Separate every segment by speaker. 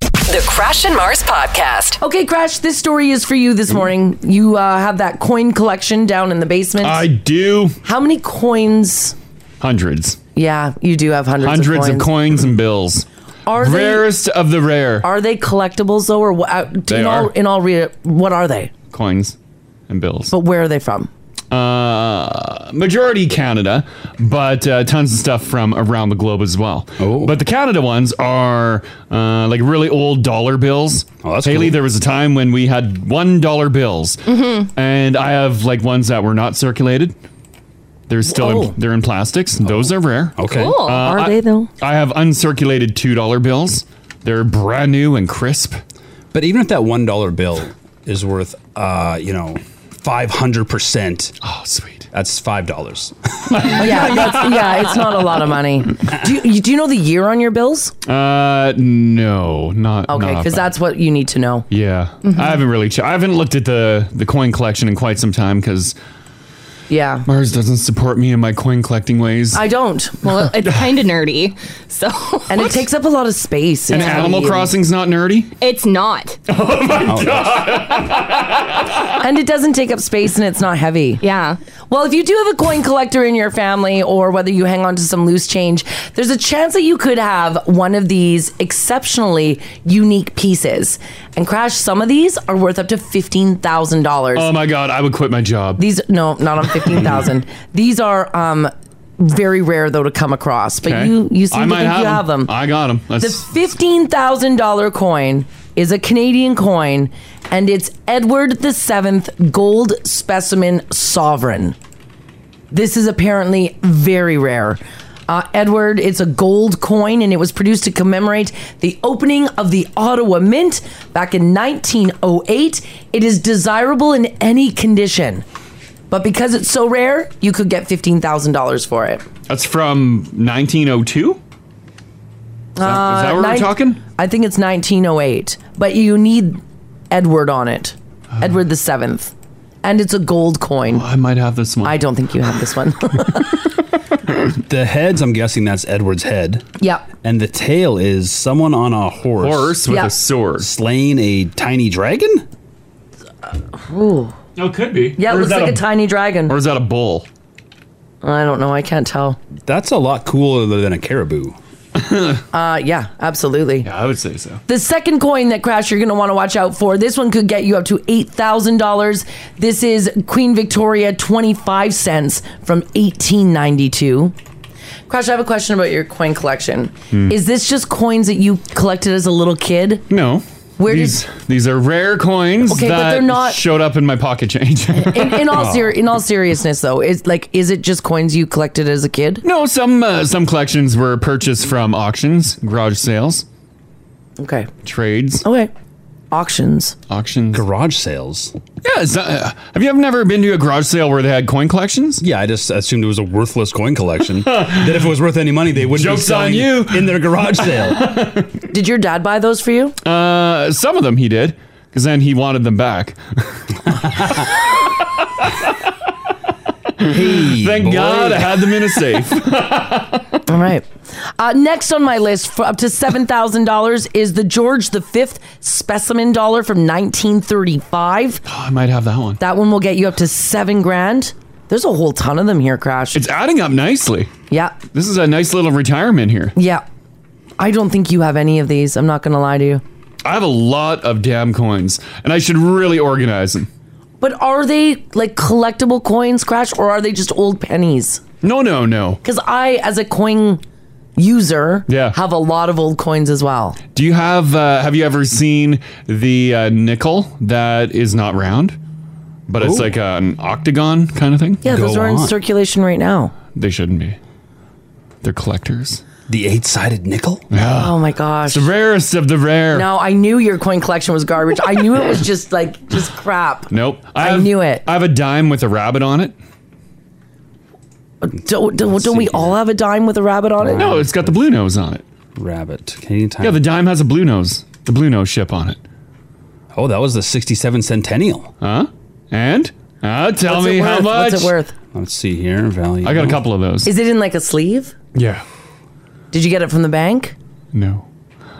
Speaker 1: The Crash and Mars Podcast.
Speaker 2: Okay, Crash, this story is for you
Speaker 3: Mm-hmm.
Speaker 2: this morning. You uh, have that coin collection down in the basement.
Speaker 3: I do.
Speaker 2: How many coins?
Speaker 3: Hundreds.
Speaker 2: Yeah, you do have hundreds,
Speaker 3: Hundreds
Speaker 2: of coins.
Speaker 3: of coins and bills.
Speaker 2: Are they-
Speaker 3: Rarest of the rare
Speaker 2: Are they collectibles though, or what? Uh, do
Speaker 3: They
Speaker 2: in all
Speaker 3: are.
Speaker 2: in all, re- what are they?
Speaker 3: coins and bills.
Speaker 2: But where are they from?
Speaker 3: Uh, majority Canada, but uh, tons of stuff from around the globe as well. Oh. But the Canada ones are uh, like really old dollar bills. Oh, that's Haley, there was a time when we had one dollar bills,
Speaker 2: Mm-hmm.
Speaker 4: Mhm.
Speaker 3: and I have like ones that were not circulated. They're still
Speaker 4: Oh.
Speaker 3: in, they're in plastics. Those are rare. Uh,
Speaker 4: Okay. Cool. Are
Speaker 3: I-
Speaker 4: they, though?
Speaker 3: I have uncirculated two dollar bills. They're brand new and crisp.
Speaker 5: But even if that one dollar bill is worth, uh, you know, five hundred percent.
Speaker 3: Oh, sweet.
Speaker 5: That's five dollars.
Speaker 2: Oh, yeah, that's, yeah, it's not a lot of money. Do you, you- do you know the year on your bills?
Speaker 3: Uh, no, not
Speaker 2: Okay,
Speaker 3: not
Speaker 2: because
Speaker 3: bad.
Speaker 2: that's what you need to know.
Speaker 3: Yeah,
Speaker 2: Mhm.
Speaker 3: I haven't really. Che- I haven't looked at the the coin collection in quite some time because
Speaker 2: yeah,
Speaker 3: Mars doesn't support me in my coin collecting ways.
Speaker 2: I don't.
Speaker 6: Well, it's kind of nerdy. So
Speaker 2: and it takes up a lot of space.
Speaker 3: and Animal Crossing's not nerdy.
Speaker 6: It's not.
Speaker 3: Oh my god!
Speaker 2: and it doesn't take up space and it's not heavy.
Speaker 6: Yeah.
Speaker 2: Well, if you do have a coin collector in your family or whether you hang on to some loose change, there's a chance that you could have one of these exceptionally unique pieces. And Crash, some of these are worth up to $15,000.
Speaker 3: Oh my god! I would quit my job.
Speaker 2: These no, not on fifteen thousand. These are um very rare though to come across. But
Speaker 3: Okay.
Speaker 2: you you seem
Speaker 3: I
Speaker 2: to
Speaker 3: might
Speaker 2: think you have them.
Speaker 3: I got them.
Speaker 2: The fifteen thousand dollar coin is a Canadian coin, and it's Edward the Seventh gold specimen sovereign. This is apparently very rare. Uh, Edward, it's a gold coin, and it was produced to commemorate the opening of the Ottawa Mint back in 1908. It is desirable in any condition, but because it's so rare, you could get fifteen thousand dollars for it.
Speaker 3: That's from 1902. Is that, is that what we're talking?
Speaker 2: Uh, I think it's 1908, but you need Edward on it. Edward the Seventh, and it's a gold coin. I
Speaker 3: Oh. might have this one.
Speaker 2: I don't think you have this one.
Speaker 5: the heads, I'm guessing that's Edward's head.
Speaker 2: yeah.
Speaker 5: And the tail is someone on a horse.
Speaker 3: Horse with a Yeah. sword.
Speaker 5: Slaying a tiny dragon?
Speaker 2: Ooh.
Speaker 3: No, it could be.
Speaker 2: Yeah, it
Speaker 5: Or is
Speaker 2: looks
Speaker 5: that
Speaker 2: like a,
Speaker 5: a-
Speaker 2: tiny dragon.
Speaker 3: Or is that a bull?
Speaker 2: I don't know. I can't tell.
Speaker 5: That's a lot cooler than a caribou.
Speaker 2: Uh, yeah, absolutely.
Speaker 3: Yeah, I would say so.
Speaker 2: The second coin that Crash you're going to want to watch out for. This one could get you up to $8,000. This is Queen Victoria 25 cents from 1892. Crash, I have a question about your coin collection.
Speaker 3: Hmm.
Speaker 2: Is this just coins that you collected as a little kid?
Speaker 3: No.
Speaker 2: Where did-
Speaker 3: these these are rare coins
Speaker 2: Okay, but
Speaker 3: that
Speaker 2: they're not-
Speaker 3: showed up in my pocket change. Oh.
Speaker 2: In, in all ser- in all seriousness though, is like is it just coins you collected as a kid?
Speaker 3: No, some uh, some collections were purchased from auctions, garage sales.
Speaker 2: Okay.
Speaker 3: Trades.
Speaker 2: Okay. Auctions.
Speaker 3: Auctions.
Speaker 5: Garage sales.
Speaker 3: Yeah. It's not, uh, have you ever never been to a garage sale where they had coin collections?
Speaker 5: Yeah, I just assumed it was a worthless coin collection. that if it was worth any money, they wouldn't be
Speaker 3: Joke's on
Speaker 5: selling
Speaker 3: you.
Speaker 5: in their garage sale.
Speaker 2: Did your dad buy those for you?
Speaker 3: Uh, some of them he did, because then he wanted them back. Thank
Speaker 2: boy.
Speaker 3: God I had them in a safe.
Speaker 2: All right. Uh, next on my list for up to $7,000 is the George V specimen dollar from 1935.
Speaker 3: Oh, I might have that one.
Speaker 2: That one will get you up to seven grand. There's a whole ton of them here, Crash.
Speaker 3: It's adding up nicely.
Speaker 2: Yeah.
Speaker 3: This is a nice little retirement here.
Speaker 2: Yeah. I don't think you have any of these. I'm not going to lie to you.
Speaker 3: I have a lot of damn coins, and I should really organize them.
Speaker 2: But are they like collectible coins, Crash, or are they just old pennies?
Speaker 3: No, no, no.
Speaker 2: Because I, as a coin user,
Speaker 3: Yeah.
Speaker 2: have a lot of old coins as well.
Speaker 3: Do you have uh, have you ever seen the uh, nickel that is not round, but it's
Speaker 2: Ooh.
Speaker 3: like an octagon kind of thing?
Speaker 2: Yeah, those are in circulation right now.
Speaker 3: They shouldn't be. They're collectors.
Speaker 5: The eight sided nickel.
Speaker 3: Yeah.
Speaker 2: Oh my gosh.
Speaker 3: It's the rarest of the rare.
Speaker 2: No, I knew your coin collection was garbage. I knew it was just like just crap.
Speaker 3: Nope.
Speaker 2: I knew it.
Speaker 3: I have a dime with a rabbit on it.
Speaker 2: Don't don't, don't we all have a dime with a rabbit on it?
Speaker 3: No, it's got the blue nose on it.
Speaker 5: Rabbit. Canadian time.
Speaker 3: Yeah, the dime has a blue nose. The blue nose ship on it.
Speaker 5: Oh, that was the 67 centennial.
Speaker 3: Huh? And? Uh, tell
Speaker 2: What's it
Speaker 3: me how
Speaker 2: worth?
Speaker 3: much.
Speaker 2: What's it worth?
Speaker 5: Let's see here. Value.
Speaker 3: I got a couple of those.
Speaker 2: Is it in like a sleeve?
Speaker 3: yeah.
Speaker 2: Did you get it from the bank?
Speaker 3: No.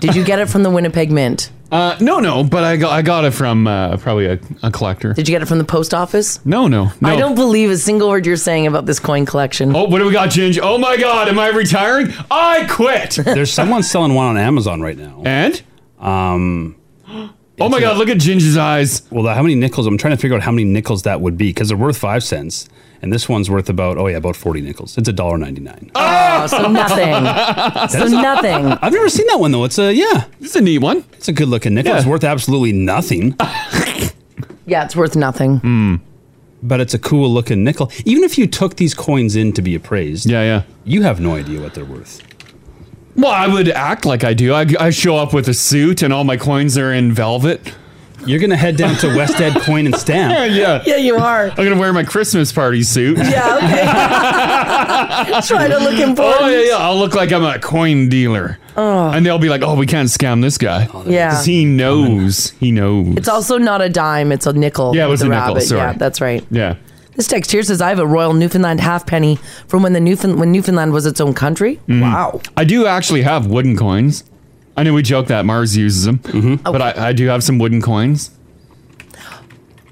Speaker 2: Did you get it from the Winnipeg Mint?
Speaker 3: Uh, no, no, but I got, I got it from uh, probably a, a collector. Did
Speaker 2: you get it from the post office?
Speaker 3: No, no, no.
Speaker 2: I don't believe a single word you're saying about this coin collection.
Speaker 3: Oh, what do we got, Ginge? Oh my God, am I retiring? I quit.
Speaker 5: There's someone selling one on Amazon right now.
Speaker 3: And?
Speaker 5: Um.
Speaker 3: Oh my God! Look at Ginger's eyes.
Speaker 5: Well, how many nickels? I'm trying to figure out how many nickels that would be because they're worth five cents, and this one's worth about oh yeah, about forty nickels. It's a dollar ninety nine.
Speaker 2: Oh, so nothing. so nothing.
Speaker 5: I've never seen that one though. It's a yeah.
Speaker 3: It's a neat one.
Speaker 5: It's a good looking nickel. It's worth absolutely nothing.
Speaker 2: Yeah, it's worth nothing.
Speaker 3: Hmm.
Speaker 5: But it's a cool looking nickel. Even if you took these coins in to be appraised, yeah,
Speaker 3: yeah,
Speaker 5: you have no idea what they're worth.
Speaker 3: Well, I would act like I do. I, I show up with a suit and all my coins are in velvet.
Speaker 5: You're gonna head down to West Ed Coin and Stamp.
Speaker 3: yeah, yeah,
Speaker 2: yeah. You are. I'm
Speaker 3: gonna wear my Christmas party suit.
Speaker 2: Yeah, okay. Try to look important.
Speaker 3: Oh yeah, yeah. I'll look like I'm a coin dealer.
Speaker 2: Oh.
Speaker 3: And they'll be like, "Oh, we can't scam this guy."
Speaker 2: Yeah.
Speaker 3: Because he knows. He knows.
Speaker 2: It's also not a dime, it's a nickel.
Speaker 3: Yeah, it
Speaker 2: with
Speaker 3: was
Speaker 2: the
Speaker 3: a nickel, sorry.
Speaker 2: Yeah, that's right.
Speaker 3: yeah.
Speaker 2: This text here says I have a Royal Newfoundland halfpenny from when the Newfound- when Newfoundland was its own country.
Speaker 3: Mhm.
Speaker 2: Wow.
Speaker 3: I do actually have wooden coins. I know we joke that Mars uses them,
Speaker 5: Mm-hmm.
Speaker 3: but I, I do have some wooden coins.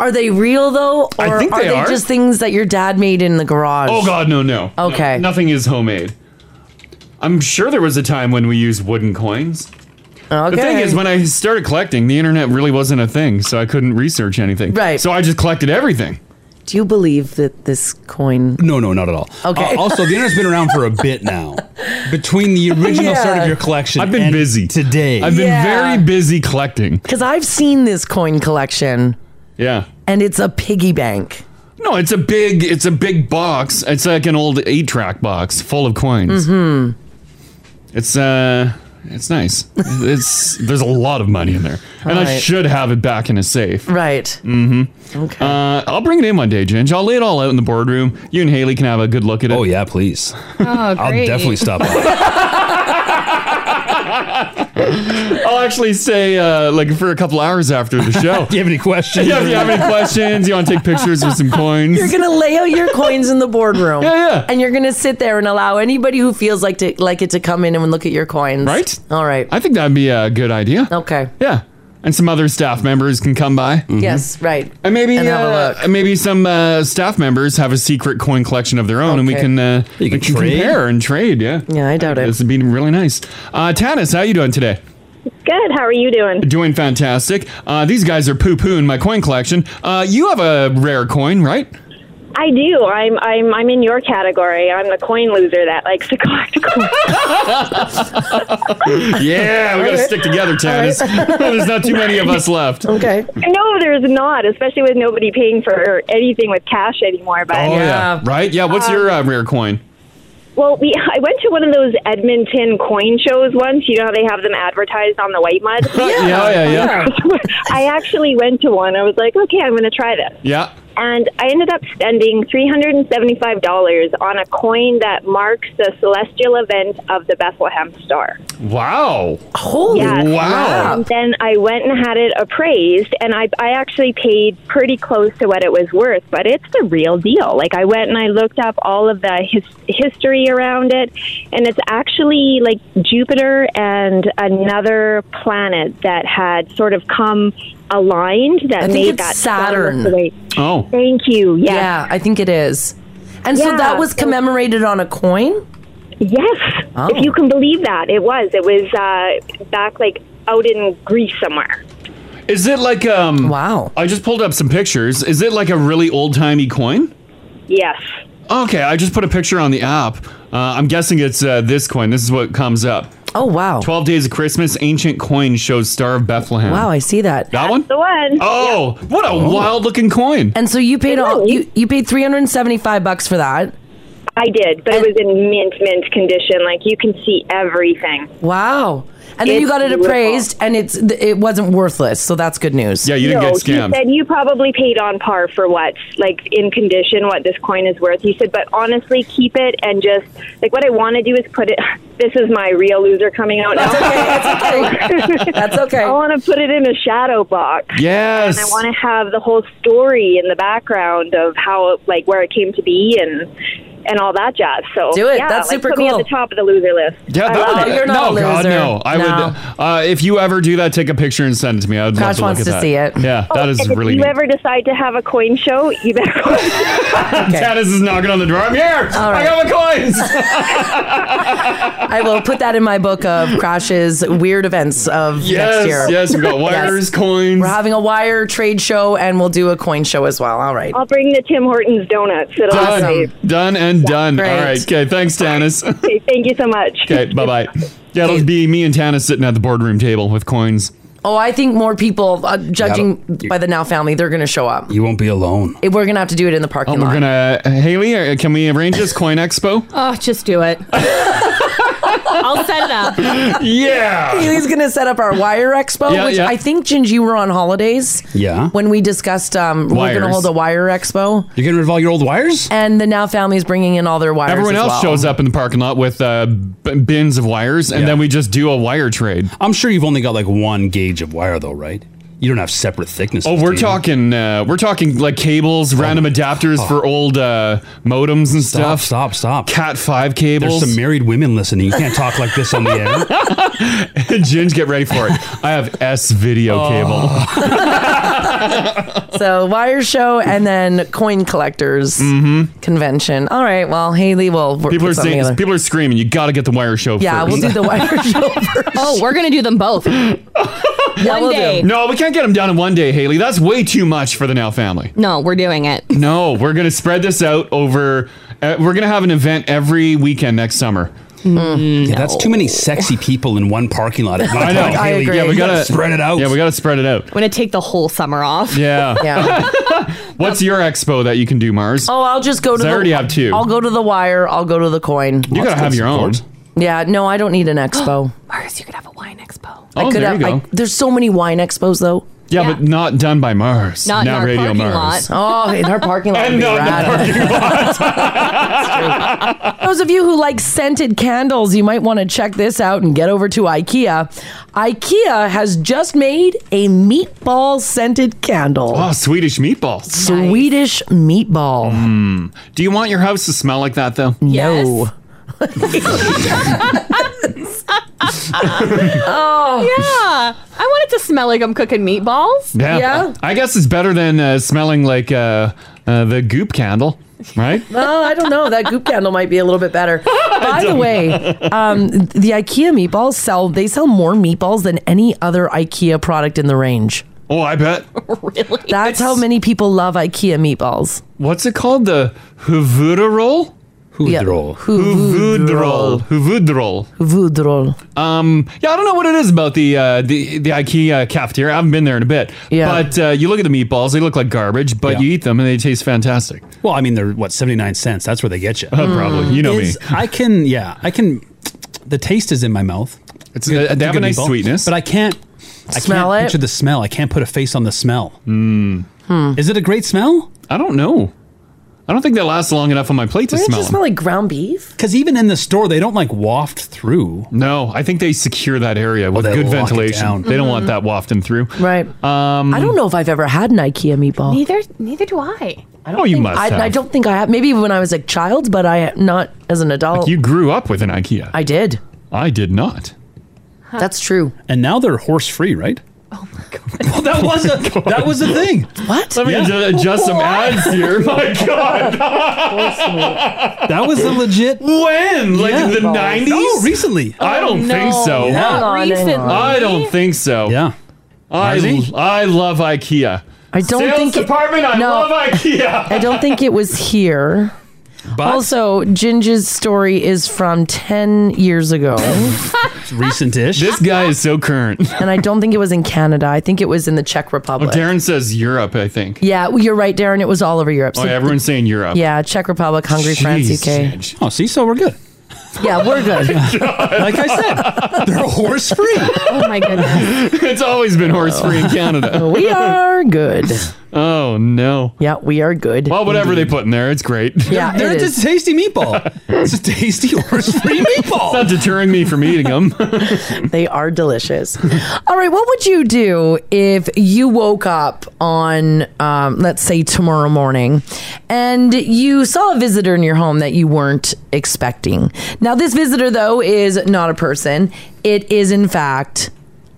Speaker 2: Are they real though? Or
Speaker 3: I think they
Speaker 2: they
Speaker 3: are.
Speaker 2: just things that your dad made in the garage?
Speaker 3: Oh God, no, no. No,
Speaker 2: Okay.
Speaker 3: nothing is homemade. I'm sure there was a time when we used wooden coins.
Speaker 2: Okay.
Speaker 3: The thing is, when I started collecting, the internet really wasn't a thing, so I couldn't research anything.
Speaker 2: Right.
Speaker 3: So I just collected everything.
Speaker 2: Do you believe that this coin?
Speaker 5: No, no, not at all.
Speaker 2: Okay.
Speaker 5: Uh, also, the internet's been around for a bit now. Between the original start of your collection,
Speaker 3: I've been
Speaker 5: and
Speaker 3: busy
Speaker 5: today.
Speaker 3: I've been
Speaker 2: Yeah.
Speaker 3: very busy collecting.
Speaker 2: Because I've seen this coin collection,
Speaker 3: Yeah.
Speaker 2: and it's a piggy bank.
Speaker 3: No, it's a big, it's a big box. It's like an old eight-track box full of coins.
Speaker 2: Hmm.
Speaker 3: It's uh, it's nice. it's there's a lot of money in there, and I
Speaker 2: Alright.
Speaker 3: should have it back in a safe.
Speaker 2: Right.
Speaker 3: Mm-hmm.
Speaker 2: Okay.
Speaker 3: Uh, I'll bring it in one day, Ginge. I'll lay it all out in the boardroom. You and Haley can have a good look at it. Oh
Speaker 5: yeah, please.
Speaker 7: Oh,
Speaker 5: I'll
Speaker 7: great.
Speaker 5: definitely stop by.
Speaker 3: I'll actually say uh, like for a couple hours after the show.
Speaker 5: Do you have any questions?
Speaker 3: Yeah, if you have any questions, you want to take pictures with some coins.
Speaker 2: You're gonna lay out your coins in the boardroom.
Speaker 3: Yeah, yeah.
Speaker 2: And you're gonna sit there and allow anybody who feels like to like it to come in and look at your coins.
Speaker 3: Right?
Speaker 2: All right.
Speaker 3: I think that'd be a good idea.
Speaker 2: Okay.
Speaker 3: Yeah. And some other staff members can come by. Mm-hmm.
Speaker 2: Yes. Right.
Speaker 3: And maybe
Speaker 2: And have a
Speaker 3: uh, maybe some uh, staff members have a secret coin collection of their own, and we
Speaker 2: Okay.
Speaker 3: can uh,
Speaker 5: You can
Speaker 3: we
Speaker 5: trade.
Speaker 3: compare and trade. Yeah,
Speaker 2: yeah, I doubt it.
Speaker 3: This would be really nice. Uh, Tanis, how you doing today?
Speaker 8: Good. How are you doing?
Speaker 3: Doing fantastic. Uh, these guys are poo pooing my coin collection. Uh, you have a rare coin, right?
Speaker 8: I do. I'm I'm I'm in your category. I'm the coin loser that likes to collect coins.
Speaker 3: yeah, we got to
Speaker 8: Alright.
Speaker 3: stick together, Tanis.
Speaker 8: Alright.
Speaker 3: There's not too many of us left.
Speaker 2: Okay.
Speaker 8: no, there's not, especially with nobody paying for anything with cash anymore. But
Speaker 3: Oh yeah, right. Yeah. What's your uh, rare coin?
Speaker 8: Well, we I went to one of those Edmonton coin shows once. You know how they have them advertised on the white mud.
Speaker 3: Yeah, yeah, yeah.
Speaker 8: I actually went to one. I was like, okay, I'm going to try this.
Speaker 3: Yeah.
Speaker 8: and I ended up spending $375 on a coin that marks the celestial event of the Bethlehem Star.
Speaker 3: Wow.
Speaker 2: Holy
Speaker 8: And then I went and had it appraised, and I, I actually paid pretty close to what it was worth, but it's the real deal. Like, I went and I looked up all of the his, history around it, and it's actually like Jupiter and another planet that had sort of come aligned that
Speaker 2: I think
Speaker 8: made
Speaker 2: it's
Speaker 8: that
Speaker 2: Saturn.
Speaker 3: Oh.
Speaker 8: Thank you. Yes.
Speaker 2: Yeah, I think it is. And so
Speaker 8: Yeah,
Speaker 2: that was
Speaker 8: so-
Speaker 2: commemorated on a coin.
Speaker 8: Yes,
Speaker 2: Oh.
Speaker 8: if you can believe that, it was. It was uh, back like out in Greece somewhere.
Speaker 3: Is it like um?
Speaker 2: Wow.
Speaker 3: I just pulled up some pictures. Is it like a really old timey coin?
Speaker 8: Yes.
Speaker 3: Okay, I just put a picture on the app. Uh, I'm guessing it's uh, this coin. This is what comes up.
Speaker 2: Oh wow.
Speaker 3: Twelve days of Christmas. Ancient coin shows Star of Bethlehem.
Speaker 2: Wow, I see that.
Speaker 3: That one?
Speaker 8: The one.
Speaker 3: Oh, what a wild looking coin.
Speaker 2: And so you paid all you, you paid 375 bucks for that.
Speaker 8: I did, but it was in mint, mint condition. Like you can see everything.
Speaker 2: Wow. And then
Speaker 8: It's
Speaker 2: you got it
Speaker 8: beautiful.
Speaker 2: appraised and it's it wasn't worthless. So that's good news.
Speaker 3: Yeah, you didn't
Speaker 8: No,
Speaker 3: get
Speaker 8: You
Speaker 3: scammed.
Speaker 8: said you probably paid on par for what's like in condition, what this coin is worth. You said, but honestly, keep it and just like what I want to do is put it. This is my real loser coming out now. That's okay.
Speaker 2: That's okay.
Speaker 8: I want to put it in a shadow box.
Speaker 3: Yes.
Speaker 8: And I want to have the whole story in the background of how, like, where it came to be and and all that jazz. So
Speaker 2: Do it.
Speaker 8: Yeah,
Speaker 2: That's
Speaker 8: like,
Speaker 2: super
Speaker 8: put Me at
Speaker 2: cool.
Speaker 8: the top of the loser list. I
Speaker 3: that-
Speaker 8: love it.
Speaker 3: no, God, no. I would. Uh, if you ever do that, take a picture and send it to me. I would
Speaker 8: Kosh
Speaker 3: love to
Speaker 8: wants
Speaker 3: look
Speaker 8: to
Speaker 3: at that.
Speaker 8: see it.
Speaker 3: Yeah, that is
Speaker 8: And Oh, if
Speaker 3: really.
Speaker 8: you
Speaker 3: neat.
Speaker 8: ever decide to have a coin show, you better.
Speaker 3: Dennis is knocking on the door. I'm here.
Speaker 2: All
Speaker 3: I
Speaker 2: right.
Speaker 3: got my coins.
Speaker 2: I will put that in my book of crashes, weird events of
Speaker 3: Yes,
Speaker 2: next year.
Speaker 3: yes, we've got wires, coins.
Speaker 2: We're having a wire trade show, and we'll do a coin show as well. All right.
Speaker 8: I'll bring the Tim Hortons donuts. It'll be
Speaker 3: Done,
Speaker 8: great.
Speaker 3: done, and done.
Speaker 8: Great.
Speaker 3: All right. Okay. Thanks, Dennis.
Speaker 8: Okay, thank you so much.
Speaker 3: Okay. Bye bye. Yeah, it'll be me and Tana sitting at the boardroom table with coins.
Speaker 2: Oh, I think more people, uh, judging by the Now family, they're going to show up.
Speaker 5: You won't be alone.
Speaker 2: It- We're going to have to do it in the parking
Speaker 3: Oh,
Speaker 2: lot.
Speaker 3: we're gonna Haley. uh, Can we arrange this coin expo?
Speaker 6: Oh, just do it. I'll set it up.
Speaker 3: Yeah.
Speaker 2: Haley's going to set up our wire expo,
Speaker 3: Yeah,
Speaker 2: which
Speaker 3: yeah.
Speaker 2: I think, Gingy, you were on holidays.
Speaker 5: Yeah.
Speaker 2: When we discussed, um, we're going to
Speaker 3: Wires.
Speaker 2: hold a wire expo.
Speaker 5: You're getting rid of all your old wires?
Speaker 2: And the Now family's bringing in all their wires.
Speaker 3: Everyone
Speaker 2: as
Speaker 3: else
Speaker 2: well.
Speaker 3: shows up in the parking lot with uh, b- bins of wires, and then we just do a wire trade.
Speaker 5: I'm sure you've only got like one gauge of wire though, right? You don't have separate thicknesses.
Speaker 3: Oh,
Speaker 5: do
Speaker 3: we're
Speaker 5: you?
Speaker 3: talking, uh, we're talking like cables, random adapters for old uh, modems and stuff.
Speaker 5: Oh. Stop, stop,
Speaker 3: Cat five cables.
Speaker 5: There's some married women listening. You can't talk like this on the air.
Speaker 3: Ginge, get ready for it. I have S video
Speaker 5: Oh,
Speaker 3: cable.
Speaker 2: So wire show and then coin collectors convention. All right. Well, Haley will work
Speaker 3: Mm-hmm. People
Speaker 2: put
Speaker 3: are
Speaker 2: something
Speaker 3: saying,
Speaker 2: together.
Speaker 3: people are screaming. You got to get the wire show.
Speaker 2: Yeah, we
Speaker 3: first.
Speaker 2: we'll do the wire show.
Speaker 6: Oh, we're gonna do them both. One
Speaker 2: we'll do.
Speaker 6: day.
Speaker 3: No, we can't get them done in one day, Haley. That's way too much for the Now family.
Speaker 6: No, we're doing it.
Speaker 3: No, we're gonna spread this out over. Uh, we're gonna have an event every weekend next summer.
Speaker 2: Mm.
Speaker 6: Mm.
Speaker 5: Yeah, that's too many sexy people in one parking lot. At one
Speaker 3: I know.
Speaker 5: time. Haley,
Speaker 2: agree.
Speaker 3: Yeah, we
Speaker 5: you
Speaker 3: gotta,
Speaker 5: spread it out.
Speaker 3: Yeah, we gotta spread it out.
Speaker 6: I'm gonna take the whole summer off.
Speaker 3: Yeah.
Speaker 2: Yeah.
Speaker 3: What's your expo that you can do, Mars?
Speaker 2: Oh, I'll just go to.
Speaker 3: I
Speaker 2: the,
Speaker 3: already have two.
Speaker 2: I'll go to the wire. I'll go to the coin.
Speaker 3: you gotta have your own.
Speaker 2: Yeah. No, I don't need an expo.
Speaker 6: Mars, you could have a wine expo.
Speaker 3: Oh,
Speaker 2: I could
Speaker 3: there
Speaker 2: have.
Speaker 3: you go.
Speaker 2: I, there's so many wine expos though.
Speaker 3: yeah,
Speaker 6: Yeah.
Speaker 3: but not done by Mars.
Speaker 6: Not in our
Speaker 3: Radio
Speaker 6: parking
Speaker 3: Mars.
Speaker 6: lot.
Speaker 2: Oh, in our parking lot. would
Speaker 3: And
Speaker 2: be
Speaker 3: not in the
Speaker 2: rad. Those of you who like scented candles, you might want to check this out and get over to IKEA. IKEA has just made a meatball scented candle.
Speaker 3: Oh, Swedish meatballs. Hmm.
Speaker 2: Swedish meatball.
Speaker 3: Do you want your house to smell like that though?
Speaker 2: No. Oh.
Speaker 6: Yeah. I want it to smell like I'm cooking meatballs.
Speaker 2: Yeah.
Speaker 3: I guess it's better than uh, smelling like uh, uh, the goop candle, right?
Speaker 2: Well, I don't know. That goop candle might be a little bit better. By the way, um, the IKEA meatballs sell they sell more meatballs than any other IKEA product in the range.
Speaker 3: oh, I bet.
Speaker 6: Really?
Speaker 2: That's how many people love IKEA meatballs.
Speaker 3: What's it called? The Huvudrol?
Speaker 5: Who
Speaker 2: Yeah.
Speaker 3: Huvudrol. Huvudrol.
Speaker 2: Voudrol.
Speaker 3: Um, yeah, I don't know what it is about the uh, the the IKEA cafeteria. I haven't been there in a bit.
Speaker 2: Yeah.
Speaker 3: But uh, you look at the meatballs; they look like garbage, but
Speaker 5: Yeah.
Speaker 3: you eat them and they taste fantastic.
Speaker 5: Well, I mean, they're what seventy nine cents. That's where they get you.
Speaker 3: Uh, Probably, you know
Speaker 2: Mm.
Speaker 3: me.
Speaker 5: Is- I can, yeah, I can. The taste is in my mouth.
Speaker 3: It's they, they have a
Speaker 5: Good
Speaker 3: nice
Speaker 5: meatball.
Speaker 3: sweetness.
Speaker 5: but I can't. I
Speaker 2: Smell
Speaker 5: can't
Speaker 2: it?
Speaker 5: picture the smell. I can't put a face on the smell. Is it a great smell?
Speaker 3: Hmm. I, don't know. I don't think they last long enough on my plate to
Speaker 2: Doesn't it
Speaker 3: smell.
Speaker 2: just
Speaker 3: them.
Speaker 2: smell like ground beef?
Speaker 5: Because even in the store, they don't like waft through. Oh,
Speaker 3: no, I think they secure that area with
Speaker 5: they
Speaker 3: good
Speaker 5: lock it
Speaker 3: ventilation.
Speaker 5: down.
Speaker 3: They don't want that wafting through.
Speaker 2: Mm-hmm. Right.
Speaker 3: Um,
Speaker 2: I don't know if I've ever had an IKEA meatball.
Speaker 6: Neither neither do I.
Speaker 3: oh, you must. have.
Speaker 2: Oh. I, I don't think I have. Maybe when I was a child, but I not as an adult.
Speaker 3: You grew up with an IKEA. I,
Speaker 2: I did.
Speaker 3: did not.
Speaker 2: That's true.
Speaker 5: And now they're horse free, right? Oh my god! Well, that was a that was a thing.
Speaker 2: What?
Speaker 3: Let me adjust, adjust some ads here. My God,
Speaker 5: That was a legit.
Speaker 3: when? Like
Speaker 5: Yeah.
Speaker 3: in the nineties?
Speaker 5: Oh, recently.
Speaker 3: I don't
Speaker 2: Oh,
Speaker 3: think so.
Speaker 5: Yeah.
Speaker 6: Recently.
Speaker 3: I don't think so.
Speaker 5: Yeah.
Speaker 3: I,
Speaker 5: Marzi?
Speaker 3: I love IKEA.
Speaker 2: I don't
Speaker 3: Sales
Speaker 2: think it-
Speaker 3: department. I
Speaker 2: No.
Speaker 3: love IKEA.
Speaker 2: I don't think it was here.
Speaker 5: But
Speaker 2: Also, Ginger's story is from 10 years ago,
Speaker 5: recent-ish.
Speaker 3: this guy is so current.
Speaker 2: and I don't think it was in Canada. I think it was in the Czech Republic.
Speaker 3: Oh, Darren says Europe. I think.
Speaker 2: yeah, well, you're right, Darren. It was all over Europe.
Speaker 3: Oh,
Speaker 2: So-
Speaker 3: yeah, everyone's saying Europe.
Speaker 2: yeah, Czech Republic, Hungary, France,
Speaker 3: Jeez,
Speaker 2: UK.
Speaker 3: Ginge.
Speaker 5: Oh, see, so we're good.
Speaker 2: Yeah, we're good.
Speaker 5: Like I said, they're horse free.
Speaker 6: Oh my goodness.
Speaker 3: It's always been horse free in Canada.
Speaker 2: we are good.
Speaker 3: Oh no.
Speaker 2: Yeah, we are good.
Speaker 3: Well, whatever they put in there, it's great.
Speaker 2: Yeah,
Speaker 5: They're it just is. tasty
Speaker 3: meatball.
Speaker 5: it's a tasty horse free meatball.
Speaker 3: It's not deterring me from eating them.
Speaker 2: they are delicious. All right, what would you do if you woke up on, um, let's say, tomorrow morning and you saw a visitor in your home that you weren't expecting? Now, this visitor, though, is not a person, it is, in fact,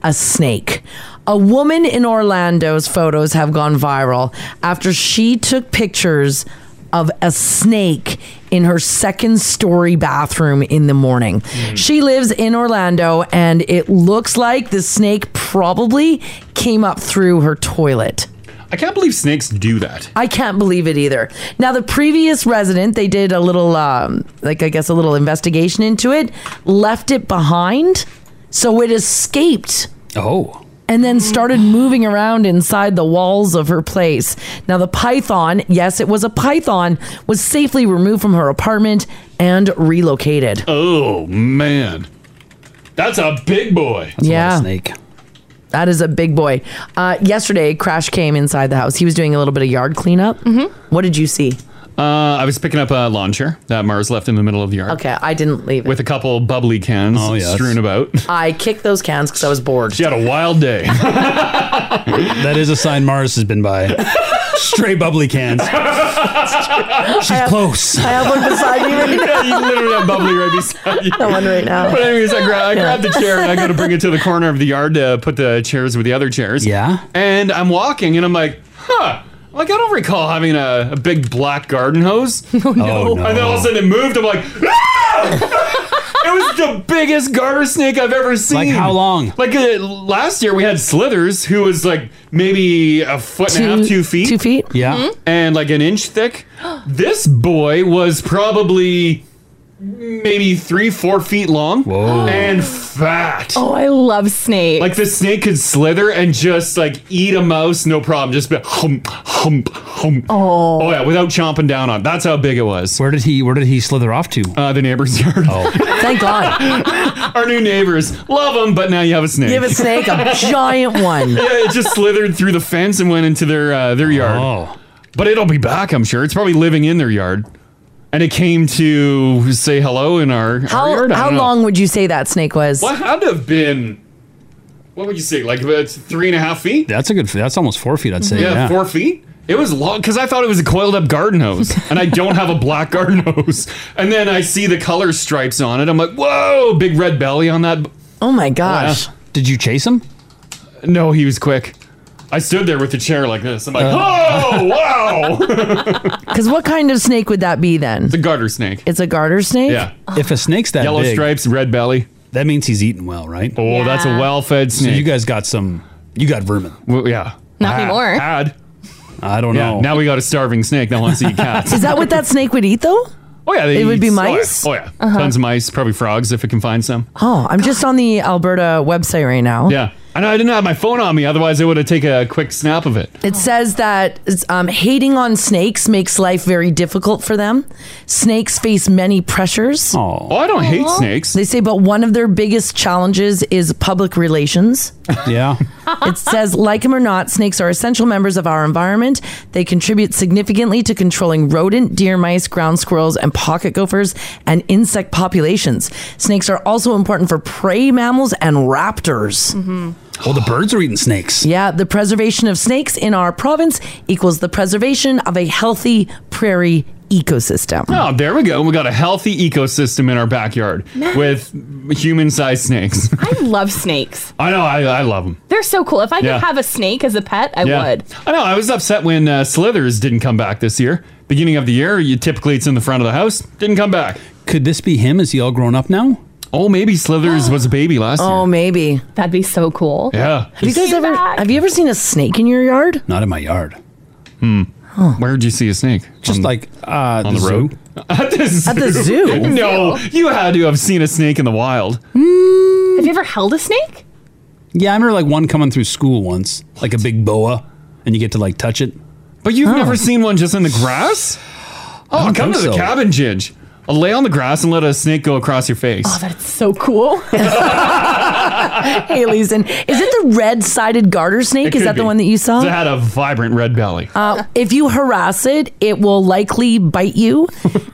Speaker 2: a snake. A woman in Orlando's photos have gone viral after she took pictures of a snake in her second story bathroom in the morning.
Speaker 3: Hmm.
Speaker 2: She lives in Orlando and it looks like the snake probably came up through her toilet.
Speaker 3: I can't believe snakes do that.
Speaker 2: I can't believe it either. Now, the previous resident, they did a little, um, like I guess a little investigation into it, left it behind. So it escaped.
Speaker 5: Oh.
Speaker 2: And then started moving around inside the walls of her place. Now, the python, yes, it was a python, was safely removed from her apartment and relocated.
Speaker 3: Oh man, that's a big boy.
Speaker 2: yeah.
Speaker 5: snake.
Speaker 2: That is a big boy. Uh, yesterday, Crash came inside the house. He was doing a little bit of yard cleanup. Mm-hmm. What did you see?
Speaker 3: Uh, I was picking up a lawn chair that Mars left in the middle of the yard.
Speaker 2: Okay, I didn't leave it.
Speaker 3: With a couple bubbly cans
Speaker 5: Oh, yes.
Speaker 3: strewn about.
Speaker 2: I kicked those cans because I was bored.
Speaker 3: She had a wild day.
Speaker 5: that is a sign Mars has been by. Stray bubbly cans. She's close.
Speaker 2: I have one beside me right
Speaker 3: now. you literally have bubbly right beside you.
Speaker 2: one right now.
Speaker 3: But anyways, I, gra- I grabbed the chair and I go to bring it to the corner of the yard to put the chairs with the other chairs. Yeah. And I'm walking and I'm like, huh. Like I don't recall having a, a big black garden hose. Oh
Speaker 5: no.
Speaker 3: And then all of a sudden it moved. I'm like, "Ah!" it was the biggest garter snake I've ever seen. Like how
Speaker 5: long?
Speaker 3: Like uh, last year we had Slithers, who was like maybe a foot and a half, two feet, two
Speaker 2: feet.
Speaker 5: Yeah.
Speaker 3: And like an inch thick. This boy was probably maybe three, four feet long. Whoa. And fat.
Speaker 6: Oh, I love snakes.
Speaker 3: Like the snake could slither and just like eat a mouse, no problem. Just be hump, hump, hump. Oh, yeah, without chomping down on. it. That's how big it was.
Speaker 5: Where did he? Where did he slither off to?
Speaker 3: Uh, the neighbor's yard. Oh,
Speaker 2: Thank God.
Speaker 3: our new neighbors love them, but now you have a snake.
Speaker 2: You have a snake, a giant one.
Speaker 3: yeah, it just slithered through the fence and went into their uh, their yard. Oh, but it'll be back, I'm sure. It's probably living in their yard, and it came to say hello in our, our yard.
Speaker 2: How,
Speaker 3: I
Speaker 2: how
Speaker 3: don't know.
Speaker 2: long would you say that snake was?
Speaker 3: What had to have been? What would you say? Like about three and a half feet?
Speaker 5: That's a good. That's almost four feet. I'd say.
Speaker 3: Yeah,
Speaker 5: Yeah.
Speaker 3: four feet. It was long because I thought it was a coiled up garden hose, and I don't have a black garden hose. And then I see the color stripes on it. I'm like, whoa, big red belly on that.
Speaker 2: Oh my gosh!
Speaker 3: uh,
Speaker 5: Did you chase him?
Speaker 3: No, he was quick. I stood there with the chair like this. I'm like,
Speaker 5: Uh.
Speaker 3: oh wow,
Speaker 2: Because what kind of snake would that be then? It's
Speaker 3: a garter snake.
Speaker 2: It's a garter snake. Oh.
Speaker 3: Yeah.
Speaker 5: If a snake's that
Speaker 3: Yellow
Speaker 5: big,
Speaker 3: stripes, red belly.
Speaker 5: That means he's eating well, right?
Speaker 3: Oh, that's a
Speaker 5: Yeah.
Speaker 3: well-fed snake.
Speaker 5: So you guys got some. You got vermin.
Speaker 3: Well, yeah.
Speaker 6: Not anymore.
Speaker 3: Had.
Speaker 5: I don't
Speaker 3: know. Now we got a starving snake that wants to eat cats.
Speaker 2: Is that what that snake would eat though?
Speaker 3: Oh yeah,
Speaker 2: It would
Speaker 3: eat-
Speaker 2: be
Speaker 3: oh,
Speaker 2: mice?
Speaker 3: yeah. Oh yeah,
Speaker 2: Uh-huh.
Speaker 3: tons of mice, probably frogs if it can find some.
Speaker 2: Oh, I'm just on the Alberta website right now.
Speaker 6: Oh.
Speaker 3: Yeah, I know I didn't have my phone on me, otherwise I would have taken a quick snap of it.
Speaker 2: It says that um, hating on snakes makes life very difficult for them. Snakes face many pressures.
Speaker 5: Oh,
Speaker 3: I don't hate Aw. snakes.
Speaker 2: They say, but one of their biggest challenges is public relations.
Speaker 5: Yeah.
Speaker 2: it says, like them or not, snakes are essential members of our environment. They contribute significantly to controlling rodent, deer mice, ground squirrels, and pocket gophers and insect populations. Snakes are also important for prey mammals and raptors.
Speaker 5: Mm-hmm. Well, the birds are eating snakes.
Speaker 2: Yeah, the preservation of snakes in our province equals the preservation of a healthy prairie ecosystem.
Speaker 3: Oh, there we go. We got a healthy ecosystem in our backyard
Speaker 6: Nice.
Speaker 3: with human-sized snakes.
Speaker 6: I love snakes.
Speaker 3: I know, I, I love them.
Speaker 6: They're so cool. If I could
Speaker 3: Yeah.
Speaker 6: have a snake as a pet, I would.
Speaker 3: I know. I was upset when uh, Slithers didn't come back this year. Beginning of the year, you typically it's in the front of the house. Didn't come back.
Speaker 5: Could this be him? Is he all grown up now?
Speaker 3: Oh, maybe Slithers was a baby last year.
Speaker 2: Oh, maybe.
Speaker 6: That'd be so cool.
Speaker 3: Yeah.
Speaker 2: Have you guys ever have you ever seen a snake in your yard?
Speaker 5: Not in my yard.
Speaker 3: Hmm. Where'd you see a snake?
Speaker 5: Just like uh,
Speaker 3: on
Speaker 5: the
Speaker 3: the,
Speaker 5: zoo.
Speaker 3: road. At the zoo.
Speaker 6: At the zoo?
Speaker 3: no, you had to have seen a snake in the wild.
Speaker 6: Have you ever held a snake?
Speaker 5: Yeah, I remember like one coming through school once, like a big boa, and you get to like touch it.
Speaker 3: But
Speaker 2: Oh.
Speaker 3: you've never seen one just in the grass? Oh,
Speaker 5: don't
Speaker 3: come
Speaker 5: think
Speaker 3: to the
Speaker 5: so.
Speaker 3: cabin,
Speaker 2: Oh,
Speaker 3: Ginge. I'll lay on the grass and let a snake go across your face.
Speaker 6: That's so cool.
Speaker 2: Haley's in. Is it the red-sided garter snake?
Speaker 3: It
Speaker 2: Is
Speaker 3: could
Speaker 2: that the
Speaker 3: be.
Speaker 2: one that you saw?
Speaker 3: It had a vibrant red belly.
Speaker 2: Uh, if you harass it, it will likely bite you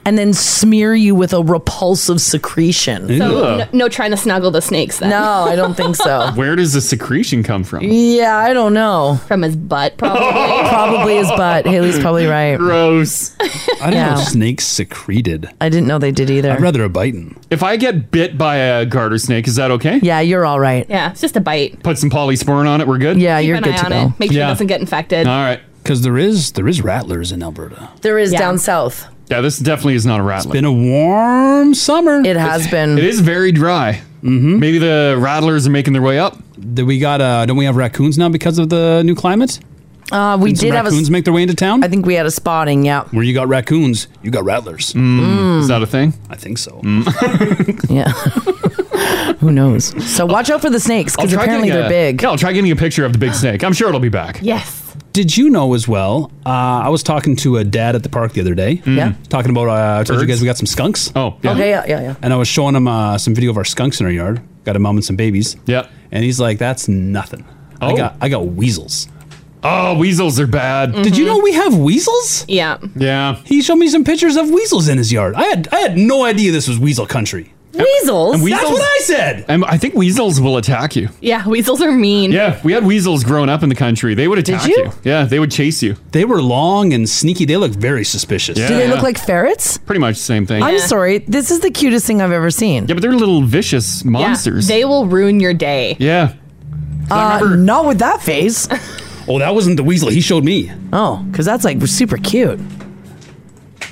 Speaker 2: and then smear you with a repulsive secretion.
Speaker 6: So no, no trying to snuggle the snakes then.
Speaker 2: No, I don't think so.
Speaker 3: Where does the secretion come from?
Speaker 2: Yeah, I don't know.
Speaker 6: From his butt, probably.
Speaker 2: probably his butt. Haley's probably right.
Speaker 3: Gross.
Speaker 5: I don't know
Speaker 2: Yeah.
Speaker 5: if snakes secreted.
Speaker 2: I didn't know they did either.
Speaker 5: I'd rather a biting.
Speaker 3: If I get bit by a garter snake, is that okay?
Speaker 2: Yeah, you're all right.
Speaker 6: yeah, it's just a bite.
Speaker 3: Put some polysporin on it. We're good.
Speaker 2: Yeah,
Speaker 6: Keep
Speaker 2: you're
Speaker 6: an
Speaker 2: good
Speaker 6: eye
Speaker 2: to
Speaker 6: on
Speaker 2: go.
Speaker 6: it. Make sure
Speaker 3: Yeah.
Speaker 6: it doesn't get infected.
Speaker 3: All right.
Speaker 5: Because there is there is rattlers in Alberta.
Speaker 2: There is
Speaker 6: Yeah.
Speaker 2: down south.
Speaker 3: Yeah, this definitely is not a rattler.
Speaker 5: Been a warm summer.
Speaker 2: It has been.
Speaker 3: It is very dry.
Speaker 5: Mm.
Speaker 3: Mm-hmm. Maybe the rattlers are making their way up.
Speaker 5: Did we got uh don't we have raccoons now because of the new climate?
Speaker 2: Uh, we
Speaker 5: Did some
Speaker 2: did have a.
Speaker 5: raccoons
Speaker 2: s-
Speaker 5: make their way into town?
Speaker 2: I think we had a spotting. Yeah,
Speaker 5: Where you got raccoons, you got rattlers.
Speaker 3: Mm. Is that a thing? Mm.
Speaker 5: I think so.
Speaker 2: yeah. Who knows? So watch out for the snakes because apparently
Speaker 3: getting
Speaker 2: they're
Speaker 3: a-
Speaker 2: big.
Speaker 3: Yeah, I'll try getting a picture of the big snake. I'm sure it'll be back.
Speaker 6: Yes.
Speaker 5: Did you know as well? Uh, I was talking to a dad at the park the other day.
Speaker 2: Yeah.
Speaker 5: Talking about, uh, I told you
Speaker 3: Birds?
Speaker 5: guys we got some skunks.
Speaker 3: Oh, yeah.
Speaker 2: Okay. Yeah. Yeah. Yeah.
Speaker 5: And I was showing him uh, some video of our skunks in our yard. Got a mom and some babies.
Speaker 3: Yeah.
Speaker 5: And he's like, that's nothing. I
Speaker 3: Oh.
Speaker 5: got I got weasels.
Speaker 3: Oh, weasels are bad. Mm-hmm.
Speaker 5: Did you know we have weasels?
Speaker 6: Yeah.
Speaker 3: Yeah.
Speaker 5: He showed me some pictures of weasels in his yard. I had I had no idea this was weasel country.
Speaker 2: Weasels.
Speaker 3: we-
Speaker 5: That's
Speaker 3: Weasels-
Speaker 5: what I said.
Speaker 3: And I think weasels will attack you.
Speaker 6: Yeah. Weasels are mean.
Speaker 3: Yeah, we had weasels growing up in the country. They would attack
Speaker 2: you?
Speaker 3: Yeah, they would chase you.
Speaker 5: They were long and sneaky. They looked very suspicious.
Speaker 3: Yeah.
Speaker 2: Do they look like ferrets?
Speaker 3: Pretty much the same thing.
Speaker 2: I'm
Speaker 3: yeah,
Speaker 2: sorry. This is the cutest thing I've ever seen.
Speaker 3: but they're little vicious
Speaker 6: Yeah.
Speaker 3: monsters.
Speaker 6: They will ruin your day.
Speaker 3: yeah. 'Cause I
Speaker 2: Uh,
Speaker 3: remember-
Speaker 2: not with that face.
Speaker 5: Oh, that wasn't the weasel he showed me.
Speaker 2: Oh, because that's like super cute.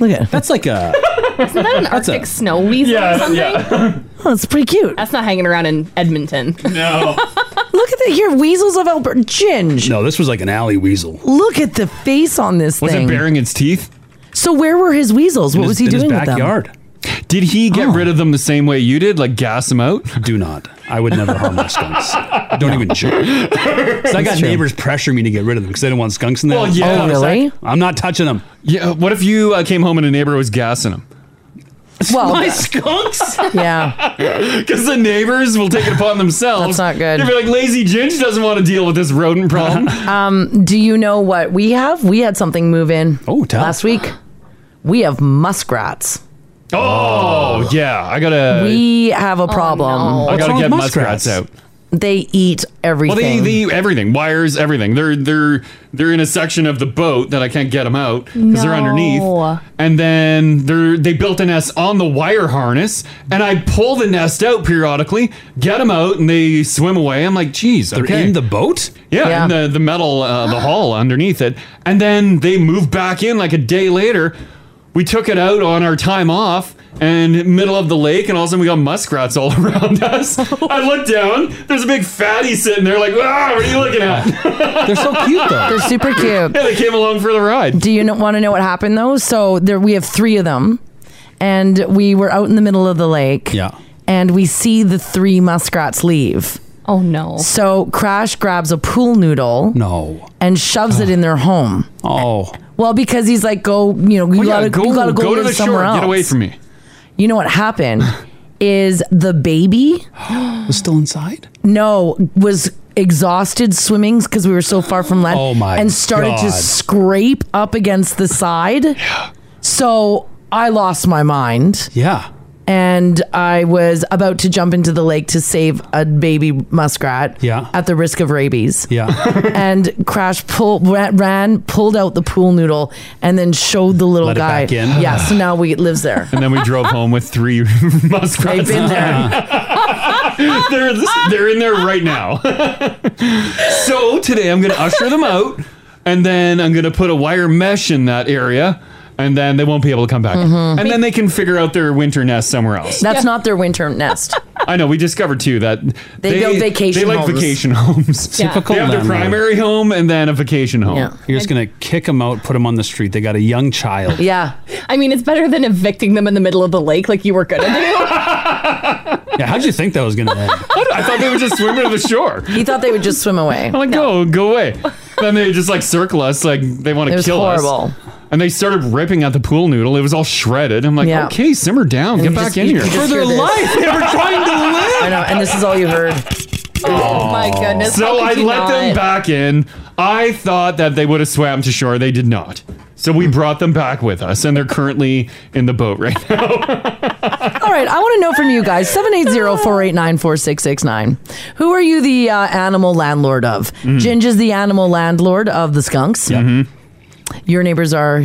Speaker 2: Look at it.
Speaker 5: That's like a
Speaker 6: Isn't that an Arctic
Speaker 5: a-
Speaker 6: snow weasel
Speaker 3: Yeah,
Speaker 6: or something?
Speaker 3: yeah.
Speaker 2: Oh, it's pretty cute.
Speaker 6: That's not hanging around in Edmonton.
Speaker 3: no.
Speaker 2: Look at the here weasels of Alberta. Ginge.
Speaker 5: no. This was like an alley weasel.
Speaker 2: Look at the face on this
Speaker 3: Was
Speaker 2: thing.
Speaker 3: it bearing its teeth?
Speaker 2: so where were his weasels? What
Speaker 5: In
Speaker 2: was he
Speaker 5: his- in
Speaker 2: doing
Speaker 5: his
Speaker 2: with them?
Speaker 5: backyard? Oh.
Speaker 3: Did he get rid of them the same way you did? Like gas them out?
Speaker 5: Do not. I would never harm my skunks. Don't even joke. 'Cause I got neighbors pressuring me to get rid of them because they didn't want skunks in there.
Speaker 3: Well, yeah.
Speaker 2: Oh, really?
Speaker 5: I'm not touching them.
Speaker 3: Yeah. What if you uh, came home and a neighbor was gassing them?
Speaker 2: Well,
Speaker 5: my
Speaker 2: yeah.
Speaker 5: skunks.
Speaker 2: yeah.
Speaker 3: Because the neighbors will take it upon themselves.
Speaker 2: That's not good.
Speaker 3: They'll be like, lazy Ginge doesn't want to deal with this rodent problem.
Speaker 2: Um, Do you know what we have? We had something move in.
Speaker 5: Oh, tell.
Speaker 2: last week. We have muskrats.
Speaker 3: oh, yeah. I got to.
Speaker 2: We have a problem.
Speaker 3: Uh,
Speaker 6: no.
Speaker 3: I
Speaker 5: Oh, What's
Speaker 3: gotta
Speaker 5: wrong
Speaker 3: get
Speaker 5: with
Speaker 3: muskrats
Speaker 5: muskrats?
Speaker 3: out.
Speaker 2: They eat
Speaker 3: Well, they,
Speaker 2: everything.
Speaker 3: they everything wires, everything. They're they're they're in a section of the boat that I can't get them out because they're
Speaker 6: No.
Speaker 3: underneath.
Speaker 2: Uh-huh.
Speaker 3: And then they're they built a nest on the wire harness, and I pull the nest out periodically, get them out, and they swim away. I'm like, geez,
Speaker 5: They're
Speaker 3: okay.
Speaker 5: in the boat.
Speaker 3: yeah,
Speaker 2: Yeah.
Speaker 3: in the the metal uh, the hull underneath it, and then they move back in like a day later. We took it out on our time off and middle of the lake, and all of a sudden we got muskrats all around us. I look down, there's a big fatty sitting there, like, ah, what are you looking at?
Speaker 5: They're so cute though.
Speaker 2: They're super cute.
Speaker 3: Yeah, they came along for the ride.
Speaker 2: Do you want to know what happened though? So there, we have three of them, and we were out in the middle of the lake.
Speaker 5: Yeah.
Speaker 2: And we see the three muskrats leave.
Speaker 6: Oh no.
Speaker 2: So Crash grabs a pool noodle
Speaker 5: no.
Speaker 2: and shoves it in their home.
Speaker 5: Oh.
Speaker 2: Well, because he's like, go, you know, you
Speaker 3: Oh, Yeah,
Speaker 2: gotta
Speaker 3: go,
Speaker 2: you gotta go,
Speaker 3: go to
Speaker 2: live
Speaker 3: the shore.
Speaker 2: somewhere else.
Speaker 3: Get away from me.
Speaker 2: You know what happened is the baby
Speaker 5: Was still inside?
Speaker 2: no was exhausted swimming because we were so far from land.
Speaker 5: Oh, my
Speaker 2: And started to
Speaker 5: God.
Speaker 2: scrape up against the side. So I lost my mind.
Speaker 5: Yeah.
Speaker 2: and I was about to jump into the lake to save a baby muskrat
Speaker 5: Yeah.
Speaker 2: at the risk of rabies.
Speaker 5: Yeah.
Speaker 2: And Crash pull, ra- ran, pulled out the pool noodle, and then showed the little
Speaker 5: Let it
Speaker 2: guy.
Speaker 5: back in.
Speaker 2: Yeah, so now we it lives there.
Speaker 3: And then we drove home with three
Speaker 2: They've
Speaker 3: muskrats.
Speaker 2: been there.
Speaker 3: they're, they're in there right now. so today I'm going to usher them out and then I'm going to put a wire mesh in that area and then they won't be able to come back. And then they can figure out their winter nest somewhere else.
Speaker 2: Mm-hmm. That's not their winter nest.
Speaker 3: I know we discovered too that
Speaker 2: They build vacation
Speaker 3: They like
Speaker 2: homes.
Speaker 3: vacation homes.
Speaker 6: Yeah.
Speaker 5: Typical
Speaker 3: They have their
Speaker 5: landlord.
Speaker 3: primary home and then a vacation home.
Speaker 2: Yeah.
Speaker 5: You're just gonna kick them out, put them on the street. They got a young child.
Speaker 2: Yeah.
Speaker 6: I mean, it's better than evicting them in the middle of the lake like you were gonna do.
Speaker 5: Yeah. How'd you think that was gonna end?
Speaker 3: I thought they would just swim to the shore.
Speaker 2: He thought they would just swim away.
Speaker 3: I'm like, go, go away. then they just like circle us, like they want
Speaker 2: It
Speaker 3: to
Speaker 2: was
Speaker 3: kill
Speaker 2: horrible.
Speaker 3: us. And they started ripping at the pool noodle. It was all shredded. I'm like,
Speaker 2: Yeah.
Speaker 3: okay, simmer down,
Speaker 2: you
Speaker 3: get back
Speaker 2: just-
Speaker 3: in
Speaker 2: you could
Speaker 3: here.
Speaker 2: just For their hear this. life,
Speaker 3: they were trying to live.
Speaker 2: I know, and this is all you heard.
Speaker 6: Oh my goodness, how
Speaker 3: So
Speaker 6: could
Speaker 3: I
Speaker 6: you
Speaker 3: let them
Speaker 6: not?
Speaker 3: back in. I thought that they would have swam to shore. They did not. So we brought them back with us, and they're currently in the boat right now.
Speaker 2: All right, I want to know from you guys 780-489-4669. Who are you the uh, animal landlord of?
Speaker 3: Mm-hmm.
Speaker 2: Ginge is the animal landlord of the skunks.
Speaker 3: Mm-hmm.
Speaker 2: Your neighbors are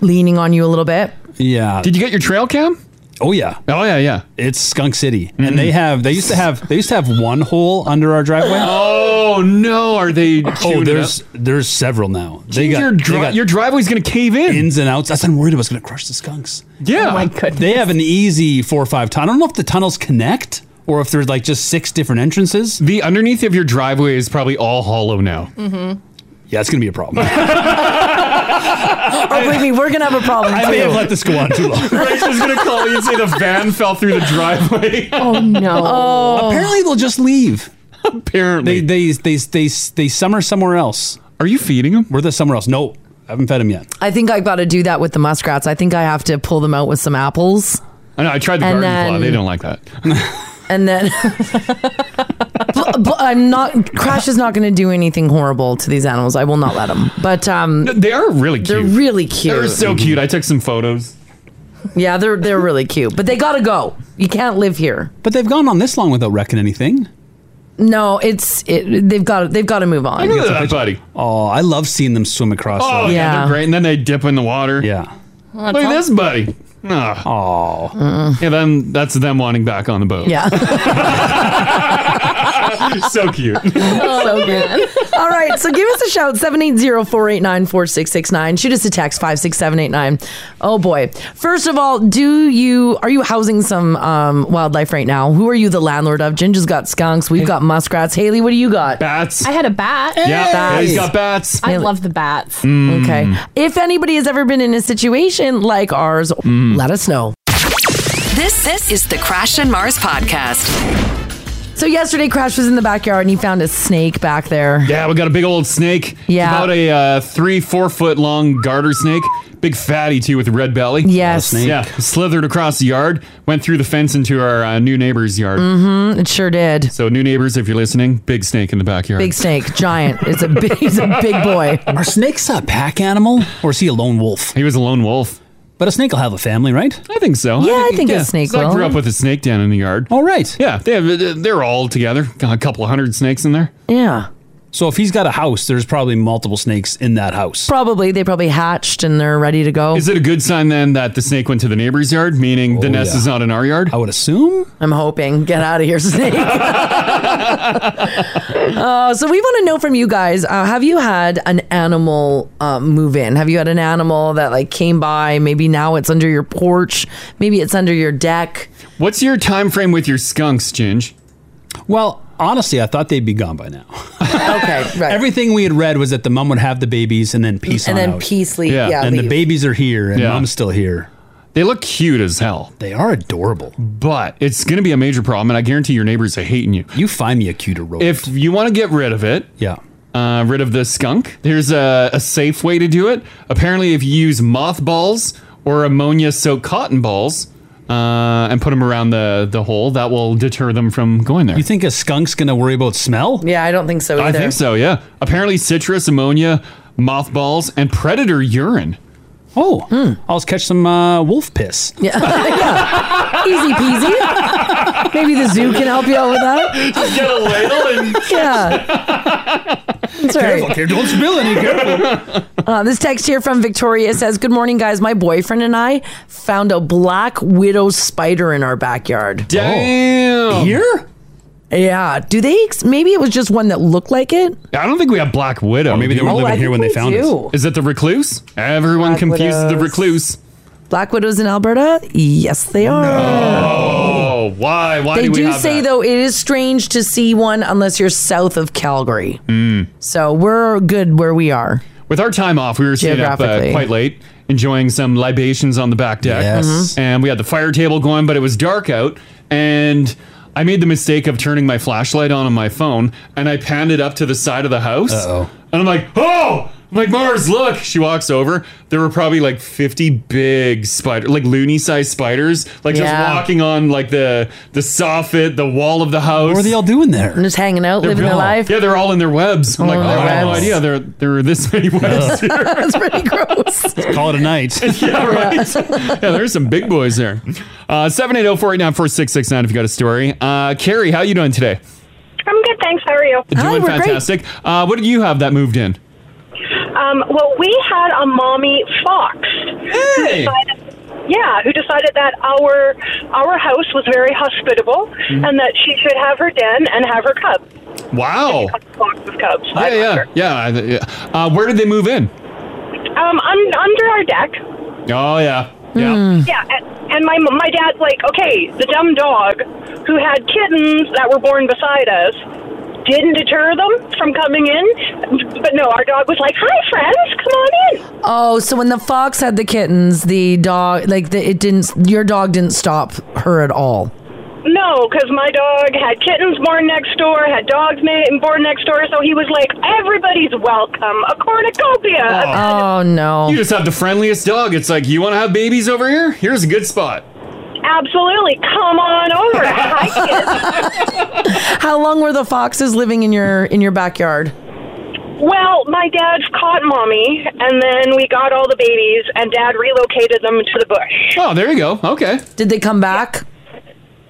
Speaker 2: leaning on you a little bit.
Speaker 5: Yeah.
Speaker 3: Did you get your trail cam?
Speaker 5: Oh yeah.
Speaker 3: Oh yeah, Mm-hmm. yeah.
Speaker 5: It's Skunk City, and they have they used to have they used to have one hole under our driveway.
Speaker 3: Oh no, are they?
Speaker 5: Oh,
Speaker 3: chewing it
Speaker 5: there's there's several now. They got,
Speaker 3: your, dri-
Speaker 5: they got
Speaker 3: your driveway's gonna cave in.
Speaker 5: ins and outs. That's what I'm worried about. It's gonna crush the skunks.
Speaker 3: Yeah. Oh, my
Speaker 5: goodness. They have an easy four or five ton. I don't know if the tunnels connect or if there's like just six different entrances.
Speaker 3: The underneath of your driveway is probably all hollow now.
Speaker 6: Mm-hmm.
Speaker 5: Yeah, it's gonna be a problem.
Speaker 2: Oh, believe me, we're going to have a problem.
Speaker 5: I may have let this go on too long.
Speaker 3: Rachel's gonna call you and say the van fell through the driveway.
Speaker 6: Oh no.
Speaker 2: Oh.
Speaker 5: Apparently they'll just leave.
Speaker 3: Apparently
Speaker 5: they they they they, they summer somewhere else.
Speaker 3: Are you feeding them?
Speaker 5: We're the somewhere else. No, I haven't fed them yet.
Speaker 2: I think I got to do that with the muskrats. I think I have to pull them out with some apples.
Speaker 3: I know. I tried the
Speaker 2: And
Speaker 3: garden claw.
Speaker 2: then-
Speaker 3: They don't like that.
Speaker 2: And then but, but I'm not Crash is not going to do anything horrible to these animals. I will not let him. But um
Speaker 3: They are really cute.
Speaker 2: They're really cute.
Speaker 3: They're so cute. I took some photos.
Speaker 2: Yeah, they're they're really cute, but they gotta go. You can't live here.
Speaker 5: But they've gone on this long without wrecking anything.
Speaker 2: No, it's it, they've got they've got to move on.
Speaker 3: buddy.
Speaker 5: Oh, I love seeing them swim across.
Speaker 3: Oh,
Speaker 5: the-
Speaker 3: yeah.
Speaker 2: Yeah.
Speaker 3: they're great. And then they dip in the water.
Speaker 5: Yeah.
Speaker 3: Look at this, buddy.
Speaker 5: Oh.
Speaker 3: Yeah, then that's them wanting back on the boat.
Speaker 2: Yeah.
Speaker 3: so cute.
Speaker 2: so good. All right, so give us a shout 780-489-4669. Shoot us a text 56789. Oh boy. First of all, do you are you housing some um, wildlife right now? Who are you the landlord of? Ginger's got skunks, we've got muskrats. Haley, what do you got?
Speaker 3: Bats.
Speaker 6: I had a bat.
Speaker 3: Yeah,
Speaker 2: Bats.
Speaker 3: he's got bats. Mm.
Speaker 6: I love the bats.
Speaker 2: Okay. If anybody has ever been in a situation like ours,
Speaker 3: Mm.
Speaker 2: let us know.
Speaker 4: This this is the Crash and Mars podcast.
Speaker 2: So yesterday, Crash was in the backyard and he found a snake back there.
Speaker 3: Yeah, we got a big old snake.
Speaker 2: Yeah.
Speaker 3: About a uh, three, four foot long garter snake. Big fatty, too, with a red belly.
Speaker 2: Yes. Snake.
Speaker 3: Yeah. Slithered across the yard, went through the fence into our uh, new neighbor's yard.
Speaker 2: Mm-hmm. It sure did.
Speaker 3: So, new neighbors, if you're listening, big snake in the backyard.
Speaker 2: Big snake, giant. It's a big, he's a big boy.
Speaker 5: Are snakes a pack animal or is he a lone wolf?
Speaker 3: He was a lone wolf.
Speaker 5: But a snake will have a family, right?
Speaker 3: I think so.
Speaker 2: Yeah, I think a snake
Speaker 3: So I
Speaker 2: will.
Speaker 3: grew up with a snake down in the yard.
Speaker 5: All right.
Speaker 3: Yeah, they have, they're all together. Got a couple hundred snakes in there.
Speaker 2: Yeah,
Speaker 5: So if he's got a house, there's probably multiple snakes in that house.
Speaker 2: probably they probably hatched and they're ready to go.
Speaker 3: Is it a good sign then that the snake went to the neighbor's yard, meaning the nest
Speaker 5: Oh, yeah.
Speaker 3: is not in our yard?
Speaker 5: I would assume.
Speaker 2: I'm hoping. Get out of here, snake. uh, so we want to know from you guys: uh, Have you had an animal uh, move in? Have you had an animal that like came by? Maybe now it's under your porch. Maybe it's under your deck.
Speaker 3: What's your time frame with your skunks, Ginge?
Speaker 5: Well, honestly, I thought they'd be gone by now.
Speaker 2: Okay, right.
Speaker 5: Everything we had read was that the mom would have the babies and then peace
Speaker 2: and
Speaker 5: on
Speaker 2: then
Speaker 5: out.
Speaker 2: peace leave.
Speaker 3: Yeah,
Speaker 2: Yeah,
Speaker 5: and the
Speaker 2: leave.
Speaker 5: babies are here and
Speaker 3: Yeah.
Speaker 5: mom's still here.
Speaker 3: They look cute as hell,
Speaker 5: They are adorable.
Speaker 3: but it's going to be a major problem, and I guarantee your neighbors are hating you.
Speaker 5: You find me a cuter rodent.
Speaker 3: If you want to get rid of it,
Speaker 5: yeah.
Speaker 3: uh, rid of the skunk, there's a, a safe way to do it. Apparently, if you use mothballs or ammonia soaked cotton balls uh, and put them around the, the hole, that will deter them from going there.
Speaker 5: You think a skunk's gonna worry about smell?
Speaker 2: Yeah, I don't think so either.
Speaker 3: I think so, yeah. Apparently, citrus, ammonia, mothballs, and predator urine.
Speaker 5: Oh,
Speaker 2: Hmm.
Speaker 5: I'll just catch some uh, wolf piss.
Speaker 2: Yeah. Yeah. Easy peasy. Maybe the zoo can help you out with that.
Speaker 3: Just get a ladle and
Speaker 2: Yeah. That's right.
Speaker 5: Careful, don't spill any. Careful.
Speaker 2: Uh, this text here from Victoria says Good morning, guys. My boyfriend and I found a black widow spider in our backyard.
Speaker 3: damn.
Speaker 5: Here?
Speaker 2: Yeah. Do they? Ex- maybe it was just one that looked like it.
Speaker 3: I don't think we have Black Widow.
Speaker 5: maybe they
Speaker 3: do we?
Speaker 5: were living
Speaker 2: Oh, I
Speaker 5: here when they
Speaker 2: think
Speaker 5: found
Speaker 2: we
Speaker 5: us.
Speaker 2: do.
Speaker 3: Is it the recluse? Everyone
Speaker 2: Black
Speaker 3: confuses the
Speaker 2: widows.
Speaker 3: recluse.
Speaker 2: Black widows in Alberta? Yes, they are.
Speaker 3: Oh, why? Why
Speaker 2: They
Speaker 3: do we
Speaker 2: do
Speaker 3: have
Speaker 2: say
Speaker 3: that?
Speaker 2: though it is strange to see one unless you're south of Calgary.
Speaker 3: Hmm.
Speaker 2: So we're good where we are.
Speaker 3: With our time off, we were staying up uh,
Speaker 2: Geographically.
Speaker 3: quite late, enjoying some libations on the back deck.
Speaker 5: Yes. Mhm.
Speaker 3: And we had the fire table going, but it was dark out. And I made the mistake of turning my flashlight on on my phone, and I panned it up to the side of the house.
Speaker 5: Uh-oh.
Speaker 3: And I'm like, oh, I'm like, Mars, look. She walks over. There were probably like 50 big spider, like loony sized spiders, like
Speaker 2: Yeah.
Speaker 3: just walking on like the the soffit, the wall of the house. What are they
Speaker 5: all doing there?
Speaker 2: I'm just hanging out, Oh, living their life.
Speaker 3: Yeah, they're all in their webs. I'm like, oh,
Speaker 2: All in
Speaker 3: I
Speaker 2: their
Speaker 3: had no
Speaker 2: webs.
Speaker 3: idea there, there were this many webs.
Speaker 2: That's pretty gross.
Speaker 5: Call it a night.
Speaker 3: yeah, right. yeah, there's some big boys there. Uh, 780-489-4669 if you got a story. Uh, Carrie, how you doing today?
Speaker 9: I'm good, thanks. How are you?
Speaker 3: doing fantastic. Uh, what did you have that moved in?
Speaker 9: Um, well, we had a mommy fox. who
Speaker 3: Hey!
Speaker 9: decided- yeah, who decided that our our house was very hospitable
Speaker 3: Mhm.
Speaker 9: and that she should have her den and have her cub.
Speaker 3: Wow.
Speaker 9: Fox with cubs.
Speaker 3: Yeah, yeah, yeah. I- yeah. Uh, where did they move in?
Speaker 9: Um, un- under our deck.
Speaker 3: Oh, yeah. Yeah.
Speaker 2: Hmm.
Speaker 9: Yeah, and, and my my dad's like, okay, the dumb dog who had kittens that were born beside us didn't deter them from coming in, but no, our dog was like, hi friends, come on in.
Speaker 2: Oh, so when the fox had the kittens, the dog like the, it didn't. Your dog didn't stop her at all.
Speaker 9: No, because my dog had kittens born next door, had dogs na- born next door, so he was like, everybody's welcome, a cornucopia.
Speaker 2: Oh no.
Speaker 3: You just have the friendliest dog. It's like, you want to have babies over here? Here's a good spot.
Speaker 9: Absolutely, come on over. Hi, kids.
Speaker 2: How long were the foxes living in your in your backyard?
Speaker 9: well, my dad's caught mommy, and then we got all the babies, and dad relocated them to the bush.
Speaker 3: Oh, there you go. Okay.
Speaker 2: Did they come back?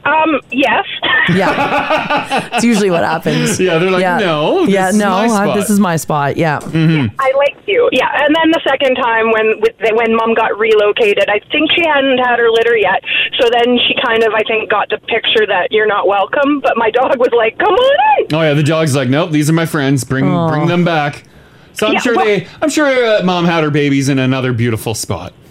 Speaker 9: Um, yes.
Speaker 2: Yeah, it's usually what happens.
Speaker 9: Yeah, they're like, "No, this
Speaker 2: yeah,
Speaker 9: is
Speaker 2: no, huh,
Speaker 9: my spot." Mm-hmm.
Speaker 2: this is my spot. Yeah.
Speaker 9: I liked you. Yeah, and then the second time when with when mom got relocated, I think she hadn't had her litter yet. So then she kind of I think got the picture that you're not welcome, but my dog was like, "Come on in."
Speaker 3: Oh yeah, the dog's like, nope, these are my friends. Bring
Speaker 9: Aw.
Speaker 3: bring them back. So I'm
Speaker 9: Yeah,
Speaker 3: sure
Speaker 9: well-
Speaker 3: they, I'm sure uh, mom had her babies in another beautiful spot.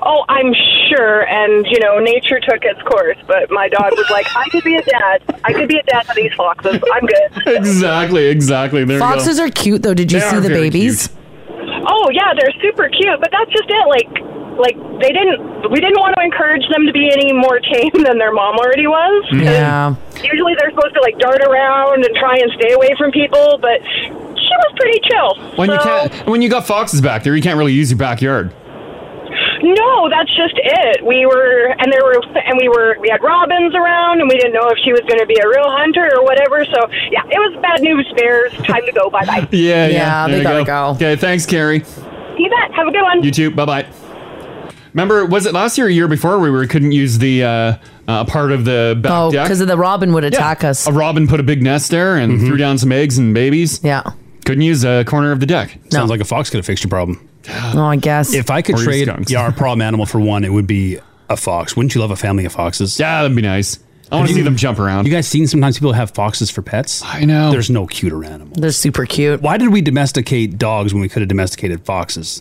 Speaker 9: Oh, I'm sure and you know, nature took its course, but my dog was like, "I could be a dad. I could be a dad to these foxes. I'm good."
Speaker 3: Exactly, exactly. There
Speaker 2: Foxes
Speaker 3: you
Speaker 2: are cute though. Did you
Speaker 3: They
Speaker 2: see
Speaker 3: are
Speaker 2: the
Speaker 3: very
Speaker 2: babies?
Speaker 9: Oh, yeah, they're super cute, but that's just it like like they didn't we didn't want to encourage them to be any more tame than their mom already was.
Speaker 2: Yeah.
Speaker 9: Usually they're supposed to like dart around and try and stay away from people, but she was pretty chill.
Speaker 3: go. When you
Speaker 9: So-
Speaker 3: can't, when you got foxes back there, you can't really use your backyard.
Speaker 9: No, that's just it. We were and there were and we were we had robins around and we didn't know if she was going to be a real hunter or whatever. So yeah, it was bad news bears. Time to go. Bye bye.
Speaker 3: Yeah, yeah.
Speaker 9: Yeah,
Speaker 3: there
Speaker 9: they
Speaker 3: you go. Okay, thanks, Carrie.
Speaker 9: You bet. Have a good one.
Speaker 3: You too. Bye bye. Remember, was it last year or year before we were couldn't use the uh, uh, part of the back
Speaker 2: Oh,
Speaker 3: deck?
Speaker 2: because the robin would attack us.
Speaker 3: A robin put a big nest there and
Speaker 5: Mm-hmm.
Speaker 3: threw down some eggs and babies.
Speaker 2: Yeah.
Speaker 3: Couldn't use a corner of the deck.
Speaker 5: Sounds like a fox could have fixed your problem.
Speaker 2: Oh, I guess.
Speaker 5: Uh, If I could
Speaker 3: Or your
Speaker 5: trade
Speaker 3: skunks.
Speaker 5: yeah, our problem animal for one, it would be a fox. Wouldn't you love a family of foxes?
Speaker 3: Yeah, that'd be nice. I want to see them jump around.
Speaker 5: You guys seen sometimes people have foxes for pets?
Speaker 3: I know.
Speaker 5: There's no cuter animal.
Speaker 2: They're super cute.
Speaker 5: Why did we domesticate dogs when we could have domesticated foxes?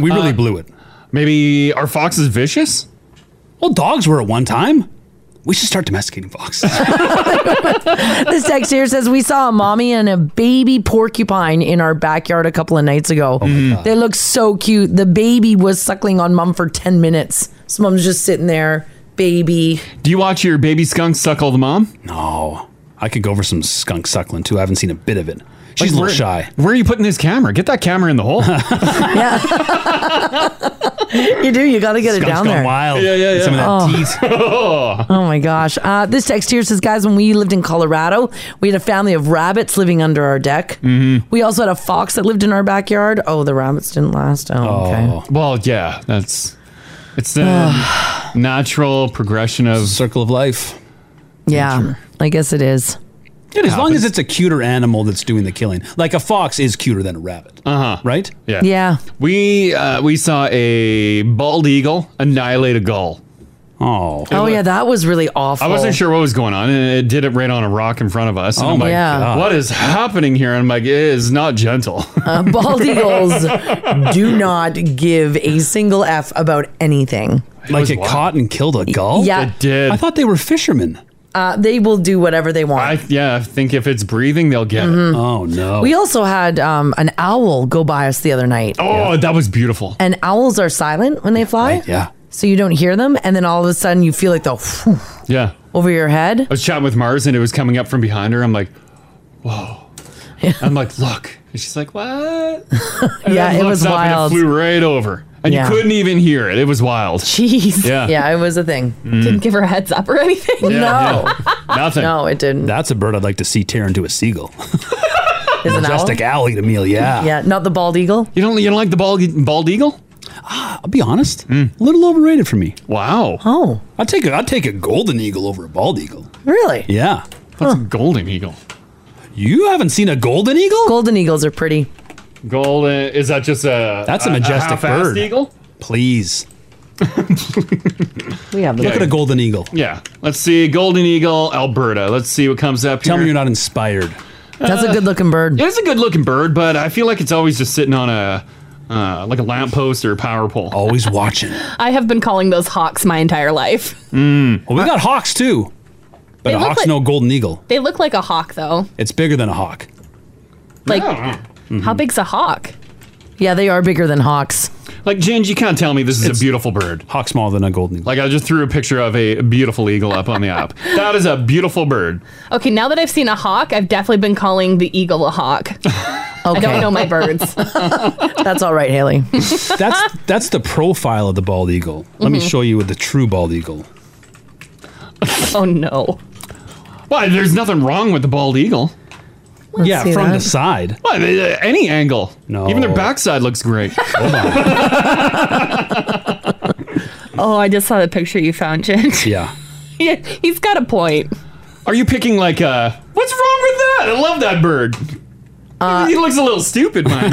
Speaker 5: We really blew it.
Speaker 3: Uh, Maybe are foxes vicious?
Speaker 5: Well, dogs were at one time. We should start domesticating foxes.
Speaker 2: this text here says we saw a mommy and a baby porcupine in our backyard a couple of nights ago.
Speaker 5: Oh
Speaker 2: They look so cute. The baby was suckling on mom for ten minutes. So mom's just sitting there, baby.
Speaker 3: Do you watch your baby skunk suckle the mom?
Speaker 5: No. I could go for some skunk suckling too. I haven't seen a bit of it. She's a little
Speaker 3: where,
Speaker 5: shy.
Speaker 3: Where are you putting this camera? Get that camera in the hole.
Speaker 2: You do. You got to get it
Speaker 5: Skunk's
Speaker 2: down
Speaker 5: gone
Speaker 2: there.
Speaker 5: wild. Yeah, yeah, yeah. Some of that teeth.
Speaker 2: oh. oh my gosh. Uh, this text here says, guys, when we lived in Colorado, we had a family of rabbits living under our deck. Mm-hmm. We also had a fox that lived in our backyard. Oh, the rabbits didn't last. Oh, okay.
Speaker 3: Well, yeah, that's it's the natural progression of
Speaker 5: circle of life.
Speaker 2: Yeah, I guess it is.
Speaker 5: Yeah, as long as it's a cuter animal that's doing the killing. Like a fox is cuter than a rabbit.
Speaker 3: Uh huh.
Speaker 5: Right?
Speaker 3: Yeah.
Speaker 2: Yeah.
Speaker 3: We uh, we saw a bald eagle annihilate a gull.
Speaker 5: Oh.
Speaker 2: oh, yeah, that was really awful.
Speaker 3: I wasn't sure what was going on, and it did it right on a rock in front of us. And
Speaker 2: Oh
Speaker 3: I'm
Speaker 2: my
Speaker 3: like,
Speaker 2: Yeah.
Speaker 3: what is happening here? And I'm like, it is not gentle.
Speaker 2: Uh, bald eagles do not give a single F about anything.
Speaker 5: Like it caught and killed a gull?
Speaker 2: Yeah. It
Speaker 3: Oh, did.
Speaker 5: I thought they were fishermen.
Speaker 2: Uh, they will do whatever they want.
Speaker 3: I, yeah, I think if it's breathing, they'll get it.
Speaker 5: Oh no!
Speaker 2: Mm-hmm. We also had um, an owl go by us the other night.
Speaker 3: oh, that was beautiful.
Speaker 2: And owls are silent when they fly.
Speaker 3: yeah.
Speaker 2: So you don't hear them. And then all of a sudden you feel like the whew
Speaker 3: Yeah.
Speaker 2: over your head.
Speaker 3: I was chatting with Mars and it was coming up from behind her. I'm like, whoa. I'm like, look, And she's like, what?
Speaker 2: yeah, it
Speaker 3: Looked
Speaker 2: was
Speaker 3: up and
Speaker 2: wild.
Speaker 3: flew right over, and
Speaker 2: Yeah.
Speaker 3: you couldn't even hear it. It was wild.
Speaker 2: Jeez.
Speaker 3: Yeah.
Speaker 2: it was a thing.
Speaker 3: Mm.
Speaker 6: Didn't give her a heads up or anything.
Speaker 3: Yeah,
Speaker 6: no.
Speaker 5: Nothing.
Speaker 2: No, it didn't.
Speaker 5: That's a bird I'd like to see tear into a seagull.
Speaker 2: Is an owl?
Speaker 5: Majestic owl eat a meal, yeah.
Speaker 2: Yeah, not the bald eagle.
Speaker 3: You don't you don't like the bald e-, bald eagle?
Speaker 5: I'll be honest, a little overrated for me.
Speaker 3: Mm. Wow.
Speaker 2: Oh.
Speaker 5: I'd take a, I'd take a golden eagle over a bald eagle.
Speaker 2: Really?
Speaker 5: Yeah.
Speaker 3: What's a golden eagle?
Speaker 5: You haven't seen a golden eagle?
Speaker 2: Golden eagles are pretty.
Speaker 3: Golden is that just a
Speaker 5: That's a
Speaker 3: a- a
Speaker 5: majestic
Speaker 3: half-assed
Speaker 5: bird.
Speaker 3: eagle?
Speaker 5: Please.
Speaker 2: We have
Speaker 5: Look at a golden eagle.
Speaker 3: Yeah. Let's see. Golden Eagle, Alberta. Let's see what comes up
Speaker 5: Tell
Speaker 3: here. Uh,
Speaker 5: me you're not inspired.
Speaker 2: That's a good looking bird.
Speaker 3: It is a good looking bird, but I feel like it's always just sitting on a uh, like a lamppost or a power pole.
Speaker 5: Always watching.
Speaker 6: I have been calling those hawks my entire life.
Speaker 3: Mm.
Speaker 5: Well, we Mm. Oh, got hawks too. But
Speaker 6: They
Speaker 5: a
Speaker 6: look
Speaker 5: hawk's
Speaker 6: like-
Speaker 5: no golden eagle.
Speaker 6: They look like a hawk, though.
Speaker 5: It's bigger than a hawk.
Speaker 6: Like, how big's a hawk?
Speaker 2: Yeah, they are bigger than hawks.
Speaker 3: Like Ginge, you can't tell me this is a beautiful bird.
Speaker 5: Hawk's smaller than a golden eagle.
Speaker 3: Like I just threw a picture of a beautiful eagle up on the app. That is a beautiful bird.
Speaker 6: Okay, now that I've seen a hawk, I've definitely been calling the eagle a hawk. I
Speaker 2: Okay.
Speaker 6: don't know my birds.
Speaker 2: That's all right, Haley.
Speaker 5: that's that's the profile of the bald eagle. Let me show you the true bald eagle.
Speaker 6: oh no.
Speaker 3: Why? There's nothing wrong with the bald eagle.
Speaker 5: yeah,
Speaker 2: see
Speaker 5: from
Speaker 2: that.
Speaker 5: the side.
Speaker 3: Why? they- uh, Any angle.
Speaker 5: No.
Speaker 3: Even their backside looks great.
Speaker 6: Oh, I just saw the picture you found, Jen.
Speaker 5: Yeah.
Speaker 6: Yeah, He's got a point.
Speaker 3: Are you picking like a? What's wrong with that? I love that bird.
Speaker 2: Uh,
Speaker 3: he looks a little stupid, man.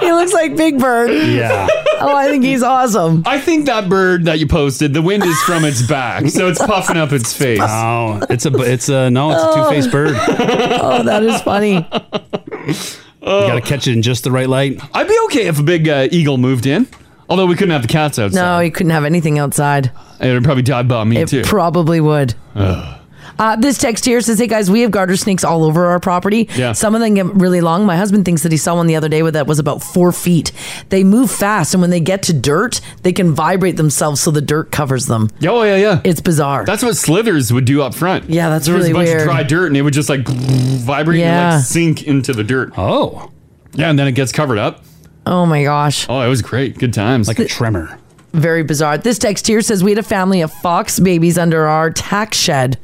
Speaker 2: he looks like Big Bird.
Speaker 5: Yeah.
Speaker 2: Oh, I think he's awesome.
Speaker 3: I think that bird that you posted, the wind is from its back, so it's puffing up its face.
Speaker 5: Oh, it's a it's a no, it's a two-faced bird. You
Speaker 2: Oh, that is funny.
Speaker 5: got to catch it in just the right light.
Speaker 3: I'd be okay if a big uh, eagle moved in. Although we couldn't have the cats
Speaker 2: No,
Speaker 3: outside.
Speaker 2: you couldn't have anything outside.
Speaker 3: No. It would probably die by me,
Speaker 2: It
Speaker 3: too.
Speaker 2: probably would. Uh, this text here says, "Hey guys, we have garter snakes all over our property.
Speaker 3: Yeah.
Speaker 2: Some of them get really long. My husband thinks that he saw one the other day with- that was about four feet. They move fast, and when they get to dirt, they can vibrate themselves so the dirt covers them.
Speaker 3: Yeah, oh, yeah, yeah.
Speaker 2: It's bizarre.
Speaker 3: that's what slithers would do up front.
Speaker 2: Yeah, that's
Speaker 3: there
Speaker 2: really
Speaker 3: was a bunch
Speaker 2: weird.
Speaker 3: of dry dirt and it would just like vibrate and
Speaker 2: Yeah.
Speaker 3: like sink into the dirt.
Speaker 5: Oh,
Speaker 3: Yeah, and then it gets covered up.
Speaker 2: oh my gosh."
Speaker 3: Oh, it was great. Good times.
Speaker 5: like a tremor.
Speaker 2: Very bizarre. This text here says we had a family of fox babies under our tack shed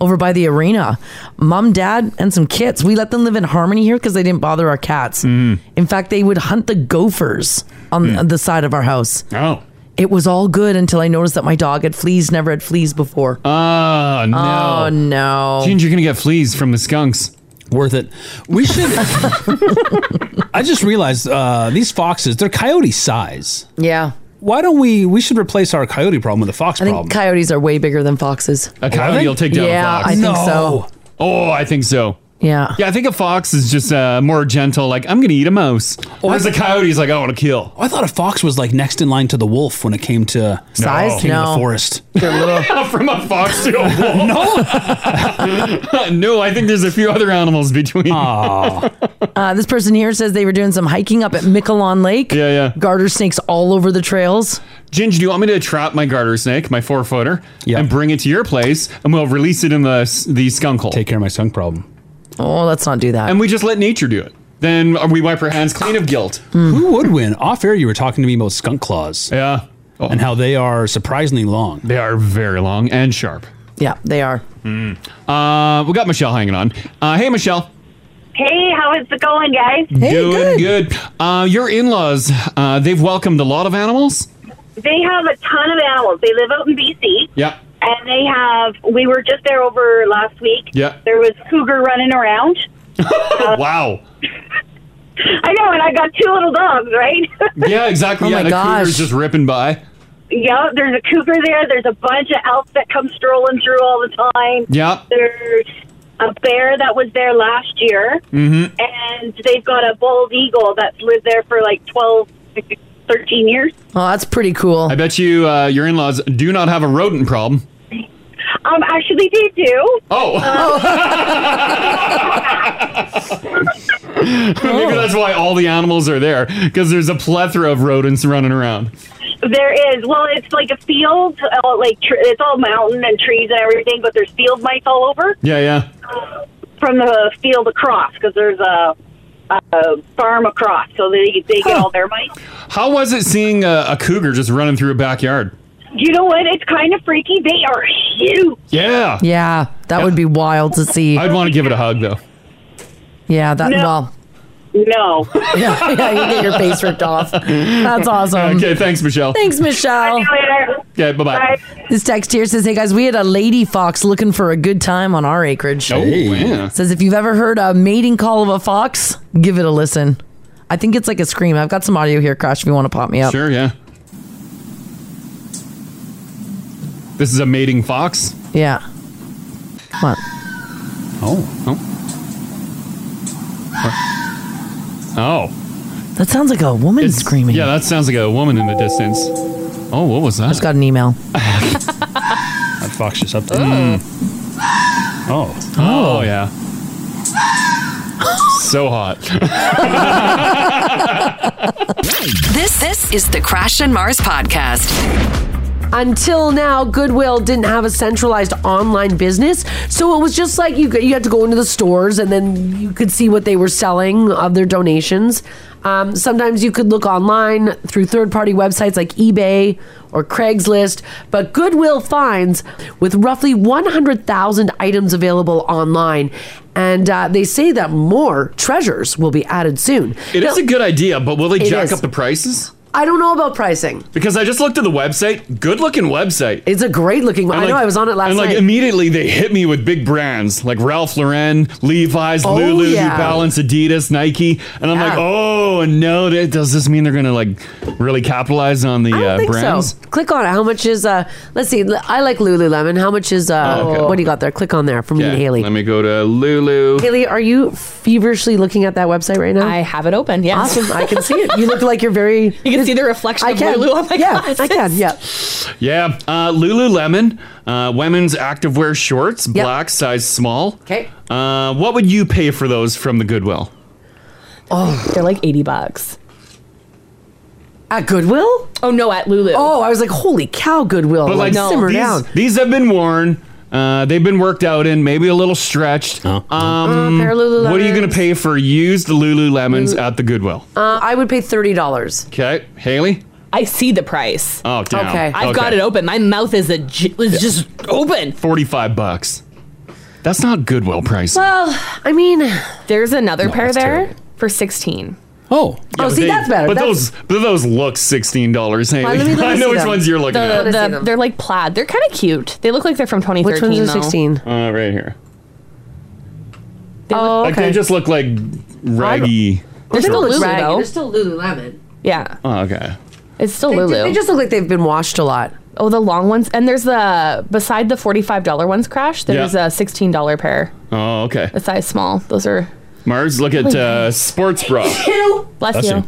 Speaker 2: over by the arena. Mom, dad, and some kids. We let them live in harmony here because they didn't bother our cats.
Speaker 3: Mm-hmm.
Speaker 2: In fact, they would hunt the gophers on the side of our house.
Speaker 3: Mm. oh.
Speaker 2: It was all good until I noticed that my dog had fleas, never had fleas before.
Speaker 3: Oh,
Speaker 2: oh,
Speaker 3: no.
Speaker 2: no.
Speaker 3: Gene, you're going to get fleas from the skunks.
Speaker 5: Worth it. We should. I just realized uh, these foxes, they're coyote size.
Speaker 2: Yeah.
Speaker 5: Why don't we? We should replace our coyote problem with a fox
Speaker 2: I think
Speaker 5: problem.
Speaker 2: coyotes are way bigger than foxes.
Speaker 3: A coyote
Speaker 5: they?
Speaker 3: will take down
Speaker 2: Yeah,
Speaker 3: a
Speaker 2: I
Speaker 3: fox.
Speaker 2: think so.
Speaker 3: oh, I think so.
Speaker 2: Yeah.
Speaker 3: Yeah, I think a fox is just uh, more gentle, like, I'm going to eat a mouse. Whereas the coyote's like, I want to kill.
Speaker 5: Oh, I thought a fox was like next in line to the wolf when it came to
Speaker 2: Size?
Speaker 5: King of the
Speaker 2: No.
Speaker 5: forest.
Speaker 3: From a fox to a wolf. no. no, I think there's a few other animals between.
Speaker 2: Uh, this person here says they were doing some hiking up at Miquelon Lake.
Speaker 3: Yeah, yeah.
Speaker 2: Garter snakes all over the trails.
Speaker 3: Ginger, do you want me to trap my garter snake, my four footer,
Speaker 5: Yeah.
Speaker 3: and bring it to your place, and we'll release it in the the skunk hole,
Speaker 5: Take care of my skunk problem.
Speaker 2: Oh, let's not do that.
Speaker 3: and we just let nature do it. Then we wipe our hands clean of guilt.
Speaker 5: Who would win? Off air, you were talking to me about skunk claws
Speaker 3: Yeah,
Speaker 5: and how they are surprisingly long.
Speaker 3: they are very long and sharp.
Speaker 2: yeah, they are.
Speaker 3: Uh, we got Michelle hanging on. Uh, hey, Michelle,
Speaker 10: Hey, how is it going, guys?
Speaker 3: doing good. Uh, your in-laws, uh, they've welcomed a lot of animals.
Speaker 10: They have a ton of animals. They live out in BC.
Speaker 3: Yeah,
Speaker 10: And they have, we were just there over last week.
Speaker 3: Yeah.
Speaker 10: There was cougar running around.
Speaker 3: wow.
Speaker 10: I know, and I got two little dogs, right?
Speaker 3: Yeah, exactly.
Speaker 2: Oh
Speaker 3: yeah,
Speaker 2: my
Speaker 3: the cougar's
Speaker 2: gosh.
Speaker 3: just ripping by.
Speaker 10: yeah, there's a cougar there. There's a bunch of elk that come strolling through all the time.
Speaker 3: Yeah.
Speaker 10: There's a bear that was there last year. Mm-hmm. And they've got a bald eagle that's lived there for like 12, 13 years.
Speaker 2: Oh, that's pretty cool.
Speaker 3: I bet you uh, your in-laws do not have a rodent problem.
Speaker 10: Um, actually, they do.
Speaker 3: Oh.
Speaker 11: Um,
Speaker 3: Maybe that's why all the animals are there because there's a plethora of rodents running around.
Speaker 10: There is. Well, it's like a field, uh, like tr- it's all mountain and trees and everything, but there's field mice all over.
Speaker 3: Yeah, yeah.
Speaker 11: from the field across because there's a, a farm across, so they they get all their money.
Speaker 3: How was it seeing a, a cougar just running through a backyard?
Speaker 11: You know what? It's kind of freaky. They are huge.
Speaker 3: Yeah.
Speaker 12: Yeah, that would be wild to see.
Speaker 3: I'd want to give it a hug though.
Speaker 12: Yeah, that
Speaker 3: No.
Speaker 12: well.
Speaker 11: No.
Speaker 12: yeah, yeah, you get your face ripped off. That's awesome.
Speaker 3: Okay, thanks, Michelle.
Speaker 12: Thanks, Michelle.
Speaker 3: Yeah, bye bye.
Speaker 12: This text here says, "Hey guys, we had a lady fox looking for a good time on our acreage.
Speaker 3: Oh, yeah.
Speaker 12: Says if you've ever heard a mating call of a fox, give it a listen. I think it's like a scream. I've got some audio here, Crash. If you want to pop me up,
Speaker 3: Sure, yeah. This is a mating fox.
Speaker 12: Yeah. What?
Speaker 3: Oh. Oh. Oh.
Speaker 12: That sounds like a woman screaming.
Speaker 3: Yeah, that sounds like a woman in the distance. Oh, what was that? I just
Speaker 12: got an email.
Speaker 13: That fox just up there. Oh.
Speaker 3: Mm. Oh, yeah. so hot.
Speaker 4: This this is the Crash and Mars podcast.
Speaker 2: Until now, Goodwill didn't have a centralized online business, so it was just like you you had to go into the stores and then you could see what they were selling of their donations. Um, sometimes you could look online through third party websites like eBay or Craigslist, but Goodwill finds with roughly 100,000 items available online, and uh, they say that more treasures will be added soon.
Speaker 3: It is a good idea, but will they
Speaker 2: It
Speaker 3: jack
Speaker 2: is.
Speaker 3: up the prices?
Speaker 2: I don't know about pricing.
Speaker 3: Because I just looked at the website. Good looking website.
Speaker 2: It's a great looking. I know I was on it last
Speaker 3: and like
Speaker 2: night.
Speaker 3: immediately they hit me with big brands like Ralph Lauren, Levi's,
Speaker 2: Oh,
Speaker 3: Lulu,
Speaker 2: yeah.
Speaker 3: New Balance, Adidas, Nike, and I'm like,
Speaker 2: Yeah.
Speaker 3: oh no, that, does this mean they're gonna like really capitalize on the
Speaker 2: I
Speaker 3: uh,
Speaker 2: think
Speaker 3: brands?
Speaker 2: so. Click on it. How much is uh? Let's see. L- I like Lululemon. How much is uh?
Speaker 3: Oh, okay.
Speaker 2: What do you got there? Click on there from me and
Speaker 3: Okay,
Speaker 2: Haley.
Speaker 3: Let me go to Lulu.
Speaker 2: Haley, are you feverishly looking at that website right now? I
Speaker 6: have it open. Yes.
Speaker 2: Awesome. I can see it. You look like you're very. You
Speaker 6: can see the reflection
Speaker 2: I
Speaker 6: of
Speaker 2: can.
Speaker 6: Lulu on my
Speaker 2: yeah, I
Speaker 6: glasses.
Speaker 2: can. Yeah.
Speaker 3: Yeah, uh, Lululemon, uh, women's activewear shorts, black, size small.
Speaker 2: Okay.
Speaker 3: Uh, what would you pay for those from the Goodwill?
Speaker 6: Oh, they're like eighty bucks.
Speaker 2: At Goodwill?
Speaker 6: Oh no, at Lulu.
Speaker 2: Oh, I was like, holy cow, Goodwill.
Speaker 3: But like,
Speaker 2: simmer
Speaker 3: these,
Speaker 2: down.
Speaker 3: these have been worn. Uh, they've been worked out in, maybe a little stretched.
Speaker 6: Uh,
Speaker 3: Um,
Speaker 2: pair of Lululemons.
Speaker 3: what are you going to pay for used Lululemons at the Goodwill?
Speaker 2: Uh, I would pay thirty dollars.
Speaker 3: Okay, Haley.
Speaker 6: I see the price.
Speaker 3: Oh, damn.
Speaker 6: I've got it open. My mouth is a j- is just open.
Speaker 3: Forty-five bucks. That's not Goodwill price.
Speaker 2: Well, I mean,
Speaker 6: there's another pair
Speaker 3: that's
Speaker 6: there for sixteen.
Speaker 13: Oh,
Speaker 3: Yeah, but they- But those, but those look sixteen dollars, Haley.
Speaker 6: Well, let me- let me
Speaker 3: I know
Speaker 6: see
Speaker 3: which
Speaker 6: them.
Speaker 3: ones you're looking
Speaker 6: The-
Speaker 3: at.
Speaker 6: the- they're like plaid. They're kind of cute. They look like they're from 2013. though.
Speaker 3: Uh, right here.
Speaker 6: They look-
Speaker 3: Like they just look like raggy.
Speaker 2: They don't
Speaker 3: shorts.
Speaker 2: look raggy. They're still Lululemon.
Speaker 6: Yeah,
Speaker 3: Oh, okay.
Speaker 6: it's still
Speaker 2: They-
Speaker 6: Lulu.
Speaker 2: they just look like they've been washed a lot.
Speaker 6: Oh, the long ones, and there's the beside the forty-five dollar ones. Crash. There's
Speaker 3: Yeah.
Speaker 6: a sixteen dollar pair,
Speaker 3: Oh, okay.
Speaker 6: a size small. Those are.
Speaker 3: Mars, look at uh, sports bra.
Speaker 6: Bless,
Speaker 3: Bless
Speaker 6: you.
Speaker 3: you.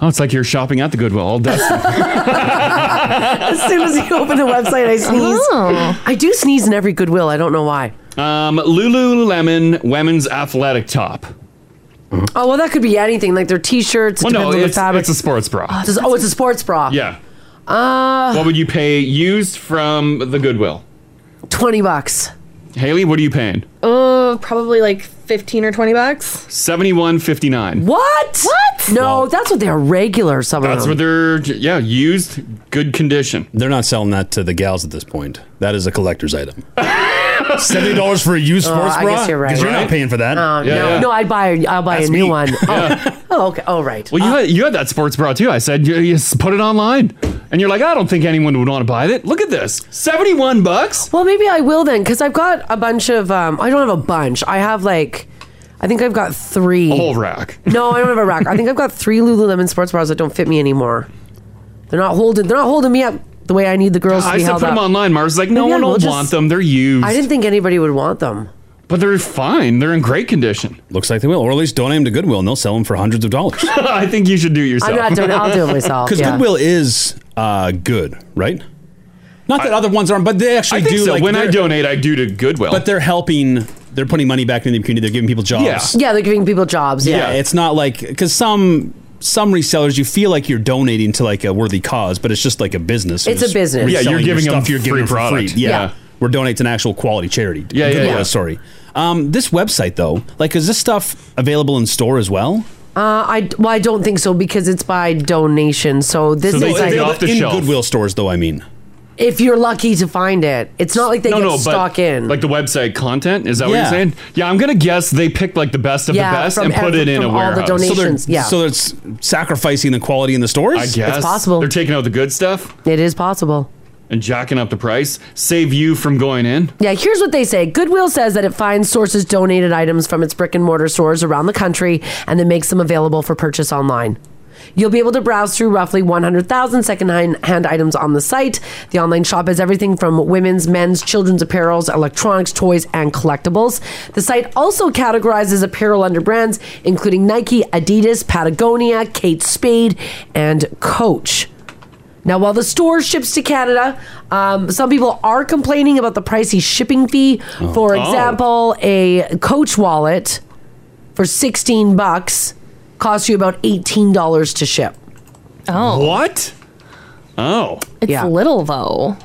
Speaker 3: Oh, it's like you're shopping at the Goodwill. All dusty.
Speaker 2: as soon as you open the website, I sneeze.
Speaker 6: Oh.
Speaker 2: I do sneeze in every Goodwill. I don't know why.
Speaker 3: um, Lululemon women's athletic top.
Speaker 2: Oh well, that could be anything. Like their T-shirts. It
Speaker 3: Well, no,
Speaker 2: depends on the
Speaker 3: it's,
Speaker 2: fabric.
Speaker 3: it's a sports bra.
Speaker 2: Oh, it's a, oh, it's a sports bra.
Speaker 3: yeah.
Speaker 2: Uh,
Speaker 3: What would you pay used from the Goodwill?
Speaker 2: twenty bucks.
Speaker 3: Haley, what are you paying?
Speaker 6: Oh, probably like fifteen or twenty bucks.
Speaker 3: Seventy-one fifty-nine.
Speaker 2: What? What? No, that's what they're regular. Some
Speaker 3: That's
Speaker 2: of
Speaker 3: what
Speaker 2: them.
Speaker 3: they're yeah used, good condition.
Speaker 13: They're not selling that to the gals at this point. That is a collector's item. Seventy dollars for a used
Speaker 2: Oh,
Speaker 13: sports
Speaker 2: I
Speaker 13: bra?
Speaker 2: guess you're right.
Speaker 13: 'Cause
Speaker 2: Right?
Speaker 13: not paying for that.
Speaker 2: Oh, no, no, I'd buy. A, I'll buy
Speaker 13: That's
Speaker 2: a new
Speaker 13: me.
Speaker 2: one. Oh. oh, okay. Oh, right.
Speaker 3: Well, you had, you had that sports bra too. I said you, you s- put it online, and you're like, I don't think anyone would want to buy it. Look at this, seventy-one bucks.
Speaker 2: Well, maybe I will then, because I've got a bunch of. Um, I don't have a bunch. I have like, I think I've got three. A
Speaker 3: whole rack.
Speaker 2: No, I don't have a rack. I think I've got three Lululemon sports bras that don't fit me anymore. They're not holding. They're not holding me up the way I need the girls to
Speaker 3: I
Speaker 2: be
Speaker 3: said put
Speaker 2: held
Speaker 3: them
Speaker 2: up.
Speaker 3: online. Mars is like, no
Speaker 2: Maybe I
Speaker 3: one
Speaker 2: will
Speaker 3: will
Speaker 2: just-
Speaker 3: want them. They're used,
Speaker 2: I didn't think anybody would want them.
Speaker 3: but they're fine. They're in great condition.
Speaker 13: Looks like they will, or at least donate them to Goodwill, and they'll sell them for hundreds of dollars.
Speaker 3: I think you should do it yourself.
Speaker 2: not doing it. I'll do it myself,
Speaker 13: Because
Speaker 2: yeah.
Speaker 13: Goodwill is uh, good, right? Not that other ones aren't, but they actually
Speaker 3: I think
Speaker 13: do.
Speaker 3: so.
Speaker 13: like,
Speaker 3: When I
Speaker 13: they're-
Speaker 3: donate, I do to Goodwill.
Speaker 13: but they're helping. They're putting money back into the community. They're giving people jobs.
Speaker 2: Yeah, they're giving people jobs.
Speaker 13: yeah.
Speaker 2: Yeah.
Speaker 13: it's not like because some some resellers you feel like you're donating to like a worthy cause, but it's just like a business.
Speaker 2: It's a business. Yeah, you're
Speaker 13: reselling your
Speaker 3: giving 'em
Speaker 13: stuff, you're giving
Speaker 3: free
Speaker 13: them for
Speaker 3: product.
Speaker 13: free. Yeah.
Speaker 3: Yeah.
Speaker 5: We're donating to an actual quality charity.
Speaker 3: Yeah, yeah,
Speaker 5: Good
Speaker 3: yeah.
Speaker 5: Will, Sorry. Um, this website though, like, is this stuff available in store as well?
Speaker 2: Uh, I well, I don't think so because it's by donation. So this is like
Speaker 5: in Goodwill stores, though. I mean,
Speaker 2: if you're lucky to find it. It's not like they get stock in.
Speaker 3: Like the website content, is that what
Speaker 2: Yeah.
Speaker 3: you're saying? Yeah, I'm gonna guess they picked like the best of
Speaker 2: Yeah,
Speaker 3: the best
Speaker 2: from
Speaker 3: and put
Speaker 2: every-
Speaker 3: it in a
Speaker 2: from all the
Speaker 3: warehouse.
Speaker 2: donations, yeah.
Speaker 5: So it's sacrificing the quality in the stores.
Speaker 3: I guess
Speaker 2: It's possible.
Speaker 3: they're taking out the good stuff.
Speaker 2: It is possible.
Speaker 3: And jacking up the price, save you from going in.
Speaker 2: Yeah, here's what they say. Goodwill says that it finds sources donated items from its brick and mortar stores around the country and then makes them available for purchase online. You'll be able to browse through roughly 100,000 secondhand hand items on the site. The online shop has everything from women's, men's, children's apparels, electronics, toys, and collectibles. The site also categorizes apparel under brands, including Nike, Adidas, Patagonia, Kate Spade, and Coach. Now, while the store ships to Canada, um, some people are complaining about the pricey shipping fee. For
Speaker 7: Oh.
Speaker 2: example, a Coach wallet for 16 bucks costs you about $18 to ship.
Speaker 6: Oh.
Speaker 3: What?
Speaker 5: Oh,
Speaker 6: It's little though.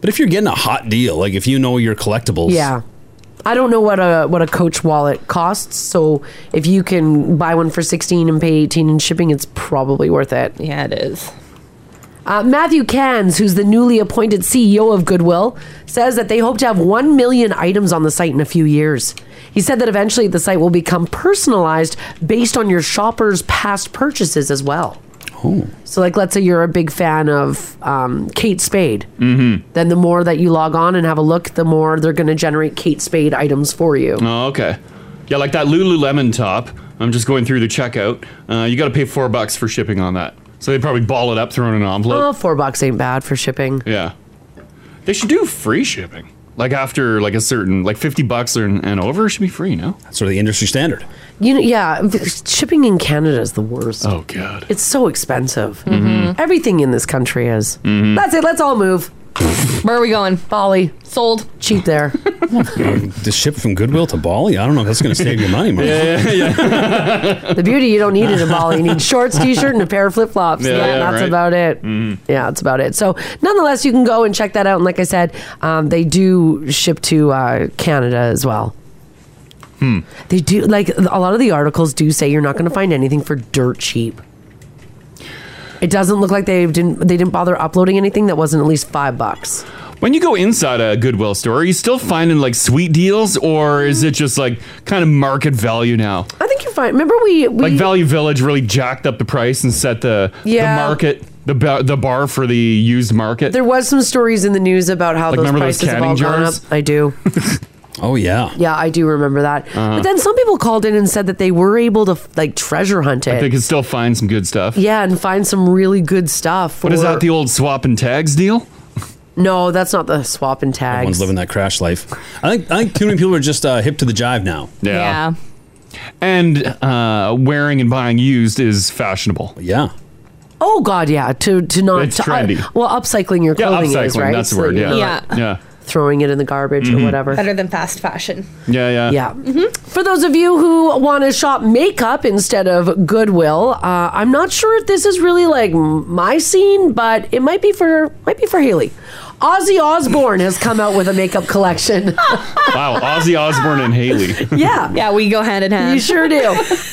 Speaker 5: But if you're getting a hot deal, like if you know your collectibles,
Speaker 2: Yeah. I don't know what a what a coach wallet costs, so if you can buy one for 16 and pay 18 in shipping, it's probably worth it.
Speaker 6: Yeah, it is.
Speaker 2: Uh, Matthew Cans, who's the newly appointed CEO of Goodwill, says that they hope to have 1 million items on the site in a few years. He said that eventually the site will become personalized based on your shopper's past purchases as well.
Speaker 5: Oh.
Speaker 2: So, like, let's say you're a big fan of um, Kate Spade.
Speaker 3: Mm-hmm.
Speaker 2: Then the more that you log on and have a look, the more they're going to generate Kate Spade items for you.
Speaker 3: Oh, okay. Yeah, like that Lululemon top. I'm just going through the checkout. Uh, you got to pay four bucks for shipping on that. So they probably ball it up, throw it in an envelope.
Speaker 2: Oh, four bucks ain't bad for shipping.
Speaker 3: Yeah, they should do free shipping. Like after like a certain like fifty bucks or and over it should be free. No,
Speaker 5: that's sort of the industry standard.
Speaker 2: You know, yeah, v- shipping in Canada is the worst.
Speaker 3: Oh god,
Speaker 2: it's so expensive. Everything in this country is.
Speaker 3: Mm-hmm. Hmm.
Speaker 2: That's it. Let's all move.
Speaker 6: Where are we going?
Speaker 2: Bali.
Speaker 6: Sold.
Speaker 2: Cheap there.
Speaker 5: the ship from Goodwill to Bali. I don't know if that's going to save you money, man.
Speaker 3: yeah,
Speaker 2: the beauty you don't need it in Bali. You need shorts, t-shirt, and a pair of flip-flops.
Speaker 5: Yeah,
Speaker 2: Yeah,
Speaker 5: yeah,
Speaker 2: that's
Speaker 5: right.
Speaker 2: about it.
Speaker 3: Mm-hmm.
Speaker 2: Yeah, that's about it. So, nonetheless, you can go and check that out. And like I said, um, they do ship to uh, Canada as well.
Speaker 7: Hmm.
Speaker 2: They do like a lot of the articles do say you're not going to find anything for dirt cheap. It doesn't look like they didn't they didn't bother uploading anything that wasn't at least five bucks.
Speaker 3: When you go inside a Goodwill store, are you still finding like sweet deals, or is it just like kind of market value now?
Speaker 2: I think you're fine. Remember we we
Speaker 3: like Value Village really jacked up the price and set the
Speaker 2: Yeah.
Speaker 3: the market the ba- the bar for the used market.
Speaker 2: there was some stories in the news about how
Speaker 3: Like,
Speaker 2: those
Speaker 3: remember those
Speaker 2: prices have all
Speaker 3: canning
Speaker 2: gone up.
Speaker 3: jars?
Speaker 2: I do.
Speaker 5: oh yeah.
Speaker 2: Yeah, I do remember that.
Speaker 3: Uh-huh.
Speaker 2: But then some people called in and said that they were able to like treasure hunt
Speaker 3: They
Speaker 2: it.
Speaker 3: can still find some good stuff.
Speaker 2: Yeah, and find some really good stuff. For,
Speaker 3: What is that? The old swap and tags deal?
Speaker 2: no, that's not the swap and tags.
Speaker 5: Everyone's living that crash life. I think I think too many people are just uh, hip to the jive now.
Speaker 3: Yeah. And uh, wearing and buying used is fashionable.
Speaker 5: Yeah.
Speaker 2: Oh God, yeah. To to not
Speaker 3: It's
Speaker 2: to,
Speaker 3: trendy.
Speaker 2: well, upcycling your
Speaker 3: Yeah,
Speaker 2: clothing is
Speaker 3: upcycling,
Speaker 2: right.
Speaker 3: that's the
Speaker 2: So
Speaker 3: word,
Speaker 2: you're
Speaker 3: yeah.
Speaker 2: not
Speaker 3: Yeah. Yeah. Mm-hmm.
Speaker 2: throwing it in the garbage or whatever.
Speaker 6: Better than fast fashion.
Speaker 3: Yeah, yeah.
Speaker 2: Yeah. For those of you who want to shop makeup instead of Goodwill, uh, I'm not sure if this is really like m- my scene, but it might be for might be for Haley. Ozzy Osbourne has come out with a makeup collection.
Speaker 3: Wow, Ozzy Osbourne and Haley.
Speaker 2: Yeah.
Speaker 6: Yeah, we go hand in hand.
Speaker 2: You sure do.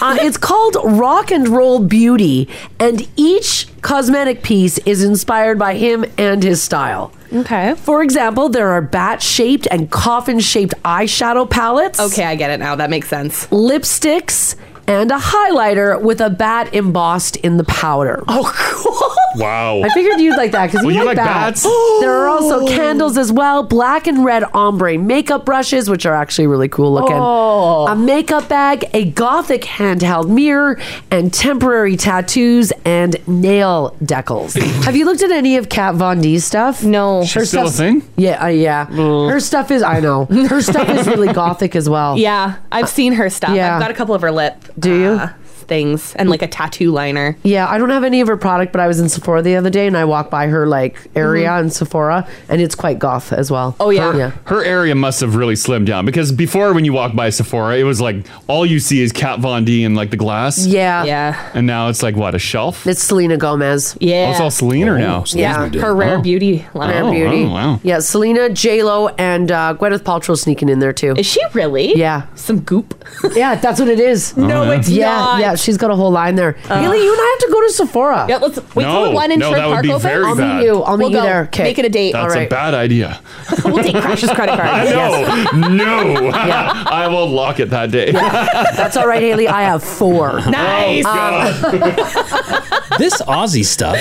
Speaker 2: uh, it's called Rock and Roll Beauty, and each cosmetic piece is inspired by him and his style.
Speaker 6: Okay.
Speaker 2: For example, there are bat shaped and coffin shaped eyeshadow palettes.
Speaker 6: Okay, I get it now. That makes sense.
Speaker 2: Lipsticks and a highlighter with a bat embossed in the powder. Oh, cool.
Speaker 3: Wow.
Speaker 2: I figured you'd like that because
Speaker 7: Well,
Speaker 2: you,
Speaker 7: you
Speaker 2: like,
Speaker 7: like
Speaker 2: bats.
Speaker 7: bats?
Speaker 2: there are also candles as well, black and red ombre makeup brushes, which are actually really cool looking. A makeup bag, a gothic handheld mirror, and temporary tattoos and nail decals. Have you looked at any of Kat Von D's stuff? No,
Speaker 6: She's still a thing?
Speaker 2: Yeah, uh, yeah. Her stuff is. I know. Her stuff is really gothic as well.
Speaker 6: Oh. Yeah, I've seen her stuff.
Speaker 2: yeah.
Speaker 6: I've got a couple of her lip. uh,
Speaker 2: Do you?
Speaker 6: things and like a tattoo liner.
Speaker 2: Yeah, I don't have any of her product, but I was in Sephora the other day and I walked by her like area in Sephora and it's quite goth as well. Mm-hmm. Oh
Speaker 3: Her, her area must have really slimmed down because before, when you walk by Sephora, it was like all you see is Kat Von D and like the glass.
Speaker 2: Yeah.
Speaker 6: Yeah.
Speaker 3: And now it's like what a shelf.
Speaker 2: It's Selena Gomez.
Speaker 6: Yeah.
Speaker 3: Oh, it's all Selena now.
Speaker 2: yeah,
Speaker 6: beauty
Speaker 3: line. Oh,
Speaker 2: beauty.
Speaker 3: oh, wow.
Speaker 2: Yeah, Selena, J Lo, and uh, Gwyneth Paltrow sneaking in there too. Is
Speaker 6: she really?
Speaker 2: Yeah.
Speaker 6: Some goop.
Speaker 2: yeah, that's what it is.
Speaker 6: No, Oh, yeah. it's
Speaker 2: yeah,
Speaker 6: not.
Speaker 2: Yeah, she's got a whole line there.
Speaker 6: Uh.
Speaker 2: Haley, you and I have to go to Sephora.
Speaker 6: Yeah, let's wait till the one in Sherwood Park opens.
Speaker 2: I'll meet you. I'll meet
Speaker 6: We'll
Speaker 2: you
Speaker 6: go.
Speaker 2: there. Okay.
Speaker 6: Make it a date.
Speaker 3: That's
Speaker 6: All right.
Speaker 3: a bad idea.
Speaker 6: we'll take Crash's credit card.
Speaker 3: I know. no.
Speaker 2: Yeah.
Speaker 3: I will lock it that day.
Speaker 2: That's all right, Haley. I have four. Uh,
Speaker 5: Nice.
Speaker 3: Oh,
Speaker 5: this Aussie stuff,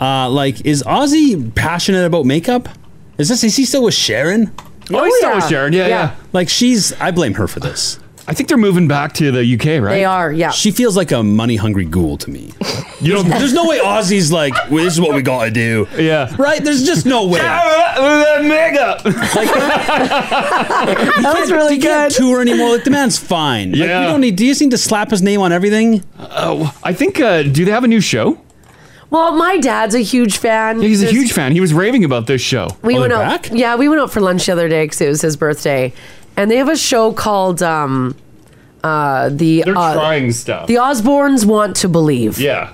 Speaker 5: uh, like, is Aussie passionate about makeup? Is this is he still with Sharon?
Speaker 3: Oh, he's still yeah. with Sharon. Yeah, Yeah. yeah.
Speaker 5: Like she's, I blame her for this.
Speaker 3: I think they're moving back to the UK, right?
Speaker 5: They
Speaker 2: are, yeah.
Speaker 5: She feels like a money hungry ghoul to me.
Speaker 3: You don't,
Speaker 5: there's no way Aussie's like, well, this is what we gotta do.
Speaker 3: Yeah.
Speaker 5: Right? There's just no way.
Speaker 3: makeup.
Speaker 5: that was really good. Can't tour anymore. Like the man's fine. Yeah. Like, we don't need. Do you just need to slap his name on everything?
Speaker 3: Oh, I think. Uh, do they have a new show?
Speaker 2: Well, my dad's a huge fan.
Speaker 3: Yeah, he's a
Speaker 2: There's-
Speaker 3: huge fan. He was raving about this show.
Speaker 2: We went out. Yeah, we went out for lunch the other day because it was his birthday, and they have a show called um, uh, the.
Speaker 3: They're
Speaker 2: uh,
Speaker 3: trying stuff.
Speaker 2: The Osbournes want to believe.
Speaker 3: Yeah.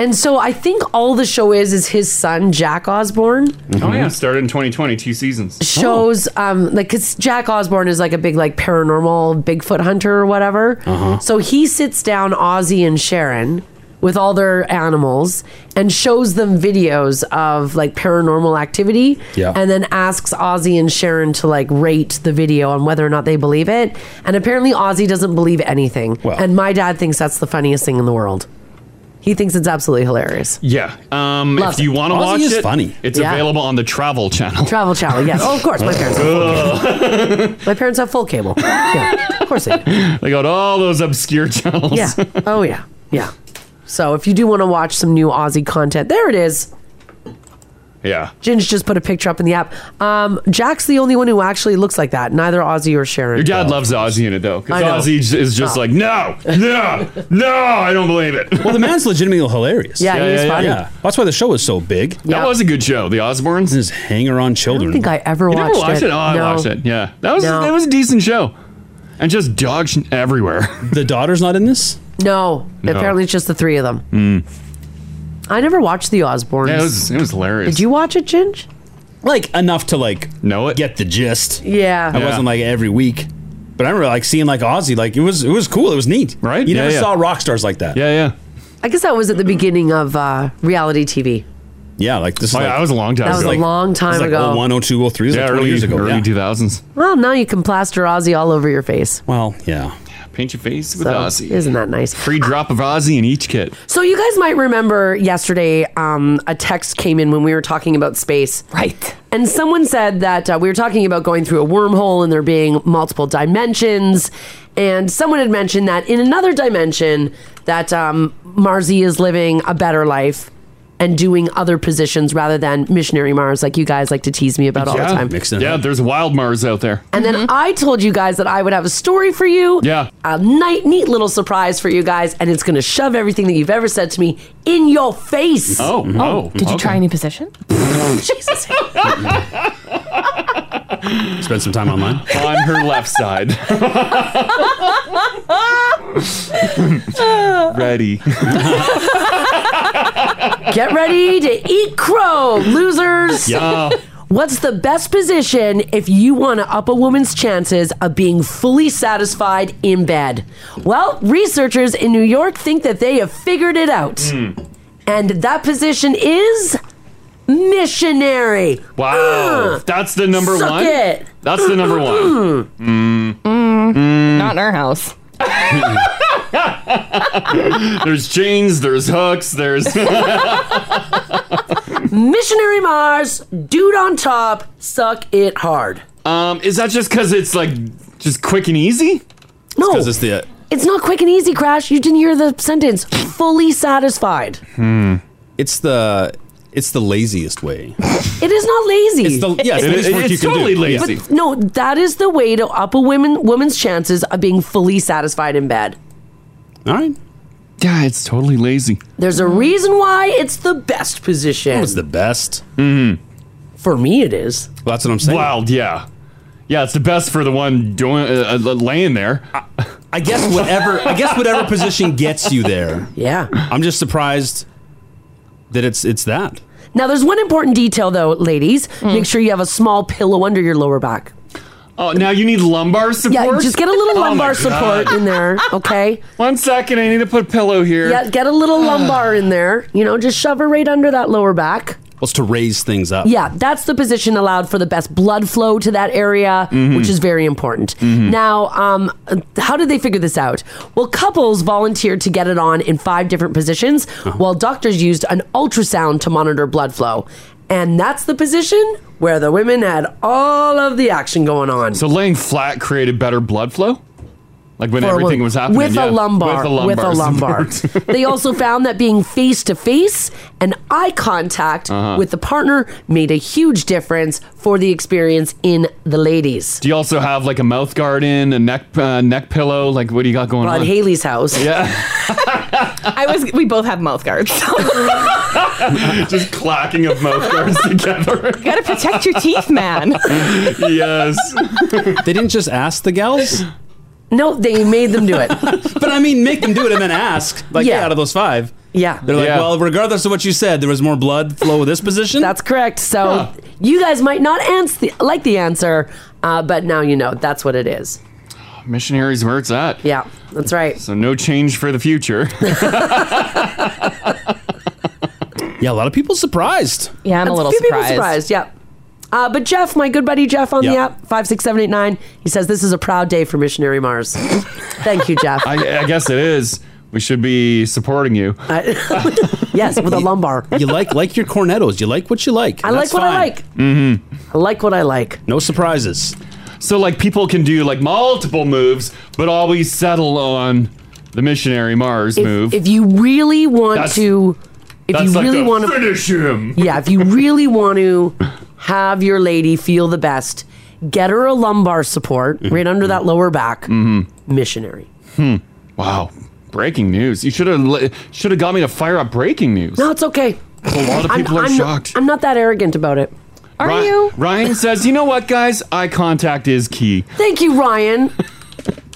Speaker 2: And so I think all the show is is his son Jack Osborne
Speaker 3: Oh yeah, started in 2020, two seasons.
Speaker 2: shows um like cuz Jack Osborne is like a big like paranormal Bigfoot hunter or whatever.
Speaker 3: Uh-huh.
Speaker 2: So he sits down Ozzy and Sharon with all their animals and shows them videos of like paranormal activity
Speaker 7: Yeah.
Speaker 2: and then asks Ozzy and Sharon to like rate the video on whether or not they believe it. And apparently Ozzy doesn't believe anything. And my dad thinks that's the funniest thing in the world. He thinks it's absolutely hilarious.
Speaker 3: Yeah. Um,
Speaker 2: Loves
Speaker 3: if you
Speaker 2: it.
Speaker 3: want to
Speaker 2: Ozzy
Speaker 3: watch
Speaker 2: is
Speaker 3: it,
Speaker 2: funny.
Speaker 3: It's
Speaker 2: Yeah.
Speaker 3: available on the Travel Channel.
Speaker 2: Travel channel, yes. Oh, of course, my parents.
Speaker 3: Ugh.
Speaker 2: My parents have full cable. Yeah, of course they do.
Speaker 3: they got all those obscure channels.
Speaker 2: Yeah. Oh yeah. Yeah. So if you do want to watch some new Aussie content, there it is.
Speaker 3: Yeah.
Speaker 2: Ginge just put a picture up in the app. Um, Jack's the only one who actually looks like that. Neither Aussie or Sharon.
Speaker 3: Your dad loves Ozzy in it though,
Speaker 2: I
Speaker 3: because
Speaker 2: know.
Speaker 3: Ozzy j- is just
Speaker 2: Oh.
Speaker 3: like, no, no, no, I don't believe it.
Speaker 5: Well, the man's legitimately hilarious.
Speaker 2: Yeah, he Yeah, is yeah, funny. yeah.
Speaker 5: That's why the show is so big.
Speaker 2: Yeah.
Speaker 5: That
Speaker 3: was a good show. The Osbournes
Speaker 5: is hanger on children.
Speaker 2: I don't think I ever
Speaker 3: You
Speaker 2: watched,
Speaker 3: never watched it?
Speaker 2: it.
Speaker 3: Oh, I watched it. Yeah, that was
Speaker 2: No.
Speaker 3: that was a decent show, and just dog sh- everywhere.
Speaker 5: The daughter's not in this.
Speaker 2: No,
Speaker 3: No.
Speaker 2: apparently it's just the three of them.
Speaker 3: Mm.
Speaker 2: I never watched the Osbournes.
Speaker 5: Yeah, it was- it was hilarious.
Speaker 2: Did you watch it, Ginge?
Speaker 5: Like enough to like
Speaker 3: know it,
Speaker 5: get the gist.
Speaker 2: Yeah.
Speaker 5: I wasn't like every week, but I remember like seeing like Ozzy. Like it was it was cool. It was neat. Right? You
Speaker 3: Yeah,
Speaker 5: never
Speaker 3: yeah.
Speaker 5: saw rock stars like that.
Speaker 3: Yeah, yeah,
Speaker 2: I guess that was at the beginning of uh, reality TV.
Speaker 5: yeah. Like this.
Speaker 3: Oh,
Speaker 5: is,
Speaker 3: yeah,
Speaker 5: like,
Speaker 3: that was a long time
Speaker 2: That was ago. a long time
Speaker 5: this is,
Speaker 2: ago.
Speaker 5: Like oh, 01, 02, 03,
Speaker 3: Yeah,
Speaker 5: like 20
Speaker 3: early-
Speaker 5: years ago.
Speaker 3: early 2000s.
Speaker 2: Well, now you can plaster Aussie all over your face.
Speaker 5: Well, yeah.
Speaker 3: Paint your face with
Speaker 2: So,
Speaker 3: Ozzy.
Speaker 2: Isn't that nice?
Speaker 3: Free drop of Ozzy in each kit.
Speaker 2: So you guys might remember yesterday, um, a text came in when we were talking about space,
Speaker 6: right?
Speaker 2: And someone said that uh, we were talking about going through a wormhole and there being multiple dimensions, and someone had mentioned that in another dimension that um, Marzi is living a better life and doing other positions rather than missionary Mars, like you guys like to tease me about all the time.
Speaker 3: yeah, there's wild Mars out there.
Speaker 2: And then I told you guys that I would have a story for you.
Speaker 3: Mm-hmm. Yeah.
Speaker 2: A night, neat little surprise for you guys, and it's going to shove everything that you've ever said to me in your face.
Speaker 3: Oh, Mhm. oh,
Speaker 6: Mm-hmm. Did you try
Speaker 3: okay.
Speaker 6: any position?
Speaker 2: Jesus.
Speaker 5: Spend some time online.
Speaker 3: On her left side. Ready.
Speaker 2: Get ready to eat crow, losers.
Speaker 3: Yeah.
Speaker 2: What's the best position if you want to up a woman's chances of being fully satisfied in bed? Well, researchers in New York think that they have figured it out.
Speaker 3: Hmm.
Speaker 2: And that position is missionary. Mm.
Speaker 3: Wow. That's the number
Speaker 2: Suck
Speaker 3: one.
Speaker 2: it.
Speaker 3: That's the number one. Mm.
Speaker 6: Not in our house.
Speaker 3: There's chains, there's hooks, there's.
Speaker 2: Missionary Mars, dude on top, suck it hard.
Speaker 3: um, is that just because it's like just quick and easy?
Speaker 2: No.
Speaker 3: Because it's, the. uh,
Speaker 2: It's not quick and easy, Crash. You didn't hear the sentence. Fully satisfied.
Speaker 5: Hmm. It's the it's the laziest way.
Speaker 2: It is not lazy.
Speaker 5: It's the- yeah, it's the It- least it- work it's you can do. totally lazy.
Speaker 2: But no, that is the way to up a woman woman's chances of being fully satisfied in bed.
Speaker 5: All right.
Speaker 3: Yeah, it's totally lazy.
Speaker 12: There's a reason why it's the best position.
Speaker 3: It's the best. Mm-hmm.
Speaker 12: For me, it is.
Speaker 3: that's what I'm saying. Wow. Yeah. Yeah, it's the best for the one doing uh, uh, laying there.
Speaker 5: I guess whatever I guess whatever position gets you there.
Speaker 12: Yeah.
Speaker 5: I'm just surprised that it's it's that.
Speaker 2: Now, there's one important detail, though, ladies.
Speaker 3: Hmm.
Speaker 2: Make sure you have a small pillow under your lower back.
Speaker 3: Oh, now you need lumbar support.
Speaker 2: Yeah, just get a
Speaker 3: Oh
Speaker 2: little
Speaker 3: my
Speaker 2: lumbar
Speaker 3: God.
Speaker 2: support in there, okay?
Speaker 3: One second, I need to put a pillow here.
Speaker 2: Yeah, get a little lumbar in there. You know, just shove her right under that lower back.
Speaker 5: Was to raise things up.
Speaker 2: Yeah, that's the position allowed for the best blood flow to that area,
Speaker 3: Mm-hmm.
Speaker 5: Mhm.
Speaker 2: which is very important.
Speaker 5: Mhm.
Speaker 2: Now, um, how did they figure this out? Well, couples volunteered to get it on in five different positions,
Speaker 3: Uh-huh.
Speaker 2: while doctors used an ultrasound to monitor blood flow. And that's the position where the women had all of the action going on.
Speaker 3: So laying flat created better blood flow? Like when
Speaker 2: For a
Speaker 3: everything
Speaker 2: wo-
Speaker 3: was happening.
Speaker 2: with a
Speaker 3: yeah.
Speaker 2: lumbar, with a lumbar.
Speaker 3: support.
Speaker 2: they also found that being face to face and eye contact
Speaker 3: Uh-huh.
Speaker 2: with the partner made a huge difference for the experience in the ladies.
Speaker 3: do you also have like a mouth guard in, a neck uh, neck pillow? Like what do you got going
Speaker 2: Well,
Speaker 3: on?
Speaker 2: at Haley's house.
Speaker 3: Yeah.
Speaker 6: I was. We both have mouth guards.
Speaker 3: Just clacking of mouth guards together.
Speaker 6: gotta protect your teeth, man.
Speaker 3: yes.
Speaker 5: they didn't just ask the gals?
Speaker 2: No, they made them do it.
Speaker 5: but I mean, make them do it and then ask. Like, yeah, out of those five.
Speaker 2: Yeah.
Speaker 5: They're like,
Speaker 2: Yeah.
Speaker 5: well, regardless of what you said, there was more blood flow with this position.
Speaker 2: That's correct. So you guys might not ans- the, like the answer, uh, but now you know that's what it is.
Speaker 3: Missionaries where it's at.
Speaker 2: Yeah, that's right.
Speaker 3: So no change for the future.
Speaker 5: yeah, a lot of people surprised.
Speaker 6: Yeah,
Speaker 2: A few people surprised. Yeah. Uh, but Jeff, my good buddy Jeff on the
Speaker 3: Yeah.
Speaker 2: app, 56789, he says this is a proud day for Missionary Mars. Thank you, Jeff.
Speaker 3: I, I guess it is. We should be supporting you.
Speaker 2: yes, with a lumbar.
Speaker 5: You like like your cornettos. You like what you like.
Speaker 2: I like what I like.
Speaker 3: Mm-hmm.
Speaker 2: I like what I like.
Speaker 5: No surprises.
Speaker 3: So like people can do like multiple moves, but always settle on the missionary Mars move.
Speaker 2: If you really want
Speaker 3: That's-
Speaker 2: to, if
Speaker 3: that's
Speaker 2: you
Speaker 3: like
Speaker 2: really
Speaker 3: the
Speaker 2: want to
Speaker 3: finish him.
Speaker 2: yeah, if you really want to have your lady feel the best, get her a lumbar support
Speaker 3: Mm-hmm.
Speaker 2: right under that lower back. Missionary.
Speaker 3: Hmm. Wow. Breaking news. You should have should have got me to fire up breaking news.
Speaker 2: No, it's okay.
Speaker 3: A lot of
Speaker 2: I'm-
Speaker 3: people are
Speaker 2: I'm not-
Speaker 3: shocked.
Speaker 2: I'm not that arrogant about it. Are
Speaker 3: Ry-
Speaker 2: you?
Speaker 3: Ryan says, "You know what, guys? Eye contact is key."
Speaker 2: Thank you, Ryan.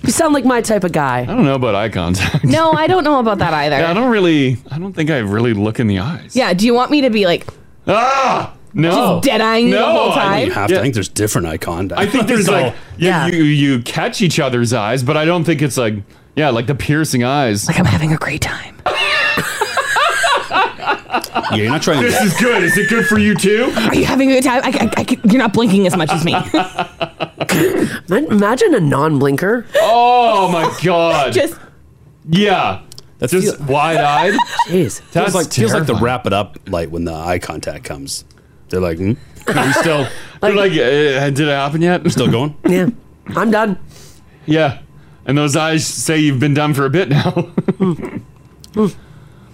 Speaker 2: you sound like my type of guy.
Speaker 3: I don't know about eye contact.
Speaker 6: No, I don't know about that either.
Speaker 3: Yeah, I don't really. I don't think I really look in the eyes.
Speaker 6: Yeah, do you want me to be like
Speaker 3: Ah, no.
Speaker 6: Just dead-eyeing you the
Speaker 3: No,
Speaker 6: whole
Speaker 3: I
Speaker 6: time?
Speaker 3: mean,
Speaker 5: You have to. I think there's different eye contact.
Speaker 3: I think there's like yeah, you you catch each other's eyes, but I don't think it's like yeah, like the piercing eyes. Like
Speaker 6: I'm having a great time.
Speaker 5: yeah, you're not trying.
Speaker 3: This is good. Is it good for you too?
Speaker 6: Are you having a good time? I, I, I, you're not blinking as much as me.
Speaker 2: Imagine a non-blinker.
Speaker 3: Oh my god.
Speaker 6: Just-
Speaker 3: yeah.
Speaker 5: That's
Speaker 3: just wide-eyed.
Speaker 2: Jeez,
Speaker 5: feels
Speaker 3: That's
Speaker 5: like feels like the
Speaker 3: terrifying.
Speaker 5: wrap it up light when the eye contact comes. They're like, hmm?
Speaker 3: You still they're like, uh, did it happen yet?
Speaker 5: Still going?
Speaker 2: Yeah, I'm done.
Speaker 3: Yeah, and those eyes say you've been done for a bit now.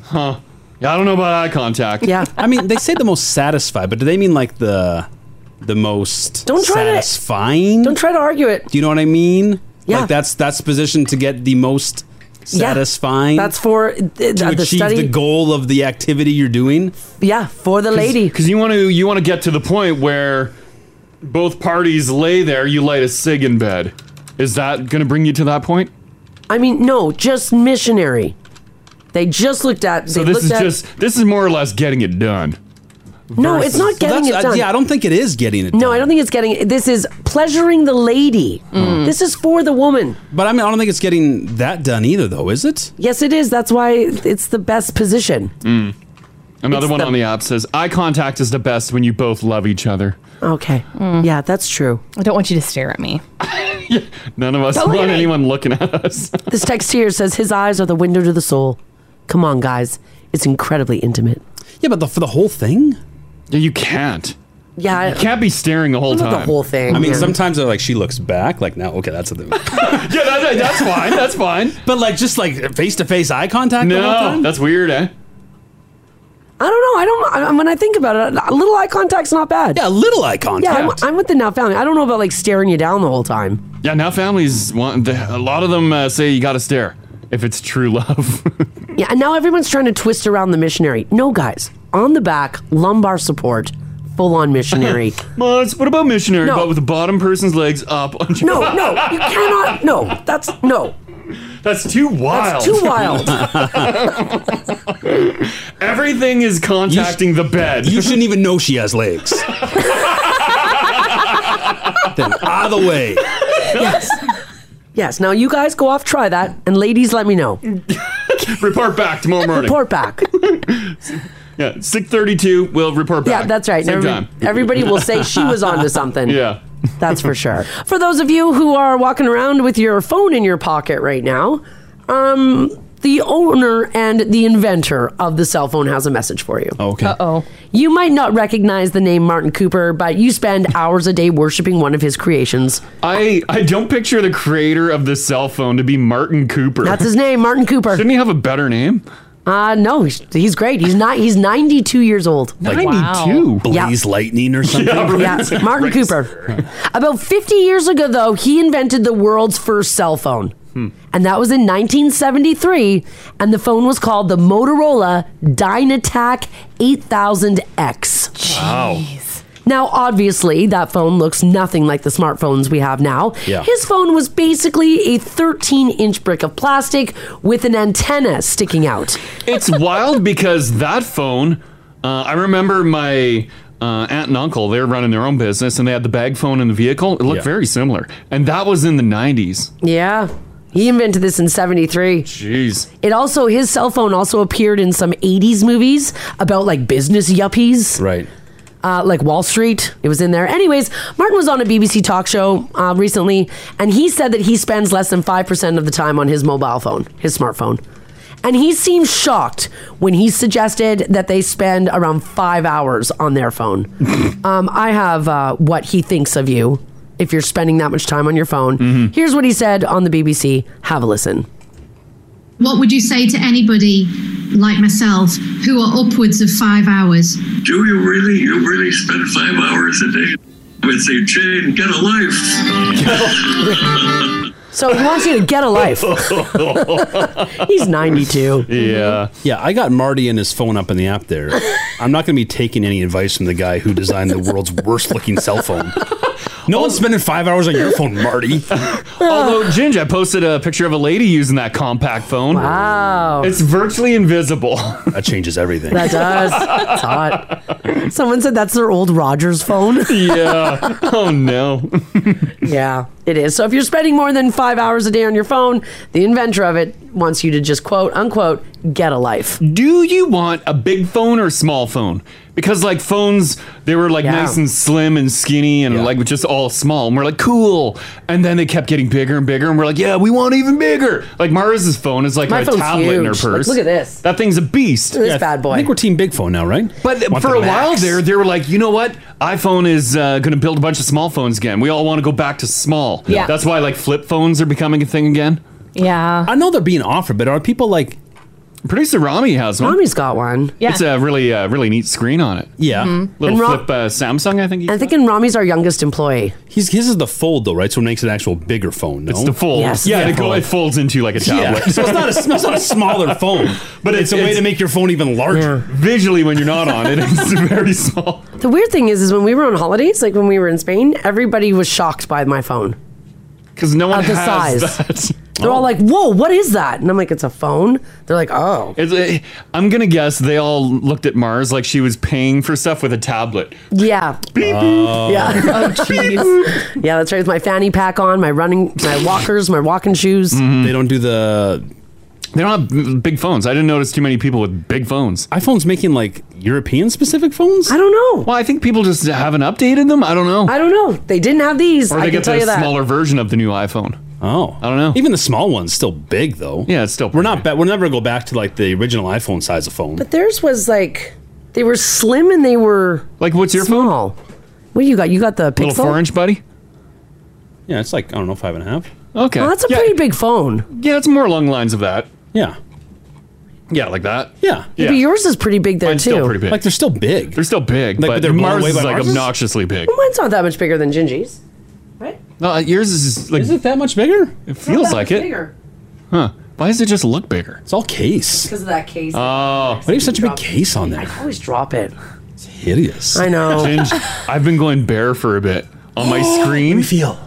Speaker 3: huh? Yeah, I don't know about eye contact.
Speaker 2: Yeah.
Speaker 5: I mean, they say the most satisfied, but do they mean like the the most
Speaker 2: Don't try to-
Speaker 5: satisfying?
Speaker 2: Don't try to argue it.
Speaker 5: Do you know what I mean?
Speaker 2: Yeah.
Speaker 5: Like that's that's the position to get the most
Speaker 2: Yeah.
Speaker 5: satisfying.
Speaker 2: That's for uh,
Speaker 5: to
Speaker 2: the
Speaker 5: achieve
Speaker 2: study.
Speaker 5: the goal of the activity you're doing.
Speaker 2: yeah, for the lady.
Speaker 3: Because you want to you want to get to the point where both parties lay there. You light a cig in bed. Is that going to bring you to that point?
Speaker 2: I mean, no, just missionary. They just looked at.
Speaker 3: So
Speaker 2: they
Speaker 3: this is
Speaker 2: looked at,
Speaker 3: just this is more or less getting it done.
Speaker 2: No, it's not getting
Speaker 5: that's-
Speaker 2: it
Speaker 5: uh,
Speaker 2: done.
Speaker 5: yeah, I don't think it is getting it.
Speaker 2: No, I don't think it's getting. This is pleasuring the lady.
Speaker 5: Mm.
Speaker 2: This is for the woman.
Speaker 5: But I mean, I don't think it's getting that done either, though, is it?
Speaker 2: Yes, it is. That's why it's the best position.
Speaker 3: Mm. Another
Speaker 2: It's
Speaker 3: one
Speaker 2: the-
Speaker 3: on the app says eye contact is the best when you both love each other.
Speaker 2: Okay. Yeah, that's true.
Speaker 6: I don't want you to stare at me.
Speaker 3: None of us
Speaker 2: Don't
Speaker 3: want
Speaker 2: hit it.
Speaker 3: anyone looking at us.
Speaker 2: This text here says his eyes are the window to the soul. Come on, guys. It's incredibly intimate.
Speaker 5: Yeah, but the, for the whole thing,
Speaker 3: yeah, you can't.
Speaker 2: Yeah, I-
Speaker 3: you can't be staring the whole
Speaker 2: What about
Speaker 3: time.
Speaker 2: the whole thing?
Speaker 5: I mean,
Speaker 2: Yeah.
Speaker 5: sometimes they're like, she looks back, like, no, okay, that's a thing.
Speaker 3: yeah, that, that's fine. That's fine.
Speaker 5: But like, just like face to face eye contact. the whole
Speaker 3: No,
Speaker 5: time?
Speaker 3: that's weird, eh?
Speaker 2: I don't know. I don't. I, when I think about it, a little eye contact's not bad.
Speaker 5: Yeah, little eye contact.
Speaker 2: Yeah, I'm, I'm with the now family. I don't know about like staring you down the whole time.
Speaker 3: Yeah, now families want the, a lot of them uh, say you got to stare. if it's true love.
Speaker 2: Yeah, and now everyone's trying to twist around the missionary. No, guys, on the back, lumbar support, full on missionary.
Speaker 3: Mars, what about missionary?
Speaker 2: No.
Speaker 3: But with the bottom person's legs up. On
Speaker 2: no, no, you cannot. No, that's no.
Speaker 3: That's too wild.
Speaker 2: That's too wild.
Speaker 3: Everything is contacting the bed.
Speaker 5: You shouldn't even know she has legs.
Speaker 2: then
Speaker 5: out of the way.
Speaker 2: Yes. Yes. Now you guys go off, try that, and ladies, let me know.
Speaker 3: report back tomorrow morning.
Speaker 2: Report back.
Speaker 3: Yeah, six thirty-two. We'll report back.
Speaker 2: Yeah, that's right.
Speaker 3: Same
Speaker 2: Every-
Speaker 3: time.
Speaker 2: everybody will say she was onto something.
Speaker 3: Yeah,
Speaker 2: that's for sure. For those of you who are walking around with your phone in your pocket right now, um, the owner and the inventor of the cell phone has a message for you.
Speaker 5: Okay. Uh
Speaker 6: oh.
Speaker 2: You might not recognize the name Martin Cooper, but you spend hours a day worshiping one of his creations.
Speaker 3: I I don't picture the creator of the cell phone to be Martin Cooper.
Speaker 2: That's his name, Martin Cooper.
Speaker 3: Shouldn't he have a better name?
Speaker 2: Uh no, he's, he's great. He's not. He's ninety two years old.
Speaker 5: Like Wow. Blaze Lightning or something.
Speaker 2: Yeah, yeah. Martin Cooper. About 50 years ago, though, he invented the world's first cell phone. And that was in 1973. And the phone was called the Motorola Dynatac 8000X.
Speaker 3: Wow.
Speaker 2: Now, obviously, that phone looks nothing like the smartphones we have now.
Speaker 7: Yeah.
Speaker 2: His phone was basically a 13 inch brick of plastic with an antenna sticking out.
Speaker 3: It's wild because that phone. Uh, I remember my uh, aunt and uncle. They were running their own business, and they had the bag phone in the vehicle. It looked very similar, and that was in the nineties.
Speaker 2: Yeah. He invented this in 73.
Speaker 3: Jeez.
Speaker 2: It also his cell phone also appeared in some 80s movies about like business yuppies.
Speaker 5: Right.
Speaker 2: Uh, like Wall Street, it was in there. Anyways, Martin was on a BBC talk show uh, recently, and he said that he spends less than 5% of the time on his mobile phone, his smartphone. And he seemed shocked when he suggested that they spend around five hours on their phone. um, I have uh, what he thinks of you if you're spending that much time on your phone. Here's what he said on the BBC. Have a listen.
Speaker 14: What would you say to anybody like myself who are upwards of five hours?
Speaker 15: Do you really, you really spend five hours a day? I would say, Jane, get a life.
Speaker 2: So he wants you to get a life. He's 92.
Speaker 3: Yeah.
Speaker 5: Yeah, I got Marty and his phone up in the app there. I'm not going to be taking any advice from the guy who designed the world's worst looking cell phone. No one's spending five hours on your phone, Marty.
Speaker 3: Although Ginge, I posted a picture of a lady using that compact phone.
Speaker 2: Wow.
Speaker 3: It's virtually invisible.
Speaker 5: That changes everything.
Speaker 2: That does. It's hot. Someone said that's their old Rogers phone.
Speaker 3: yeah. Oh no.
Speaker 2: yeah, it is. So if you're spending more than five hours a day on your phone, the inventor of it wants you to just quote unquote get a life.
Speaker 3: Do you want a big phone or a small phone? Because like phones, they were like
Speaker 2: Yeah.
Speaker 3: nice and slim and skinny and like just all small. And we're like, cool. And then they kept getting bigger and bigger. And we're like, yeah, we want even bigger. Like Mars's phone is like
Speaker 2: My
Speaker 3: a
Speaker 2: phone's
Speaker 3: tablet in her
Speaker 2: huge. Like,
Speaker 3: purse.
Speaker 2: look at this.
Speaker 3: That thing's a beast.
Speaker 2: Look at this Yeah, bad boy. I think
Speaker 5: we're team big phone now, right?
Speaker 3: But
Speaker 5: Want
Speaker 3: for
Speaker 5: the
Speaker 3: a while
Speaker 5: max.
Speaker 3: there, they were like, you know what? iPhone is uh, going to build a bunch of small phones again. We all want to go back to small.
Speaker 6: Yeah.
Speaker 3: That's why like flip phones are becoming a thing again.
Speaker 6: Yeah.
Speaker 5: I know they're being offered, but are people like?
Speaker 3: Producer Rami has one.
Speaker 2: Rami's got one.
Speaker 6: Yeah.
Speaker 3: It's a really, uh, really neat screen on it.
Speaker 5: Yeah.
Speaker 2: Mm-hmm.
Speaker 5: Mhm.
Speaker 3: Little
Speaker 5: And Ra-
Speaker 3: flip uh, Samsung, I think.
Speaker 2: I'm thinking Rami's our youngest employee.
Speaker 5: He's his is the fold though, right? So it makes it an actual bigger phone. No?
Speaker 3: It's the fold.
Speaker 5: Yes,
Speaker 3: yeah,
Speaker 5: the
Speaker 3: it, go,
Speaker 5: fold.
Speaker 3: it folds into like a
Speaker 5: Yeah.
Speaker 3: tablet.
Speaker 5: So it's not a- it's not a smaller phone,
Speaker 3: but it's,
Speaker 5: it's a way to make your phone even larger.
Speaker 3: Visually, when you're not on it, it's very small.
Speaker 2: The weird thing is, is when we were on holidays, like when we were in Spain, everybody was shocked by my phone
Speaker 3: because no
Speaker 2: one the
Speaker 3: has
Speaker 2: size.
Speaker 3: that.
Speaker 2: They're all like, "Whoa, what is that?" And I'm like, "It's a phone." They're like, "Oh."
Speaker 3: It's, eh, I'm gonna guess they all looked at Mars like she was paying for stuff with a tablet.
Speaker 2: Yeah.
Speaker 3: Oh.
Speaker 2: Yeah.
Speaker 3: Oh,
Speaker 2: jeez. yeah, that's right. With my fanny pack on, my running, my walkers, my walking shoes.
Speaker 5: They don't do the.
Speaker 3: Mm-hmm. They don't have big phones. I didn't notice too many people with big phones.
Speaker 5: iPhones making like European specific phones. I
Speaker 2: don't know.
Speaker 3: Well, I think people just haven't updated them. I don't know.
Speaker 2: I don't know. They didn't have these.
Speaker 3: Or
Speaker 2: I
Speaker 3: they
Speaker 2: can
Speaker 3: get
Speaker 2: tell
Speaker 3: the
Speaker 2: you that.
Speaker 3: smaller version of the new iPhone.
Speaker 5: Oh,
Speaker 3: I don't know.
Speaker 5: Even the small one's still big though.
Speaker 3: Yeah, it's still.
Speaker 5: We're not. Ba- we're never gonna go back to like the original iPhone size of phone.
Speaker 2: But theirs was like they were slim and they were
Speaker 3: like what's your
Speaker 2: small. phone? What do you got? You got the Pixel.
Speaker 3: buddy.
Speaker 5: Yeah, it's like I don't know, five and a half.
Speaker 3: Okay,
Speaker 2: Well, that's a pretty big phone.
Speaker 3: Yeah, it's more along the lines of that.
Speaker 5: Yeah.
Speaker 3: Yeah, like that.
Speaker 5: Yeah.
Speaker 2: Maybe yours is pretty big there
Speaker 3: Mine's
Speaker 2: too.
Speaker 3: still pretty big.
Speaker 5: Like they're still big.
Speaker 3: They're still big,
Speaker 5: Like,
Speaker 3: but,
Speaker 5: but they're blown
Speaker 3: Mars
Speaker 5: away
Speaker 3: is
Speaker 5: by
Speaker 3: like
Speaker 5: Mars's?
Speaker 3: obnoxiously big.
Speaker 2: Well, Mine's not that much bigger than Gingy's.
Speaker 3: No, uh, yours is like. Is
Speaker 5: it that much bigger?
Speaker 3: It feels like it. Huh. Why does it just look bigger? It's all case.
Speaker 12: Because of that case.
Speaker 3: Oh, why do you have such a big case on there? I
Speaker 12: always drop it.
Speaker 3: It's hideous.
Speaker 12: I know.
Speaker 3: Singe, I've been going bare for a bit on my screen. feel?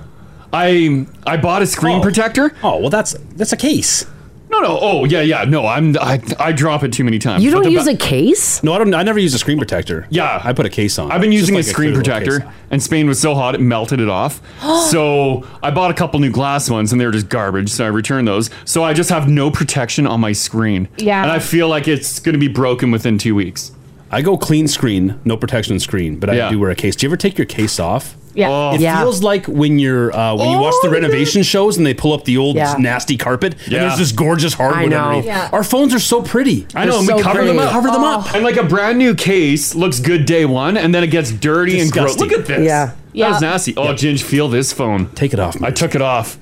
Speaker 3: I I bought a screen protector. Oh well, that's that's a case. No, no. Oh yeah, yeah. No, I'm I I drop it too many times.
Speaker 12: You
Speaker 3: But
Speaker 12: don't
Speaker 3: the
Speaker 12: use
Speaker 3: ba-
Speaker 12: a case?
Speaker 5: No, I don't. I never use a screen protector.
Speaker 3: Yeah,
Speaker 5: I put a case on.
Speaker 3: I've been
Speaker 5: It's
Speaker 3: using
Speaker 5: just
Speaker 3: a
Speaker 5: like
Speaker 3: screen
Speaker 5: clear little case.
Speaker 3: protector, and Spain was so hot it melted it off. so I bought a couple new glass ones, and they were just garbage. So I returned those. So I just have no protection on my screen.
Speaker 6: Yeah.
Speaker 3: and I feel like it's going to be broken within two weeks.
Speaker 5: I go clean screen, no protection screen, but I do wear a case. Do you ever take your case off?
Speaker 6: Yeah.
Speaker 3: Oh.
Speaker 5: It feels like when you're uh, when you watch
Speaker 2: Oh,
Speaker 5: the renovation shows and they pull up the old
Speaker 6: Yeah.
Speaker 5: nasty carpet
Speaker 3: Yeah.
Speaker 5: and there's this gorgeous
Speaker 3: I
Speaker 5: hardwood
Speaker 3: know.
Speaker 5: underneath.
Speaker 3: Yeah.
Speaker 5: Our phones are so Oh. pretty.
Speaker 3: I know, and we cover them up. Cover them up. And like a brand new case looks good day one, and then it gets dirty
Speaker 5: Disgusting.
Speaker 3: and gross. Look at this.
Speaker 5: Yeah.
Speaker 3: That was
Speaker 5: Yeah.
Speaker 3: nasty. Oh, Ginge, feel this phone.
Speaker 5: Take it off.
Speaker 3: I took it off.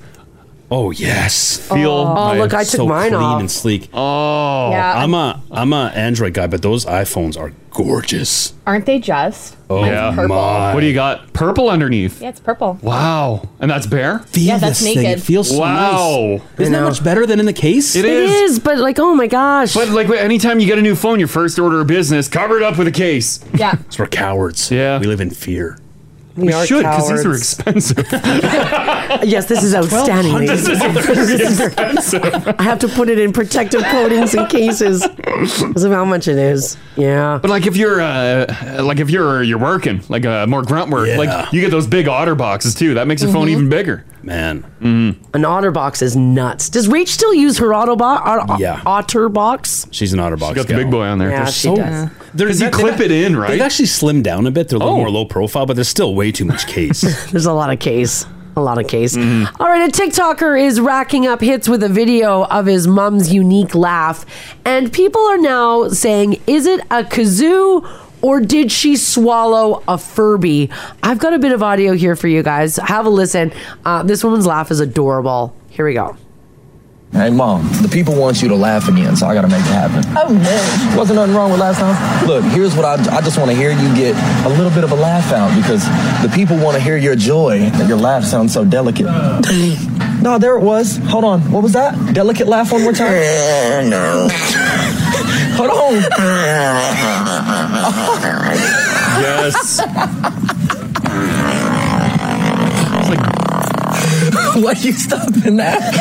Speaker 5: Oh yes.
Speaker 3: Feel.
Speaker 2: Oh,
Speaker 3: my-
Speaker 5: so clean and sleek.
Speaker 3: Oh,
Speaker 6: Yeah.
Speaker 5: I'm a I'm a Android guy, but those iPhones are gorgeous.
Speaker 6: Aren't they just?
Speaker 5: Oh
Speaker 6: Mine's purple.
Speaker 5: my!
Speaker 3: What do you got? Purple underneath.
Speaker 6: Yeah, it's purple.
Speaker 3: Wow, and that's bare.
Speaker 6: Yeah, that's
Speaker 5: this
Speaker 6: naked.
Speaker 5: It feels so
Speaker 3: Wow.
Speaker 5: nice. Isn't that much better than in the case?
Speaker 3: It is.
Speaker 2: but like, oh my gosh.
Speaker 3: But like, anytime you get a new phone, your first order of business, cover it up with a case.
Speaker 6: Yeah.
Speaker 5: Because we're cowards. Yeah. We live in fear.
Speaker 3: We,
Speaker 5: are
Speaker 3: should, these are
Speaker 5: cowards.
Speaker 3: expensive.
Speaker 2: yes, this is outstanding.
Speaker 3: This is very expensive.
Speaker 2: I have to put it in protective coatings and cases because of how much it is. Yeah.
Speaker 3: But like, if you're, uh, like, if you're you're working, like, uh, more grunt work, like, you get those big otter boxes too. That makes your phone
Speaker 2: Mhm.
Speaker 3: even bigger. Mm-hmm.
Speaker 5: Man,
Speaker 2: An OtterBox is nuts. Does Rach still use her Autobot? Or, yeah. OtterBox?
Speaker 5: She's an OtterBox.
Speaker 3: She's got the big boy on there.
Speaker 2: Yeah,
Speaker 5: They're
Speaker 2: she
Speaker 5: so-
Speaker 2: does.
Speaker 5: they're-
Speaker 3: 'Cause you
Speaker 5: they're-
Speaker 3: clip it in, right?
Speaker 5: They've actually slimmed down a bit. They're a little
Speaker 2: Oh.
Speaker 5: more low profile, but there's still way too much case.
Speaker 2: There's a lot of case. A lot of case.
Speaker 3: Mm-hmm.
Speaker 2: All right, a TikToker is racking up hits with a video of his mom's unique laugh. And people are now saying, is it a kazoo or did she swallow a Furby? I've got a bit of audio here for you guys. Have a listen. Uh, this woman's laugh is adorable. Here we go.
Speaker 7: Hey, mom, the people want you to laugh again, so I gotta make it happen. Oh, no. Wasn't nothing wrong with last time. Look, here's what I, I just wanna hear you get a little bit of a laugh out because the people wanna hear your joy. Your laugh sounds so delicate. no, there it was. Hold on. What was that? Delicate laugh one more time? Hold on.
Speaker 3: yes.
Speaker 7: Why you stopping that?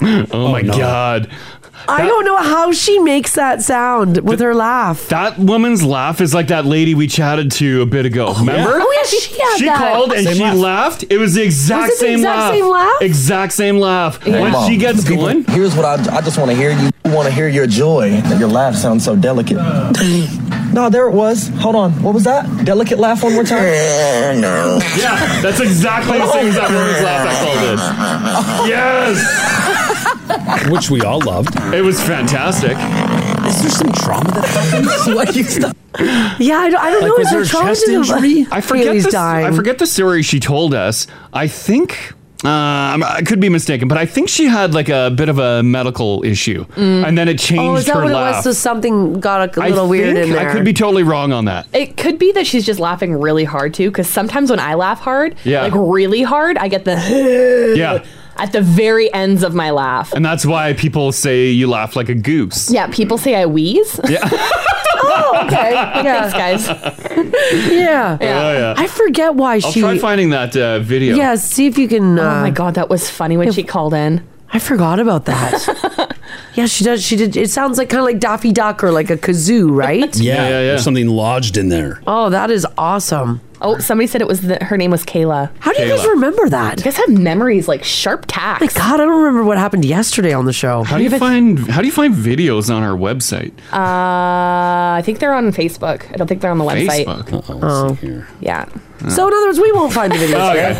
Speaker 3: oh, my god.
Speaker 2: I don't know how she makes that sound with her laugh.
Speaker 3: That woman's laugh is like that lady we chatted to a bit ago. Remember?
Speaker 2: Oh, yeah, she had
Speaker 3: She
Speaker 2: that.
Speaker 3: called and
Speaker 2: Same
Speaker 3: she
Speaker 2: laugh.
Speaker 3: laughed. It was the
Speaker 2: Was
Speaker 3: exact
Speaker 2: it the
Speaker 3: same
Speaker 2: exact
Speaker 3: laugh.
Speaker 2: same laugh?
Speaker 3: Exact same laugh. When
Speaker 7: Mom,
Speaker 3: she gets
Speaker 7: the people-
Speaker 3: going,
Speaker 7: Here's what I, I just wanna hear you wanna hear your joy. Your laugh sounds so delicate. no, there it was. Hold on. What was that? Delicate laugh one more time?
Speaker 3: yeah, that's exactly the same as that woman's laugh I called it. Yes,
Speaker 5: which we all loved.
Speaker 3: it was fantastic.
Speaker 5: Is there some trauma that happens?
Speaker 7: Why you stop?
Speaker 2: Yeah, I don't, I don't know if they're trying to
Speaker 3: I forget
Speaker 2: Haley's
Speaker 3: this,
Speaker 2: dying.
Speaker 3: I forget the story she told us. I think um, I could be mistaken, but I think she had like a bit of a medical issue,
Speaker 2: Mm.
Speaker 3: and then it changed
Speaker 2: Oh, is that
Speaker 3: her
Speaker 2: what
Speaker 3: laugh.
Speaker 2: it was? So something got a
Speaker 3: I
Speaker 2: little weird
Speaker 3: think
Speaker 2: in there.
Speaker 3: I could be totally wrong on that.
Speaker 6: It could be that she's just laughing really hard too, because sometimes when I laugh hard,
Speaker 3: Yeah.
Speaker 6: like really hard, I get the
Speaker 3: Yeah.
Speaker 6: at the very ends of my laugh.
Speaker 3: And that's why people say you laugh like a goose.
Speaker 6: Yeah, people say I wheeze.
Speaker 3: Yeah.
Speaker 6: oh, okay.
Speaker 2: Yeah.
Speaker 6: Thanks, guys.
Speaker 2: yeah.
Speaker 3: Yeah, Oh, yeah.
Speaker 2: I forget why
Speaker 3: I'll
Speaker 2: she.
Speaker 3: try finding that uh, video.
Speaker 2: Yeah, see if you can. Uh, oh my
Speaker 6: god, that was funny when she called in.
Speaker 2: I forgot about that. yeah, she does. She did. It sounds like kind of like Daffy Duck or like a kazoo, right?
Speaker 5: yeah, There's something lodged in there.
Speaker 2: Oh, that is awesome.
Speaker 6: Oh, somebody said it was the, her name was Kayla.
Speaker 2: How do you guys Kayla. remember that?
Speaker 6: You guys have memories like sharp tack.
Speaker 2: My God, I don't remember what happened yesterday on the show.
Speaker 3: How do you find how do you find videos on our website?
Speaker 6: Uh, I think they're on Facebook. I don't think they're on the website.
Speaker 3: Facebook.
Speaker 2: Oh.
Speaker 6: Yeah.
Speaker 2: So in other words, we won't find the video.
Speaker 3: Oh, Okay.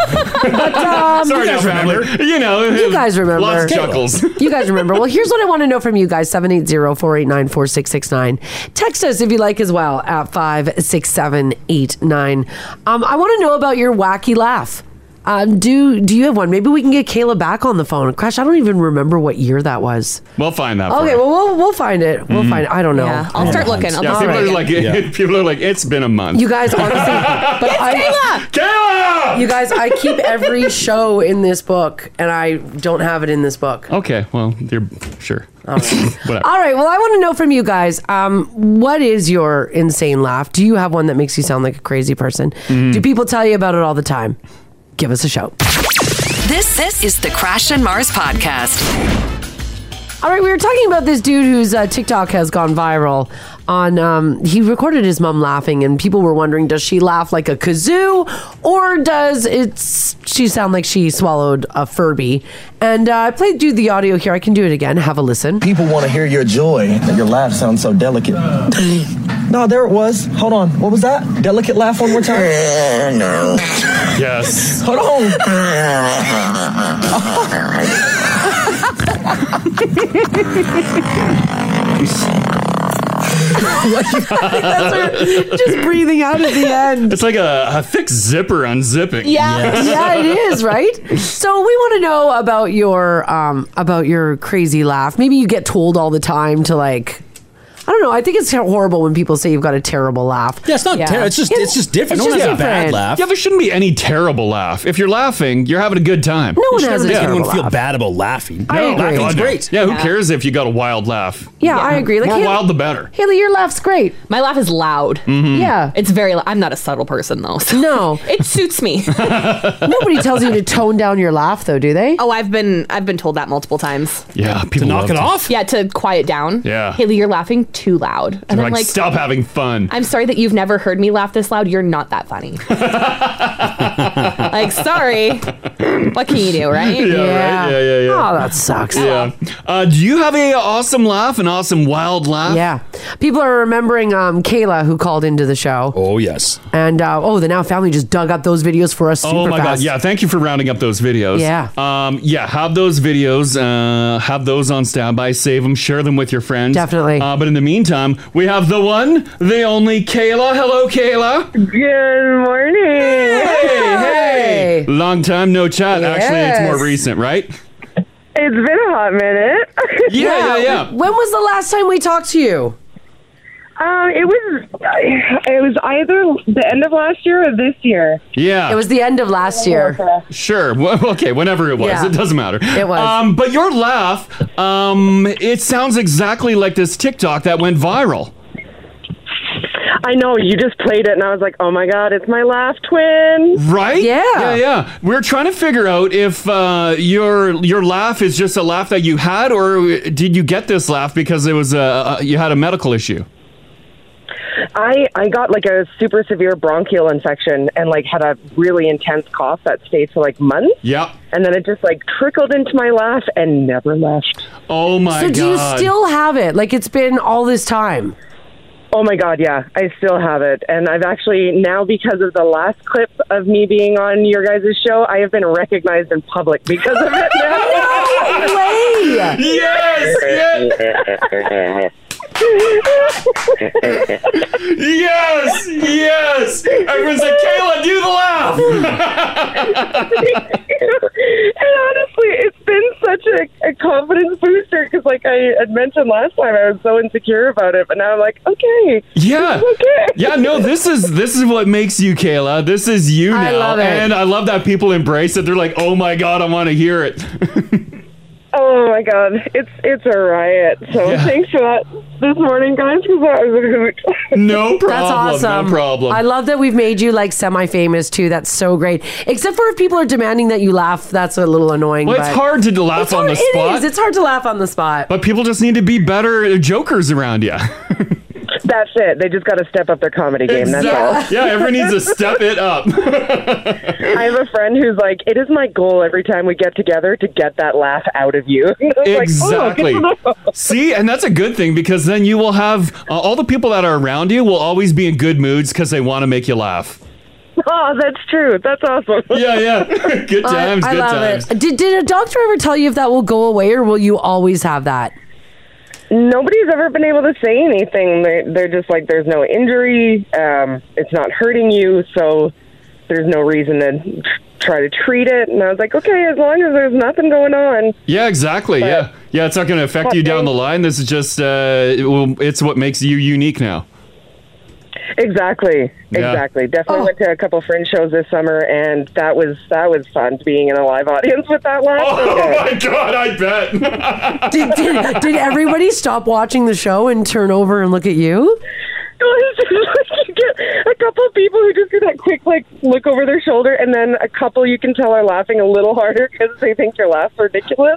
Speaker 2: But, um,
Speaker 3: Sorry,
Speaker 2: you guys
Speaker 3: now,
Speaker 2: remember.
Speaker 3: family. You know,
Speaker 2: You guys remember.
Speaker 3: Lots of chuckles.
Speaker 2: you guys remember. Well, here's what I want to know from you guys 780 489 4669. Text us if you like as well at 56789. Um, I want to know about your wacky laugh. Um, do do you have one? Maybe we can get Kayla back on the phone. Crash, I don't even remember what year that was.
Speaker 3: We'll find that.
Speaker 2: Okay,
Speaker 3: for
Speaker 2: well we'll we'll find it. Oh, We'll
Speaker 3: Mhm.
Speaker 2: find it. I don't know.
Speaker 6: Yeah, I'll start looking. I'll
Speaker 3: yeah,
Speaker 6: just
Speaker 3: people
Speaker 6: start
Speaker 3: are like,
Speaker 6: looking. Yeah.
Speaker 3: people are like, it's been a month.
Speaker 2: You guys honestly but I, uh,
Speaker 3: Kayla!
Speaker 2: You guys, I keep every show in this book and I don't have it in this book.
Speaker 3: Okay, well, you're sure. Whatever.
Speaker 2: All right. Well, I want to know from you guys. Um, what is your insane laugh? Do you have one that makes you sound like a crazy person? Do people tell you about it all the time? Give us a shout.
Speaker 4: This this is the Crash and Mars podcast.
Speaker 2: All right, we were talking about this dude whose uh, TikTok has gone viral. On um, he recorded his mom laughing, and people were wondering, does she laugh like a kazoo, or does it? She sound like she swallowed a Furby. And uh, I played you the audio here. I can do it again. Have a listen.
Speaker 16: People want to hear your joy. That your laugh sounds so delicate. no, there it was. Hold on. What was that? Delicate laugh one more time.
Speaker 3: yes.
Speaker 16: Hold on.
Speaker 7: Oh.
Speaker 2: Ah, just breathing out at the end.
Speaker 3: It's like a, a thick zipper unzipping.
Speaker 2: Yeah, yeah, it is, right? So we want to know about your um about your crazy laugh. Maybe you get told all the time to like I don't know. I think it's horrible when people say you've got a terrible laugh. Yeah, it's
Speaker 5: not terrible. It's just- it's just different. No one has a bad laugh.
Speaker 3: Yeah, there shouldn't be any terrible laugh. If you're laughing, you're having a good time. No
Speaker 2: one has a terrible
Speaker 5: anyone feel laugh.
Speaker 3: bad about laughing.
Speaker 2: I agree.
Speaker 3: laughing's
Speaker 2: God, no.
Speaker 3: great. Yeah, who
Speaker 2: Yeah.
Speaker 3: cares if you got a wild laugh?
Speaker 2: Yeah, I agree. Like,
Speaker 3: more
Speaker 2: hey-
Speaker 3: wild, the better.
Speaker 2: Haley, your laugh's great. Mm-hmm.
Speaker 6: My laugh is loud.
Speaker 3: Mhm.
Speaker 2: Yeah.
Speaker 6: It's very loud. I'm not a subtle person, though. So
Speaker 2: No.
Speaker 6: it suits me.
Speaker 2: Nobody tells you to tone down your laugh though, do they?
Speaker 6: Oh, I've been I've been told that multiple times.
Speaker 3: Yeah, people love to-
Speaker 6: Yeah, to quiet down.
Speaker 3: Yeah.
Speaker 6: Haley, you're laughing too loud.
Speaker 3: They're like, stop having fun.
Speaker 6: I'm sorry that you've never heard me laugh this loud. You're not that funny. like, sorry. What can you do, right?
Speaker 3: Yeah, right. Yeah, yeah, yeah.
Speaker 2: Oh, that sucks.
Speaker 3: Yeah. Uh, do you have a awesome laugh, an awesome wild laugh?
Speaker 2: Yeah. People are remembering um, Kayla who called into the show.
Speaker 3: Oh yes.
Speaker 2: And uh, oh, the Now family just dug up those videos for us super
Speaker 3: oh my
Speaker 2: fast.
Speaker 3: god. Yeah. Thank you for rounding up those videos.
Speaker 2: Yeah.
Speaker 3: Um. Yeah. Have those videos. Uh. Have those on standby. Save them. Share them with your friends. Definitely. Uh, but in the meantime, we have the one, the only Kayla. Hello, Kayla. Good morning. Hey. Hey. Long time no chat. Actually, it's
Speaker 2: Yes.
Speaker 3: more recent, right?
Speaker 2: It's been a hot minute.
Speaker 3: Yeah, yeah, yeah.
Speaker 2: When was the last time we talked to you?
Speaker 17: Um, it was it was either the end of last year or this year.
Speaker 3: Yeah.
Speaker 2: It was the end of last year.
Speaker 3: Sure. Well, okay. Whenever it was,
Speaker 2: Yeah.
Speaker 3: it doesn't matter.
Speaker 2: It was.
Speaker 3: Um, but your laugh, um, it sounds exactly like this TikTok that went viral.
Speaker 17: I know you just played it, and I was like, "Oh my god, it's my laugh twin!"
Speaker 3: Right? Yeah, yeah. We're trying to figure out if uh, your your laugh is just a laugh that you had, or did you get this laugh because it was a, a you had a medical issue?
Speaker 17: I I got like a super severe bronchial infection and like had a really intense cough that stayed for like months.
Speaker 3: Yeah.
Speaker 17: And then it just like trickled into my laugh and never left.
Speaker 3: Oh my
Speaker 2: so do you still have it? Like it's been all this time.
Speaker 17: Oh my god, yeah. I still have it. And I've actually now because of the last clip of me being on your guys' show, I have been recognized in public because of it now.
Speaker 2: no way.
Speaker 3: Yes,
Speaker 17: yes.
Speaker 3: yes, yes. Everyone's like, Kayla, do the laugh.
Speaker 17: and honestly, it's been such a, a confidence booster because, like I had mentioned last time, I was so insecure about it, but now I'm like, okay,
Speaker 3: Yeah.
Speaker 17: this is okay.
Speaker 3: Yeah, no, this is this is what makes you Kayla. This is you now.
Speaker 17: I love it.
Speaker 3: And I love that people embrace it. They're like, "Oh my god, I want to hear it."
Speaker 17: Oh my god, it's it's a riot. So thanks for that this morning, guys, because that was a hoot.
Speaker 3: No
Speaker 2: That's awesome. I love that we've made you like semi-famous too. That's so great. Except for if people are demanding that you laugh, that's a little annoying.
Speaker 3: Well, it's
Speaker 2: but-
Speaker 3: hard to laugh
Speaker 2: It's
Speaker 3: on
Speaker 2: hard-
Speaker 3: the
Speaker 2: It
Speaker 3: spot.
Speaker 2: is. It's hard to laugh on the spot.
Speaker 3: But people just need to be better jokers around you.
Speaker 17: That's it. They just got to step up their comedy game. That's all.
Speaker 3: yeah, everyone needs to step it up.
Speaker 17: I have a friend who's like, it is my goal every time we get together to get that laugh out of you. And I was like, "Oh,
Speaker 3: Exactly.
Speaker 17: good to know."
Speaker 3: See, and that's a good thing because then you will have uh, all the people that are around you will always be in good moods because they want to make you laugh.
Speaker 17: Oh, that's true. That's awesome.
Speaker 3: Yeah, yeah. good times,
Speaker 2: I, I
Speaker 3: good
Speaker 2: love
Speaker 3: times.
Speaker 2: it. Did did a doctor ever tell you if that will go away or will you always have that?
Speaker 17: Nobody's ever been able to say anything. They're, they're just like, there's no injury. Um, it's not hurting you, so there's no reason to tr- try to treat it. And I was like, okay, as long as there's nothing going on.
Speaker 3: Yeah, exactly. yeah, yeah. It's not going to affect you down the line. This is just uh, it will, it's what makes you unique now.
Speaker 17: Exactly.
Speaker 3: Yeah.
Speaker 17: Exactly. Definitely went to a couple fringe shows this summer, and that was that was fun being in a live audience with that last.
Speaker 3: Oh my god! I bet.
Speaker 2: did, did, did everybody stop watching the show and turn over and look at you?
Speaker 17: you get a couple of people who just do that quick like look over their shoulder, and then a couple you can tell are laughing a little harder because they think your laugh's ridiculous.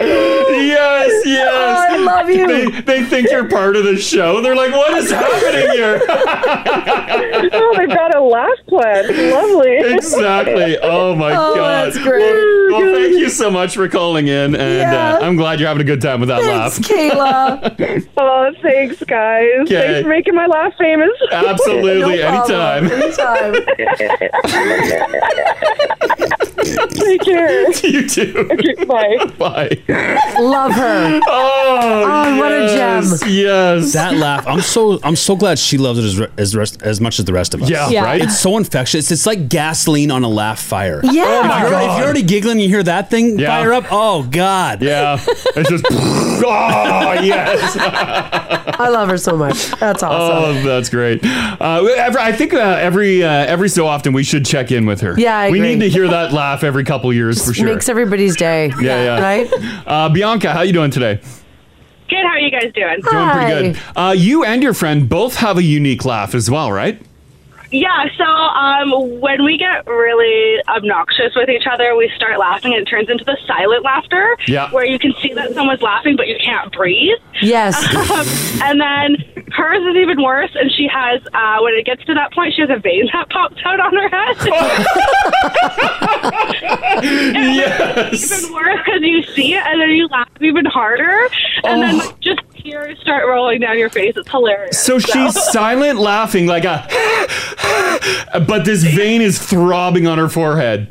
Speaker 3: yes, yes.
Speaker 17: Oh, I love you.
Speaker 3: They, they think you're part of the show. They're like, what is happening here?
Speaker 17: oh, they've got a laugh plan. Lovely.
Speaker 3: exactly. Oh my
Speaker 17: Oh,
Speaker 3: god.
Speaker 17: that's great.
Speaker 3: Well, well, thank you so much for calling in, and
Speaker 17: Yeah.
Speaker 3: uh, I'm glad you're having a good time with that laugh.
Speaker 17: Kayla. oh, thanks, guys.
Speaker 3: Okay.
Speaker 17: Thanks for making my laugh famous.
Speaker 3: Absolutely, No problem.
Speaker 17: Anytime.
Speaker 3: Take care. you too.
Speaker 17: bye.
Speaker 3: Bye.
Speaker 2: Love her.
Speaker 3: Oh,
Speaker 2: what a gem.
Speaker 3: Yes,
Speaker 5: that laugh. I'm so I'm so glad she loves it as re- as rest, as much as the rest of us.
Speaker 3: Yeah, Yeah. right?
Speaker 5: It's so infectious. It's like gasoline on a laugh fire.
Speaker 2: Yeah.
Speaker 5: If
Speaker 2: Oh my
Speaker 5: you're- if, you're,
Speaker 3: God.
Speaker 5: already giggling, you hear that thing
Speaker 3: Yeah.
Speaker 5: fire up. Oh God.
Speaker 3: Yeah. It's just. oh yes.
Speaker 2: I love her so much. That's awesome.
Speaker 3: Oh, that's great. Uh, every, I think uh, every uh, every so often we should check in with her.
Speaker 2: Yeah, I
Speaker 3: we
Speaker 2: agree.
Speaker 3: need to hear that laugh every couple years for sure.
Speaker 2: Makes everybody's day.
Speaker 3: yeah, yeah.
Speaker 2: Right?
Speaker 3: Uh, Bianca, how you doing today?
Speaker 10: Good. How are you guys doing?
Speaker 3: Doing pretty good. Uh, you and your friend both have a unique laugh as well, right?
Speaker 10: Yeah. So um, when we get really obnoxious with each other, we start laughing, and it turns into the silent laughter,
Speaker 3: Yeah.
Speaker 10: where you can see that someone's laughing, but you can't breathe.
Speaker 2: Yes.
Speaker 10: Um, and then hers is even worse, and she has uh, when it gets to that point, she has a vein that pops out on her head.
Speaker 3: yes.
Speaker 10: even worse because you see it, and then you laugh even harder,
Speaker 3: Oh.
Speaker 10: and then like, just tears start rolling down your face. It's hilarious.
Speaker 3: So she's silent laughing like a, but this vein is throbbing on her forehead.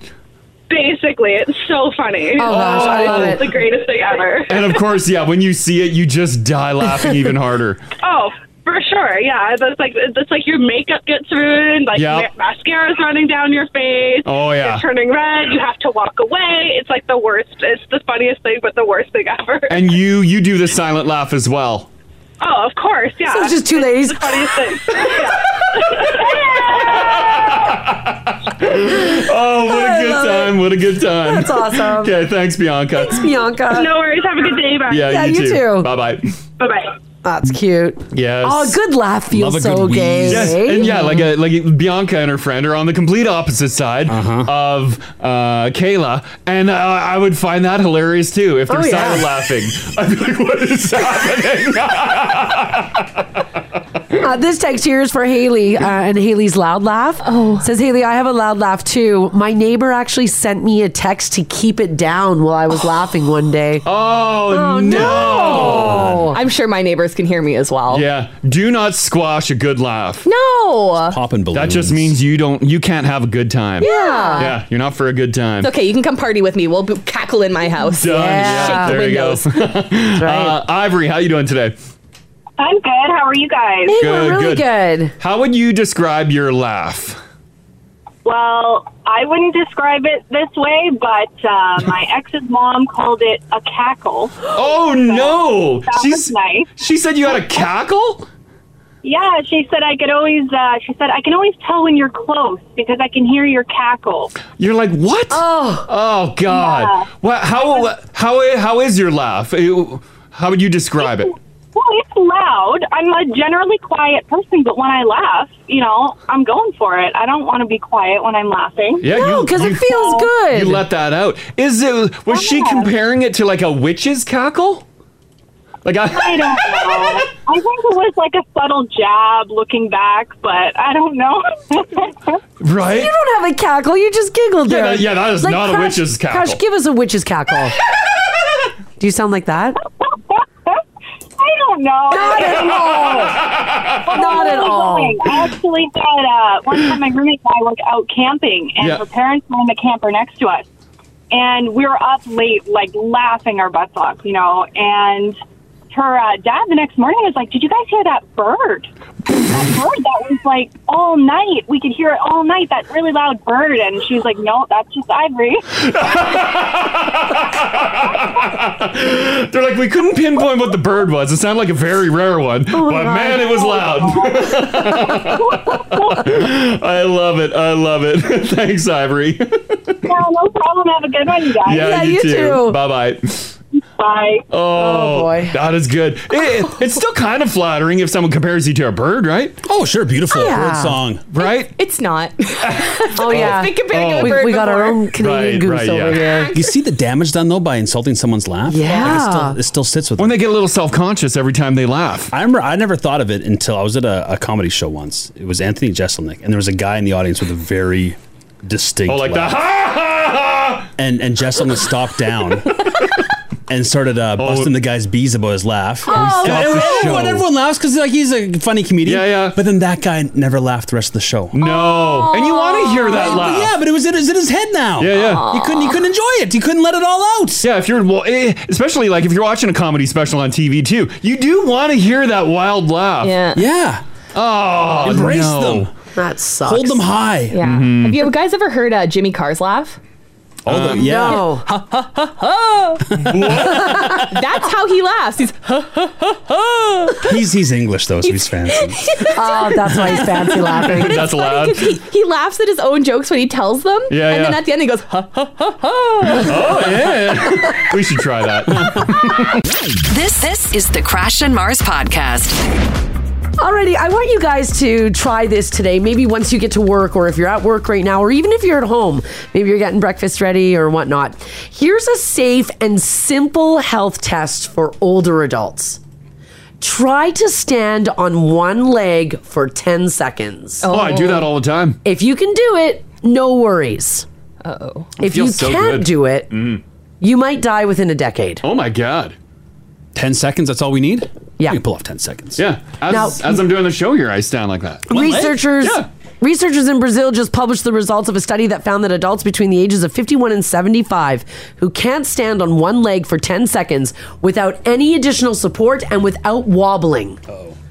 Speaker 10: Basically, it's so funny.
Speaker 3: Oh, gosh, I love
Speaker 10: it's
Speaker 3: it.
Speaker 10: the greatest thing ever.
Speaker 3: And of course, yeah, when you see it, you just die laughing even harder.
Speaker 10: Oh, for sure. Yeah, that's like that's like your makeup gets ruined. Like
Speaker 3: Yep.
Speaker 10: ma- mascara's running down your face.
Speaker 3: Oh, yeah.
Speaker 10: it's turning red. You have to walk away. It's like the worst. It's the funniest thing, but the worst thing ever.
Speaker 3: And you you do the silent laugh as well.
Speaker 10: Oh, of course. Yeah.
Speaker 2: So it's just two ladies.
Speaker 10: the funniest thing.
Speaker 3: Oh, what a good time! What a good time!
Speaker 2: That's awesome.
Speaker 3: okay, thanks, Bianca.
Speaker 2: Thanks, Bianca.
Speaker 10: No worries. Have a good day. Bye.
Speaker 3: Yeah, you, too. Bye bye.
Speaker 10: Bye bye.
Speaker 2: That's cute.
Speaker 3: Yes.
Speaker 2: Oh, good laugh feels so gay.
Speaker 3: Yes, and yeah, like a, like Bianca and her friend are on the complete opposite side of uh, Kayla, and uh, I would find that hilarious too if they're
Speaker 17: Oh, yeah.
Speaker 3: silent laughing. I'd be like, what is happening?
Speaker 2: Uh, this text here is for Haley uh, and Haley's loud laugh. Oh. Says, Haley, I have a loud laugh too. My neighbor actually sent me a text to keep it down while I was laughing one day.
Speaker 3: Oh,
Speaker 6: no. I'm sure my neighbors can hear me as well.
Speaker 3: yeah, do not squash a good laugh.
Speaker 6: No.
Speaker 3: Popping balloons. That just means you don't, you can't have a good time.
Speaker 6: Yeah.
Speaker 3: yeah, you're not for a good time.
Speaker 6: It's okay. You can come party with me. We'll b- cackle in my house.
Speaker 3: Done. Yeah,
Speaker 6: Shake the
Speaker 3: there you go.
Speaker 6: windows.
Speaker 3: uh, Ivory, how you doing today?
Speaker 9: I'm good. How are you guys?
Speaker 3: How would you describe your laugh?
Speaker 9: Well, I wouldn't describe it this way, but uh, my ex's mom called it a cackle.
Speaker 3: Oh no!
Speaker 9: That was nice.
Speaker 3: She said you had a cackle.
Speaker 9: Yeah, she said I could always. Uh, she said I can always tell when you're close because I can hear your cackle.
Speaker 3: You're like what? Oh, oh God! What? How? How? How is your laugh? It- How would you describe it?
Speaker 9: Well, it's loud. I'm a generally quiet person, but when I laugh, you know, I'm going for it. I don't want to be quiet when I'm laughing.
Speaker 3: you- You let that out. Is it? Was she comparing it to like a witch's cackle? Like I,
Speaker 9: I don't know. I think it was like a subtle jab looking back, but I don't know.
Speaker 3: right?
Speaker 2: You don't have a cackle. You just giggled
Speaker 3: Yeah,
Speaker 2: there.
Speaker 3: that- yeah, that is not a
Speaker 2: Crush-
Speaker 3: witch's cackle.
Speaker 2: Crush, give us a witch's cackle. Do you sound like that?
Speaker 9: I don't know.
Speaker 2: Not at all. Not at all.
Speaker 9: I actually had uh, one time my roommate and I were out camping, and
Speaker 7: Yeah.
Speaker 9: her parents were in the camper next to us, and we were up late, like laughing our butts off, you know, and.
Speaker 18: her uh, dad the next morning was like, "Did you guys hear that bird? that bird that was like all night. We could hear it all night. That really loud bird." And she was like, "No, that's just Ivory."
Speaker 3: They're like, we couldn't pinpoint what the bird was. It sounded like a very rare one, but
Speaker 15: God.
Speaker 3: man, it was loud. I love it. I love it. Thanks, Ivory.
Speaker 18: no, no problem. Have a good one, you guys.
Speaker 3: yeah, you, too. Bye bye.
Speaker 18: Bye.
Speaker 3: Oh, boy, that is good. It-
Speaker 5: Oh.
Speaker 3: it's still kind of flattering if someone compares you to a bird, right? Oh, sure, beautiful
Speaker 6: Yeah. bird song.
Speaker 3: right?
Speaker 6: It's not.
Speaker 12: oh
Speaker 6: yeah. Been compared to a
Speaker 12: we,
Speaker 6: bird
Speaker 12: we got our
Speaker 6: before.
Speaker 12: own Canadian goose over here.
Speaker 5: You see the damage done though by insulting someone's laugh.
Speaker 12: Yeah.
Speaker 5: Like, it, still, it still sits with
Speaker 3: when they get a little self conscious every time they laugh.
Speaker 5: I remember I never thought of it until I was at a, a comedy show once. It was Anthony Jeselnik, and there was a guy in the audience with a very distinct
Speaker 3: Oh, like
Speaker 5: laugh.
Speaker 3: the
Speaker 5: And and Jeselnik stopped down. And started uh,
Speaker 3: Oh.
Speaker 5: busting the guy's bees about his laugh.
Speaker 15: Oh, he
Speaker 5: and,
Speaker 15: stopped
Speaker 5: and
Speaker 15: the
Speaker 5: everyone,
Speaker 15: show.
Speaker 5: everyone laughs because like he's a funny comedian. Yeah, yeah. But then that guy never laughed the rest of the show.
Speaker 3: No, and you want to hear
Speaker 5: Yeah,
Speaker 3: that
Speaker 5: but-
Speaker 3: laugh?
Speaker 5: Yeah, but it was in, it was in his head now.
Speaker 3: Yeah, yeah.
Speaker 5: He couldn't he couldn't enjoy it. He couldn't let it all out.
Speaker 3: Yeah, if you're well, eh, especially like if you're watching a comedy special on TV too, you do want to hear that wild laugh.
Speaker 6: Yeah.
Speaker 5: Yeah.
Speaker 3: Oh,
Speaker 6: Embrace
Speaker 3: no.
Speaker 6: them.
Speaker 2: That sucks.
Speaker 6: Hold them
Speaker 5: high.
Speaker 6: Yeah.
Speaker 3: Mhm.
Speaker 6: Have you guys ever heard uh, Jimmy Carr's laugh?
Speaker 3: Oh,
Speaker 2: Um,
Speaker 5: the-
Speaker 3: yeah.
Speaker 6: Ha, ha, ha, ha. That's how he laughs. He's ha, ha, ha, ha.
Speaker 5: He's he's English though, so he's fancy.
Speaker 12: Oh, that's why he's fancy laughing.
Speaker 6: But it's
Speaker 5: That's
Speaker 6: funny
Speaker 5: allowed.
Speaker 6: because he, he laughs at his own jokes when he tells them.
Speaker 3: Yeah,
Speaker 6: And then
Speaker 3: yeah.
Speaker 6: at the end he goes, ha ha ha ha.
Speaker 3: Oh yeah, we should try that.
Speaker 4: This this is the Crash and Mars podcast.
Speaker 2: Alrighty, I want you guys to try this today. Maybe once you get to work, or if you're at work right now, or even if you're at home, maybe you're getting breakfast ready or whatnot. Here's a safe and simple health test for older adults. Try to stand on one leg for 10 seconds.
Speaker 3: Oh, I do that all the time.
Speaker 2: If you can do it, no worries.
Speaker 6: Uh oh.
Speaker 2: If you can't do it,
Speaker 3: Mm-hmm.
Speaker 2: you might die within a decade.
Speaker 3: Oh my god.
Speaker 5: Ten seconds, that's all we need?
Speaker 2: Yeah.
Speaker 5: We can pull off ten seconds.
Speaker 3: Yeah. As,
Speaker 2: Now-
Speaker 3: as I'm doing the show here, I stand like that.
Speaker 2: researchers
Speaker 3: Yeah.
Speaker 2: researchers in Brazil just published the results of a study that found that adults between the ages of 51 and 75 who can't stand on one leg for 10 seconds without any additional support and without wobbling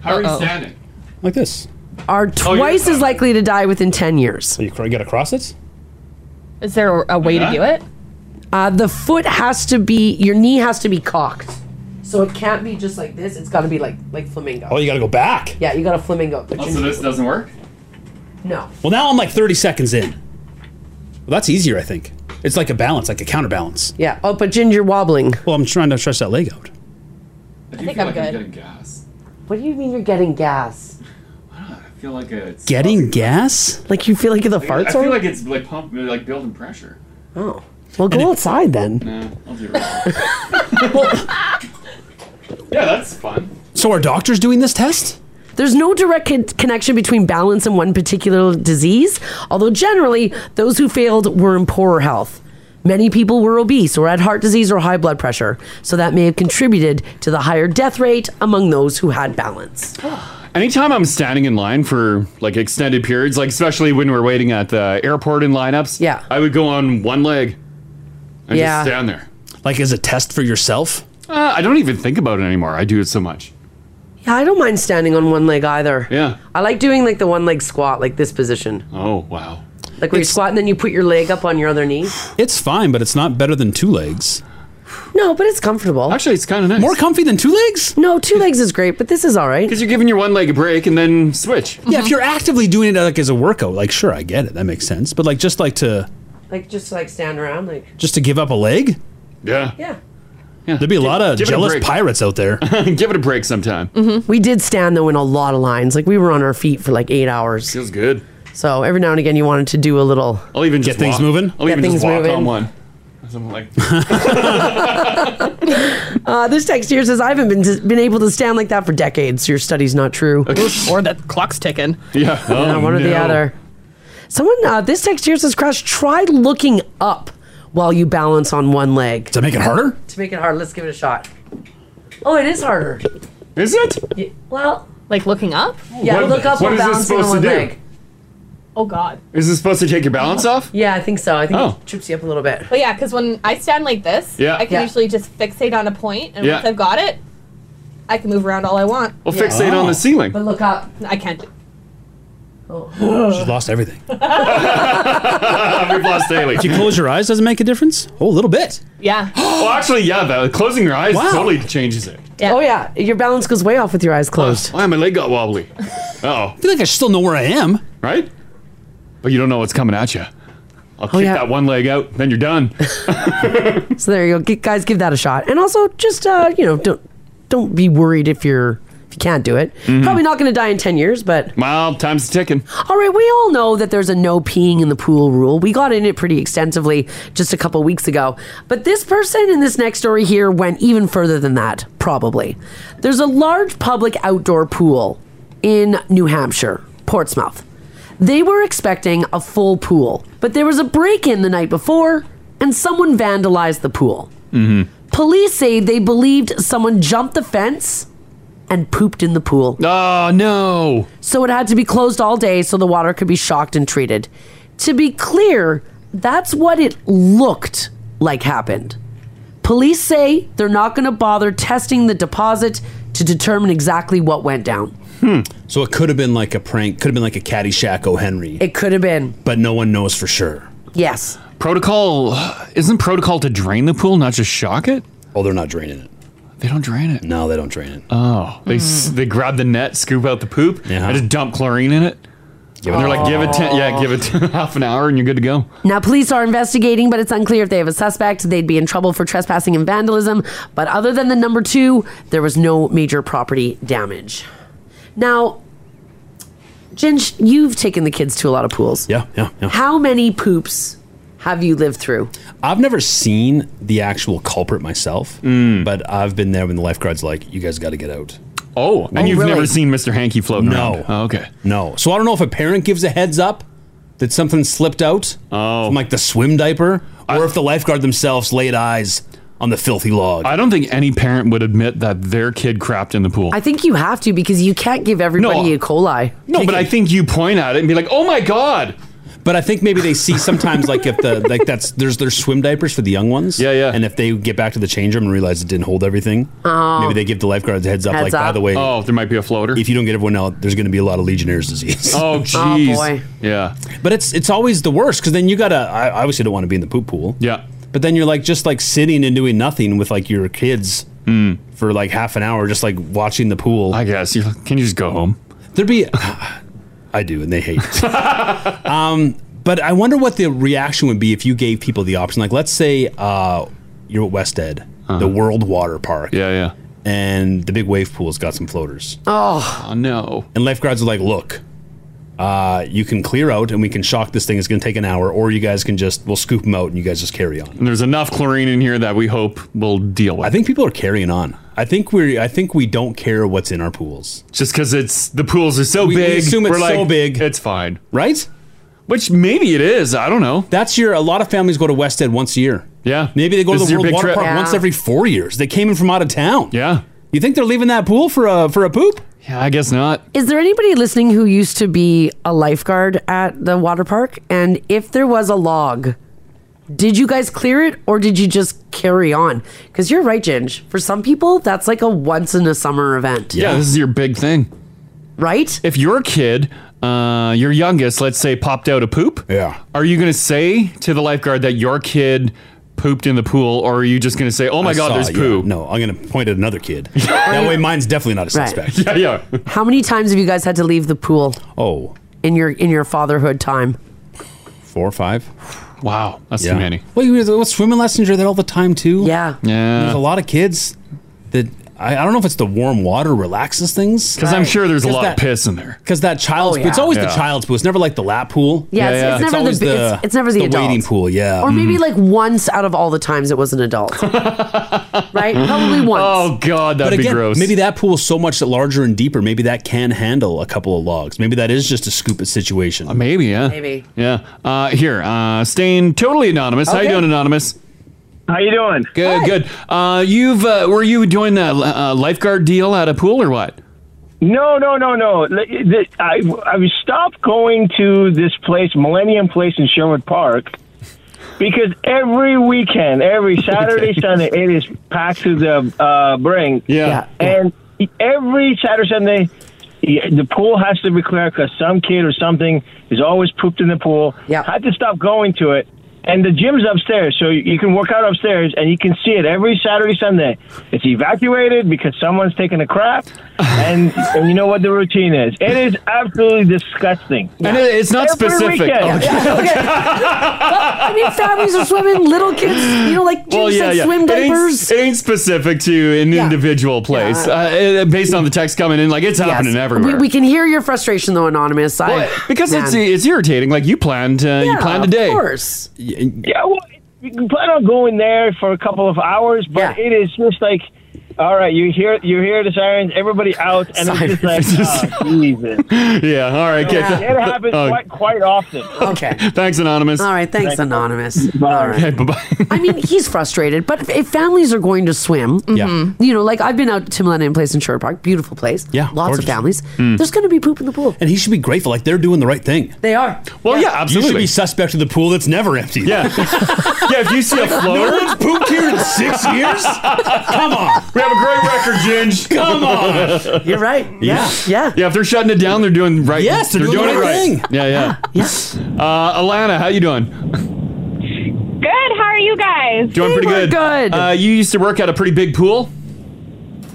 Speaker 3: How are you
Speaker 2: Uh-oh.
Speaker 3: standing?
Speaker 5: like this
Speaker 2: are
Speaker 3: Oh, you're-
Speaker 2: twice as likely to die within 10 years. So
Speaker 5: you got to cross it?
Speaker 6: Is there a way to do it?
Speaker 2: Uh, the foot has to be your knee has to be cocked. So it can't be just like this. It's got to be like like flamingo.
Speaker 5: Oh, you got to go back.
Speaker 2: Yeah, you got to flamingo. Put your knee-
Speaker 3: doesn't work?
Speaker 2: No.
Speaker 5: Well, now I'm like 30 seconds in. Well, that's easier, I think. It's like a balance, like a counterbalance.
Speaker 2: Yeah. Oh, but Ginger wobbling.
Speaker 5: Well, I'm trying to stretch that leg out.
Speaker 3: I,
Speaker 2: think I'm good.
Speaker 3: gas.
Speaker 2: What do you mean you're getting gas?
Speaker 3: I feel like it's
Speaker 5: Getting gas?
Speaker 2: Like you feel like the farts are?
Speaker 3: it's like pump, like building pressure.
Speaker 2: oh. Well, go outside then.
Speaker 3: No, I'll do Yeah, that's fun.
Speaker 5: So are doctors doing this test?
Speaker 2: There's no direct con- connection between balance and one particular disease, although generally those who failed were in poorer health. Many people were obese or had heart disease or high blood pressure, so that may have contributed to the higher death rate among those who had balance.
Speaker 3: Anytime I'm standing in line for like extended periods, like especially when we're waiting at the airport in lineups, yeah, I would go on one leg and
Speaker 5: Yeah.
Speaker 3: just stand there.
Speaker 5: Like as a test for yourself?
Speaker 3: Uh, I don't even think about it anymore. I do it so much.
Speaker 2: Yeah, I don't mind standing on one leg either.
Speaker 3: Yeah.
Speaker 2: I like doing like the one leg squat, like this position.
Speaker 3: Oh, wow.
Speaker 2: Like where you squat and then you put your leg up on your other knee.
Speaker 5: It's fine, but it's not better than two legs.
Speaker 2: No, but it's comfortable.
Speaker 3: Actually, it's kind of nice.
Speaker 5: More comfy than two legs?
Speaker 2: No, two legs is great, but this is all right.
Speaker 3: Because you're giving your one leg a break and then switch.
Speaker 5: Yeah, if you're actively doing it like as a workout, like sure, I get it. That makes sense. But like just like to
Speaker 2: Like just like stand around, like
Speaker 5: just to give up a leg?
Speaker 3: Yeah.
Speaker 2: Yeah.
Speaker 5: There'd be a lot of
Speaker 3: give it a
Speaker 5: jealous
Speaker 3: break.
Speaker 5: pirates out there.
Speaker 3: Give it a break sometime.
Speaker 2: We did stand though in a lot of lines. Like we were on our feet for like eight hours.
Speaker 3: Feels good.
Speaker 2: So every now and again, you wanted to do a little.
Speaker 3: I'll even just walk. I'll
Speaker 2: Get
Speaker 3: even
Speaker 2: things
Speaker 3: just walk
Speaker 2: moving.
Speaker 3: on one. Something like
Speaker 2: Uh, this text here says I haven't been been able to stand like that for decades. Your study's not true.
Speaker 6: or the clock's ticking.
Speaker 3: Yeah.
Speaker 2: Yeah,
Speaker 6: Oh,
Speaker 2: one or the
Speaker 6: no.
Speaker 2: other. Someone, uh, this text here says, Crash, try looking up while you balance on one leg.
Speaker 5: To make it harder?
Speaker 2: To make it harder. Let's give it a shot. Oh, it is harder.
Speaker 3: Is it?
Speaker 2: well,
Speaker 6: like looking up?
Speaker 2: Yeah,
Speaker 3: What-
Speaker 2: look up
Speaker 3: what
Speaker 2: while
Speaker 3: is this
Speaker 2: balancing on
Speaker 3: supposed to
Speaker 2: one
Speaker 3: do?
Speaker 2: leg.
Speaker 6: Oh God.
Speaker 3: Is this supposed to take your balance off?
Speaker 2: Yeah, I think so. I think
Speaker 3: Oh.
Speaker 2: it trips you up a little bit.
Speaker 6: Well, yeah, because when I stand like this,
Speaker 3: Yeah.
Speaker 6: I can
Speaker 3: Yeah.
Speaker 6: usually just fixate on a point, and
Speaker 3: Yeah.
Speaker 6: once I've got it, I can move around all I want.
Speaker 3: Well, fixate on the ceiling.
Speaker 6: But look up. I can't.
Speaker 5: Oh.
Speaker 13: She's lost everything.
Speaker 3: We've lost Haley.
Speaker 13: If you close your eyes, does it make a difference? Oh, a little bit.
Speaker 6: Yeah.
Speaker 3: well, Oh, actually, yeah. That closing your eyes
Speaker 2: Wow.
Speaker 3: totally changes it.
Speaker 2: Oh yeah, your balance goes way off with your eyes closed.
Speaker 3: Why my leg got wobbly? Oh, I
Speaker 13: feel like I still know where I am.
Speaker 3: Right? But you don't know what's coming at you.
Speaker 2: Oh,
Speaker 3: I'll kick that one leg out, then you're done.
Speaker 2: So there you go, G- guys. Give that a shot, and also just uh, you know, don't don't be worried if you're if you can't do it. Probably not going to die in ten years, but
Speaker 3: Mm-hmm. well, time's ticking.
Speaker 2: All right, we all know that there's a no peeing in the pool rule. We got in it pretty extensively just a couple weeks ago, but this person in this next story here went even further than that. Probably, there's a large public outdoor pool in New Hampshire, Portsmouth. They were expecting a full pool, but there was a break in the night before, and someone vandalized the pool.
Speaker 19: Mm-hmm.
Speaker 2: Police say they believed someone jumped the fence and pooped in the pool.
Speaker 3: Oh, no.
Speaker 2: So it had to be closed all day so the water could be shocked and treated. To be clear, that's what it looked like happened. Police say they're not going to bother testing the deposit to determine exactly what went down.
Speaker 13: Hmm.
Speaker 5: So it could have been like a prank, could have been like a Caddyshack O'Henry,
Speaker 2: It could have been.
Speaker 5: but no one knows for sure.
Speaker 2: Yes.
Speaker 3: Protocol isn't protocol to drain the pool, not just shock it.
Speaker 5: Oh, they're not draining it.
Speaker 3: They don't drain it.
Speaker 5: No, they don't drain it.
Speaker 3: Oh, they s
Speaker 5: Mm.
Speaker 3: they grab the net, scoop out the poop, and just dump chlorine in it.
Speaker 5: Give it
Speaker 3: and they're like, give it ten, yeah,
Speaker 2: Oh.
Speaker 3: give it half an hour, and you're good to go.
Speaker 2: Now, police are investigating, but it's unclear if they have a suspect. They'd be in trouble for trespassing and vandalism. But other than the number two, there was no major property damage. Now, Ginge, you've taken the kids to a lot of pools.
Speaker 5: Yeah, yeah, yeah.
Speaker 2: How many poops have you lived through?
Speaker 5: I've never seen the actual culprit myself,
Speaker 3: Mm.
Speaker 5: but I've been there when the lifeguard's like, you guys got to get out.
Speaker 3: Oh, and you've never seen Mr. Hanky floating
Speaker 5: no.
Speaker 3: around. Oh, okay.
Speaker 5: No. So I don't know if a parent gives a heads up that something slipped out oh. from like the swim diaper or if the lifeguard themselves laid eyes on the filthy log.
Speaker 3: I don't think any parent would admit that their kid crapped in the pool.
Speaker 2: I think you have to because you can't give everybody E. coli.
Speaker 3: no, but I think you point at it and be like, oh my god.
Speaker 5: But I think maybe they see sometimes like if the like that's there's there's swim diapers for the young ones. Yeah, yeah. And if they get back to the change room and realize it didn't hold everything,
Speaker 2: Oh.
Speaker 5: maybe they give the lifeguards a heads up.
Speaker 2: Heads
Speaker 5: like by
Speaker 2: up.
Speaker 5: the way,
Speaker 3: oh, there might be a floater.
Speaker 5: If you don't get everyone out, there's going to be a lot of Legionnaire's disease.
Speaker 3: Oh, jeez. Yeah.
Speaker 5: But it's it's always the worst because then you gotta. I I obviously don't want to be in the poop pool.
Speaker 3: Yeah.
Speaker 5: But then you're like just like sitting and doing nothing with like your kids for like half an hour, just like watching the pool. I
Speaker 3: Mm. guess. You're like, Can you just go home?
Speaker 5: There'd be. I do, and they hate. it. um, but I wonder what the reaction would be if you gave people the option. Like, let's say uh, you're at West Ed, the World Water Park.
Speaker 3: Uh-huh. Yeah, yeah.
Speaker 5: And the big wave pool's got some floaters.
Speaker 2: Oh.
Speaker 3: no.
Speaker 5: And lifeguards are like, look, uh, you can clear out and we can shock this thing. It's going to take an hour, or you guys can just, we'll scoop them out and you guys just carry on.
Speaker 3: And there's enough chlorine in here that we hope will deal with.
Speaker 5: I think people are carrying on. I think we're, I think we don't care what's in our pools.
Speaker 3: Just because it's the pools are so
Speaker 5: We- we
Speaker 3: big,
Speaker 5: assume it's
Speaker 3: we're
Speaker 5: so
Speaker 3: like,
Speaker 5: big.
Speaker 3: It's fine,
Speaker 5: right?
Speaker 3: Which maybe it is. I don't know.
Speaker 5: That's your. A lot of families go to West Ed once a year.
Speaker 3: Yeah.
Speaker 5: Maybe they go
Speaker 3: This
Speaker 5: to
Speaker 3: is
Speaker 5: the
Speaker 3: your
Speaker 5: World
Speaker 3: big
Speaker 5: Water
Speaker 3: trip.
Speaker 5: Park
Speaker 3: Yeah.
Speaker 5: once every four years. They came in from out of town.
Speaker 3: Yeah.
Speaker 5: You think they're leaving that pool for a for a poop?
Speaker 3: Yeah, I guess not.
Speaker 2: Is there anybody listening who used to be a lifeguard at the water park? And if there was a log, did you guys clear it or did you just carry on? Because you're right, Ginge. For some people, that's like a once in a summer event.
Speaker 3: Yeah. this is your big thing.
Speaker 2: Right?
Speaker 3: If your kid, uh, your youngest, let's say, popped out a poop,
Speaker 5: yeah.
Speaker 3: are you going to say to the lifeguard that your kid pooped in the pool, or are you just going to say, oh my
Speaker 5: I
Speaker 3: God,
Speaker 5: saw
Speaker 3: there's
Speaker 5: it,
Speaker 3: poo?
Speaker 5: yeah. No, I'm going to point at another kid. that way, mine's definitely not a
Speaker 2: Right.
Speaker 5: suspect.
Speaker 3: Yeah, yeah.
Speaker 2: How many times have you guys had to leave the pool?
Speaker 5: Oh.
Speaker 2: In your in your fatherhood time.
Speaker 5: Four or five.
Speaker 3: Wow, that's too many.
Speaker 5: Well, you what swimming lessons are there all the time too?
Speaker 2: Yeah.
Speaker 3: Yeah.
Speaker 5: There's a lot of kids that I, I don't know if it's the warm water relaxes things.
Speaker 3: 'Cause I'm Right. sure there's a lot of piss in there.
Speaker 5: Because that child's
Speaker 2: Oh,
Speaker 5: pool, it's
Speaker 2: yeah.
Speaker 5: always
Speaker 3: Yeah.
Speaker 5: the child's pool. It's never like the lap pool.
Speaker 2: Yeah, it's- it's never the
Speaker 5: always
Speaker 2: bi- it's- it's never the adult.
Speaker 5: waiting pool. Yeah.
Speaker 2: Or
Speaker 3: Mm-hmm.
Speaker 2: maybe like once out of all the times it was an adult. right? Probably once.
Speaker 3: Oh God, that'd
Speaker 5: but
Speaker 3: be
Speaker 5: again,
Speaker 3: gross.
Speaker 5: maybe that pool is so much larger and deeper. Maybe that can handle a couple of logs. Maybe that is just a scoop it situation.
Speaker 3: Uh, maybe, yeah.
Speaker 2: Maybe.
Speaker 3: Yeah. Uh, here, uh, staying totally anonymous. How you
Speaker 5: Okay.
Speaker 3: doing, anonymous?
Speaker 20: How you doing?
Speaker 3: Good, good. Uh, you've uh, were you doing the uh, lifeguard deal at a pool or what?
Speaker 20: No, no, no, no. L- th- I, I was stopped going to this place, Millennium Place in Sherwood Park, because every weekend, every Saturday, Sunday, it is packed to the uh, brink.
Speaker 3: Yeah.
Speaker 20: And every Saturday Sunday. yeah, The pool has to be clear because some kid or something is always pooped in the pool. Yeah, had to stop going to it. And the gym's upstairs, so you can work out upstairs, and you can see it every Saturday, Sunday. It's evacuated because someone's taking a crap, and, and you know what the routine is. It is absolutely disgusting.
Speaker 3: And it- it's not
Speaker 20: Every
Speaker 3: specific.
Speaker 20: weekend.
Speaker 3: Okay. Yeah,
Speaker 2: I mean, families are swimming, little kids, you know, like Jim said, swim
Speaker 3: It ain't-
Speaker 2: diapers.
Speaker 3: It ain't, specific to an individual place. Uh, it- based on the text coming in, like it's happening everywhere.
Speaker 2: We, we can hear your frustration though, anonymous. I,
Speaker 3: because it's
Speaker 2: man.
Speaker 3: it's irritating. Like you planned, uh, you
Speaker 2: Yeah,
Speaker 3: planned a
Speaker 2: of
Speaker 3: day.
Speaker 2: course.
Speaker 20: Yeah, well, you can plan on going there for a couple of hours, but it is just like, all right, you hear you hear the sirens, everybody out, and it's just like, oh, Jesus.
Speaker 3: yeah. All right. Okay.
Speaker 20: Yeah, it happens
Speaker 3: Oh,
Speaker 20: quite quite often.
Speaker 2: Okay.
Speaker 3: Thanks, anonymous.
Speaker 2: All right, thanks, anonymous. All right.
Speaker 3: Okay, bye-bye.
Speaker 2: I mean, he's frustrated, but if, if families are going to swim,
Speaker 3: Yeah.
Speaker 2: you know, like I've been out to Millennium Place in Sherwood Park, beautiful place. Yeah, lots of
Speaker 5: gorgeous.
Speaker 2: families.
Speaker 5: Mm.
Speaker 2: There's going to be poop in the pool.
Speaker 5: And he should be grateful. Like they're doing the right thing.
Speaker 2: They are.
Speaker 3: Well, yeah,
Speaker 5: You should
Speaker 3: absolutely.
Speaker 5: be suspect of the pool that's never empty.
Speaker 3: Yeah. yeah. If you see a floater,
Speaker 5: no one's pooped here in six years. Come on.
Speaker 3: We have a great record, Ginge.
Speaker 5: Come on.
Speaker 2: You're right.
Speaker 3: Yeah.
Speaker 2: Yeah.
Speaker 3: Yeah. If they're shutting it down, they're doing right.
Speaker 5: Yes, they're doing the right thing.
Speaker 3: Yeah. Yeah. yes. Uh, Alana, how you doing?
Speaker 10: Good. How are you guys?
Speaker 3: Doing pretty good. Uh, you used to work at a pretty big pool.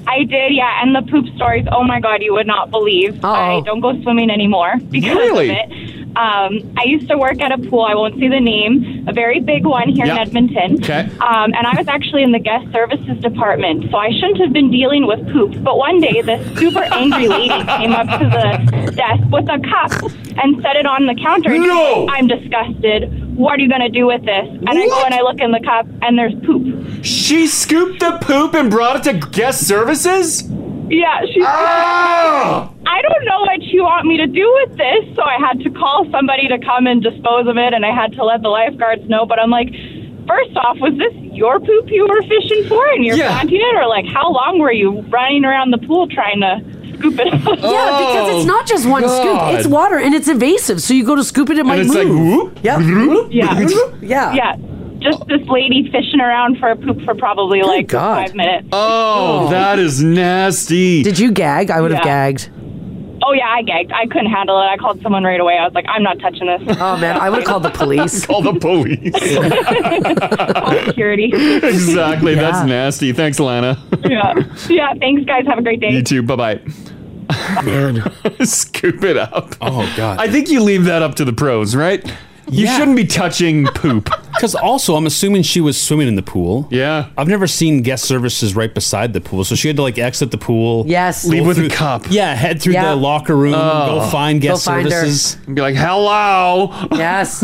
Speaker 10: I did, yeah. And the poop stories. Oh my god, you would not believe. I don't go swimming anymore because
Speaker 3: Really?
Speaker 10: of it. Um, I used to work at a pool. I won't say the name. A very big one here
Speaker 3: Yeah.
Speaker 10: in Edmonton.
Speaker 3: Okay.
Speaker 10: Um, and I was actually in the guest services department, so I shouldn't have been dealing with poop. But one day, this super angry lady came up to the desk with a cup and set it on the counter. And
Speaker 3: No!
Speaker 10: I'm disgusted. What are you going to do with this? And I go
Speaker 3: What?
Speaker 10: and I look in the cup, and there's poop.
Speaker 3: She scooped the poop and brought it to guest services.
Speaker 10: Yeah, she's.
Speaker 3: Ah!
Speaker 10: I don't know what you want me to do with this, so I had to call somebody to come and dispose of it, and I had to let the lifeguards know. But I'm like, first off, was this your poop you were fishing for, and you're planting it, or like, how long were you running around the pool trying to scoop it up?
Speaker 2: Yeah, because it's not just one
Speaker 3: Oh,
Speaker 2: scoop. It's water and it's invasive. So you go to scoop it, it might
Speaker 10: it's like,
Speaker 2: move. yeah.
Speaker 10: Yeah.
Speaker 2: yeah.
Speaker 10: Yeah. Just this lady fishing around for a poop for probably like
Speaker 2: God.
Speaker 10: five minutes.
Speaker 3: Oh, that is nasty.
Speaker 2: Did you gag? I would have
Speaker 10: Yeah.
Speaker 2: gagged.
Speaker 10: Oh yeah, I gagged. I couldn't handle it. I called someone right away. I was like, I'm not touching this.
Speaker 2: Oh man, I would have called the police.
Speaker 3: Call the police.
Speaker 10: security.
Speaker 3: exactly. That's
Speaker 10: Yeah.
Speaker 3: nasty. Thanks, Alana.
Speaker 10: yeah. Yeah. Thanks, guys. Have a great day.
Speaker 3: You too. Bye bye. Scoop it up.
Speaker 5: Oh God.
Speaker 3: I think you leave that up to the pros, right? You shouldn't be touching poop.
Speaker 5: Because also, I'm assuming she was swimming in the pool.
Speaker 3: Yeah.
Speaker 5: I've never seen guest services right beside the pool, so she had to like exit the pool.
Speaker 2: Yes.
Speaker 5: go
Speaker 2: Leave with a
Speaker 5: through-
Speaker 3: cup.
Speaker 5: Yeah, head through
Speaker 2: Yeah.
Speaker 5: the locker room,
Speaker 2: Oh.
Speaker 5: go find
Speaker 2: Go
Speaker 5: guest
Speaker 2: find her.
Speaker 5: services.
Speaker 3: Be like, hello.
Speaker 2: Yes.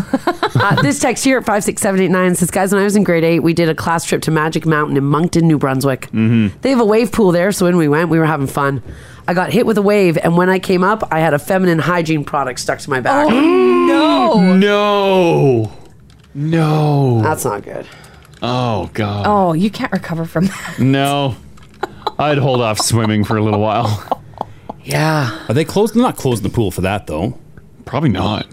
Speaker 2: uh, this text here at 56789 says, Guys, when I was in grade eight, we did a class trip to Magic Mountain in Moncton, New Brunswick. Mm-hmm. They have a wave pool there, so when we went, we were having fun. I got hit with a wave, and when I came up, I had a feminine hygiene product stuck to my back.
Speaker 3: Oh, no. No. No.
Speaker 2: That's not good.
Speaker 3: Oh God.
Speaker 6: Oh, you can't recover from that.
Speaker 3: No. I'd hold off swimming for a little while.
Speaker 2: Yeah.
Speaker 5: Are they closed? They're not closing the pool for that though.
Speaker 3: Probably not.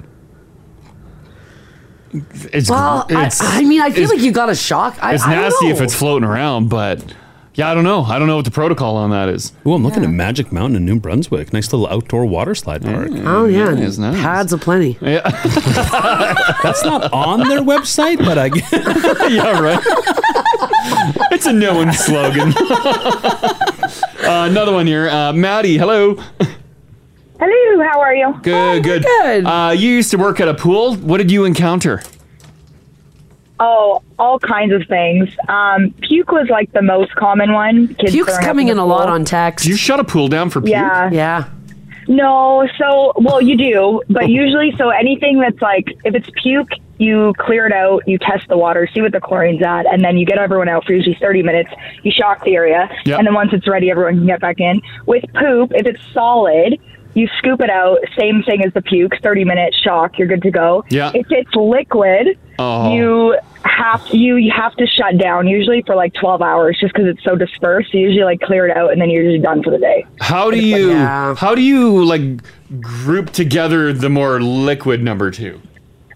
Speaker 3: It's
Speaker 2: well, I, I mean, I feel like you got a shock. I,
Speaker 3: it's
Speaker 2: I don't
Speaker 3: nasty if
Speaker 2: know.
Speaker 3: it's floating around, but yeah, I don't know. I don't know what the protocol on that is.
Speaker 5: Oh, I'm looking at Magic Mountain in New Brunswick. Nice little outdoor water slide park.
Speaker 2: Oh, yeah.
Speaker 5: It's
Speaker 2: Pads aplenty.
Speaker 5: That's not on their website, but I
Speaker 3: yeah, right. It's a known slogan. uh, another one here. Uh, Maddie, hello.
Speaker 19: Hello, how are you?
Speaker 3: Good, good. Good. Uh, you used to work at a pool. What did you encounter?
Speaker 19: Oh, all kinds of things. Um, puke was like the most common one. Kids throwing up the pool.
Speaker 2: text.
Speaker 3: You shut a pool down for puke?
Speaker 19: Yeah.
Speaker 2: Yeah.
Speaker 19: No, so well you do, but usually so anything that's like if it's puke, you clear it out, you test the water, see what the chlorine's at, and then you get everyone out for usually thirty minutes. You shock the area,
Speaker 17: Yep.
Speaker 19: and then once it's ready, everyone can get back in. With poop, if it's solid. You scoop it out, same thing as the puke, 30 minute shock, you're good to go.
Speaker 17: Yeah.
Speaker 19: If it's liquid,
Speaker 17: Oh.
Speaker 19: you have you, you have to shut down usually for like 12 hours just because it's so dispersed. You usually like clear it out and then you're just done for the day.
Speaker 3: How do you how do you like group together the more liquid number two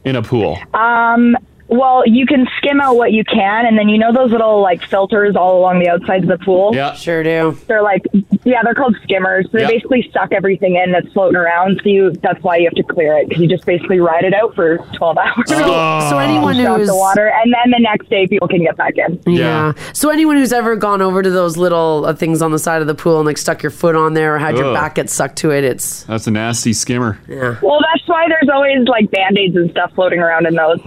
Speaker 3: in a pool?
Speaker 19: Um, Well, you can skim out what you can, and then you know those little like filters all along the outsides of the pool.
Speaker 3: Yeah,
Speaker 12: sure do.
Speaker 19: They're like, yeah, they're called skimmers. They
Speaker 3: Yeah.
Speaker 19: basically suck everything in that's floating around. So you, that's why you have to clear it 'cause you just basically ride it out for twelve hours.
Speaker 2: So- Oh. so anyone who
Speaker 19: Stop
Speaker 2: is-
Speaker 19: the water, and then the next day people can get back in.
Speaker 2: Yeah. So anyone who's ever gone over to those little uh, things on the side of the pool and like stuck your foot on there or had your
Speaker 3: Ugh.
Speaker 2: back get sucked to it, it's
Speaker 3: That's a nasty skimmer.
Speaker 2: Yeah.
Speaker 19: Well, that's why there's always like band aids and stuff floating around in those.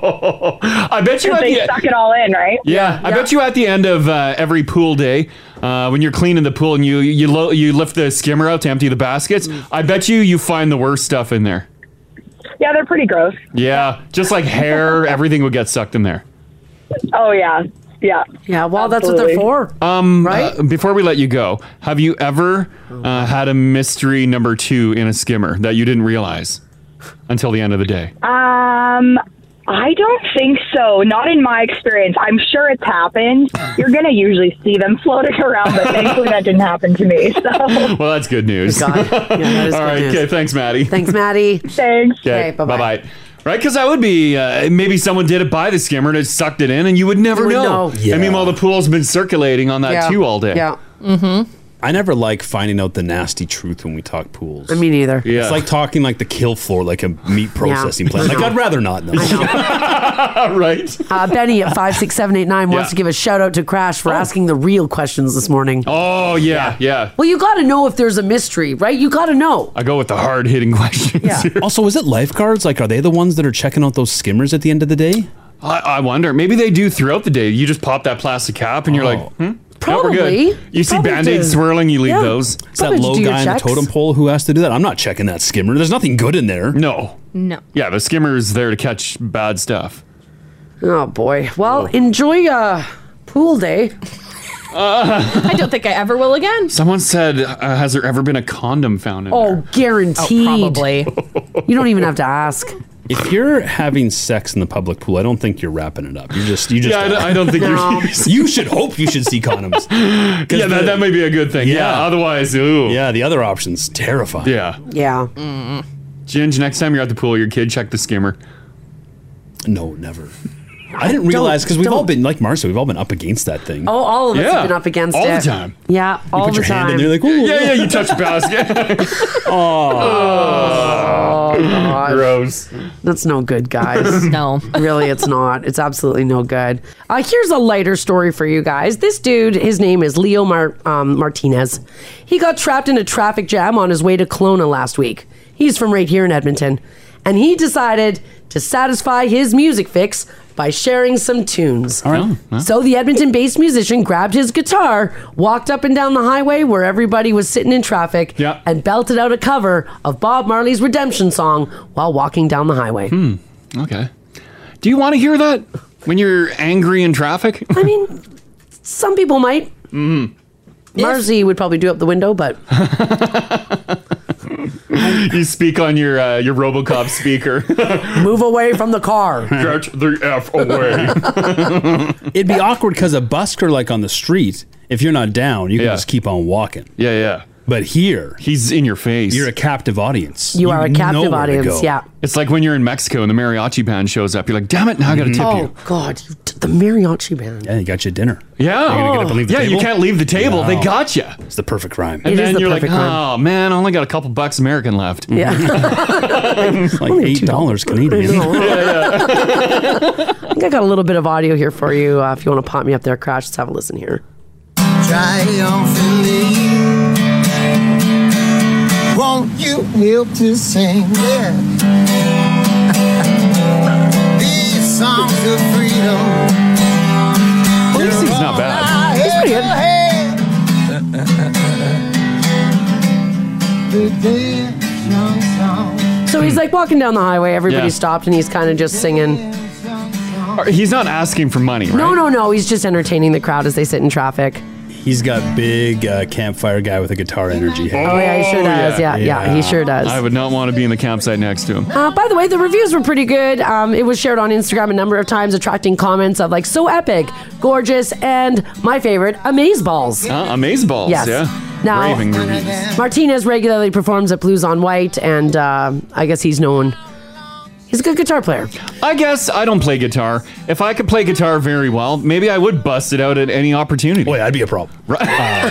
Speaker 3: I bet you at
Speaker 19: they
Speaker 3: the-
Speaker 19: suck it all in, right?
Speaker 3: Yeah, I bet you at the end of uh, every pool day, uh, when you're cleaning the pool and you you lo- you lift the skimmer out to empty the baskets,
Speaker 2: Mm.
Speaker 3: I bet you you find the worst stuff in there.
Speaker 19: Yeah, they're pretty gross.
Speaker 3: Yeah, just like hair, everything would get sucked in there.
Speaker 19: Oh yeah, yeah,
Speaker 2: yeah. Well,
Speaker 19: Absolutely.
Speaker 2: for.
Speaker 3: Um,
Speaker 2: Right? Oh.
Speaker 3: uh, before we let you go, have you ever uh, had a mystery number two in a skimmer that you didn't realize until the end of the day?
Speaker 19: Um, I don't think so. Not in my experience. I'm sure it's happened. You're gonna usually see them floating around, but thankfully that didn't happen to me. So
Speaker 3: well, that's good news.
Speaker 2: is
Speaker 3: All
Speaker 2: good
Speaker 3: right.
Speaker 2: news.
Speaker 3: Okay. Thanks, Maddie.
Speaker 2: Thanks, Maddie.
Speaker 19: Thanks.
Speaker 3: Okay. bye bye. Right, because that would be uh, maybe someone did it by the skimmer and it sucked it in, and you would never
Speaker 5: You would
Speaker 3: know.
Speaker 5: know. Yeah.
Speaker 3: I mean, while the pool's been circulating on that too all day.
Speaker 5: Mm-hmm. I never like finding out the nasty truth when we talk pools.
Speaker 2: I mean, either.
Speaker 5: It's like talking like the kill floor, like a meat processing plant. Like
Speaker 2: I know.
Speaker 5: I'd rather not know.
Speaker 3: right.
Speaker 2: Uh, Benny at five six seven eight nine wants
Speaker 5: Yeah.
Speaker 2: to give a shout out to Crash for asking the real questions this morning.
Speaker 3: Oh yeah, yeah.
Speaker 2: Well, you got to know if there's a mystery, right? You got to know.
Speaker 3: I go with the hard hitting questions. Yeah.
Speaker 5: also, is it lifeguards? Like, are they the ones that are checking out those skimmers at the end of the day?
Speaker 3: I, I wonder. Maybe they do throughout the day. You just pop that plastic cap and you're like,
Speaker 5: Oh.
Speaker 3: hmm? Nope, we're good.
Speaker 5: Probably.
Speaker 3: You see
Speaker 5: Probably
Speaker 3: band aids
Speaker 5: do.
Speaker 3: swirling, you leave
Speaker 5: Yeah.
Speaker 3: those.
Speaker 5: It's that low guy on the totem pole who has to do that. I'm not checking that skimmer. There's nothing good in there.
Speaker 3: No.
Speaker 6: No.
Speaker 3: Yeah, the skimmer's there to catch bad stuff.
Speaker 2: Oh boy. Well, enjoy uh, pool day.
Speaker 6: I don't think I ever will again.
Speaker 3: Someone said, uh, has there ever been a condom found in
Speaker 2: Oh, guaranteed.
Speaker 6: probably.
Speaker 2: you don't even have to ask.
Speaker 5: If you're having sex in the public pool, I don't think you're wrapping it up. You just, you just.
Speaker 3: Yeah, I don't- I don't think you're- No.
Speaker 5: you should hope you should see condoms.
Speaker 3: Yeah, that- that might be a good thing. Yeah, otherwise, ooh.
Speaker 5: Yeah, the other option's terrifying.
Speaker 3: Yeah.
Speaker 2: Yeah.
Speaker 5: Mm-hmm.
Speaker 3: Ginge, next time you're at the pool, your kid, check the skimmer.
Speaker 5: No, never. I didn't realize because we've all been like Marcia. We've all been up against that thing.
Speaker 2: Oh, all of us have been up against
Speaker 5: all
Speaker 2: it.
Speaker 5: the time.
Speaker 2: Yeah, all
Speaker 5: you put
Speaker 2: the
Speaker 5: your
Speaker 2: time.
Speaker 5: hand in there like, ooh.
Speaker 3: Yeah, yeah, you touch the basket.
Speaker 2: Oh, gosh.
Speaker 3: gross.
Speaker 2: That's no good, guys.
Speaker 6: no.
Speaker 2: Really, it's not. It's absolutely no good. Uh, here's a lighter story for you guys. This dude, his name is Leo Mar- um, Martinez. He got trapped in a traffic jam on his way to Kelowna last week. He's from right here in Edmonton. And he decided to satisfy his music fix by sharing some tunes. All
Speaker 3: right.
Speaker 2: So the Edmonton based musician grabbed his guitar, walked up and down the highway where everybody was sitting in traffic, and belted out a cover of Bob Marley's Redemption song while walking down the highway. Hmm.
Speaker 3: Okay. Do you want to hear that when you're angry in traffic?
Speaker 2: I mean, some people might.
Speaker 3: Mm.
Speaker 2: Marzi would probably do up the window, but
Speaker 3: you speak on your uh, your RoboCop speaker.
Speaker 2: move away from the car.
Speaker 3: Get the f away.
Speaker 5: It'd be awkward because a busker like on the street, if you're not down, you can just keep on walking.
Speaker 3: Yeah, yeah.
Speaker 5: But here,
Speaker 3: he's in your face.
Speaker 5: You're a captive audience.
Speaker 2: You are a captive
Speaker 5: know where to
Speaker 2: audience,
Speaker 5: go.
Speaker 2: yeah.
Speaker 3: It's like when you're in Mexico and the mariachi band shows up. You're like, damn it, now I got to tip
Speaker 2: oh,
Speaker 3: you.
Speaker 2: God, you t- the mariachi band.
Speaker 5: Yeah, you got your dinner.
Speaker 3: Yeah.
Speaker 5: You're gonna get up and leave the
Speaker 3: yeah, you
Speaker 5: table?
Speaker 3: can't leave the table. They
Speaker 5: No.
Speaker 3: got you.
Speaker 5: It's the perfect crime.
Speaker 3: And then you're like, oh man, I only got a couple bucks American left.
Speaker 5: it's like eight dollars Canadian.
Speaker 2: I think I got a little bit of audio here for you. Uh, if you want to pop me up there, Crash, let's have a listen here.
Speaker 21: triumphantly. Won't you live to sing? Yeah. These songs of freedom.
Speaker 3: "Oh, This thing's not bad.
Speaker 21: It's pretty good.
Speaker 2: So he's like walking down the highway, everybody
Speaker 3: Yeah.
Speaker 2: stopped, and he's kind of just singing.
Speaker 3: Or- He's not asking for money, right?
Speaker 2: No, no, no. He's just entertaining the crowd as they sit in traffic.
Speaker 5: He's got big uh, campfire guy with a guitar energy.
Speaker 2: Oh, yeah, he sure does. Yeah, yeah, he sure does.
Speaker 3: I would not want to be in the campsite next to him.
Speaker 2: Uh, by the way, the reviews were pretty good. Um, it was shared on Instagram a number of times, attracting comments of like so epic, gorgeous, and my favorite, amazeballs.
Speaker 3: Uh, Amazeballs,
Speaker 2: Yes.
Speaker 3: yeah.
Speaker 2: Now-
Speaker 3: Raving reviews.
Speaker 2: Martinez regularly performs at Blues on White, and uh, I guess he's known. He's a good guitar player.
Speaker 3: I guess I don't play guitar. If I could play guitar very well, maybe I would bust it out at any opportunity. Boy,
Speaker 5: I'd be a problem.
Speaker 3: Right.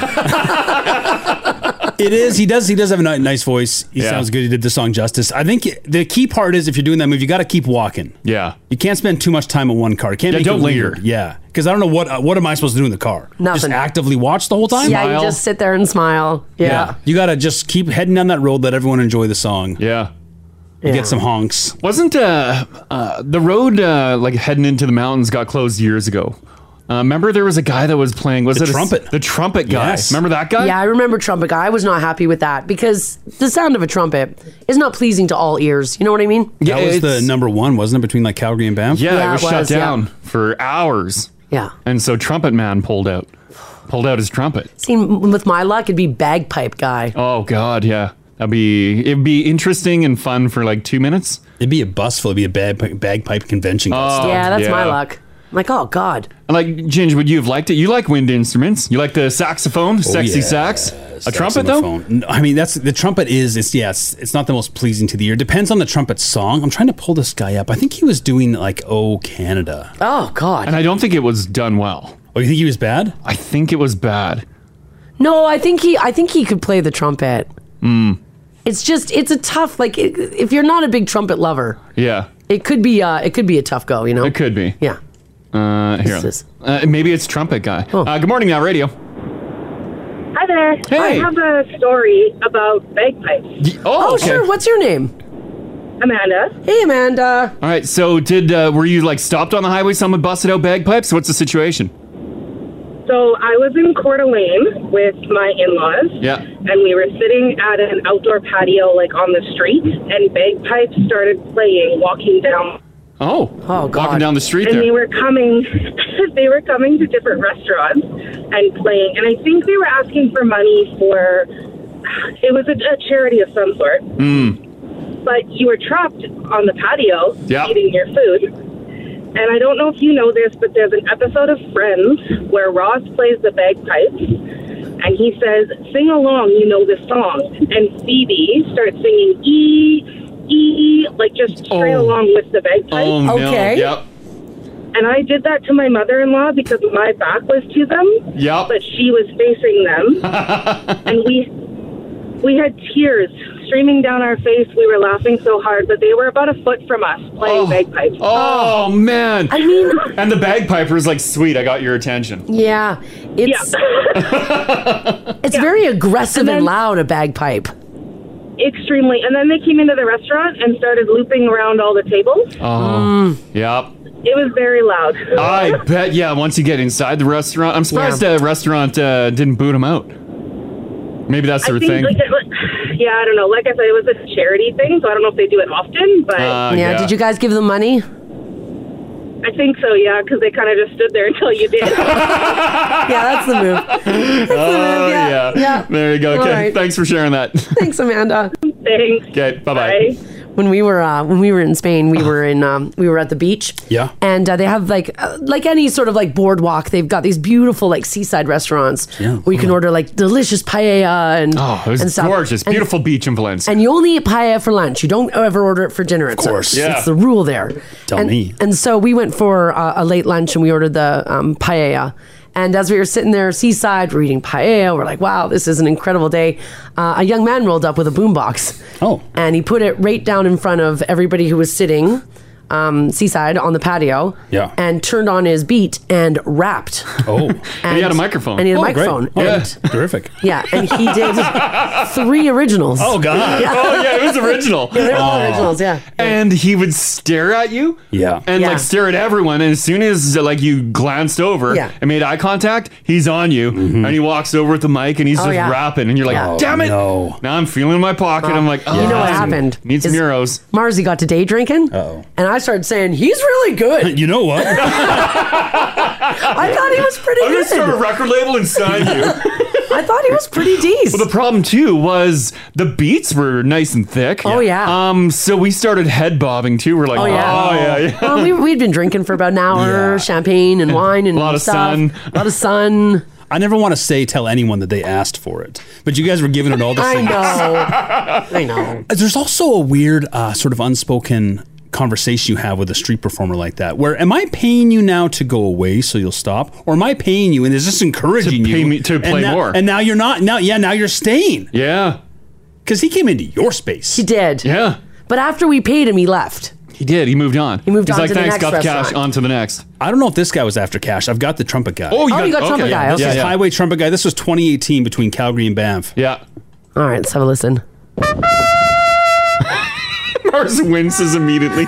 Speaker 5: It is. He does. He does have a ni- nice voice. He sounds good. He did the song justice. I think the key part is if you're doing that move, you got to keep walking.
Speaker 3: Yeah.
Speaker 5: You can't spend too much time on one car. You can't
Speaker 3: Yeah,
Speaker 5: make
Speaker 3: don't
Speaker 5: it weird.
Speaker 3: linger.
Speaker 5: Yeah. Because I don't know what uh, what am I supposed to do in the car? Nothing. Just actively watch the whole time.
Speaker 2: Yeah, you just sit there and smile. Yeah.
Speaker 5: You got to just keep heading down that road. Let everyone enjoy the song.
Speaker 3: Yeah.
Speaker 5: You get some honks.
Speaker 3: Wasn't uh, uh the road uh like heading into the mountains got closed years ago? Uh, remember there was a guy that was playing was
Speaker 5: The
Speaker 3: it a s-
Speaker 5: trumpet.
Speaker 3: the trumpet guy.
Speaker 5: Yes.
Speaker 3: Remember that guy?
Speaker 2: Yeah, I remember trumpet guy. I was not happy with that because the sound of a trumpet is not pleasing to all ears. You know what I mean?
Speaker 5: that was the number one, wasn't it, between like Calgary and Banff?
Speaker 3: Yeah, it was, shut
Speaker 2: yeah.
Speaker 3: down for hours.
Speaker 2: Yeah.
Speaker 3: And so trumpet man pulled out pulled out his trumpet.
Speaker 2: See, m- with my luck, it'd be bagpipe guy.
Speaker 3: Oh god, yeah. That'd be it'd be interesting and fun for like 2 minutes.
Speaker 5: It'd be a bus full, it'd be a bag, bagpipe convention.
Speaker 2: yeah, that's my luck. I'm like, oh God.
Speaker 3: And like Ginge, would you have liked it? You like wind instruments. You like the saxophone, sexy
Speaker 5: Oh, yeah.
Speaker 3: sax. A trumpet though?
Speaker 5: N- I mean, that's the trumpet is it's yeah, it's, it's not the most pleasing to the ear. Depends on the trumpet song. I'm trying to pull this guy up. I think he was doing like "Oh Canada."
Speaker 2: Oh God.
Speaker 3: And I don't think it was done well.
Speaker 5: Oh, you think he was bad?
Speaker 3: I think it was bad.
Speaker 2: No, I think he. I think he could play the trumpet.
Speaker 3: Mm.
Speaker 2: It's just, it's a tough. Like, i if you're not a big trumpet lover,
Speaker 3: Yeah.
Speaker 2: it could be. Uh, it could be a tough go. You know. It
Speaker 3: could be.
Speaker 2: Yeah.
Speaker 3: Uh, here. Uh, maybe it's trumpet guy. Uh, good morning, now radio.
Speaker 10: Hi there.
Speaker 3: Hey.
Speaker 10: I have a story about bagpipes.
Speaker 3: Oh, okay.
Speaker 2: sure. What's your name?
Speaker 10: Amanda.
Speaker 2: Hey, Amanda.
Speaker 3: All right. So did uh, were you like stopped on the highway? Someone busted out bagpipes. What's the situation?
Speaker 10: So I was in Coeur d'Alene with my in laws,
Speaker 3: Yeah.
Speaker 10: and we were sitting at an outdoor patio, like on the street, and bagpipes started playing walking down.
Speaker 3: Oh. Oh God. Walking down the street
Speaker 10: and
Speaker 3: there.
Speaker 10: they were coming, they were coming to different restaurants and playing. And I think they were asking for money for, it was a, a charity of some sort.
Speaker 3: Mm.
Speaker 10: but you were trapped on the patio
Speaker 3: Yeah.
Speaker 10: eating your food. And I don't know if you know this, but there's an episode of Friends where Ross plays the bagpipes and he says, Sing along, you know this song. And Phoebe starts singing E, E, like just straight along with the bagpipes.
Speaker 3: Oh no. Yep.
Speaker 10: And I did that to my mother in law because my back was to them.
Speaker 3: Yep.
Speaker 10: But she was facing them. and we we had tears streaming down our face. We were laughing so hard, but they were about a foot from us playing bagpipes.
Speaker 3: Oh man. I
Speaker 2: mean.
Speaker 3: And the bagpiper's like, sweet. I got your attention.
Speaker 2: Yeah. It's. it's very aggressive and, loud. A bagpipe.
Speaker 10: Extremely. And then they came into the restaurant and started looping around all the tables.
Speaker 2: Mm.
Speaker 3: Oh. Yep.
Speaker 10: It was very loud.
Speaker 3: I bet. Yeah. Once you get inside the restaurant, I'm surprised the restaurant uh, didn't boot him out. Maybe that's
Speaker 10: I
Speaker 3: their
Speaker 10: think,
Speaker 3: thing.
Speaker 10: like, it- like, yeah, I don't know. Like I said, it was a charity thing, so I don't know if they do it often, but
Speaker 2: yeah. Did you guys give them money?
Speaker 10: I think so, yeah, because they kind of just stood there until you did.
Speaker 2: yeah, that's the move.
Speaker 3: oh yeah.
Speaker 2: Yeah.
Speaker 3: There you go.
Speaker 2: All
Speaker 3: Okay.
Speaker 2: right.
Speaker 3: Thanks for sharing that.
Speaker 2: Thanks, Amanda.
Speaker 10: Thanks.
Speaker 3: Okay. Bye-bye.
Speaker 2: When we were uh, when we were in Spain,
Speaker 3: Uh-huh.
Speaker 2: we were in um, we were at the beach.
Speaker 5: Yeah.
Speaker 2: and uh, they have like uh, like any sort of like boardwalk. They've got these beautiful like seaside restaurants
Speaker 3: Yeah. Uh-huh.
Speaker 2: where you can order like delicious paella and
Speaker 3: Oh, it
Speaker 2: and
Speaker 3: was
Speaker 2: stuff.
Speaker 3: gorgeous.
Speaker 2: And-
Speaker 3: Beautiful beach in Valencia.
Speaker 2: And you only eat paella for lunch. You don't ever order it for dinner. Of
Speaker 3: course. Yeah.
Speaker 2: it's the rule there.
Speaker 3: Tell
Speaker 2: and,
Speaker 3: me.
Speaker 2: And so we went for uh, a late lunch and we ordered the um, paella. And as we were sitting there seaside, we're eating paella. We're like, wow, this is an incredible day. Uh, a young man rolled up with a boombox.
Speaker 5: Oh.
Speaker 2: And he put it right down in front of everybody who was sitting um, seaside on the patio.
Speaker 5: Yeah.
Speaker 2: And turned on his beat and rapped.
Speaker 5: Oh.
Speaker 2: And he had a microphone. and he had a
Speaker 5: Oh, great.
Speaker 2: microphone.
Speaker 5: Oh,
Speaker 2: And-
Speaker 5: Terrific.
Speaker 2: Yeah, and he did three originals.
Speaker 5: Oh, God.
Speaker 3: Oh yeah, it was original. Oh.
Speaker 2: Yeah, they're all originals. Yeah.
Speaker 3: And he would stare at you.
Speaker 5: Yeah.
Speaker 3: And
Speaker 2: Yeah.
Speaker 3: like stare at everyone, and as soon as like you glanced over
Speaker 2: Yeah.
Speaker 3: and made eye contact, he's on you,
Speaker 5: Mm-hmm.
Speaker 3: and he walks over with the mic, and he's
Speaker 2: Oh,
Speaker 3: just
Speaker 2: yeah.
Speaker 3: rapping, and you're like,
Speaker 2: Yeah.
Speaker 3: "Damn it!"
Speaker 5: Oh, No.
Speaker 3: Now I'm feeling in my pocket. I'm like,
Speaker 2: You know what
Speaker 3: "Ah,
Speaker 2: happened
Speaker 3: Needs
Speaker 2: is-
Speaker 3: euros.
Speaker 2: Marzi got to day drinking.
Speaker 5: Uh-oh.
Speaker 2: And I started saying, he's really good.
Speaker 5: you know what?
Speaker 2: I thought he was pretty
Speaker 3: I'm gonna
Speaker 2: good.
Speaker 3: start a record label and sign you.
Speaker 2: I thought he was pretty decent.
Speaker 3: Well, the problem too was the beats were nice and thick. Oh
Speaker 2: yeah.
Speaker 3: Um, so we started head bobbing too. We're like,
Speaker 2: Oh, yeah.
Speaker 3: oh yeah, yeah.
Speaker 2: Well, we, we'd been drinking for about an hour, champagne and wine and a lot
Speaker 5: of
Speaker 2: stuff.
Speaker 5: sun.
Speaker 2: A lot of sun.
Speaker 5: I never want to say tell anyone that they asked for it, but you guys were giving it all the
Speaker 2: I
Speaker 5: same.
Speaker 2: know. I know.
Speaker 5: There's also a weird uh, sort of unspoken conversation you have with a street performer like that. Where am I paying you now to go away so you'll stop, or am I paying you and is this encouraging
Speaker 3: pay
Speaker 5: you
Speaker 3: me- to
Speaker 5: And
Speaker 3: play
Speaker 5: now-
Speaker 3: more.
Speaker 5: And now you're not. Now, yeah, now you're staying.
Speaker 3: Yeah,
Speaker 5: because he came into your space.
Speaker 2: He did.
Speaker 3: Yeah.
Speaker 2: But after we paid him, he left.
Speaker 3: He did. He moved on. He
Speaker 2: moved
Speaker 3: He's
Speaker 2: on
Speaker 3: like,
Speaker 2: to the
Speaker 3: thanks,
Speaker 2: next
Speaker 3: got the cash.
Speaker 5: restaurant."
Speaker 3: On to the next.
Speaker 5: I don't know if this guy was after Cash. I've got the trumpet guy.
Speaker 2: Oh, you Oh, got- you got okay. trumpet guy,
Speaker 5: This
Speaker 2: okay.
Speaker 5: is
Speaker 2: Yeah.
Speaker 5: Highway Trumpet guy. This was 2018 between Calgary and Banff.
Speaker 3: Yeah.
Speaker 2: All right, let's have a listen.
Speaker 3: Mars winces immediately.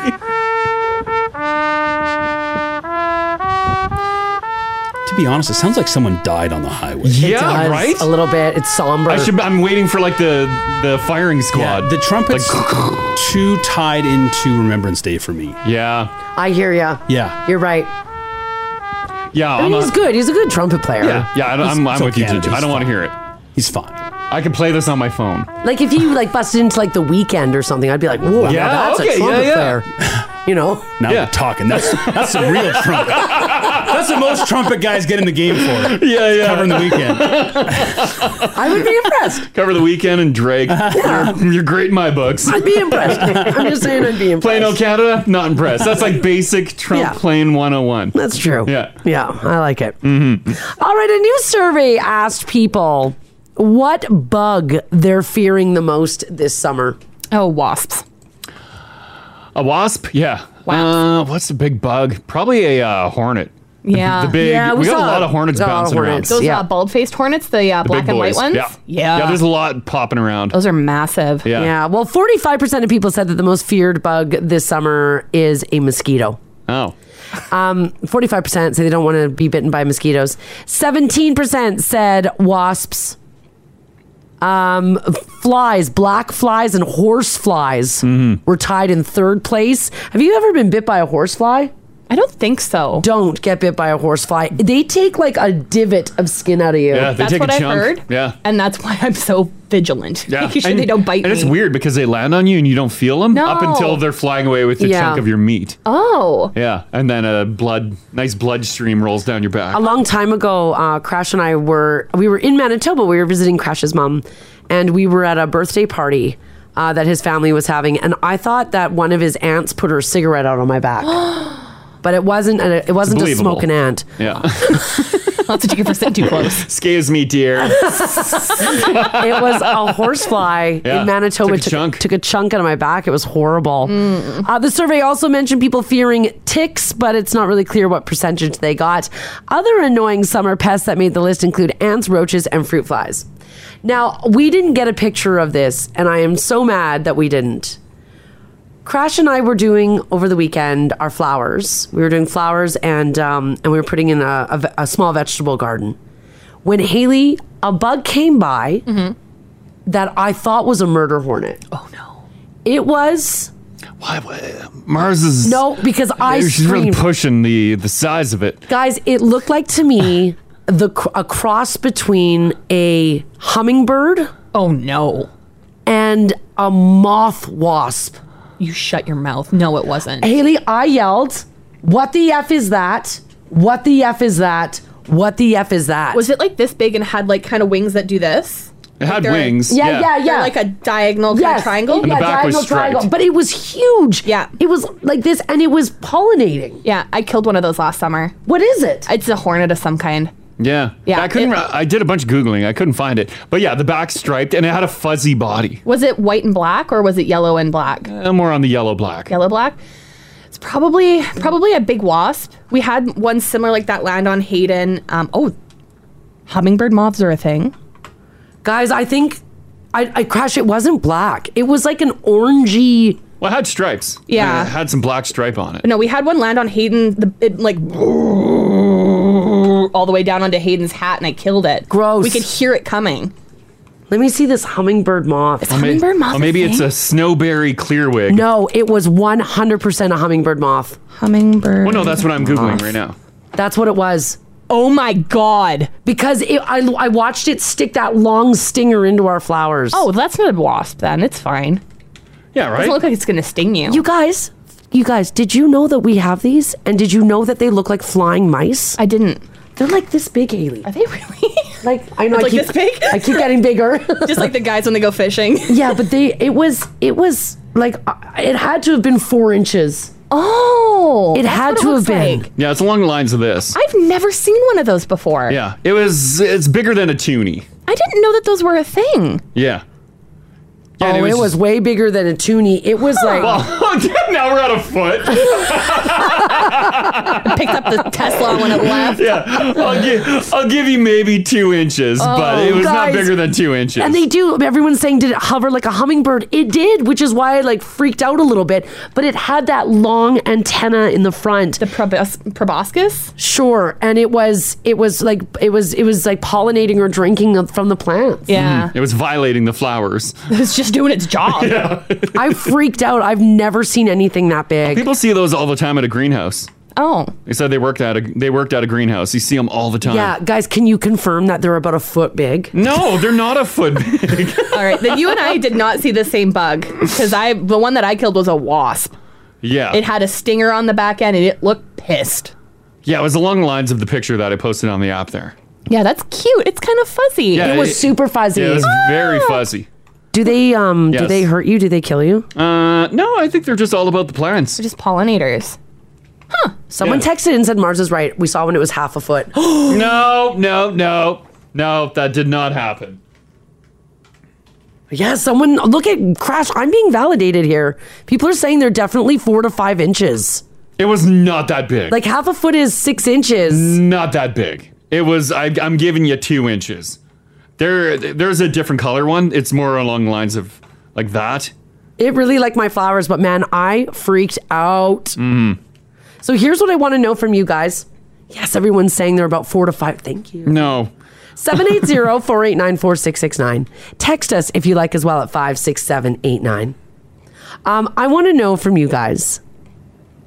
Speaker 5: To be honest, it sounds like someone died on the highway.
Speaker 2: It
Speaker 3: Oh,
Speaker 2: does A little bit. It's somber.
Speaker 5: I should-
Speaker 3: I'm waiting for like the the firing squad.
Speaker 5: the trumpets too tied into Remembrance Day for me.
Speaker 3: Yeah.
Speaker 2: I hear ya.
Speaker 5: Yeah.
Speaker 2: You're right.
Speaker 3: Yeah,
Speaker 2: I mean,
Speaker 3: Oh, I'm
Speaker 2: he's
Speaker 3: a-
Speaker 2: good. He's a good trumpet player.
Speaker 3: Yeah, yeah. I don't,
Speaker 2: He's-
Speaker 3: I'm, I'm
Speaker 2: so
Speaker 3: with you,
Speaker 2: Canada's
Speaker 3: Gigi. I don't want to
Speaker 2: fine.
Speaker 3: hear it.
Speaker 5: He's fine.
Speaker 3: I can play this on my phone.
Speaker 2: Like if you like busted into like the weekend or something, I'd be like, whoa,
Speaker 3: Yeah,
Speaker 2: yeah, that's
Speaker 3: okay,
Speaker 2: a trumpet
Speaker 3: yeah, yeah.
Speaker 2: player. You know?
Speaker 5: Now we're talking. That's that's some real trumpet. That's the most trumpet guys get in the game for.
Speaker 3: Yeah, yeah.
Speaker 5: Covering the weekend.
Speaker 2: I would be impressed.
Speaker 3: Cover the weekend and Drake. you're, you're great in my books.
Speaker 2: I'd be impressed. I'm just saying I'd be impressed.
Speaker 3: Plain old Canada, not impressed. That's like basic Trump
Speaker 2: Yeah.
Speaker 3: plane 101.
Speaker 2: That's true.
Speaker 3: Yeah. Mm-hmm.
Speaker 2: Yeah, I like it. All right, a new survey asked people what bug they're fearing the most this summer.
Speaker 6: Oh, wasps.
Speaker 3: A wasp? Yeah. Uh, what's the big bug? Probably a uh, hornet. The-
Speaker 6: Yeah.
Speaker 3: The, big.
Speaker 6: Yeah,
Speaker 3: we,
Speaker 6: we
Speaker 3: got a
Speaker 6: saw-
Speaker 3: lot of hornets
Speaker 6: got a lot of
Speaker 3: bouncing
Speaker 6: hornets.
Speaker 3: around.
Speaker 6: Those uh, bald-faced hornets, the, uh,
Speaker 3: The
Speaker 6: black
Speaker 3: big
Speaker 6: and white
Speaker 3: boys.
Speaker 6: ones.
Speaker 3: Yeah. Yeah, there's a lot popping around.
Speaker 6: Those are massive.
Speaker 3: Yeah.
Speaker 2: well, 45% of people said that the most feared bug this summer is a mosquito.
Speaker 3: Oh.
Speaker 2: Um, 45% say they don't want to be bitten by mosquitoes. 17% said wasps, um, flies, black flies, and horse flies
Speaker 3: Mm-hmm.
Speaker 2: were tied in third place. Have you ever been bit by a horse fly?
Speaker 6: I don't think so.
Speaker 2: Don't get bit by a horse fly. They take like a divot of skin out of you.
Speaker 3: Yeah, they
Speaker 6: That's
Speaker 3: take
Speaker 6: what
Speaker 3: a
Speaker 6: I've
Speaker 3: chunk.
Speaker 6: heard.
Speaker 3: Yeah.
Speaker 6: And that's why I'm so vigilant.
Speaker 3: Yeah.
Speaker 6: Making sure they don't bite
Speaker 3: and
Speaker 6: me.
Speaker 3: it's weird because they land on you and you don't feel them up
Speaker 6: No.
Speaker 3: until they're flying away with a
Speaker 6: Yeah.
Speaker 3: chunk of your meat.
Speaker 6: Oh.
Speaker 3: Yeah, and then a blood, nice blood stream rolls down your back.
Speaker 2: A long time ago, uh, Crash and I were we were in Manitoba. We were visiting Crash's mom, and we were at a birthday party uh, that his family was having. And I thought that one of his aunts put her cigarette out on my back, but it wasn't. A, it wasn't a
Speaker 3: Believable.
Speaker 2: smoking ant.
Speaker 3: Yeah.
Speaker 6: That's what you get for sitting too close.
Speaker 3: Excuse me, dear.
Speaker 2: it was a horsefly
Speaker 3: Yeah.
Speaker 2: in Manitoba.
Speaker 3: Took a Mm.
Speaker 2: Took, chunk. took a chunk out of my back. It was horrible. Uh, the survey also mentioned people fearing ticks, but it's not really clear what percentage they got. Other annoying summer pests that made the list include ants, roaches, and fruit flies. Now, we didn't get a picture of this, and I am so mad that we didn't. Crash and I were doing over the weekend our flowers. We were doing flowers and um, and we were putting in a, a ve- a small vegetable garden. When Haley, a bug came by
Speaker 3: Mm-hmm.
Speaker 2: that I thought was a murder hornet. Oh no! It was.
Speaker 3: Why? Mars is
Speaker 2: No, because I
Speaker 3: she's really
Speaker 2: screamed.
Speaker 3: pushing the the size of it.
Speaker 2: Guys, it looked like to me the cr- a cross between a hummingbird.
Speaker 6: Oh no!
Speaker 2: And a moth wasp.
Speaker 6: You shut your mouth. No, it wasn't.
Speaker 2: Haley, I yelled, "What the f is that? What the f is that? What the f is that?"
Speaker 6: Was it like this big and had like kind of wings that do this?
Speaker 3: It had
Speaker 6: They're-
Speaker 3: wings.
Speaker 2: Yeah, yeah, yeah.
Speaker 6: They're like a diagonal kind of triangle.
Speaker 2: yeah, diagonal triangle, but it was huge. Yeah, it was like this, and it was pollinating.
Speaker 6: Yeah, I killed one of those last summer.
Speaker 2: What is it?
Speaker 6: It's a hornet of some kind.
Speaker 3: Yeah.
Speaker 6: Yeah,
Speaker 3: I couldn't. I did a bunch of googling. I couldn't find it. But yeah, the back striped and it had a fuzzy body.
Speaker 6: Was it white and black or was it yellow and black?
Speaker 3: Uh, more on the yellow black.
Speaker 6: Yellow black. It's probably probably a big wasp. We had one similar like that land on Hayden. Um, oh, hummingbird moths are a thing.
Speaker 2: Guys, I think I, I crash. It wasn't black. It was like an orangey.
Speaker 3: Well, it had stripes.
Speaker 6: Yeah.
Speaker 3: And it had some black stripe on it.
Speaker 6: No, we had one land on Hayden. The it like all the way down onto Hayden's hat, and I killed it. Gross. We could hear it coming.
Speaker 2: Let me see this hummingbird moth.
Speaker 3: Or may-
Speaker 6: hummingbird moth
Speaker 3: Or maybe
Speaker 6: a
Speaker 3: it's a snowberry clearwig.
Speaker 2: No, it was one hundred percent a hummingbird moth.
Speaker 6: Hummingbird.
Speaker 3: Well, no, that's what I'm googling right now.
Speaker 2: That's what it was.
Speaker 6: Oh my god!
Speaker 2: Because it, I I watched it stick that long stinger into our flowers.
Speaker 6: Oh, that's not a wasp then. It's fine.
Speaker 3: Yeah,
Speaker 6: Doesn't look like it's gonna sting you.
Speaker 2: You guys, you guys, did you know that we have these? And did you know that they look like flying mice?
Speaker 6: I didn't.
Speaker 2: They're like this big, Haley. Are
Speaker 6: they really?
Speaker 2: Like I know.
Speaker 6: It's
Speaker 2: I
Speaker 6: like
Speaker 2: keep,
Speaker 6: this big?
Speaker 2: I keep getting bigger.
Speaker 6: Just like the guys when they go fishing.
Speaker 2: yeah, but they it was it was like uh, it had to have been four inches.
Speaker 6: Oh,
Speaker 2: it
Speaker 6: that's
Speaker 2: had
Speaker 6: what it
Speaker 2: to have
Speaker 6: looks
Speaker 2: been.
Speaker 3: Yeah, it's along the lines of this.
Speaker 6: I've never seen one of those before.
Speaker 3: Yeah, it was. It's bigger than a toonie.
Speaker 6: I didn't know that those were a thing.
Speaker 3: Yeah.
Speaker 2: oh,
Speaker 3: and
Speaker 2: it
Speaker 3: it
Speaker 2: was,
Speaker 3: was Oh,
Speaker 2: way bigger than a toonie. It was like
Speaker 3: now we're at a foot.
Speaker 6: Picked up the Tesla when it left.
Speaker 3: Yeah, I'll, gi- I'll give you maybe two inches, but
Speaker 2: Oh,
Speaker 3: it was
Speaker 2: guys.
Speaker 3: not bigger than two inches.
Speaker 2: And they do. Everyone's saying, did it hover like a hummingbird? It did, which is why I like freaked out a little bit. But it had that long antenna in the front, the
Speaker 6: probos- proboscis.
Speaker 2: Sure, and it was it was like it was it was like pollinating or drinking of- from the plants.
Speaker 3: Mm, it was violating the flowers.
Speaker 6: it's just doing its
Speaker 3: Mm-hmm.
Speaker 6: job.
Speaker 2: I freaked out. I've never seen anything that big.
Speaker 3: People see those all the time at a greenhouse.
Speaker 6: Oh.
Speaker 3: They said they worked at a they worked at a greenhouse. You see them all the time.
Speaker 2: Yeah, guys, can you confirm that they're about a foot big?
Speaker 3: No, they're not a foot big.
Speaker 6: All right, then you and I did not see the same bug because I the one that I killed was a wasp.
Speaker 3: Yeah.
Speaker 6: It had a stinger on the back end and it looked pissed.
Speaker 3: yeah, it was along the lines of the picture that I posted on the app there.
Speaker 6: Yeah, that's cute. It's kind of fuzzy.
Speaker 3: Yeah, Yeah, it was very fuzzy.
Speaker 2: Do they um Ah! do
Speaker 3: Yes.
Speaker 2: they hurt you? Do they kill you?
Speaker 3: Uh, no, I think they're just all about the plants. They're
Speaker 6: just pollinators.
Speaker 2: Someone
Speaker 3: Yeah.
Speaker 2: texted and said Mars is right. We saw when it was half a foot.
Speaker 3: no, no, no, no, that did not happen.
Speaker 2: Yeah, someone look at Crash. I'm being validated here. People are saying they're definitely four to five inches.
Speaker 3: It was not that big.
Speaker 2: Like half a foot is six inches.
Speaker 3: Not that big. It was. I, I'm giving you two inches. There, there's a different color one. It's more along the lines of like that.
Speaker 2: It really like my flowers, but man, I freaked out.
Speaker 3: Mm.
Speaker 2: So here's what I want to know from you guys. Yes, everyone's saying they're about four to five. Thank you.
Speaker 3: No.
Speaker 2: 780-489-4669. Text us if you like as well at 56789. Um, I want to know from you guys.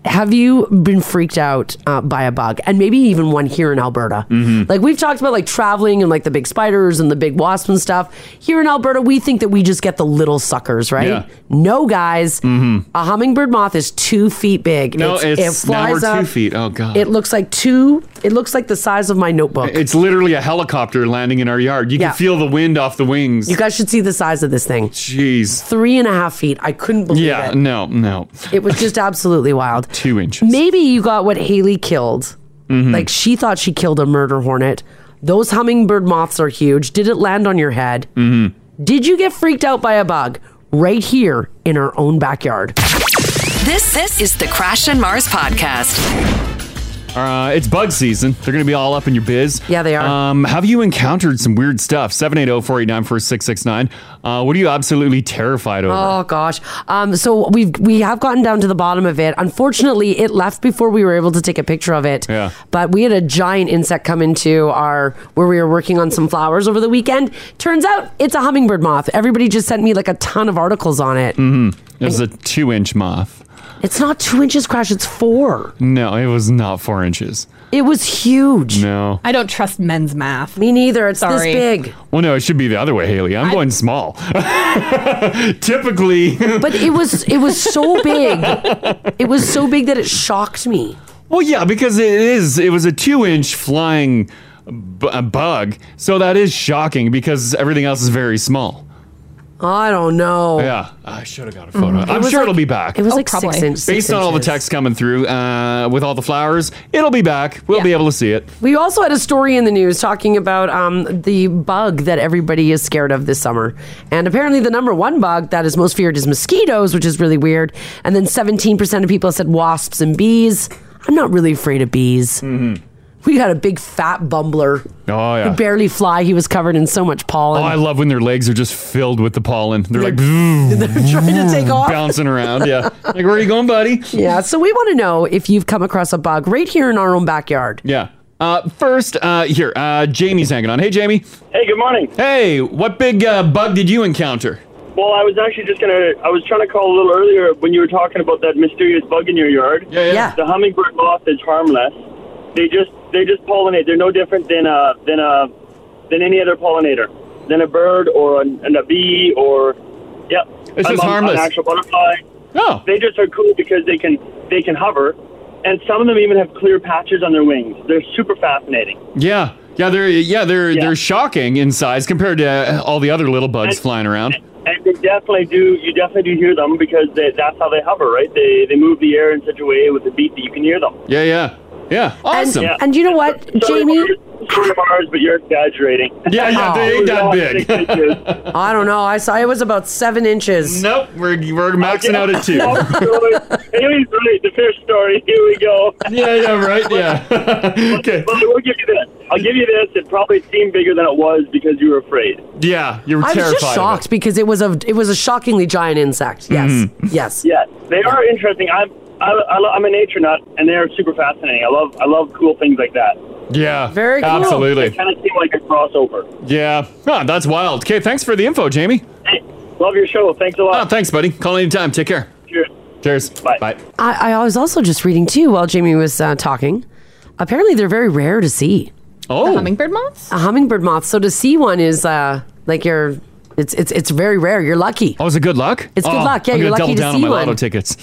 Speaker 2: Have you been freaked out uh, by a bug? And maybe even one here in Alberta.
Speaker 3: Mm-hmm.
Speaker 2: Like we've talked about like traveling and like the big spiders and the big wasps and stuff. Here in Alberta, we think that we just get the little suckers, right?
Speaker 3: Yeah. Mm-hmm.
Speaker 2: No, guys. A hummingbird moth is two feet big.
Speaker 3: No,
Speaker 2: It's-
Speaker 3: it's,
Speaker 2: it
Speaker 3: now we're
Speaker 2: flies
Speaker 3: two
Speaker 2: up.
Speaker 3: feet. Oh god.
Speaker 2: It looks like two. It looks like the size of my notebook.
Speaker 3: it's literally a helicopter landing in our yard. You
Speaker 2: Yeah.
Speaker 3: can feel the wind off the wings.
Speaker 2: You guys should see the size of this thing.
Speaker 3: Jeez.
Speaker 2: Three and a half feet. I couldn't believe
Speaker 3: Yeah.
Speaker 2: it.
Speaker 3: No. No.
Speaker 2: It was just absolutely wild.
Speaker 3: Two inches. Mm-hmm.
Speaker 2: Maybe you got what Haley killed. Like she thought she killed a murder hornet. Those hummingbird moths are huge. Did it land on your head?
Speaker 21: Mm-hmm.
Speaker 2: Did you get freaked out by a bug right here in our own backyard?
Speaker 4: This this is the Crash and Mars podcast.
Speaker 3: Uh, it's bug season. They're going to be all up in your biz. Yeah,
Speaker 2: they
Speaker 3: are. Um, have you encountered some weird stuff? oh, 780-489-4669. Uh, what are you absolutely terrified over?
Speaker 2: Oh gosh. Um, so we've we have gotten down to the bottom of it. Unfortunately, it left before we were able to take a picture of it.
Speaker 3: Yeah.
Speaker 2: But we had a giant insect come into our where we were working on some flowers over the weekend. Turns out it's a hummingbird moth. Everybody just sent me like a ton of articles on it.
Speaker 3: Mm-hmm. It was a two-inch moth.
Speaker 2: It's not two inches, Crash. It's four.
Speaker 3: No, it was not four inches.
Speaker 2: It was huge.
Speaker 3: No.
Speaker 6: I don't trust men's math.
Speaker 2: Me neither. It's
Speaker 6: Sorry.
Speaker 2: this big.
Speaker 3: Well, no, it should be the other way, Haley. I'm going small. Typically.
Speaker 2: But it was it was so big. it was so big that it shocked me.
Speaker 3: Well, yeah, because it is. It was a two-inch flying b- uh, bug, so that is shocking because everything else is very small.
Speaker 2: I don't know.
Speaker 3: Yeah, I should have got a photo.
Speaker 2: Mhm. Oh. It
Speaker 3: I'm
Speaker 2: was
Speaker 3: sure
Speaker 2: like-
Speaker 3: it'll be back.
Speaker 2: it was Oh, like six probably. inch- six
Speaker 3: Based on all the
Speaker 2: inches.
Speaker 3: text coming through uh, with all the flowers, it'll be back. We'll be able to see it.
Speaker 2: We also had a story in the news talking about um, the bug that everybody is scared of this summer. And apparently, the number one bug that is most feared is mosquitoes, which is really weird. And then 17% of people said wasps and bees. I'm not really afraid of bees. We got a big fat bumbler.
Speaker 3: Mm-hmm. Oh
Speaker 2: Could
Speaker 3: yeah.
Speaker 2: barely fly. He was covered in so much
Speaker 3: Oh,
Speaker 2: pollen.
Speaker 3: I love when their legs are just filled with the pollen. They're like
Speaker 2: They're trying to take off.
Speaker 3: Mm, bouncing around. Yeah. Like, where are you going, buddy?
Speaker 2: yeah. So we want to know if you've come across a bug right here in our own backyard.
Speaker 3: Yeah. Uh, first, uh, here, uh, Jamie's hanging on. Hey, Jamie.
Speaker 22: Hey, good morning.
Speaker 3: Hey, what big uh, bug did you encounter?
Speaker 22: Well, I was actually just gonna. I was trying to call a little earlier when you were talking about that mysterious bug in your yard.
Speaker 3: Yeah, yeah.
Speaker 22: The hummingbird moth is harmless. They just they just pollinate. They're no different than a than a than any other pollinator, than a bird or an, and a bee or yeah.
Speaker 3: It's just
Speaker 22: an-
Speaker 3: harmless. Oh.
Speaker 22: An actual butterfly.
Speaker 3: No.
Speaker 22: They just are cool because they can they can hover, and some of them even have clear patches on their wings. They're super fascinating.
Speaker 3: Yeah. Yeah, they're yeah they're they're shocking in size compared to uh, all the other little bugs flying around.
Speaker 22: And they definitely do. You definitely do hear them because they, that's how they hover, right? They they move the air in such a way with the beat that you can hear them.
Speaker 3: Yeah, yeah, yeah. Awesome.
Speaker 2: And, and you know what, Jamie?
Speaker 22: Sorry, Mars, but you're exaggerating.
Speaker 3: Yeah, yeah, they ain't that big.
Speaker 2: I don't know. I saw it was about seven inches.
Speaker 3: Nope, we're, we're maxing out at two.
Speaker 22: Amy's right. The fish story. Here we go.
Speaker 3: Yeah, yeah, right. Yeah. okay.
Speaker 22: But we'll give you this. I'll give you this. It probably seemed bigger than it was because you were afraid.
Speaker 3: Yeah, you were
Speaker 2: I
Speaker 3: terrified.
Speaker 2: was just
Speaker 3: of
Speaker 2: shocked because it was a it was a shockingly giant insect. Yes,
Speaker 3: Mhm.
Speaker 2: yes.
Speaker 22: Yes, they are interesting. I'm I, I, lo- I'm a nature nut, and they are super fascinating. I love I love cool things like that.
Speaker 3: it. Yeah.
Speaker 22: Very
Speaker 3: cool. Absolutely.
Speaker 22: They kind of seem like a crossover.
Speaker 3: Yeah. Huh, that's wild. Okay, thanks for the info, Jamie. Oh,
Speaker 22: Love your show. Thanks a lot.
Speaker 3: thanks, buddy. Call anytime. Take care.
Speaker 22: Cheers.
Speaker 3: Cheers. Bye. Bye.
Speaker 2: I, I was also just reading too while Jamie was uh, talking. Apparently, they're very rare to see.
Speaker 3: Oh,
Speaker 2: hummingbird moths. A hummingbird moth. So to see one is uh, like you're. It's it's it's very rare. You're lucky.
Speaker 3: Oh, is it good luck?
Speaker 2: It's good
Speaker 3: Oh,
Speaker 2: luck. Yeah,
Speaker 3: I'm
Speaker 2: you're
Speaker 3: gonna
Speaker 2: lucky
Speaker 3: double
Speaker 2: to
Speaker 3: down
Speaker 2: see
Speaker 3: on my
Speaker 2: one.
Speaker 3: lotto tickets.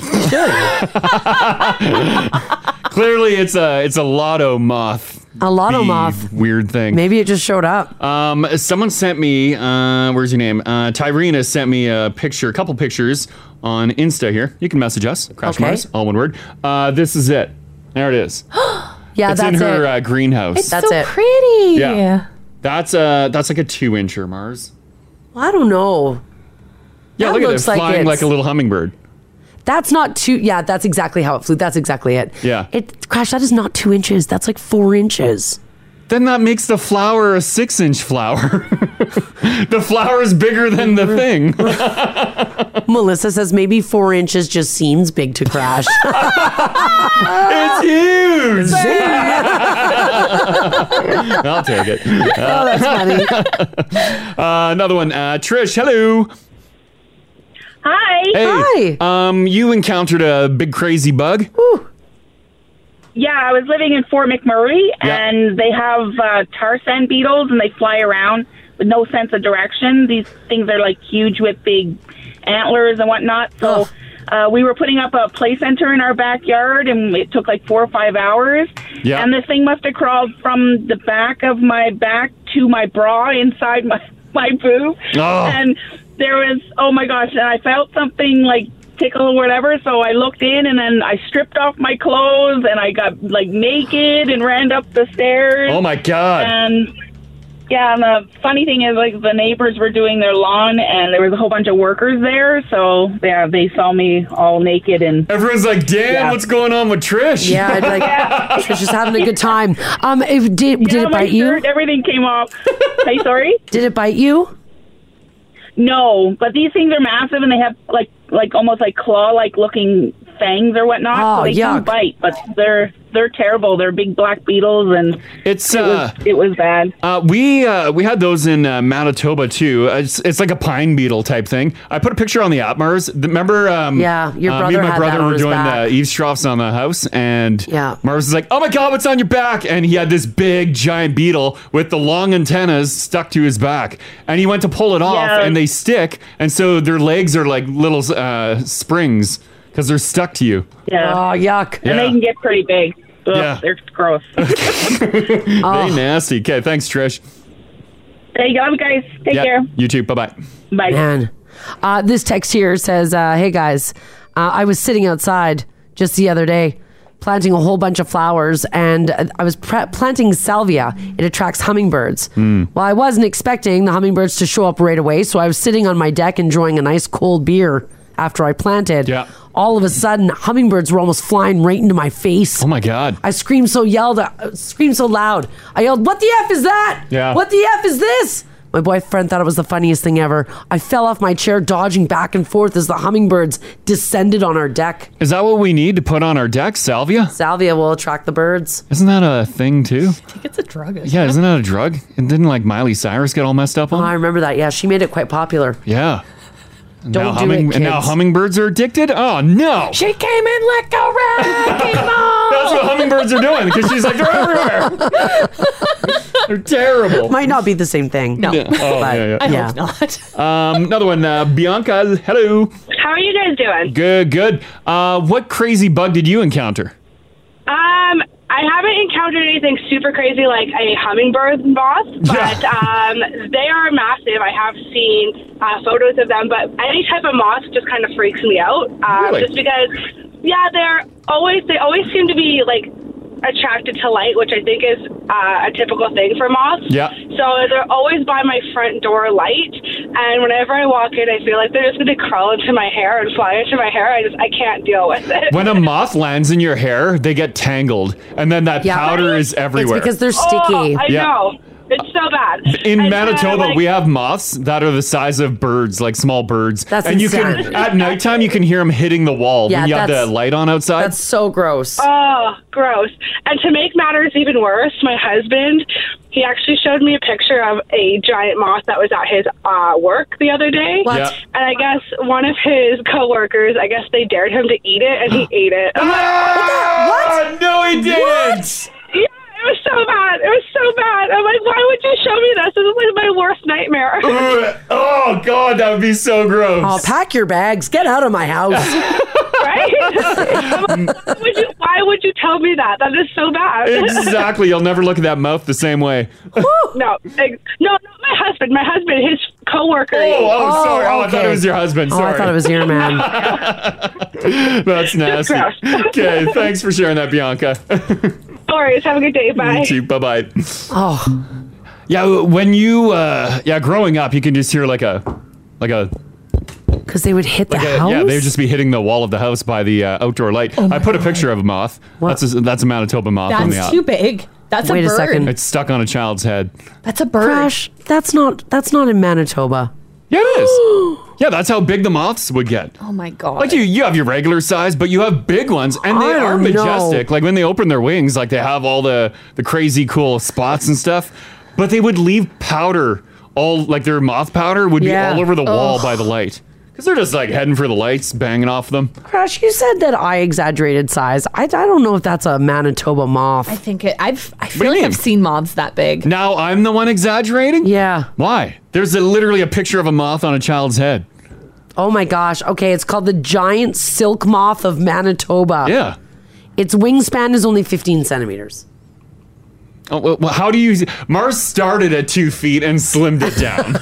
Speaker 3: Clearly, it's a it's a lotto moth.
Speaker 2: A lotto
Speaker 3: Bee
Speaker 2: moth.
Speaker 3: Weird thing.
Speaker 2: Maybe it just showed up.
Speaker 3: Um, someone sent me. Uh, where's your name? Uh, Tyrene has sent me a picture, a couple pictures on Insta here. You can message us. Crash
Speaker 2: Okay.
Speaker 3: Mars, all one word. Uh, this is it. There it is.
Speaker 2: Yeah,
Speaker 3: it's
Speaker 2: that's
Speaker 3: in her
Speaker 2: it.
Speaker 3: Uh, greenhouse.
Speaker 2: It's so pretty.
Speaker 3: Yeah. That's uh that's like a two incher Mars.
Speaker 2: Well, I don't know.
Speaker 3: Yeah,
Speaker 2: That
Speaker 3: look
Speaker 2: looks
Speaker 3: at
Speaker 2: like
Speaker 3: it flying
Speaker 2: it's-
Speaker 3: like a little hummingbird.
Speaker 2: That's not two. Yeah, that's exactly how it flew. That's exactly it.
Speaker 3: Yeah.
Speaker 2: It crash. That is not two inches. That's like four inches.
Speaker 3: Then that makes the flower a six inch flower. the flower is bigger than the thing.
Speaker 2: Melissa says maybe four inches just seems big to crash.
Speaker 3: it's huge. I'll take it.
Speaker 2: Oh, that's funny.
Speaker 3: uh, another one. Uh, Trish, hello.
Speaker 23: Hi.
Speaker 3: Hey. Hi. Um, you encountered a big crazy bug.
Speaker 23: Yeah, I was living in Fort McMurray,
Speaker 3: Yeah.
Speaker 23: and they have uh, tar sand beetles, and they fly around with no sense of direction. These things are like huge with big antlers and whatnot. So uh, we were putting up a play center in our backyard, and it took like four or five hours.
Speaker 10: Yeah.
Speaker 23: And this thing must have crawled from the back of my back to my bra inside my my boob,
Speaker 10: Oh.
Speaker 23: and there was oh my gosh and i felt something like tickle or whatever so i looked in and then i stripped off my clothes and i got like naked and ran up the stairs
Speaker 3: Oh my God.
Speaker 23: and yeah and the funny thing is like the neighbors were doing their lawn and there was a whole bunch of workers there so yeah they saw me all naked and
Speaker 3: Everyone's like, "Damn,
Speaker 23: Yeah.
Speaker 3: what's going on with Trish?"
Speaker 2: Yeah, I'd like Trish is having a good time. Um, if, did did it
Speaker 23: my
Speaker 2: bite you?
Speaker 23: shirt, everything came off hey sorry
Speaker 2: Did it bite you?
Speaker 23: No, but these things are massive and they have like like almost like claw like looking fangs or whatnot.
Speaker 2: Ah,
Speaker 3: Oh,
Speaker 23: so they
Speaker 3: yuck.
Speaker 23: do bite, but they're they're terrible. They're big black beetles and
Speaker 3: it's
Speaker 23: it, was, it was bad.
Speaker 3: Uh, we uh, we had those in uh, Manitoba too. Uh, It's, it's like a pine beetle type thing. I put a picture on the app, Mars. Th- Remember? Um,
Speaker 2: Yeah, your
Speaker 3: me
Speaker 2: brother
Speaker 3: and my
Speaker 2: had
Speaker 3: brother
Speaker 2: that on
Speaker 3: were
Speaker 2: his
Speaker 3: doing
Speaker 2: back.
Speaker 3: the eavesdrops on the house, and
Speaker 2: Yeah.
Speaker 3: Mars was like, "Oh my god, what's on your back?" And he had this big giant beetle with the long antennas stuck to his back, and he went to pull it off,
Speaker 23: Yeah.
Speaker 3: and they stick, and so their legs are like little uh, springs because they're stuck to you.
Speaker 23: Yeah.
Speaker 2: Oh yuck.
Speaker 23: And
Speaker 3: Yeah.
Speaker 23: they can get pretty big. Ugh,
Speaker 3: Yeah.
Speaker 23: They're gross.
Speaker 2: Oh,
Speaker 3: They nasty. Okay, thanks, Trish.
Speaker 23: There you go, guys. Take
Speaker 3: Yeah,
Speaker 23: care.
Speaker 3: You too. Bye bye.
Speaker 23: Bye.
Speaker 2: Man. Uh, this text here says, uh, "Hey guys, uh, I was sitting outside just the other day, planting a whole bunch of flowers, and uh, I was pre- planting salvia. It attracts hummingbirds.
Speaker 3: Hmm.
Speaker 2: Well, I wasn't expecting the hummingbirds to show up right away, so I was sitting on my deck enjoying a nice cold beer after I planted. Yeah. All of a sudden, hummingbirds were almost flying right into my face. Oh
Speaker 3: my god!
Speaker 2: I screamed so yelled, uh, screamed so loud. I yelled, "What the f is that?
Speaker 24: Yeah.
Speaker 2: What the f is this?" My boyfriend thought it was the funniest thing ever. I fell off my chair, dodging back and forth as the hummingbirds descended on our deck.
Speaker 3: Is that what we need to put on our deck? Salvia?
Speaker 2: Salvia will attract the birds.
Speaker 3: Isn't that a thing too?
Speaker 2: It's a drug.
Speaker 3: Yeah, isn't that a drug? And didn't like Miley Cyrus get all messed up on?
Speaker 2: Oh, I remember that. Yeah, she made it quite popular.
Speaker 3: Yeah. And
Speaker 2: Don't
Speaker 3: now
Speaker 2: do
Speaker 3: humming-
Speaker 2: it,
Speaker 3: And now
Speaker 2: kids.
Speaker 3: hummingbirds are addicted? Oh no.
Speaker 2: She came in like a wrecking ball.
Speaker 3: That's what hummingbirds are doing because she's like, they're everywhere. they're terrible.
Speaker 2: Might not be the same thing. No.
Speaker 3: Yeah. Oh, yeah, yeah.
Speaker 2: yeah.
Speaker 23: not.
Speaker 3: Um, another one. Uh, Bianca, hello.
Speaker 23: How are you guys doing?
Speaker 3: Good, good. Uh, what crazy bug did you encounter?
Speaker 23: Um, I haven't
Speaker 10: encountered anything super crazy like a hummingbird moth, but um, they are massive. I have seen uh, photos of them, but any type of moth just kind of freaks me out. Um,
Speaker 11: Really?
Speaker 10: Just because, yeah, they're always they always seem to be like attracted to light, which I think is uh, a typical thing for moths.
Speaker 11: Yeah.
Speaker 10: So they're always by my front door light, and whenever I walk in, I feel like they're just going to crawl into my hair and fly into my hair. I just I can't deal with it.
Speaker 3: When a moth lands in your hair, they get tangled, and then that powder is everywhere.
Speaker 10: Oh, I know. It's so bad.
Speaker 3: In
Speaker 10: And then,
Speaker 3: Manitoba,
Speaker 10: like-
Speaker 3: we have moths that are the size of birds, like small birds.
Speaker 10: That's
Speaker 3: and you can
Speaker 10: insanity.
Speaker 3: at nighttime you can hear them hitting the wall
Speaker 10: Yeah,
Speaker 3: when you have the
Speaker 10: that's-
Speaker 3: light on outside. That's
Speaker 12: so gross.
Speaker 10: Oh, gross. And to make matters even worse, my husband, he actually showed me a picture of a giant moth that was at his uh, work the other day.
Speaker 11: What? Yeah.
Speaker 10: And I guess one of his coworkers, I guess they dared him to eat it, and he ate it. I'm
Speaker 3: like, what? No, he didn't.
Speaker 10: Yeah, it was so bad. It was so bad. I'm like, why would you show me this? This is like my worst nightmare.
Speaker 3: Ugh. oh God, that would be so gross.
Speaker 2: Oh, pack your bags. Get out of my house.
Speaker 10: right? I'm like,
Speaker 3: Mm.
Speaker 10: why would you, why would you tell me that? That is so bad.
Speaker 3: exactly. You'll never look at that mouth the same way.
Speaker 10: no, ex- no, not my husband. My husband, his coworker.
Speaker 3: Oh, oh, sorry. Oh, I thought it was your husband.
Speaker 2: Oh, I
Speaker 3: Sorry.
Speaker 2: thought it was your man.
Speaker 3: That's nasty. okay, thanks for sharing that, Bianca.
Speaker 10: No worries. Have a good day. Bye.
Speaker 3: Bye bye.
Speaker 2: Oh.
Speaker 3: Yeah, when you uh yeah, growing up, you can just hear like a like a
Speaker 2: Because they would hit the
Speaker 3: like a-
Speaker 2: house.
Speaker 3: yeah, they would just be hitting the wall of the house by the uh, outdoor light. I put a picture of a moth. That's a, that's a Manitoba moth on the
Speaker 6: That's
Speaker 3: app.
Speaker 6: too big. That's a bird.
Speaker 3: It's stuck on a child's head.
Speaker 6: That's a bird.
Speaker 2: Crash. That's not. That's not in Manitoba.
Speaker 3: Yeah, it is. yeah, that's how big the moths would get.
Speaker 6: Oh my god.
Speaker 3: Like you, you have your regular size, but you have big ones, and they
Speaker 6: I
Speaker 3: are
Speaker 6: don't know.
Speaker 3: majestic. Like when they open their wings, like they have all the the crazy cool spots and stuff. But they would leave powder all like their moth powder would
Speaker 12: Yeah.
Speaker 3: be all over the wall
Speaker 12: Ugh.
Speaker 3: by the light because they're just like heading for the lights, banging off them.
Speaker 2: Crash, you said that I exaggerated size. I, I don't know if that's a Manitoba moth.
Speaker 6: I think it. I've. I
Speaker 3: do
Speaker 6: feel
Speaker 3: you
Speaker 6: like
Speaker 3: mean?
Speaker 6: I've seen moths that big.
Speaker 3: Now I'm the one exaggerating.
Speaker 2: Yeah.
Speaker 3: Why? There's a, literally a picture of a moth on a child's head.
Speaker 2: Oh my gosh. Okay, it's called the giant silk moth of Manitoba.
Speaker 3: Yeah.
Speaker 2: Its wingspan is only 15 centimeters.
Speaker 3: Oh, well, well, how do you? Mars started at two feet and slimmed it down.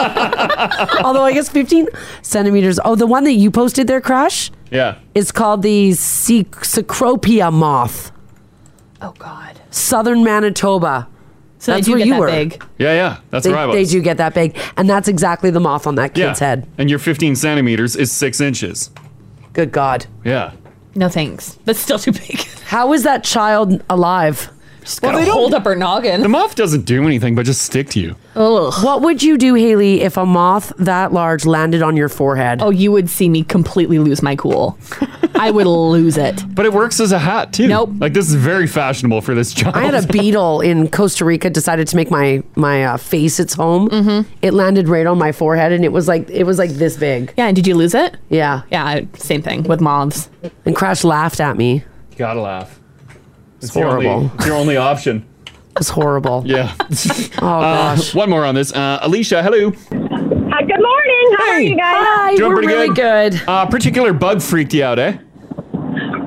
Speaker 2: Although I guess 15 centimeters. Oh, the one that you posted there, Crash,
Speaker 3: yeah.
Speaker 2: is called the C- Cecropia moth.
Speaker 6: Oh God.
Speaker 2: Southern Manitoba.
Speaker 6: So they do get that big.
Speaker 3: Yeah, yeah. That's
Speaker 2: they,
Speaker 3: where I was.
Speaker 2: They do get that big, and that's exactly the moth on that kid's head.
Speaker 3: And your 15 centimeters is six inches.
Speaker 2: Good God.
Speaker 3: Yeah.
Speaker 6: No thanks. That's still too big.
Speaker 2: How is that child alive?
Speaker 6: well, they hold up her noggin.
Speaker 3: The moth doesn't do anything but just stick to you.
Speaker 2: What would you do, Haley, if a moth that large landed on your forehead?
Speaker 6: Oh, you would see me completely lose my cool. I would lose it.
Speaker 3: But it works as a hat too. Nope. Like this is very fashionable for this child.
Speaker 2: I had a beetle in Costa Rica decided to make my my uh, face its home. Mm-hmm. It landed right on my forehead, and it was like it was like this big.
Speaker 6: Yeah, and did you lose it?
Speaker 2: Yeah,
Speaker 6: yeah, I- same thing with moths.
Speaker 2: And Crash laughed at me.
Speaker 3: Gotta laugh. It's, Your
Speaker 2: horrible.
Speaker 3: only, it's your only option.
Speaker 2: It's horrible.
Speaker 3: Yeah.
Speaker 2: Oh gosh.
Speaker 3: one more on this. Uh, Alicia, hello.
Speaker 11: Hi, good morning. How are you guys?
Speaker 3: Doing pretty good. Uh, particular bug freaked you out, eh?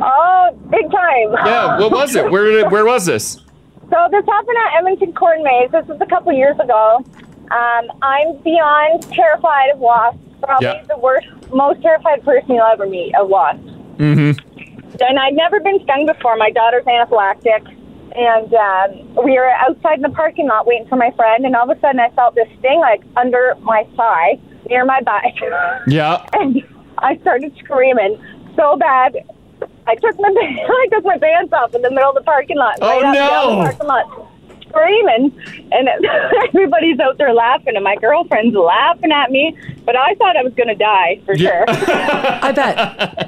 Speaker 11: Oh, big time.
Speaker 3: Yeah. What was it? Where did it, Where was this?
Speaker 11: So this happened at Edmonton Corn Maze. This was a couple years ago. Um, I'm beyond terrified of wasps. Probably
Speaker 3: Yeah.
Speaker 11: the worst, most terrified person you'll ever meet of wasps.
Speaker 3: Mm-hmm.
Speaker 11: And I'd never been stung before. My daughter's anaphylactic. And um, we were outside in the parking lot waiting for my friend. And all of a sudden, I felt this sting like under my thigh near my back.
Speaker 3: Yeah.
Speaker 11: and I started screaming so bad. I took my I took my pants off in the middle of the parking lot.
Speaker 3: Oh,
Speaker 11: right up and
Speaker 3: no.
Speaker 11: Down the parking lot, screaming, and everybody's out there laughing, and my girlfriend's laughing at me. But I thought I was going to die for sure.
Speaker 2: I bet.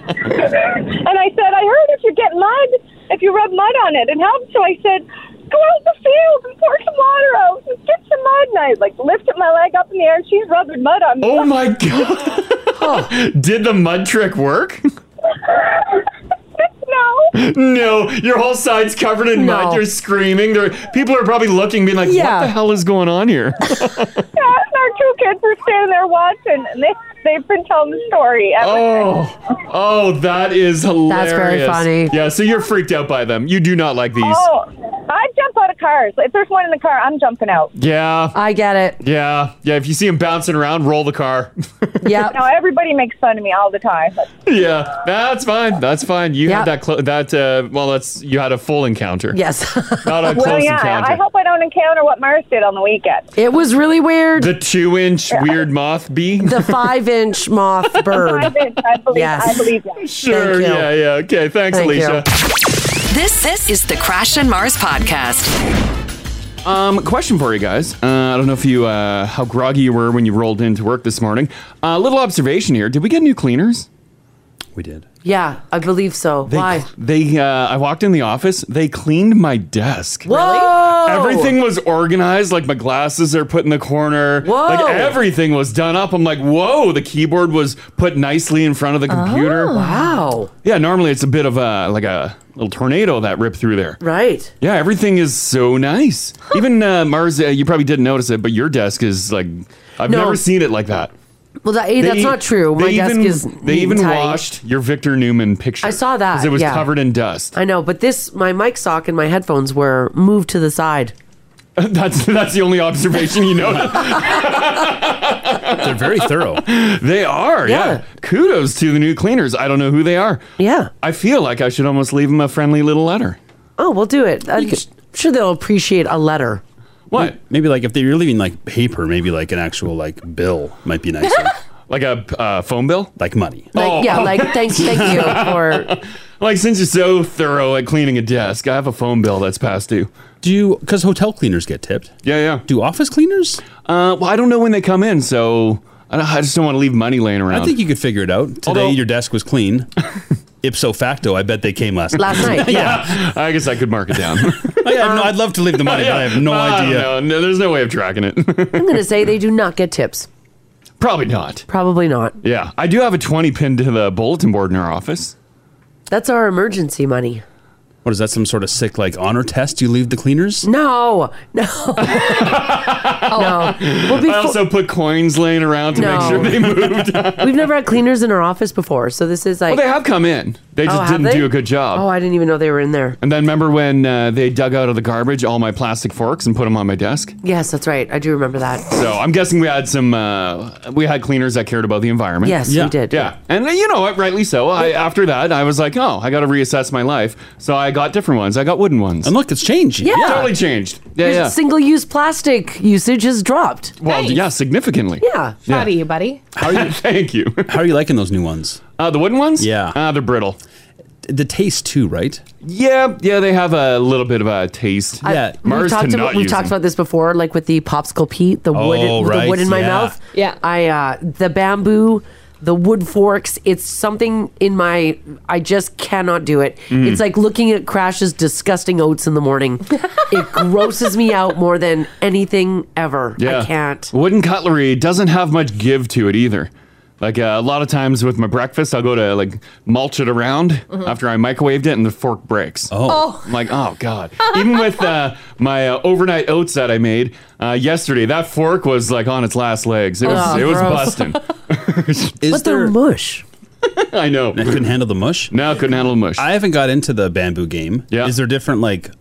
Speaker 11: and I said, I heard if you get mud, if you rub mud on it, it helps. So I said. Go out in the field and pour some water out and get some mud. And I like lifted my leg up in the air and she's rubbing mud on me.
Speaker 3: Oh my god! Did the mud trick work?
Speaker 11: No.
Speaker 3: No, your whole side's covered in
Speaker 11: No.
Speaker 3: mud. You're screaming. There, people are probably looking, being like, "What
Speaker 11: Yeah.
Speaker 3: the hell is going on here?"
Speaker 11: Yeah, and our two kids were standing there watching, and they, They've been telling the story. ever since.
Speaker 3: Oh, oh, that is hilarious.
Speaker 11: That's very funny.
Speaker 3: Yeah, so you're freaked out by them. You do not like these.
Speaker 11: Oh, I jump out of cars. If there's one in the car, I'm jumping out.
Speaker 3: Yeah.
Speaker 12: I get it.
Speaker 3: Yeah, yeah. If you see them bouncing around, roll the car.
Speaker 12: Yeah.
Speaker 11: No, everybody makes fun of me all the time. But
Speaker 3: yeah, that's fine. That's fine. You
Speaker 11: Yeah.
Speaker 3: had that. Clo- that uh, well, that's you had a full encounter.
Speaker 12: Yes.
Speaker 3: Not a close
Speaker 11: well, yeah.
Speaker 3: encounter.
Speaker 11: I hope I don't encounter what Mars did on the weekend.
Speaker 2: It was really weird.
Speaker 3: The two-inch weird moth bee.
Speaker 2: The five inch moth bird.
Speaker 11: I, did, I believe.
Speaker 2: Yes.
Speaker 11: I believe that.
Speaker 3: Sure. Yeah. Yeah. Okay. Thanks,
Speaker 4: Thank
Speaker 3: Alicia.
Speaker 4: This this is the Crash and Mars podcast.
Speaker 3: Um, question for you guys. Uh, I don't know if you uh, how groggy you were when you rolled into work this morning. A uh, little observation here. Did we get new cleaners? We did.
Speaker 2: Yeah, I believe so. Why?
Speaker 3: They. Uh, I walked in the office. They cleaned my desk.
Speaker 2: Whoa!
Speaker 3: Everything was organized. Like my glasses are put in the corner. Whoa! Like everything was done up. I'm like, whoa! The keyboard was put nicely in front of the computer.
Speaker 2: Oh, wow.
Speaker 3: Yeah. Normally it's a bit of a like a little tornado that ripped through there.
Speaker 2: Right.
Speaker 3: Yeah, everything is so nice. Even uh, Mars, uh, you probably didn't notice it, but your desk is like I've
Speaker 2: No.
Speaker 3: never seen it like that.
Speaker 2: Well, that, eh,
Speaker 3: They- e-
Speaker 2: that's not true. My
Speaker 3: they
Speaker 2: desk
Speaker 3: even-
Speaker 2: is.
Speaker 3: They
Speaker 2: neat
Speaker 3: even
Speaker 2: and tidy.
Speaker 3: washed your Victor Newman picture.
Speaker 2: I saw that,
Speaker 3: 'cause it was
Speaker 2: yeah.
Speaker 3: covered in dust.
Speaker 2: I know, but this my mic sock and my headphones were moved to the side.
Speaker 3: that's that's the only observation you know. They're very thorough. They are. Yeah. Kudos to the new cleaners. I don't know who they are.
Speaker 2: Yeah.
Speaker 3: I feel like I should almost leave them a friendly little letter.
Speaker 2: Oh, we'll do it. I'm sure they'll appreciate a letter.
Speaker 3: What?
Speaker 5: Maybe like if they were leaving like paper, maybe like an actual like bill might be nicer.
Speaker 3: like a uh, phone bill?
Speaker 5: Like money.
Speaker 2: Like, yeah, like thanks, thank you for.
Speaker 3: Like since you're so thorough at cleaning a desk, I have a phone bill that's past due.
Speaker 5: Do you? Because hotel cleaners get tipped.
Speaker 3: Yeah, yeah.
Speaker 5: Do office cleaners?
Speaker 3: Uh, well, I don't know when they come in, so I, don't, I just don't want to leave money laying around.
Speaker 5: I think you could figure it out. Today
Speaker 3: Although-
Speaker 5: your desk was clean. Ipso facto, I bet they came last night.
Speaker 3: Last night,
Speaker 5: yeah.
Speaker 3: I guess I could mark it down.
Speaker 5: I have no, I'd
Speaker 2: Um,
Speaker 5: love to leave the money, but I have no idea.
Speaker 3: No, no, there's no way of tracking it.
Speaker 2: I'm going to say they do not get tips.
Speaker 3: Probably not.
Speaker 2: Probably not.
Speaker 3: Yeah, I do have a 20 pin to the bulletin board in our office.
Speaker 2: That's our emergency money.
Speaker 5: What is that? Some sort of sick like honor test? You leave the cleaners?
Speaker 2: No, no. no. Oh. Well,
Speaker 3: I
Speaker 2: before,
Speaker 3: also put coins laying around to
Speaker 2: No.
Speaker 3: make sure they moved.
Speaker 2: we've never had cleaners in our office before, so this is like.
Speaker 3: well, they have come in. They
Speaker 2: Oh,
Speaker 3: just
Speaker 2: have
Speaker 3: didn't
Speaker 2: they?
Speaker 3: do a good job.
Speaker 2: Oh, I didn't even know they were in there.
Speaker 3: and then remember when uh, they dug out of the garbage all my plastic forks and put them on my desk?
Speaker 2: Yes, that's right. I do remember that.
Speaker 3: So I'm guessing we had some uh, we had cleaners that cared about the environment.
Speaker 2: Yes, we
Speaker 3: yeah.
Speaker 2: Yeah. did.
Speaker 3: Yeah, and uh, you know what? Rightly so. I, after that, I was like, oh, I got to reassess my life. So I got different ones. I got wooden ones. And
Speaker 5: look, it's changed.
Speaker 2: Yeah. Yeah.
Speaker 3: totally changed. Yeah,
Speaker 2: Your
Speaker 3: yeah.
Speaker 2: Single-use plastic usage has dropped.
Speaker 3: well, yeah, significantly.
Speaker 2: Yeah.
Speaker 3: Yeah.
Speaker 6: Proud of you, buddy.
Speaker 5: How are you?
Speaker 3: Thank you.
Speaker 5: How are you liking those new ones?
Speaker 3: Uh, the wooden ones?
Speaker 5: Yeah.
Speaker 3: Ah, they're brittle.
Speaker 5: The taste too, right?
Speaker 3: Yeah, yeah. They have a little bit of a taste.
Speaker 2: I-
Speaker 3: Mars
Speaker 2: we've talked,
Speaker 3: cannot
Speaker 2: about, we've
Speaker 3: use
Speaker 2: talked
Speaker 3: them.
Speaker 2: about this before, like with the popsicle Pete, the wood,
Speaker 3: Oh,
Speaker 2: the
Speaker 3: right,
Speaker 2: wood in my
Speaker 3: yeah.
Speaker 2: mouth.
Speaker 6: Yeah,
Speaker 2: I uh, the bamboo, the wood forks. It's something in my. I just cannot do it.
Speaker 12: Mm.
Speaker 2: It's like looking at Crash's disgusting oats in the morning. it grosses me out more than anything ever. I can't.
Speaker 3: Wooden cutlery doesn't have much give to it either. Like uh, a lot of times with my breakfast, I'll go to like mulch it around
Speaker 2: Mhm.
Speaker 3: after I microwaved it, and the fork breaks.
Speaker 2: Oh.
Speaker 3: I'm like oh god! Even with uh, my uh, overnight oats that I made uh, yesterday, that fork was like on its last legs. It was
Speaker 2: Oh,
Speaker 3: it was
Speaker 2: gross.
Speaker 3: busting.
Speaker 5: Is
Speaker 2: but they're mush.
Speaker 3: I know. I
Speaker 5: couldn't handle the mush.
Speaker 3: No, I couldn't handle the mush.
Speaker 5: I haven't got into the bamboo game. Yeah. Is there different like?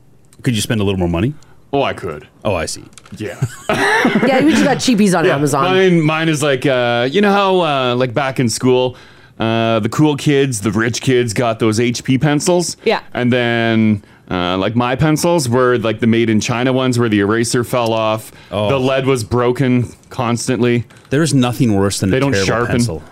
Speaker 5: Could you spend a little more money?
Speaker 3: Oh, I could.
Speaker 5: Oh, I see.
Speaker 3: Yeah.
Speaker 2: yeah, we just got cheapies on
Speaker 3: Yeah,
Speaker 2: Amazon.
Speaker 3: Mine, mine is like uh, you know how uh, like back in school, uh, the cool kids, the rich kids got those HP pencils.
Speaker 6: Yeah.
Speaker 3: and then. Uh, like my pencils were like the made in China ones where the eraser fell off,
Speaker 5: Oh.
Speaker 3: the lead was broken constantly.
Speaker 5: There's nothing worse than
Speaker 3: they
Speaker 5: a
Speaker 3: don't
Speaker 5: terrible
Speaker 3: sharpen.
Speaker 5: pencil.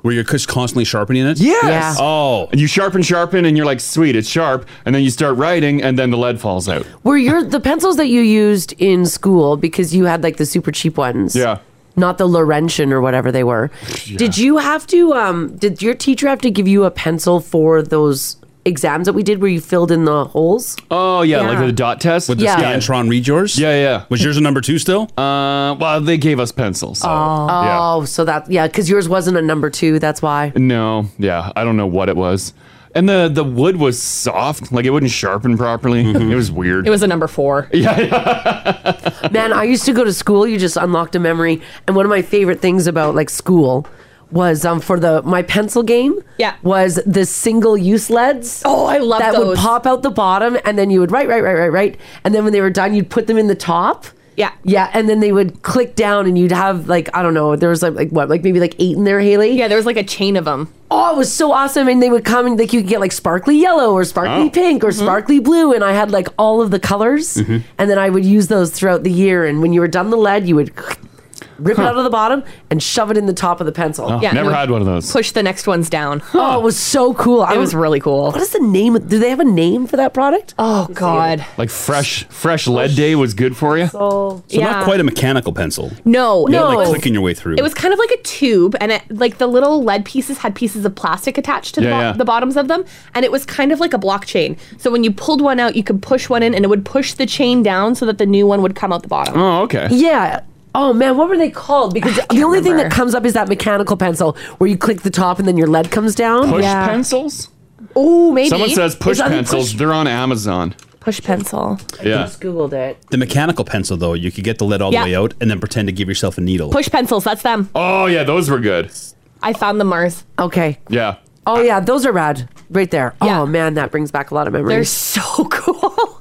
Speaker 5: Where you're just constantly sharpening it.
Speaker 3: Yes.
Speaker 5: Yeah.
Speaker 3: Oh. And you sharpen, sharpen, and you're like, sweet, it's sharp. And then you start writing, and then the lead falls out.
Speaker 2: Were your the pencils that you used in school because you had like the super cheap ones?
Speaker 3: Yeah.
Speaker 2: Not the Laurentian or whatever they were. Did you have to um did your teacher have to give you a pencil for those exams that we did where you filled in the holes?
Speaker 3: Oh yeah,
Speaker 2: Yeah.
Speaker 3: like the dot test
Speaker 2: With the Yeah. Scantron
Speaker 5: read yours.
Speaker 3: Yeah, yeah.
Speaker 5: Was yours a number two still?
Speaker 3: Uh, well, they gave us pencils.
Speaker 2: oh, so that yeah, because yours wasn't a number two, that's why.
Speaker 3: No, yeah, I don't know what it was, and the the wood was soft, like it wouldn't sharpen properly.
Speaker 5: Mm-hmm.
Speaker 3: It was weird.
Speaker 6: Mm-hmm. It was a number four.
Speaker 2: Man, I used to go to school, you just unlocked a memory. And one of my favorite things about like school was um for the my pencil game.
Speaker 6: Yeah.
Speaker 2: Was the single use leads.
Speaker 6: Oh, I love
Speaker 2: that would
Speaker 6: those.
Speaker 2: pop out the bottom and then you would write, write, write, write, write. And then when they were done, you'd put them in the top.
Speaker 6: Yeah.
Speaker 2: Yeah. And then they would click down and you'd have like, I don't know, there was like, like what, like maybe like eight in there, Haley? Yeah,
Speaker 6: there was like a chain of them.
Speaker 2: Oh, it was so awesome. And they would come and like you could get like sparkly yellow or sparkly
Speaker 6: Oh.
Speaker 2: pink or
Speaker 3: Mm-hmm.
Speaker 2: sparkly blue. And I had like all of the colors.
Speaker 3: Mhm.
Speaker 2: And then I would use those throughout the year. And when you were done the lead, you would rip it
Speaker 3: Huh.
Speaker 2: out of the bottom and shove it in the top of the pencil.
Speaker 3: Oh, never had one of those.
Speaker 6: Push the next ones down.
Speaker 2: Oh, it was so cool.
Speaker 6: It was really cool.
Speaker 2: What is the name? Do they have a name for that product?
Speaker 6: Oh God.
Speaker 3: Like fresh, fresh lead day was good for you.
Speaker 6: So,
Speaker 5: So not quite a mechanical pencil.
Speaker 6: No,
Speaker 5: You had,
Speaker 6: no.
Speaker 5: like clicking your way through.
Speaker 6: It was kind of like a tube, and it, like the little lead pieces had pieces of plastic attached to the,
Speaker 5: Yeah,
Speaker 6: bo-
Speaker 5: yeah.
Speaker 6: the bottoms of them, and it was kind of like a blockchain. So when you pulled one out, you could push one in, and it would push the chain down so that the new one would come out the bottom.
Speaker 3: Oh, okay.
Speaker 2: Yeah. Oh man, what were they called? Because the only thing that comes up is that mechanical pencil where you click the top and then your lead comes down.
Speaker 3: Push Yeah. pencils?
Speaker 6: Oh, maybe
Speaker 3: Someone says push
Speaker 2: Is that the
Speaker 3: pencils. They're on Amazon.
Speaker 6: Push pencil.
Speaker 5: Yeah.
Speaker 2: Just Googled it.
Speaker 5: The mechanical pencil, though, you could get the lead all
Speaker 6: Yeah.
Speaker 5: the way out and then pretend to give yourself a needle.
Speaker 6: Push pencils. That's them.
Speaker 3: Oh yeah, those were good.
Speaker 6: I found the Mars.
Speaker 2: Okay.
Speaker 3: Yeah.
Speaker 2: Oh yeah, those are rad right there. Oh man, that brings back a lot of memories.
Speaker 6: They're so
Speaker 2: cool.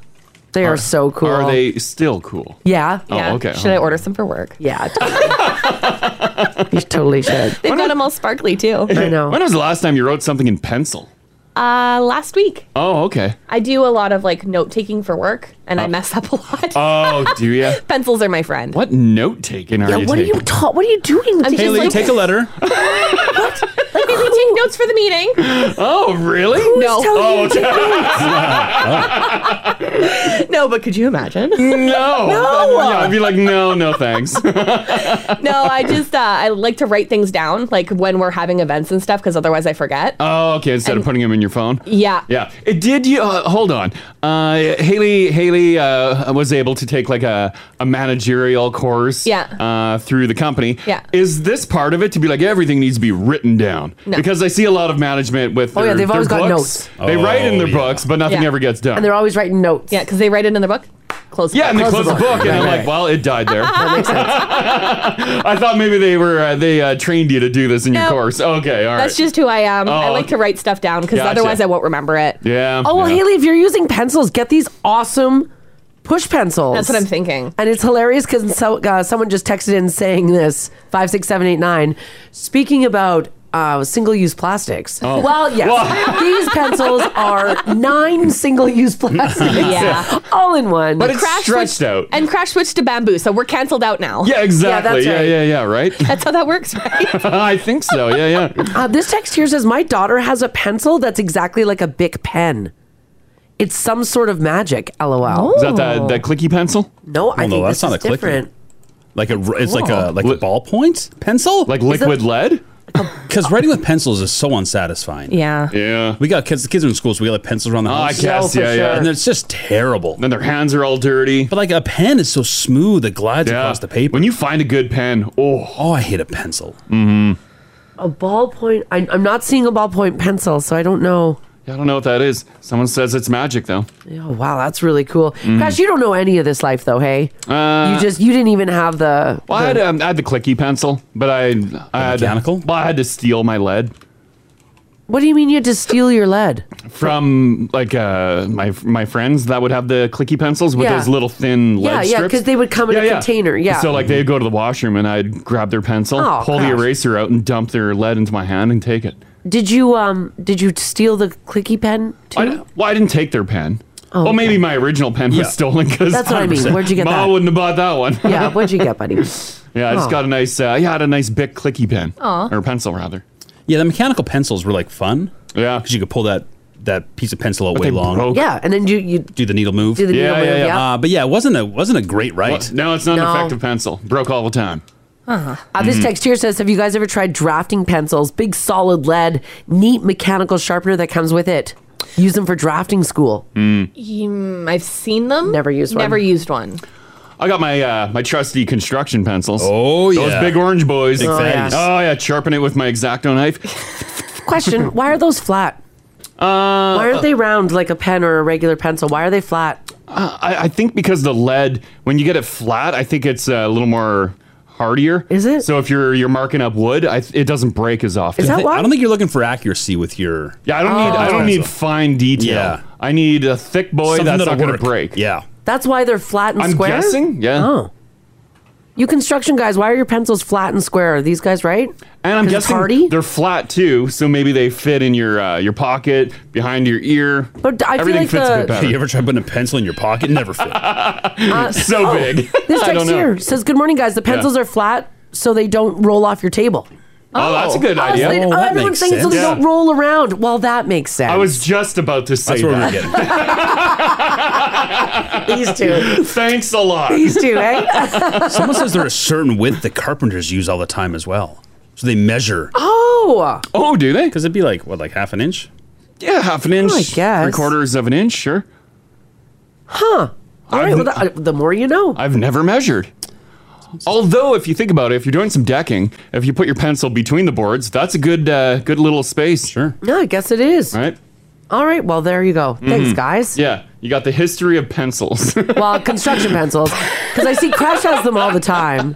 Speaker 2: they are, so cool.
Speaker 3: Are they still cool?
Speaker 2: Yeah.
Speaker 3: Oh, okay.
Speaker 6: Should I
Speaker 5: uh-huh.
Speaker 6: order some for work?
Speaker 2: Yeah. you totally should.
Speaker 6: They've got them all sparkly too.
Speaker 3: When was the last time you wrote something in pencil?
Speaker 6: Uh, last week
Speaker 3: Oh, okay.
Speaker 6: I do a lot of like note taking for work, and I
Speaker 3: Oh.
Speaker 6: mess up a lot.
Speaker 3: Oh, do you?
Speaker 6: Pencils are my friend.
Speaker 3: What note taking are
Speaker 6: Yeah,
Speaker 3: you
Speaker 6: what are
Speaker 3: taking?
Speaker 6: you
Speaker 2: ta- What are you doing?
Speaker 6: I'm just Haley, like- take a
Speaker 5: letter.
Speaker 6: Like, we take notes for the meeting.
Speaker 3: Oh, really?
Speaker 6: No.
Speaker 3: Oh,
Speaker 6: no, but could you imagine?
Speaker 3: No. no. Oh. I'd be like, no, no, thanks.
Speaker 6: no, I just uh, I like to write things down, like when we're having events and stuff, because otherwise I forget.
Speaker 3: Oh, okay. Instead of putting them in your phone.
Speaker 6: Yeah.
Speaker 3: Yeah. It did you uh, hold on. Uh Haley Haley uh was able to take like a, a managerial course
Speaker 6: Yeah.
Speaker 3: uh through the company.
Speaker 6: Yeah.
Speaker 3: Is this part of it to be like everything needs to be written down?
Speaker 2: No.
Speaker 3: Because I see a lot of management with
Speaker 2: Oh,
Speaker 3: their,
Speaker 2: yeah, they've
Speaker 3: their
Speaker 2: always got
Speaker 3: books.
Speaker 2: notes.
Speaker 3: They write in
Speaker 2: Oh,
Speaker 3: their
Speaker 2: yeah.
Speaker 3: books, but nothing
Speaker 6: Yeah.
Speaker 3: ever gets done.
Speaker 2: And they're always writing notes.
Speaker 6: Yeah, because they write it in their book. Close.
Speaker 3: yeah, and they close the book, and I'm like, well, it died there. I thought maybe they were uh, they uh, trained you to do this in your
Speaker 6: No.
Speaker 3: course. Okay, all right.
Speaker 6: That's just who I am.
Speaker 3: Oh,
Speaker 6: I like to write stuff down because
Speaker 3: Gotcha.
Speaker 6: otherwise I won't remember it.
Speaker 3: yeah.
Speaker 2: Oh well,
Speaker 3: yeah.
Speaker 2: Haley, if you're using pencils, get these awesome push pencils.
Speaker 6: That's what I'm thinking.
Speaker 2: And it's hilarious because so, uh, someone just texted in saying this five six seven eight nine. Speaking about uh, single use plastics.
Speaker 12: Oh.
Speaker 2: Well, yes,
Speaker 12: Well-
Speaker 2: these pencils are nine single use plastics.
Speaker 6: Yeah.
Speaker 2: all in one.
Speaker 6: But Crash switched- And crash switched to bamboo, so we're canceled out now.
Speaker 3: Yeah, exactly. Yeah, yeah, yeah, right?
Speaker 6: That's how that works, right?
Speaker 3: I think so. Yeah, yeah.
Speaker 2: Uh, this text here says, My daughter has a pencil that's exactly like a Bic pen. It's some sort of magic, lol.
Speaker 3: Is that that, that clicky pencil?
Speaker 2: No, Oh. I
Speaker 5: Well, no,
Speaker 2: think
Speaker 5: that's
Speaker 2: this
Speaker 5: not
Speaker 2: is
Speaker 5: a clicky.
Speaker 2: different.
Speaker 5: Like a, it's like a
Speaker 2: cool.
Speaker 5: like a ballpoint pencil, like
Speaker 3: Oh. liquid lead.
Speaker 5: Because writing with pencils is so unsatisfying.
Speaker 6: Yeah.
Speaker 3: Yeah.
Speaker 5: We got kids. The kids are in school, so we got like pencils around the
Speaker 3: Oh, I
Speaker 5: house.
Speaker 3: guess, Yeah, yeah, for yeah. sure.
Speaker 5: And it's just terrible.
Speaker 3: Then their hands are all dirty.
Speaker 5: But like a pen is so smooth, it glides
Speaker 3: Yeah.
Speaker 5: across the paper.
Speaker 3: When you find a good pen, oh,
Speaker 5: oh, I hate a pencil.
Speaker 3: Mm-hmm.
Speaker 6: Oh.
Speaker 2: A ballpoint. I, I'm not seeing a ballpoint pencil, so I don't know.
Speaker 3: Yeah, I don't know what that is. Someone says it's magic, though.
Speaker 2: Oh, wow, that's really cool. Crash, you don't know any of this life, though, hey?
Speaker 3: Mm-hmm. Uh,
Speaker 2: you just, you didn't even have the.
Speaker 3: Well, I had, um, I had the clicky pencil, but I, I had mechanical. Well, I had to steal my lead
Speaker 2: What do you mean you had to steal your lead?
Speaker 3: from like uh, my my friends that would have the clicky pencils with
Speaker 2: Yeah.
Speaker 3: those little thin lead
Speaker 2: yeah, yeah,
Speaker 3: strips.
Speaker 2: because they would come in a container. Yeah.
Speaker 3: So like they'd go to the washroom and I'd grab their pencil,
Speaker 2: Oh,
Speaker 3: pull the
Speaker 2: gosh.
Speaker 3: eraser out, and dump their lead into my hand and take it.
Speaker 2: Did you um did you steal the clicky pen too?
Speaker 3: Well, I didn't take their pen.
Speaker 2: Oh,
Speaker 3: well, maybe my original pen was
Speaker 2: Yeah.
Speaker 3: stolen because
Speaker 2: That's what I mean. Where'd you get
Speaker 3: Ma
Speaker 2: that?
Speaker 3: wouldn't have bought that one.
Speaker 2: Yeah, what'd you get, buddy?
Speaker 3: yeah, I just
Speaker 5: Oh.
Speaker 3: got a nice. Uh, yeah, I had a nice Bic clicky pen
Speaker 5: Aw.
Speaker 3: or pencil rather.
Speaker 5: Yeah, the mechanical pencils were like fun.
Speaker 3: Yeah,
Speaker 5: because you could pull that that piece of pencil out way
Speaker 3: they
Speaker 5: long.
Speaker 3: broke.
Speaker 2: Yeah, and then you you
Speaker 5: do the needle move.
Speaker 2: Do the Yeah, needle yeah, move, yeah. yeah.
Speaker 5: Uh, but yeah, it wasn't a wasn't a great write.
Speaker 3: no, it's not
Speaker 2: No.
Speaker 3: an effective pencil. Broke all the time.
Speaker 2: Uh-huh. this
Speaker 3: Mm.
Speaker 2: text here says, "Have you guys ever tried drafting pencils? Big solid lead, neat mechanical sharpener that comes with it. Use them for drafting school.
Speaker 6: Mm, I've seen them.
Speaker 2: Never used one.
Speaker 6: Never used one.
Speaker 3: I got my uh, my trusty construction pencils.
Speaker 5: Oh
Speaker 3: those
Speaker 5: yeah.
Speaker 3: big orange boys.
Speaker 5: Big
Speaker 3: oh,
Speaker 5: Oh,
Speaker 3: yeah.
Speaker 5: fangs. yeah.
Speaker 3: sharpen it with my exacto knife.
Speaker 2: Question: Why are those flat?
Speaker 3: Uh,
Speaker 2: Why aren't they round like a pen or a regular pencil? Why are they flat?
Speaker 3: Uh, I, I think because the lead, when you get it flat, I think it's a little more hardier. Is it? So if you're you're marking up wood, I, th- it doesn't break as often.
Speaker 5: I thi- I don't think you're looking for accuracy with your.
Speaker 3: Yeah, I don't need I don't need fine detail.
Speaker 5: Yeah.
Speaker 3: I need a thick boy
Speaker 5: Something
Speaker 3: that's
Speaker 5: that'll
Speaker 3: not going to
Speaker 5: work.
Speaker 3: break.
Speaker 5: Yeah.
Speaker 2: That's why they're flat and
Speaker 3: I'm
Speaker 2: square.
Speaker 3: guessing. Yeah.
Speaker 2: Oh. You construction guys, why are your pencils flat and square? Are these guys right?
Speaker 3: And I'm
Speaker 2: 'Cause it's
Speaker 3: guessing
Speaker 2: hard-
Speaker 3: they're flat too, so maybe they fit in your uh, your pocket, behind your ear.
Speaker 2: But I feel
Speaker 3: everything
Speaker 2: like
Speaker 3: fits
Speaker 2: the-
Speaker 3: a bit better.
Speaker 2: You
Speaker 3: ever
Speaker 5: try putting a pencil in your pocket? Never fit.
Speaker 2: Uh,
Speaker 3: so
Speaker 2: oh,
Speaker 3: big.
Speaker 2: This
Speaker 3: I don't
Speaker 2: text
Speaker 3: know.
Speaker 2: here says, "Good morning, guys. The
Speaker 3: Yeah.
Speaker 2: pencils are flat, so they don't roll off your table."
Speaker 3: Oh, that's a good
Speaker 2: Oh, so
Speaker 3: idea.
Speaker 2: they-
Speaker 3: Oh,
Speaker 2: oh,
Speaker 3: that
Speaker 2: everyone's
Speaker 3: makes
Speaker 2: thinking so they
Speaker 3: sense.
Speaker 2: don't
Speaker 3: Yeah.
Speaker 2: roll around. Well, that makes sense.
Speaker 3: I was just about to say
Speaker 5: That's where we were
Speaker 3: that.
Speaker 5: getting.
Speaker 2: These two.
Speaker 3: Thanks a lot.
Speaker 2: These two, eh?
Speaker 5: Someone says there are certain width that carpenters use all the time as well. So they measure.
Speaker 2: Oh.
Speaker 3: Oh, do they?
Speaker 5: Because it'd be like what, like half an inch?
Speaker 3: Yeah, half an inch.
Speaker 2: I guess.
Speaker 3: Three quarters of an inch, sure.
Speaker 2: Huh. All right. Well, the, the more you know.
Speaker 3: I've never measured. Although, if you think about it, if you're doing some decking, if you put your pencil between the boards, that's a good, uh, good little space. Sure.
Speaker 2: No, I guess it is.
Speaker 3: Right.
Speaker 2: All right. Well, there you go. Thanks,
Speaker 3: Mhm.
Speaker 2: guys.
Speaker 3: Yeah, you got the history of pencils.
Speaker 2: Well, construction pencils, because I see Crash has them all the time,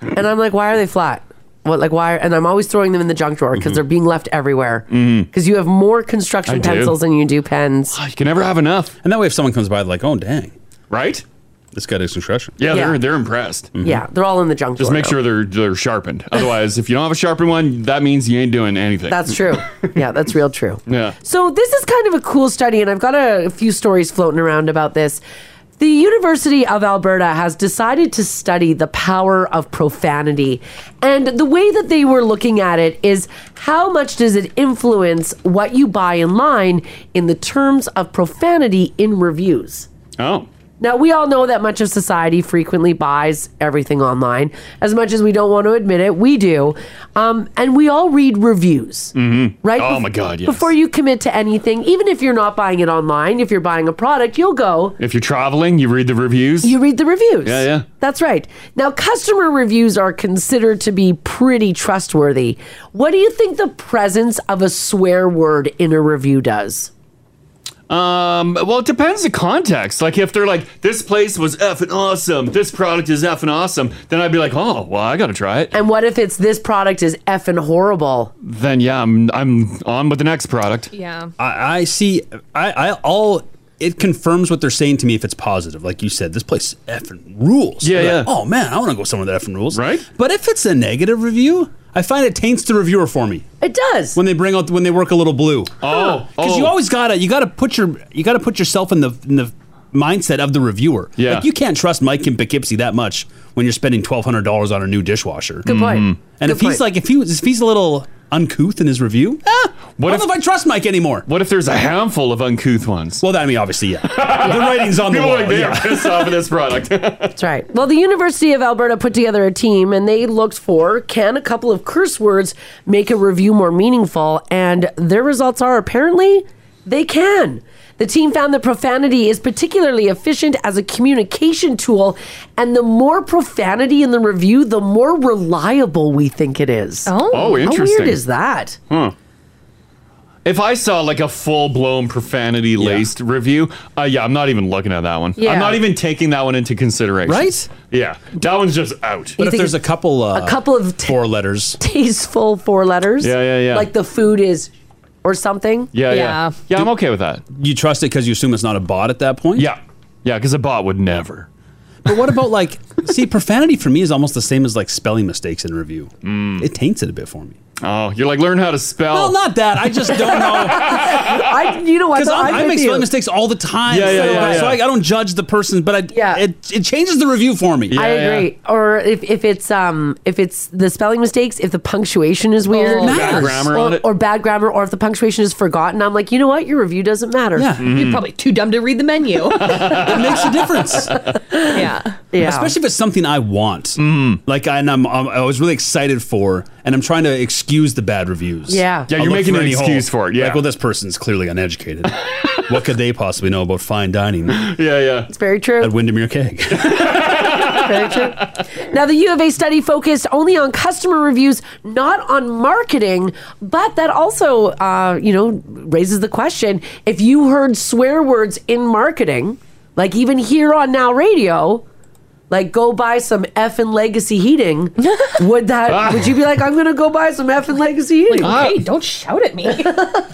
Speaker 2: and I'm like, why are they flat? What like why? And I'm always throwing them in the junk drawer
Speaker 3: Mm-hmm.
Speaker 2: because they're being left everywhere.
Speaker 3: Mm.
Speaker 2: Because you have more construction
Speaker 5: I do.
Speaker 2: pencils than you do pens.
Speaker 3: You can never have enough.
Speaker 5: And that way, if someone comes by, they're like, oh, dang.
Speaker 3: Right?
Speaker 5: This guy does construction.
Speaker 3: Yeah, they're they're impressed.
Speaker 2: Yeah, they're all in the junk
Speaker 3: Just
Speaker 2: drawer.
Speaker 3: make
Speaker 2: now.
Speaker 3: sure they're they're sharpened. Otherwise, if you don't have a sharpened one, that means you ain't doing anything.
Speaker 2: That's true. yeah, that's real true.
Speaker 3: Yeah.
Speaker 2: So this is kind of a cool study, and I've got a, a few stories floating around about this. The University of Alberta has decided to study the power of profanity. And the way that they were looking at it is how much does it influence what you buy in line in the terms of profanity in reviews?
Speaker 3: Oh.
Speaker 2: Now, we all know that much of society frequently buys everything online. As much as we don't want to admit it, we do. Um, and we all read reviews, mm-hmm. right?
Speaker 3: Oh,
Speaker 2: Bef-
Speaker 3: my God, yes.
Speaker 2: Before you commit to anything, even if you're not buying it online, if you're buying a product, you'll go,
Speaker 3: If you're traveling, you read the reviews.
Speaker 2: you read the reviews.
Speaker 3: Yeah, yeah.
Speaker 2: That's right. Now, customer reviews are considered to be pretty trustworthy. What do you think the presence of a swear word in a review does?
Speaker 3: Um, well, it depends the context. Like, if they're like, this place was effing awesome, this product is effing awesome, then I'd be like, oh, well, I gotta try it.
Speaker 2: And what if it's this product is effing horrible?
Speaker 3: Then, yeah, I'm, I'm on with the next product.
Speaker 2: Yeah.
Speaker 5: I, I see. I, I all. It confirms what they're saying to me if it's positive. Like you said, this place effing rules.
Speaker 3: Yeah,
Speaker 5: You're
Speaker 3: yeah.
Speaker 5: like, oh man, I want to go somewhere that effing rules. Right. But if it's a negative review, I find it taints the reviewer for me.
Speaker 2: It does.
Speaker 5: When they bring out when they work a little blue.
Speaker 3: Oh,
Speaker 5: because you
Speaker 3: oh.
Speaker 5: always gotta you gotta put your you gotta put yourself in the in the mindset of the reviewer.
Speaker 3: Yeah.
Speaker 5: Like, you can't trust Mike in Poughkeepsie that much when you're spending twelve hundred dollars on a new dishwasher.
Speaker 2: Good point.
Speaker 3: Mm-hmm.
Speaker 2: Mhm.
Speaker 5: And
Speaker 2: Good
Speaker 5: if he's
Speaker 2: point.
Speaker 5: like if he was- if he's a little uncouth in his review, ah, I don't know if I trust Mike anymore.
Speaker 3: What if there's a handful of uncouth ones?
Speaker 5: Well, I mean, obviously, yeah. the writing's on the
Speaker 3: People
Speaker 5: wall.
Speaker 3: are like, they are
Speaker 5: yeah.
Speaker 3: pissed off at this product.
Speaker 2: That's right. Well, the University of Alberta put together a team and they looked for can a couple of curse words make a review more meaningful? And their results are apparently they can. The team found that profanity is particularly efficient as a communication tool, and the more profanity in the review, the more reliable we think it is. Oh,
Speaker 3: Oh,
Speaker 2: How
Speaker 3: interesting.
Speaker 2: weird is that?
Speaker 3: Huh. If I saw like a full blown profanity laced review, uh, yeah, I'm not even looking at that one.
Speaker 2: Yeah.
Speaker 3: I'm not even taking that one into consideration. Right? Yeah. That one's just out.
Speaker 2: But You if think there's
Speaker 5: a couple, uh,
Speaker 2: a couple of
Speaker 5: four letters.
Speaker 2: tasteful four letters.
Speaker 5: Yeah, yeah, yeah.
Speaker 2: Like the food is, or something.
Speaker 3: Yeah, I'm okay with that.
Speaker 5: You trust it because you assume it's not a bot at that point?
Speaker 3: Yeah. Yeah, because a bot would never.
Speaker 5: But what about like, see, profanity for me is almost the same as like spelling mistakes in review.
Speaker 3: Mm.
Speaker 5: It taints it a bit for me.
Speaker 3: Oh, you're like, learn how to spell.
Speaker 5: Well, not that. I just don't know.
Speaker 2: I, you know what?
Speaker 5: Because
Speaker 2: though?
Speaker 5: I'm-
Speaker 2: I'm
Speaker 5: I
Speaker 2: with
Speaker 5: make
Speaker 2: you.
Speaker 5: spelling mistakes all the time.
Speaker 3: Yeah, yeah,
Speaker 5: so,
Speaker 3: yeah,
Speaker 5: so I,
Speaker 3: yeah.
Speaker 5: I don't judge the person, but I, yeah. it, it changes the review for me.
Speaker 2: I agree. Or if, if it's um if it's the spelling mistakes, if the punctuation is weird,
Speaker 5: Oh, Bad Matters. grammar
Speaker 2: or,
Speaker 5: on it.
Speaker 2: or bad grammar, or if the punctuation is forgotten, I'm like, you know what, your review doesn't matter.
Speaker 5: Yeah. Mhm. You're
Speaker 6: probably too dumb to read the menu.
Speaker 5: It makes a difference.
Speaker 6: yeah.
Speaker 5: Especially if it's something I want.
Speaker 3: Mm-hmm.
Speaker 5: Like, I, and I'm, I'm, I was really excited for, and I'm trying to excuse the bad reviews.
Speaker 2: Yeah. Yeah,
Speaker 5: I'll
Speaker 3: you're
Speaker 5: look
Speaker 3: making
Speaker 5: for
Speaker 3: an
Speaker 5: any
Speaker 3: excuse for it, yeah.
Speaker 5: Like, well, this person's clearly uneducated. what could they possibly know about fine dining? Yeah,
Speaker 3: yeah.
Speaker 2: It's very true.
Speaker 5: At Windermere Keg.
Speaker 2: Very true. Now, the U of A study focused only on customer reviews, not on marketing, but that also, uh, you know, raises the question if you heard swear words in marketing, like even here on Now Radio, Like, go buy some effing legacy heating. would that? would you be like, I'm gonna go buy some effing legacy heating?
Speaker 3: Like, okay,
Speaker 2: don't shout at me.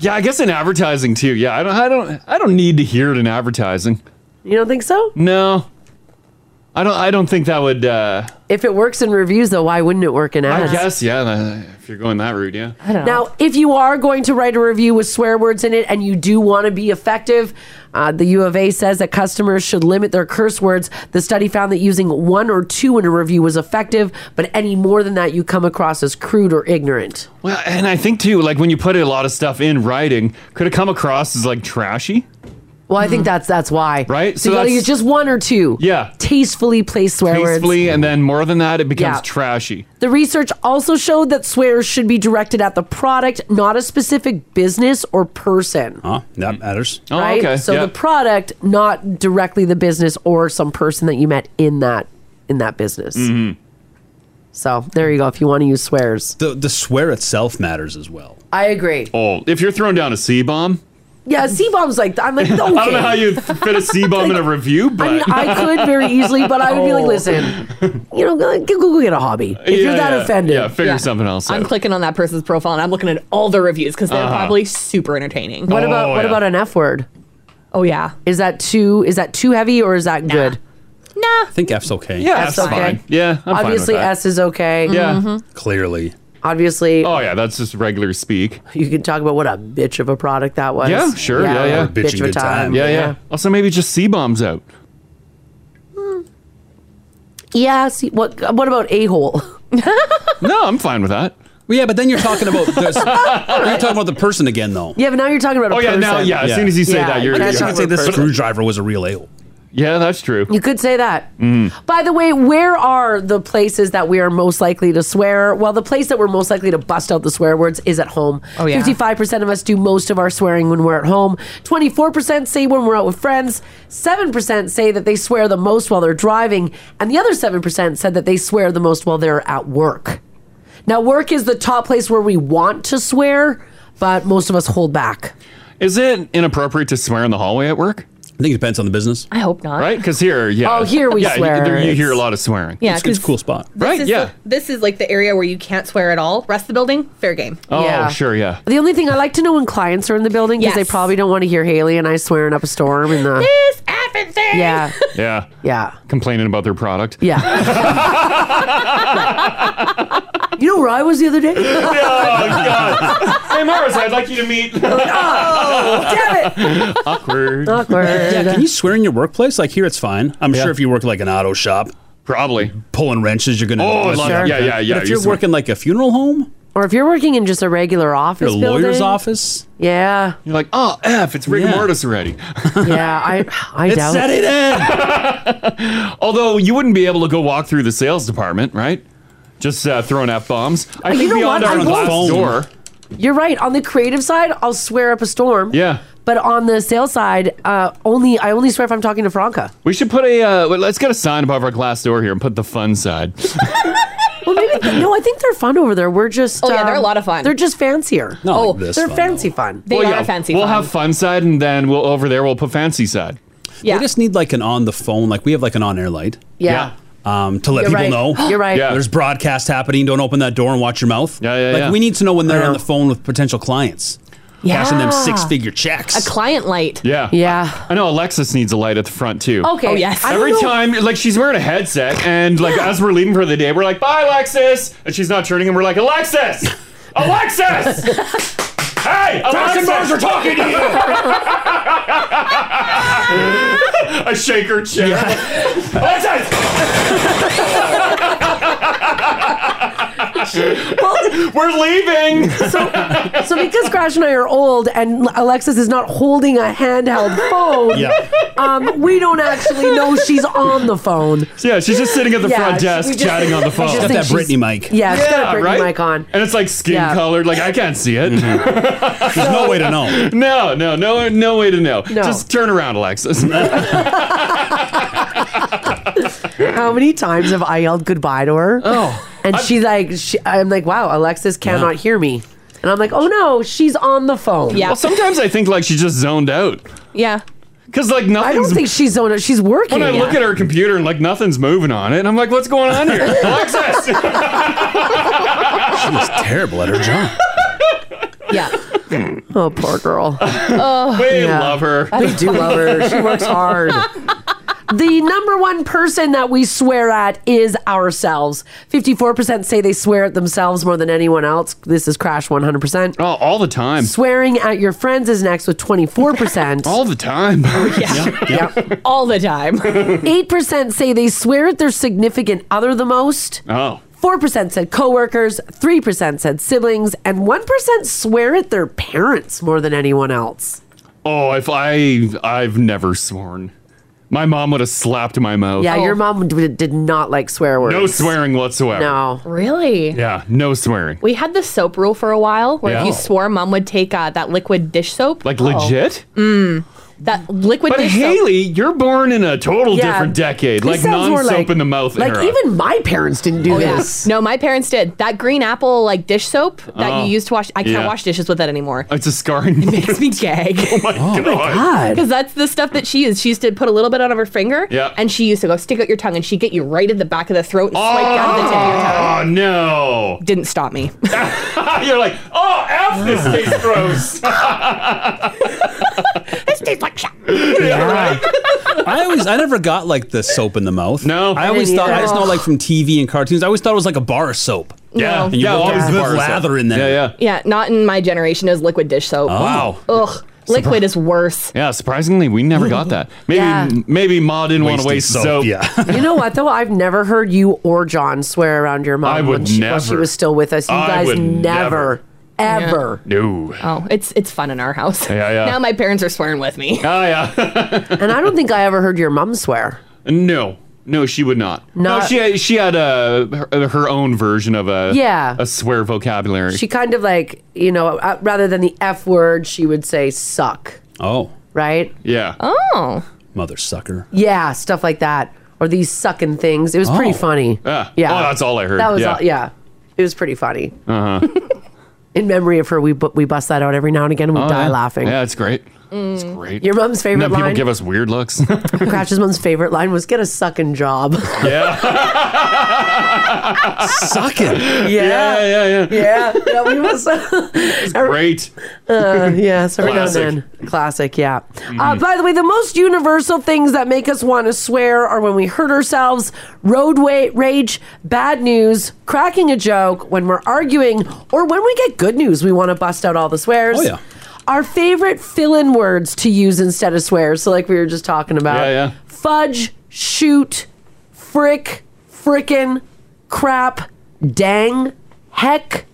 Speaker 3: Yeah, I guess in advertising too. Yeah, I don't, I don't, I don't need to hear it in advertising.
Speaker 2: you don't think so?
Speaker 3: No, I don't. I don't think that would. Uh,
Speaker 2: If it works in reviews, though, why wouldn't it work in ads?
Speaker 3: I guess yeah. the- If you're going that route, yeah.
Speaker 2: Now, if you are going to write a review with swear words in it and you do want to be effective, uh, the U of A says that customers should limit their curse words. The study found that using one or two in a review was effective, but any more than that, you come across as crude or ignorant.
Speaker 3: Well, and I think too, like when you put a lot of stuff in writing, could it come across as like trashy?
Speaker 2: Well, I think that's that's why.
Speaker 3: Right?
Speaker 2: So,
Speaker 3: So
Speaker 2: you gotta
Speaker 3: that's-
Speaker 2: use just one or two.
Speaker 3: Yeah.
Speaker 2: Tastefully place swear words.
Speaker 3: Tastefully, and then more than that, it becomes
Speaker 2: Yeah.
Speaker 3: trashy.
Speaker 2: The research also showed that swears should be directed at the product, not a specific business or person.
Speaker 3: Ah.
Speaker 5: Huh? That matters.
Speaker 3: Oh,
Speaker 2: right? So the product, not directly the business or some person that you met in that in that business.
Speaker 3: Mm-hmm.
Speaker 2: So there you go. If you want to use swears,
Speaker 5: the the swear itself matters as well.
Speaker 2: I agree.
Speaker 3: Oh, if you're throwing down a C bomb,
Speaker 2: Yeah, C bomb's like I'm like okay.
Speaker 3: I don't know how you fit a C bomb in a review, but
Speaker 2: I mean, I could very easily, but I would
Speaker 3: Oh,
Speaker 2: be like, listen, you know, go, go, go get a hobby.
Speaker 3: If you're Yeah, that yeah. offended. Yeah, figure something else
Speaker 14: I'm
Speaker 3: out.
Speaker 14: clicking on that person's profile and I'm looking at all their reviews because they're
Speaker 2: Uh-huh.
Speaker 14: probably super entertaining.
Speaker 2: What about what about an F word?
Speaker 14: Oh yeah,
Speaker 2: is that too is that too heavy or is that good?
Speaker 5: I think F's okay.
Speaker 2: Yeah, F's F's okay. fine.
Speaker 3: Yeah, I'm
Speaker 2: Obviously,
Speaker 3: fine with
Speaker 2: S
Speaker 3: that.
Speaker 2: is okay.
Speaker 3: Yeah.
Speaker 5: Clearly.
Speaker 2: Obviously.
Speaker 3: Oh yeah, that's just regular speak.
Speaker 2: You can talk about what a bitch of a product that was.
Speaker 3: Yeah, sure. Yeah, yeah.
Speaker 2: Bitch of a time.
Speaker 3: Yeah, yeah, Also, maybe just C bombs out.
Speaker 2: Yeah, see what what about a hole?
Speaker 3: no, I'm fine with that.
Speaker 5: Well, yeah, but then you're talking about this, you're talking about the person again, though.
Speaker 2: Yeah, but now you're talking about a
Speaker 3: Oh, yeah,
Speaker 2: person.
Speaker 3: now- yeah, as soon as you say Yeah, that, you're-
Speaker 5: you
Speaker 3: you're-
Speaker 5: can't say this
Speaker 3: But-
Speaker 5: screwdriver was a real ale.
Speaker 3: Yeah, that's true. Mm-hmm.
Speaker 2: You could say that. By the way, where are the places that we are most likely to swear? Well, the place that we're most likely to bust out the swear words is at home.
Speaker 14: Oh, yeah.
Speaker 2: 55% of us do most of our swearing when we're at home. 24% say when we're out with friends. 7% say that they swear the most while they're driving. And the other 7% said that they swear the most while they're at work. Now, work is the top place where we want to swear, but most of us hold back.
Speaker 3: Is it inappropriate to swear in the hallway at work?
Speaker 5: I think it depends on the business.
Speaker 14: I hope not.
Speaker 3: Right? Because here, yeah.
Speaker 14: Oh, here we
Speaker 3: yeah, you-
Speaker 14: swear.
Speaker 3: there You, hear a
Speaker 14: It's-
Speaker 3: lot of swearing.
Speaker 14: Yeah, It's- it's 'cause-
Speaker 5: cool spot.
Speaker 14: This
Speaker 3: Right?
Speaker 14: is
Speaker 3: Yeah.
Speaker 14: the- this is like the area where you can't swear at all. Rest of the building, fair game.
Speaker 3: oh, sure. Yeah.
Speaker 2: The only thing I like to know when clients are in the building because they probably don't want to hear Haley and I swearing up a storm in the
Speaker 14: this effing thing.
Speaker 2: yeah
Speaker 3: Yeah.
Speaker 2: Yeah.
Speaker 3: Complaining about their product.
Speaker 2: yeah. you know where I was the other day?
Speaker 3: Oh, Hey, Morris, I'd like you to meet.
Speaker 2: oh,
Speaker 5: damn it.
Speaker 3: Awkward.
Speaker 2: Awkward.
Speaker 5: Yeah, can you swear in your workplace? Like here, it's fine. I'm
Speaker 3: Yeah.
Speaker 5: sure if you work like an auto shop,
Speaker 3: probably
Speaker 5: pulling wrenches, you're gonna.
Speaker 3: Oh,
Speaker 5: listen
Speaker 3: sure.
Speaker 5: to that.
Speaker 3: yeah, yeah, yeah,
Speaker 5: But if
Speaker 3: you
Speaker 5: you're
Speaker 3: swear.
Speaker 5: working like a funeral home,
Speaker 2: or if you're working in just a regular office,
Speaker 5: your lawyer's
Speaker 2: building,
Speaker 5: office,
Speaker 2: Yeah.
Speaker 3: You're like, oh, F, it's rigor
Speaker 5: Yeah.
Speaker 3: mortis already.
Speaker 2: yeah, I, I doubt
Speaker 3: said
Speaker 2: it.
Speaker 3: Although you wouldn't be able to go walk through the sales department, right? Just uh, throwing F bombs. I
Speaker 2: You
Speaker 3: think
Speaker 2: know
Speaker 3: we
Speaker 2: what?
Speaker 3: all
Speaker 2: I
Speaker 3: know
Speaker 2: won't.
Speaker 3: glass door.
Speaker 2: You're right. On the creative side, I'll swear up a storm.
Speaker 3: Yeah.
Speaker 2: But on the sales side, uh, only I only swear if I'm talking to Franca.
Speaker 3: We should put a, uh, well, let's get a sign above our glass door here and put the fun side.
Speaker 2: Well, maybe th- no. I think they're fun over there. We're just
Speaker 14: Oh, yeah, they're a
Speaker 2: um,
Speaker 14: lot of fun.
Speaker 2: They're just fancier.
Speaker 3: Not like Oh, this
Speaker 2: they're
Speaker 3: fun,
Speaker 2: fancy fun.
Speaker 14: They
Speaker 3: Well,
Speaker 14: are
Speaker 3: yeah,
Speaker 14: fancy.
Speaker 3: We'll
Speaker 14: fun.
Speaker 3: have fun side and then we'll over there we'll put fancy side.
Speaker 5: yeah. They just need like an on the phone. Like we have like an on air light.
Speaker 2: Yeah.
Speaker 5: Um, to let
Speaker 2: You're
Speaker 5: people
Speaker 2: right.
Speaker 5: know.
Speaker 2: You're right. Yeah.
Speaker 5: There's broadcast happening. Don't open that door and watch your mouth. Yeah, yeah. Like
Speaker 14: yeah.
Speaker 5: we need to know when they're on the phone with potential clients. Cashing them six figure checks.
Speaker 14: A client light.
Speaker 3: Yeah.
Speaker 2: Yeah.
Speaker 3: I know Alexis needs a light at the front too.
Speaker 14: Okay. Oh, yes. I don't
Speaker 3: Every
Speaker 14: know-
Speaker 3: time, like she's wearing a headset, and like as we're leaving for the day, we're like, "Bye, Alexis," and she's not turning, and we're like, "Alexis, Alexis, hey,
Speaker 21: Fashion
Speaker 3: Alexis,
Speaker 21: bars are talking to you.
Speaker 3: I shake her chair. Alexis. We're leaving.
Speaker 2: So, so because Crash and I are old, and Alexis is not holding a handheld phone,
Speaker 3: Yeah.
Speaker 2: um, we don't actually know she's on the phone.
Speaker 3: Yeah, she's just sitting at the
Speaker 2: Yeah,
Speaker 3: front
Speaker 2: she-
Speaker 3: desk
Speaker 2: we just-
Speaker 3: chatting on the
Speaker 2: I
Speaker 3: phone.
Speaker 2: just Got think that she's- Britney mic. yeah, she's got a Britney mic
Speaker 3: on. And it's like skin
Speaker 2: Yeah.
Speaker 3: colored. Like I can't see it.
Speaker 5: There's no way to know.
Speaker 3: No, no, no, no way to know.
Speaker 2: No.
Speaker 3: Just turn around, Alexis.
Speaker 2: How many times have I yelled goodbye to her?
Speaker 3: Oh,
Speaker 2: and she's like, she, I'm like, wow, Alexis cannot hear me, and I'm like, oh no, she's on the phone.
Speaker 3: Well, sometimes I think like she just zoned out.
Speaker 14: Yeah.
Speaker 3: Because like
Speaker 2: I
Speaker 3: nothing's.
Speaker 2: don't think she's on it. She's working.
Speaker 3: when I look at her computer and like nothing's moving on it, and I'm like, what's going on here? Alexis! she was terrible at her job.
Speaker 2: Yeah. oh, poor girl.
Speaker 3: Oh, we love her.
Speaker 2: We do love her. She works hard. The number one person that we swear at is ourselves. 54% say they swear at themselves more than anyone else. This is Crash 100%.
Speaker 3: Oh, all the time.
Speaker 2: Swearing at your friends is next with 24%.
Speaker 3: all the time.
Speaker 2: All the time. 8% say they swear at their significant other the most.
Speaker 3: Oh.
Speaker 2: 4% said coworkers, 3% said siblings, and 1% swear at their parents more than anyone else.
Speaker 3: Oh, if I I've never sworn. My mom would have slapped my mouth.
Speaker 2: Yeah, your mom d- did not like swear words.
Speaker 3: Oh. No swearing whatsoever.
Speaker 2: No.
Speaker 14: Really?
Speaker 3: Yeah, no swearing.
Speaker 14: We had the soap rule for a while where if you
Speaker 3: Yeah.
Speaker 14: swore, mom would take uh, that liquid dish soap.
Speaker 3: Like legit?
Speaker 14: Mm. That liquid
Speaker 3: But
Speaker 14: dish soap.
Speaker 3: Haley, you're born in a total
Speaker 14: Yeah.
Speaker 3: different decade,
Speaker 14: This
Speaker 3: like
Speaker 14: sounds more
Speaker 3: non-soap
Speaker 14: like-
Speaker 3: in the mouth
Speaker 14: like
Speaker 3: era.
Speaker 14: even
Speaker 2: my parents didn't
Speaker 14: Oh, yeah. No, my parents did. That green apple like dish soap that
Speaker 3: Oh.
Speaker 14: you used to wash. I can't
Speaker 3: Yeah.
Speaker 14: wash dishes with that anymore.
Speaker 3: It's a scarring. It
Speaker 14: makes me gag. Oh
Speaker 3: my
Speaker 14: god. Because that's the stuff that she used. She used to put a little bit out of her finger.
Speaker 3: Yeah.
Speaker 14: And she used to go stick out your tongue and she'd get you right at the back of the throat and swipe down to the tip of your tongue.
Speaker 3: Oh no!
Speaker 14: Didn't stop me.
Speaker 3: You're like, oh, f this tastes gross.
Speaker 14: this tastes like shit.
Speaker 5: I always, I never got like the soap in the mouth. No, I
Speaker 13: I
Speaker 5: always
Speaker 13: didn't
Speaker 5: thought I
Speaker 13: either.
Speaker 5: just know like from TV and cartoons. I always thought it was like a bar of soap.
Speaker 14: Yeah. No.
Speaker 5: and you
Speaker 14: Yeah,
Speaker 5: yeah,
Speaker 14: always
Speaker 5: always
Speaker 14: a bar of soap.
Speaker 5: lather in there.
Speaker 3: Yeah,
Speaker 14: Yeah, not in my generation is liquid dish soap.
Speaker 3: Oh. Wow.
Speaker 14: Ugh. Liquid is worse.
Speaker 3: Yeah, surprisingly, we never got that. Maybe
Speaker 2: Yeah.
Speaker 3: maybe Ma didn't want to
Speaker 5: Wasted
Speaker 3: waste
Speaker 5: soap,
Speaker 3: soap. Yeah.
Speaker 2: you know what though? I've never heard you or John swear around your mom
Speaker 3: I
Speaker 2: when
Speaker 3: would
Speaker 2: she, while she
Speaker 3: never.
Speaker 2: was still with us. You
Speaker 3: I
Speaker 2: guys
Speaker 3: would
Speaker 2: never,
Speaker 14: never.
Speaker 2: ever.
Speaker 3: No.
Speaker 14: Oh, it's it's fun in our house.
Speaker 2: Yeah, yeah.
Speaker 14: Now my parents are swearing with me.
Speaker 3: Oh yeah.
Speaker 2: and I don't think I ever heard your mom swear.
Speaker 3: No, no, she would not. no,
Speaker 2: Not-
Speaker 3: she had, she had a her, her own version of a
Speaker 2: Yeah.
Speaker 3: a swear vocabulary.
Speaker 2: She kind of like you know, uh, rather than the f word, she would say suck,
Speaker 5: Oh.
Speaker 2: right?
Speaker 3: Yeah.
Speaker 14: Oh.
Speaker 5: Mother sucker.
Speaker 2: Yeah, stuff like that, or these sucking things. It was pretty
Speaker 5: Oh.
Speaker 2: funny.
Speaker 3: Yeah.
Speaker 2: Yeah.
Speaker 3: Oh, that's all I heard.
Speaker 2: That was
Speaker 3: yeah.
Speaker 2: all, yeah. It was pretty funny.
Speaker 3: Uh huh.
Speaker 2: In memory of her, we bu- we bust that out every now and again. and We die laughing.
Speaker 3: Oh,
Speaker 2: Mm.
Speaker 3: Yeah, it's great. It's great.
Speaker 2: Your mom's
Speaker 3: And
Speaker 2: favorite
Speaker 3: then people
Speaker 2: line.
Speaker 3: give us weird looks.
Speaker 2: Crash's mom's favorite line was "Get a sucking job."
Speaker 3: yeah. Uh-huh.
Speaker 5: Suck it.
Speaker 2: Yeah.
Speaker 3: Yeah, yeah,
Speaker 2: yeah. Yeah, we must. it's
Speaker 3: great.
Speaker 2: Uh, yeah, so every now and
Speaker 3: Classic. Mm-hmm.
Speaker 2: then. Classic, yeah. Uh, by the way, the most universal things that make us want to swear are when we hurt ourselves, roadway rage, bad news, cracking a joke, when we're arguing, or when we get good news, we want to bust out all the swears.
Speaker 5: Oh, yeah.
Speaker 2: Our favorite fill in words to use instead of swears. So, like we were just talking about
Speaker 3: Yeah, yeah.
Speaker 2: fudge, shoot, frick, frickin', crap, dang, heck,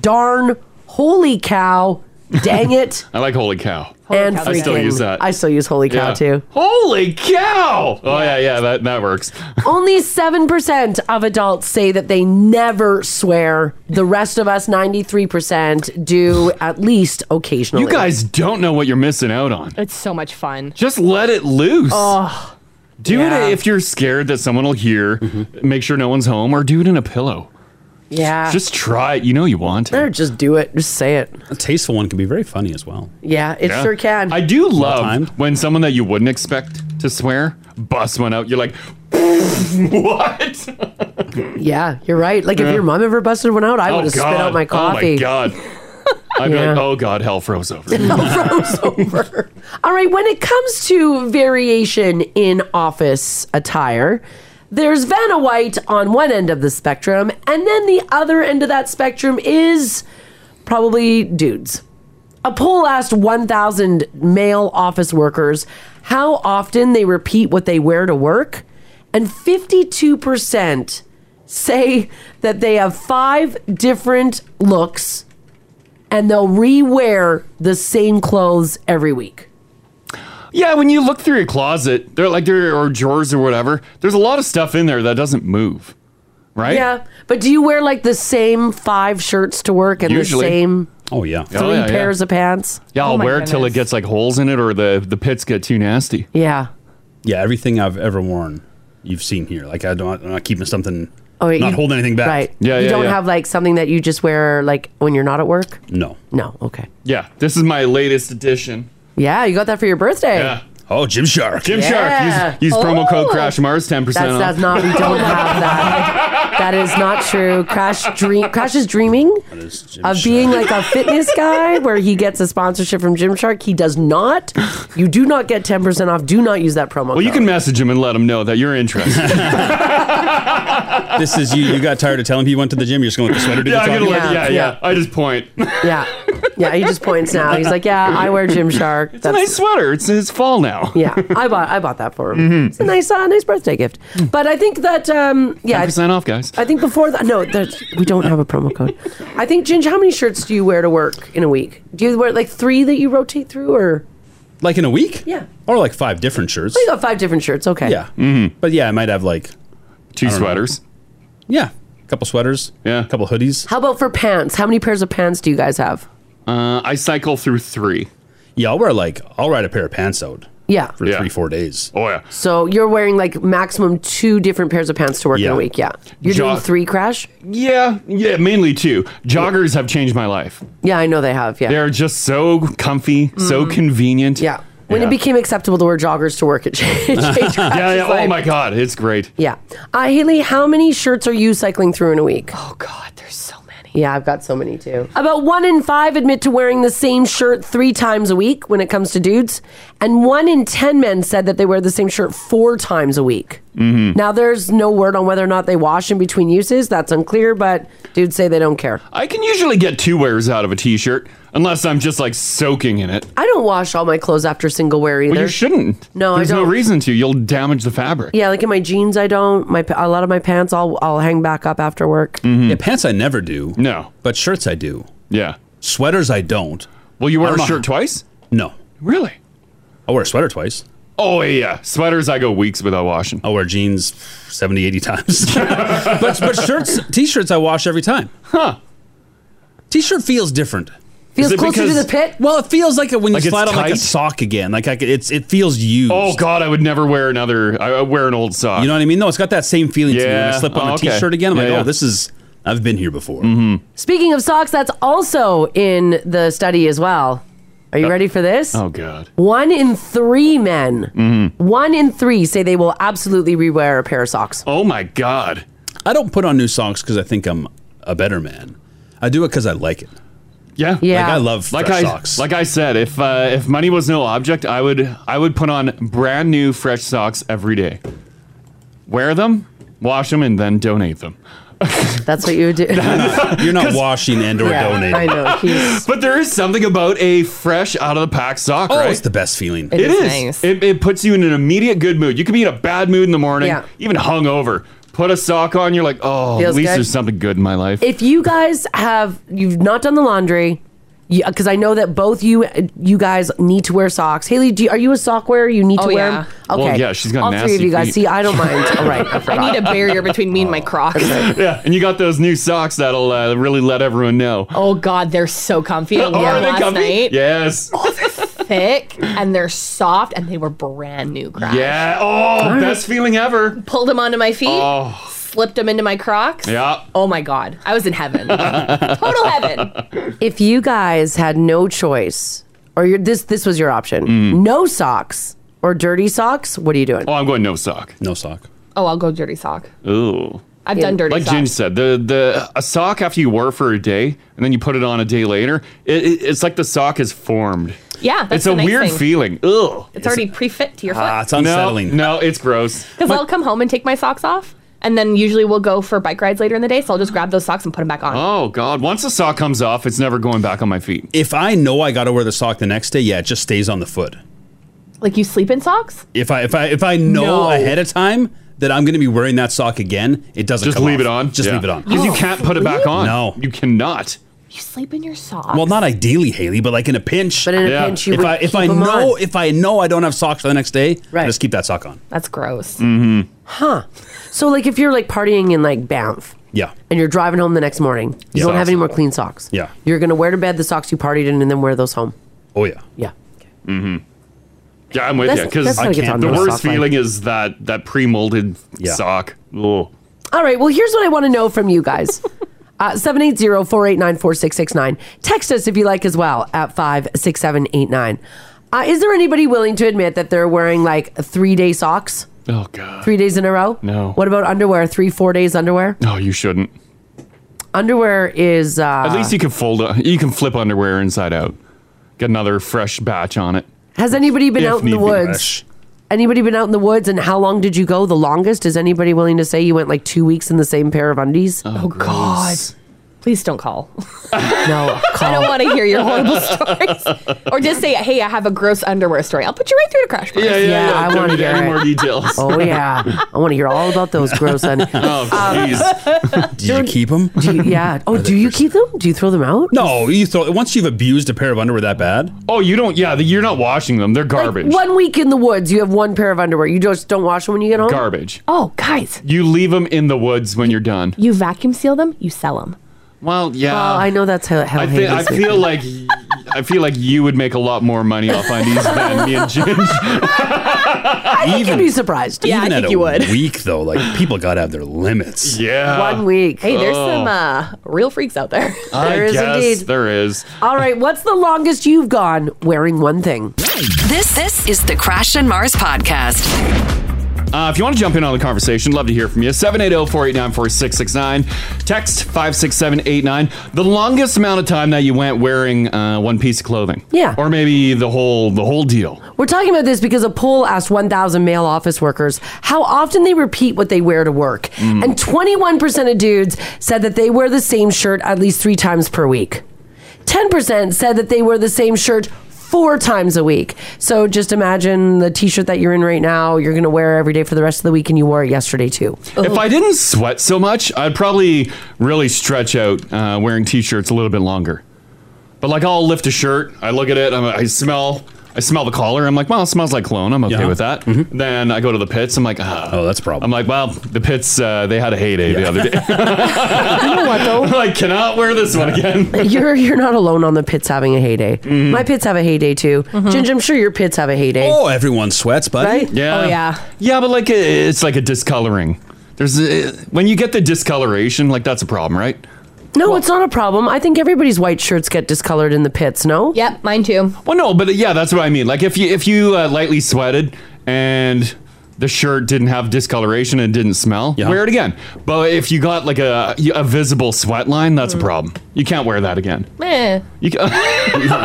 Speaker 2: darn, holy cow, dang it.
Speaker 3: I like holy cow.
Speaker 2: and
Speaker 3: I still
Speaker 2: freaking-
Speaker 3: use that.
Speaker 2: I still use holy cow
Speaker 3: Yeah.
Speaker 2: too.
Speaker 3: Holy cow! Oh yeah, yeah, that that works.
Speaker 2: Only 7% of adults say that they never swear. The rest of us, 93%, do at least occasionally.
Speaker 3: You guys don't know what you're missing out on.
Speaker 14: It's so much fun.
Speaker 3: Just let it loose.
Speaker 14: Oh.
Speaker 3: Do
Speaker 14: Yeah.
Speaker 3: it if you're scared that someone will hear. Make sure no one's home, or do it in a pillow.
Speaker 2: Yeah.
Speaker 3: Just try it. You know you want to.
Speaker 2: Ah. just do it. Just say it.
Speaker 5: A tasteful one can be very funny as well.
Speaker 2: Yeah, it
Speaker 3: Yeah.
Speaker 2: sure can.
Speaker 3: I do love when someone that you wouldn't expect to swear busts one out. You're like, what?
Speaker 2: Yeah, you're right. Like
Speaker 3: Yeah.
Speaker 2: if your mom ever busted one out, I
Speaker 3: Oh,
Speaker 2: would have spit out
Speaker 3: God.
Speaker 2: my
Speaker 3: Oh
Speaker 2: coffee.
Speaker 3: my god. I'd be like, oh god, hell froze over.
Speaker 2: All right, when it comes to variation in office attire, there's Vanna White on one end of the spectrum, and then the other end of that spectrum is probably dudes. A poll asked 1,000 male office workers how often they repeat what they wear to work, and 52% say that they have five different looks and they'll rewear the same clothes every week.
Speaker 3: Yeah, when you look through your closet, they're like there or drawers or whatever. There's a lot of stuff in there that doesn't move, right?
Speaker 2: Yeah. But do you wear like the same five shirts to work and
Speaker 3: Usually.
Speaker 2: the same
Speaker 5: Oh yeah.
Speaker 2: three pairs of Oh pants?
Speaker 3: Yeah, I'll wear it till it gets like holes in it or the the pits get too nasty.
Speaker 2: Yeah.
Speaker 5: Yeah, everything I've ever worn, you've seen here. Like I don't, I'm not keeping something.
Speaker 2: Oh, wait,
Speaker 5: not
Speaker 2: you-
Speaker 5: holding anything back.
Speaker 2: Right. you don't have like something that you just wear like when you're not at work?
Speaker 5: No.
Speaker 2: No. Okay.
Speaker 3: Yeah, this is my latest edition.
Speaker 2: Yeah, you got that for your birthday.
Speaker 3: Yeah.
Speaker 5: Oh, Jim Shark.
Speaker 3: Jim Shark. Use, use promo code Crash Mars, ten percent
Speaker 2: Oh. That's,
Speaker 3: off.
Speaker 2: that's not. We don't have that. That is not true. Crash dream. Crash is dreaming of being like a fitness guy, where he gets a sponsorship from Gymshark. He does not. You do not get ten percent off. Do not use that promo.
Speaker 3: Well, you can message him and let him know that you're interested.
Speaker 5: this is you. You got tired of telling people you went to the gym. You're just going with the sweater. to
Speaker 3: Yeah,
Speaker 5: the
Speaker 3: I'm
Speaker 5: top?
Speaker 3: gonna let- Yeah, yeah, yeah. I just point.
Speaker 2: Yeah, yeah. He just points now. He's like, "Yeah, I wear Gymshark." That's
Speaker 3: It's a nice sweater. It's, it's fall now. Mm-hmm.
Speaker 2: Yeah, I bought I bought that for him. It's a nice uh, nice birthday gift. But I think that um, yeah, I-
Speaker 3: Sign off, guys.
Speaker 2: I think before that, no, there's, we don't have a promo code. I think, Ginge, how many shirts do you wear to work in a week? Do you wear like three that you rotate through, or
Speaker 5: Like in a week?
Speaker 2: Yeah.
Speaker 5: Or like five different shirts.
Speaker 2: oh, you got five different shirts? Okay,
Speaker 5: Yeah. Mm-hmm. But yeah, I might have like
Speaker 3: two
Speaker 5: sweaters. Yeah. A couple sweaters.
Speaker 3: Yeah. A
Speaker 5: couple hoodies.
Speaker 2: How about for pants? How many pairs of pants do you guys have?
Speaker 3: Uh, I cycle through three.
Speaker 5: Yeah, I'll wear like I'll ride a pair of pants out
Speaker 2: Yeah.
Speaker 5: for three four days.
Speaker 3: Oh yeah.
Speaker 2: So you're wearing like maximum two different pairs of pants to work in
Speaker 3: Yeah.
Speaker 2: a week. Yeah, you're doing
Speaker 3: Jog-
Speaker 2: three crash.
Speaker 3: Yeah, yeah, mainly two. Joggers have changed my life.
Speaker 2: Yeah, I know they have. Yeah,
Speaker 3: They're just so comfy, so
Speaker 2: Mhm.
Speaker 3: convenient.
Speaker 2: Yeah. when it
Speaker 3: Yeah.
Speaker 2: became acceptable to wear joggers to work, it changed. it changed
Speaker 3: yeah,
Speaker 2: Crash's
Speaker 3: yeah. Oh
Speaker 2: life.
Speaker 3: my god, it's great.
Speaker 2: Yeah. Uh, Haley, how many shirts are you cycling through in a week? Oh, God, there's so many. Yeah, I've got so many too. About one in five admit to wearing the same shirt three times a week when it comes to dudes. And one in 10 men said that they wear the same shirt four times a week.
Speaker 3: Mm-hmm.
Speaker 2: Now, there's no word on whether or not they wash in between uses. That's unclear, but dudes say they don't care.
Speaker 3: I can usually get two wears out of a t-shirt unless I'm just like soaking in it.
Speaker 2: I don't wash all my clothes after single wear either.
Speaker 3: Well, you shouldn't.
Speaker 2: No, I
Speaker 3: There's
Speaker 2: don't.
Speaker 3: no reason to. You'll damage the fabric.
Speaker 2: Yeah, like in my jeans, I don't. My pa- a lot of my pants, I'll I'll hang back up after work.
Speaker 5: Yeah, Mm-hmm. pants I never do.
Speaker 3: Mm-hmm. No.
Speaker 5: But shirts I do.
Speaker 3: Yeah.
Speaker 5: Sweaters I don't.
Speaker 3: Well, you wear a shirt twice?
Speaker 5: No.
Speaker 3: Really?
Speaker 5: I wear a sweater twice.
Speaker 3: Oh yeah, sweaters I go weeks without washing.
Speaker 5: I wear jeans 70, 80 times. but but shirts, t-shirts I wash every time.
Speaker 3: Huh.
Speaker 5: T-shirt feels different.
Speaker 2: Feels closer to the pit.
Speaker 5: Well, it feels like it when you
Speaker 3: Like it's
Speaker 5: slide on like a
Speaker 3: tight?
Speaker 5: sock again. Like I, could- it's it feels used.
Speaker 3: Oh god, I would never wear another. I I wear an old sock. You
Speaker 5: know what I mean? No, it's got that same feeling
Speaker 3: yeah.
Speaker 5: to me when I slip on
Speaker 3: Oh,
Speaker 5: a
Speaker 3: okay.
Speaker 5: t-shirt again. I'm
Speaker 3: Yeah,
Speaker 5: like,
Speaker 3: yeah.
Speaker 5: oh, this is I've been here before. Mm-hmm.
Speaker 2: Speaking of socks, that's also in the study as well. Are you ready for this?
Speaker 3: Oh god. Mm-hmm.
Speaker 2: One in three men, one in three say they will absolutely rewear a pair of socks.
Speaker 3: Oh my god.
Speaker 5: I don't put on new songs because I think I'm a better man. I do it because I like it.
Speaker 3: Yeah,
Speaker 5: Yeah. Like, I love fresh
Speaker 3: I,
Speaker 5: socks.
Speaker 3: Like I said, if uh, if money was no object, I would I would put on brand new fresh socks every day. Wear them, wash them, and then donate them.
Speaker 2: That's what you would do.
Speaker 5: You're not washing and or
Speaker 2: Yeah,
Speaker 5: donating.
Speaker 2: I know, he's-
Speaker 3: but there is something about a fresh out of the pack sock,
Speaker 5: Oh,
Speaker 3: right?
Speaker 5: it's the best feeling.
Speaker 3: It is. It, it puts you in an immediate good mood. You could be in a bad mood in the morning,
Speaker 2: Yeah.
Speaker 3: even hungover. Put a sock on, you're like, oh,
Speaker 2: Feels
Speaker 3: at least
Speaker 2: good.
Speaker 3: there's something good in my life.
Speaker 2: If you guys have you've not done the laundry, because I know that both you you guys need to wear socks. Haley, do you, are you a sock wearer? You need
Speaker 14: Oh,
Speaker 2: to wear
Speaker 14: yeah.
Speaker 2: them.
Speaker 3: Well, yeah, she's got
Speaker 2: all three of
Speaker 3: nasty
Speaker 2: you guys.
Speaker 3: feet.
Speaker 2: See, I don't mind. All right,
Speaker 14: I need a barrier between me and my Crocs.
Speaker 3: yeah, and you got those new socks that'll uh, really let everyone know.
Speaker 14: Oh God, they're so comfy. I
Speaker 3: Are
Speaker 14: wore them
Speaker 3: they
Speaker 14: last
Speaker 3: comfy?
Speaker 14: night.
Speaker 3: Yes.
Speaker 14: Thick and they're soft and they were brand new Crocs.
Speaker 3: Yeah. Oh, best feeling ever.
Speaker 14: Pulled them onto my feet.
Speaker 3: Oh.
Speaker 14: Slipped them into my Crocs.
Speaker 3: Yeah.
Speaker 14: Oh my God, I was in heaven. Oh,
Speaker 3: Total
Speaker 14: heaven.
Speaker 2: if you guys had no choice, or your, this this was your option, no socks or dirty socks, what are you doing?
Speaker 3: Mm. Oh, I'm going no sock.
Speaker 5: No sock.
Speaker 14: Oh, I'll go dirty sock.
Speaker 3: Ooh.
Speaker 14: I've done dirty
Speaker 3: Like
Speaker 14: socks.
Speaker 3: Ginge said, the the a sock after you wore for a day and then you put it on a day later, it, it- it's like the sock is formed.
Speaker 14: Yeah, that's
Speaker 3: it's
Speaker 14: the
Speaker 3: a
Speaker 14: nice
Speaker 3: weird
Speaker 14: thing.
Speaker 3: feeling. Ugh.
Speaker 14: It's already pre-fit to your foot.
Speaker 3: Ah,
Speaker 6: Ah,
Speaker 3: No, no, it's gross.
Speaker 14: Because I'll come home and take my socks off, and then usually we'll go for bike rides later in the day. So I'll just grab those socks and put them back on.
Speaker 3: Oh God! Once the sock comes off, it's never going back on my feet.
Speaker 5: If I know I got to wear the sock the next day, yeah, it just stays on the foot.
Speaker 14: Like you sleep in socks?
Speaker 5: If I if I if I know
Speaker 14: No.
Speaker 5: ahead of time that I'm going to be wearing that sock again, it doesn't
Speaker 3: Just
Speaker 5: come
Speaker 3: leave
Speaker 5: off.
Speaker 3: it on.
Speaker 5: Just
Speaker 3: Yeah.
Speaker 5: leave it on
Speaker 3: 'Cause you can't put it back Really? on.
Speaker 5: No,
Speaker 3: you cannot.
Speaker 14: You sleep in your socks.
Speaker 5: Well, not ideally, Haley, but like in a pinch. But
Speaker 14: in a Yeah. pinch, you
Speaker 5: if
Speaker 14: would
Speaker 5: I if
Speaker 14: keep
Speaker 5: I
Speaker 14: 'em
Speaker 5: know
Speaker 14: on.
Speaker 5: if I know I don't have socks for the next day, right. just keep that sock on.
Speaker 14: That's gross.
Speaker 5: Mm-hmm.
Speaker 2: Huh. So like if you're like partying in like Banff
Speaker 5: Yeah.
Speaker 2: and you're driving home the next morning, you
Speaker 5: Yeah.
Speaker 2: don't have
Speaker 5: Socks.
Speaker 2: any more clean socks.
Speaker 5: Yeah.
Speaker 2: You're gonna wear to bed the socks you partied in and then wear those home.
Speaker 5: Oh yeah.
Speaker 2: Yeah.
Speaker 3: Mm-hmm. Yeah, I'm with
Speaker 2: That's-
Speaker 3: you because
Speaker 2: that's like it's on
Speaker 3: the
Speaker 2: the
Speaker 3: worst
Speaker 2: sock line.
Speaker 3: feeling is that that pre-molded sock. Ugh. Oh,
Speaker 2: All right. Well, here's what I want to know from you guys. Uh, 780-489-4669. Text us if you like as well at 56789. Uh, is there anybody willing to admit that they're wearing like three day socks?
Speaker 3: Oh God.
Speaker 2: Three days in a row?
Speaker 3: No.
Speaker 2: What about underwear? Three, four days underwear?
Speaker 3: No, Oh, you shouldn't.
Speaker 2: Underwear is. Uh,
Speaker 14: Ah.
Speaker 3: At least you can fold. You can flip underwear inside out. Get another fresh batch on it.
Speaker 2: Has anybody been
Speaker 3: If
Speaker 2: out in the
Speaker 3: need be.
Speaker 2: woods? Anybody been out in the woods and how long did you go? The longest? Is anybody willing to say you went like two weeks in the same pair of undies? Oh, God.
Speaker 14: Please don't call.
Speaker 2: No,
Speaker 14: I don't
Speaker 3: Um,
Speaker 2: call.
Speaker 14: want to hear your horrible stories. Or just say, hey, I have a gross underwear story. I'll put you right through to Crash Course.
Speaker 3: Yeah, yeah, yeah.
Speaker 2: I
Speaker 3: Don't
Speaker 2: wanna
Speaker 3: need
Speaker 2: hear
Speaker 3: any
Speaker 2: it.
Speaker 3: more details.
Speaker 2: Oh, yeah. I want to hear all about those gross undies.
Speaker 3: Oh, jeez.
Speaker 5: Do you keep them?
Speaker 2: yeah. Oh, do you keep them? Do you throw them out?
Speaker 5: No, you throw. Once you've abused a pair of underwear that bad.
Speaker 3: Oh, you don't. Yeah, you're not washing them. They're garbage.
Speaker 2: One week in the woods, you have one pair of underwear. You just don't wash them when you get home?
Speaker 3: Garbage.
Speaker 14: Oh, guys.
Speaker 3: You leave them in the woods when you're done.
Speaker 14: You vacuum seal them, you sell them.
Speaker 3: Well, yeah.
Speaker 2: Well, I know that's how, how
Speaker 3: I,
Speaker 2: Haley
Speaker 3: think, I
Speaker 2: is.
Speaker 3: feel like I feel like you would make a lot more money off undies than me and Ginge.
Speaker 2: I think you'd be surprised.
Speaker 5: Even at a Week though, like people gotta have their limits.
Speaker 3: Yeah. Oh.
Speaker 2: One week.
Speaker 14: Hey, there's some uh, real freaks out there.
Speaker 2: There is indeed.
Speaker 3: There is.
Speaker 2: All right, what's the longest you've gone wearing one thing?
Speaker 4: This this is the Crash and Mars podcast.
Speaker 3: Uh, if you want to jump in on the conversation, love to hear from you. oh, 780-489-4669. Text 56789. The longest amount of time that you went wearing uh, one piece of clothing.
Speaker 2: Yeah.
Speaker 3: Or maybe the whole the whole deal.
Speaker 2: We're talking about this because a poll asked 1,000 male office workers how often they repeat what they wear to work.
Speaker 3: Hmm.
Speaker 2: And 21% of dudes said that they wear the same shirt at least three times per week. 10% said that they wear the same shirt four times a week. So just imagine the t shirt that you're in right now, you're going to wear every day for the rest of the week, and you wore it yesterday too.
Speaker 3: If I didn't sweat so much, I'd probably really stretch out uh, wearing t-shirts a little bit longer. But like, I'll lift a shirt, I look at it, I'm, I smell, I smell the collar. I'm like, well, it smells like cologne. I'm okay with that. Then I go to the pits. I'm like, ah. Mm-hmm. oh, that's a problem. I'm like, well, the pits, uh, they had a heyday the other day.
Speaker 2: you know what, though?
Speaker 3: I cannot wear this one again. Mm-hmm.
Speaker 2: you're you're not alone on the pits having a heyday. My pits have a heyday too.
Speaker 14: Mm-hmm.
Speaker 2: Ginger, I'm sure your pits have a heyday.
Speaker 5: Oh, everyone sweats, buddy.
Speaker 2: Right?
Speaker 3: Yeah.
Speaker 2: Oh, yeah.
Speaker 3: Yeah, but like, a, it's like a discoloring. There's a, when you get the discoloration, like that's a problem, right?
Speaker 2: No, it's not a problem. I think everybody's white shirts get discolored in the pits. No.
Speaker 14: Yep, mine too.
Speaker 3: Well, no, but uh, yeah, that's what I mean. Like if you if you uh, lightly sweated and the shirt didn't have discoloration and didn't smell, wear it again. But if you got like a a visible sweat line, that's a problem. You can't wear that again.
Speaker 14: Meh.
Speaker 3: You can-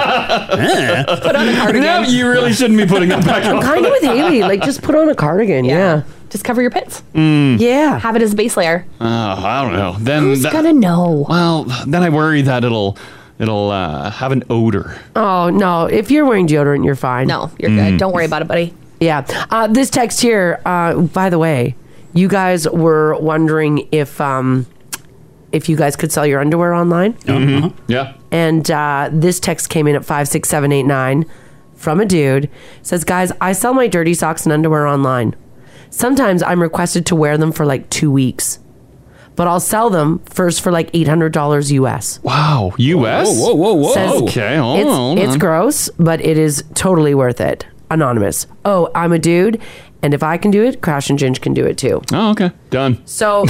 Speaker 14: Put on a cardigan.
Speaker 3: No, you really shouldn't be putting that back
Speaker 2: I'm
Speaker 3: on.
Speaker 2: kind of with Haley. Like, just put on a cardigan. Yeah.
Speaker 14: Just cover your pits.
Speaker 3: Mm.
Speaker 2: Yeah.
Speaker 14: Have it as a base layer.
Speaker 3: Oh, I don't know. Then
Speaker 14: Who's gonna know?
Speaker 3: Well, then I worry that it'll it'll uh, have an odor.
Speaker 2: Oh no! If you're wearing deodorant, you're fine.
Speaker 14: No, you're good.
Speaker 3: Mm.
Speaker 14: Don't worry about it, buddy.
Speaker 2: Yeah. Uh, this text here. Uh, by the way, you guys were wondering if um, if you guys could sell your underwear online.
Speaker 3: Mm-hmm. Yeah.
Speaker 2: And uh, this text came in at 56789 from a dude. Says, Guys, I sell my dirty socks and underwear online. Sometimes I'm requested to wear them for like two weeks, but I'll sell them first for like $800 US.
Speaker 3: Wow. U.S.
Speaker 2: Whoa, whoa, whoa, whoa. Says
Speaker 3: okay. Hold
Speaker 2: it's,
Speaker 3: on, hold
Speaker 2: it's
Speaker 3: on.
Speaker 2: gross, but it is totally worth it. Anonymous. Oh, I'm a dude, and if I can do it, Crash and Ginge can do it too.
Speaker 3: Oh, okay. Done.
Speaker 2: So,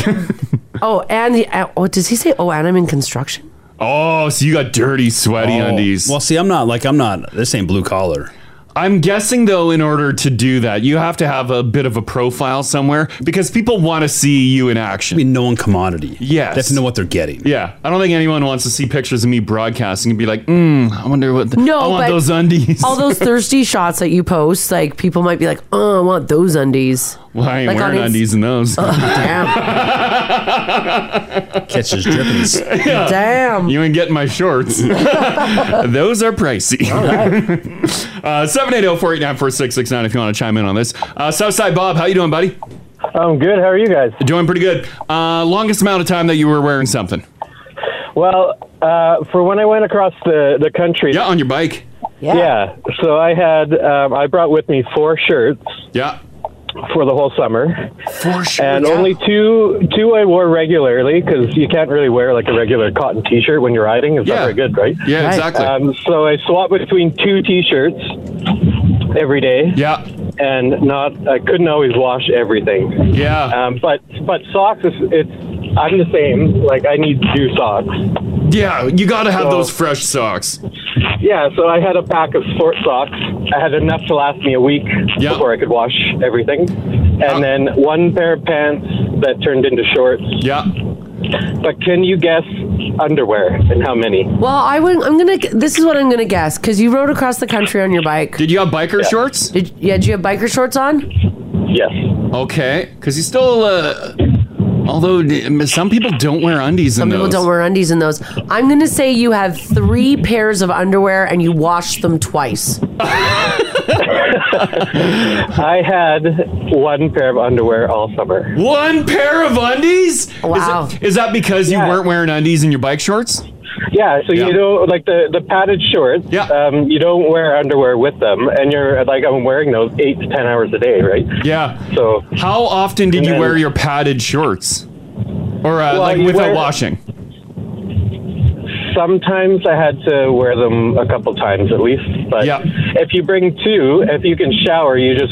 Speaker 2: oh, and he, uh, oh, does he say? Oh, and I'm in construction.
Speaker 3: Oh, so you got dirty, sweaty undies. Well,
Speaker 5: see, I'm not like I'm not. This ain't blue collar.
Speaker 3: I'm guessing though, in order to do that, you have to have a bit of a profile somewhere because people want to see you in action. Be
Speaker 5: known commodity.
Speaker 3: Yes,
Speaker 5: They have to know what they're getting.
Speaker 3: Yeah, I don't think anyone wants to see pictures of me broadcasting and be like, mm, I wonder what. The,
Speaker 2: No,
Speaker 3: I want
Speaker 2: but
Speaker 3: those undies.
Speaker 2: all those thirsty shots that you post, like people might be like, "Oh, I want those undies."
Speaker 3: Well, I ain't
Speaker 2: Like on Oh,
Speaker 3: wearing
Speaker 2: Inst-
Speaker 3: undies in those.
Speaker 5: Catches drippings.
Speaker 2: Damn.
Speaker 3: You ain't getting my shorts. those are pricey. Uh, 780-489-4669 if you want to chime in on this. Uh, Southside Bob, how you doing, buddy?
Speaker 7: I'm good. How are you guys?
Speaker 3: Doing pretty good. Uh, longest amount of time that you were wearing something?
Speaker 7: Well, uh, for when I went across the, the country.
Speaker 3: Yeah, on your bike.
Speaker 7: Yeah. So I had, um, I brought with me four shirts.
Speaker 3: Yeah.
Speaker 7: For the whole summer.
Speaker 3: Four shirts.
Speaker 7: And only two two I wore regularly because you can't really wear like a regular cotton t shirt when you're riding. It's not very good, right?
Speaker 3: Yeah, Right. exactly.
Speaker 7: Um, so I swapped between two t shirts every day.
Speaker 3: Yeah.
Speaker 7: And not, I couldn't always wash everything.
Speaker 3: Yeah.
Speaker 7: Um, but, but socks, is, it's, I'm the same. Like, I need two socks.
Speaker 3: Yeah, you got to have
Speaker 7: So-
Speaker 3: those fresh socks.
Speaker 7: Yeah, so I had a pack of sport socks. I had enough to last me a week before I could wash everything. And
Speaker 3: Uh.
Speaker 7: then one pair of pants that turned into shorts.
Speaker 3: Yeah.
Speaker 7: But can you guess underwear and how many?
Speaker 2: Well, I would. I'm gonna. This is what I'm gonna guess because you rode across the country on your bike.
Speaker 3: Did you have biker shorts?
Speaker 2: Did, yeah. Did you have biker shorts on?
Speaker 7: Yes.
Speaker 3: Okay, because he's still. Uh, although d- some people don't wear undies in
Speaker 2: Some people
Speaker 3: those.
Speaker 2: don't wear undies in those. I'm gonna say you have three pairs of underwear and you washed them twice.
Speaker 7: I had one pair of underwear all summer.
Speaker 3: One pair of undies? Wow. Is, it- is that because you weren't wearing undies in your bike shorts?
Speaker 7: Yeah, so you don't like the the padded shorts. Yeah. Um, you don't wear underwear with them, and you're like I'm wearing those eight to ten hours a day, right?
Speaker 3: Yeah.
Speaker 7: So
Speaker 3: how often did you
Speaker 7: then-
Speaker 3: wear your padded shorts? Or uh,
Speaker 7: Well,
Speaker 3: like
Speaker 7: you
Speaker 3: without
Speaker 7: wear-
Speaker 3: washing?
Speaker 7: Sometimes I had to wear them a couple times at least, but if you bring two, if you can shower, you just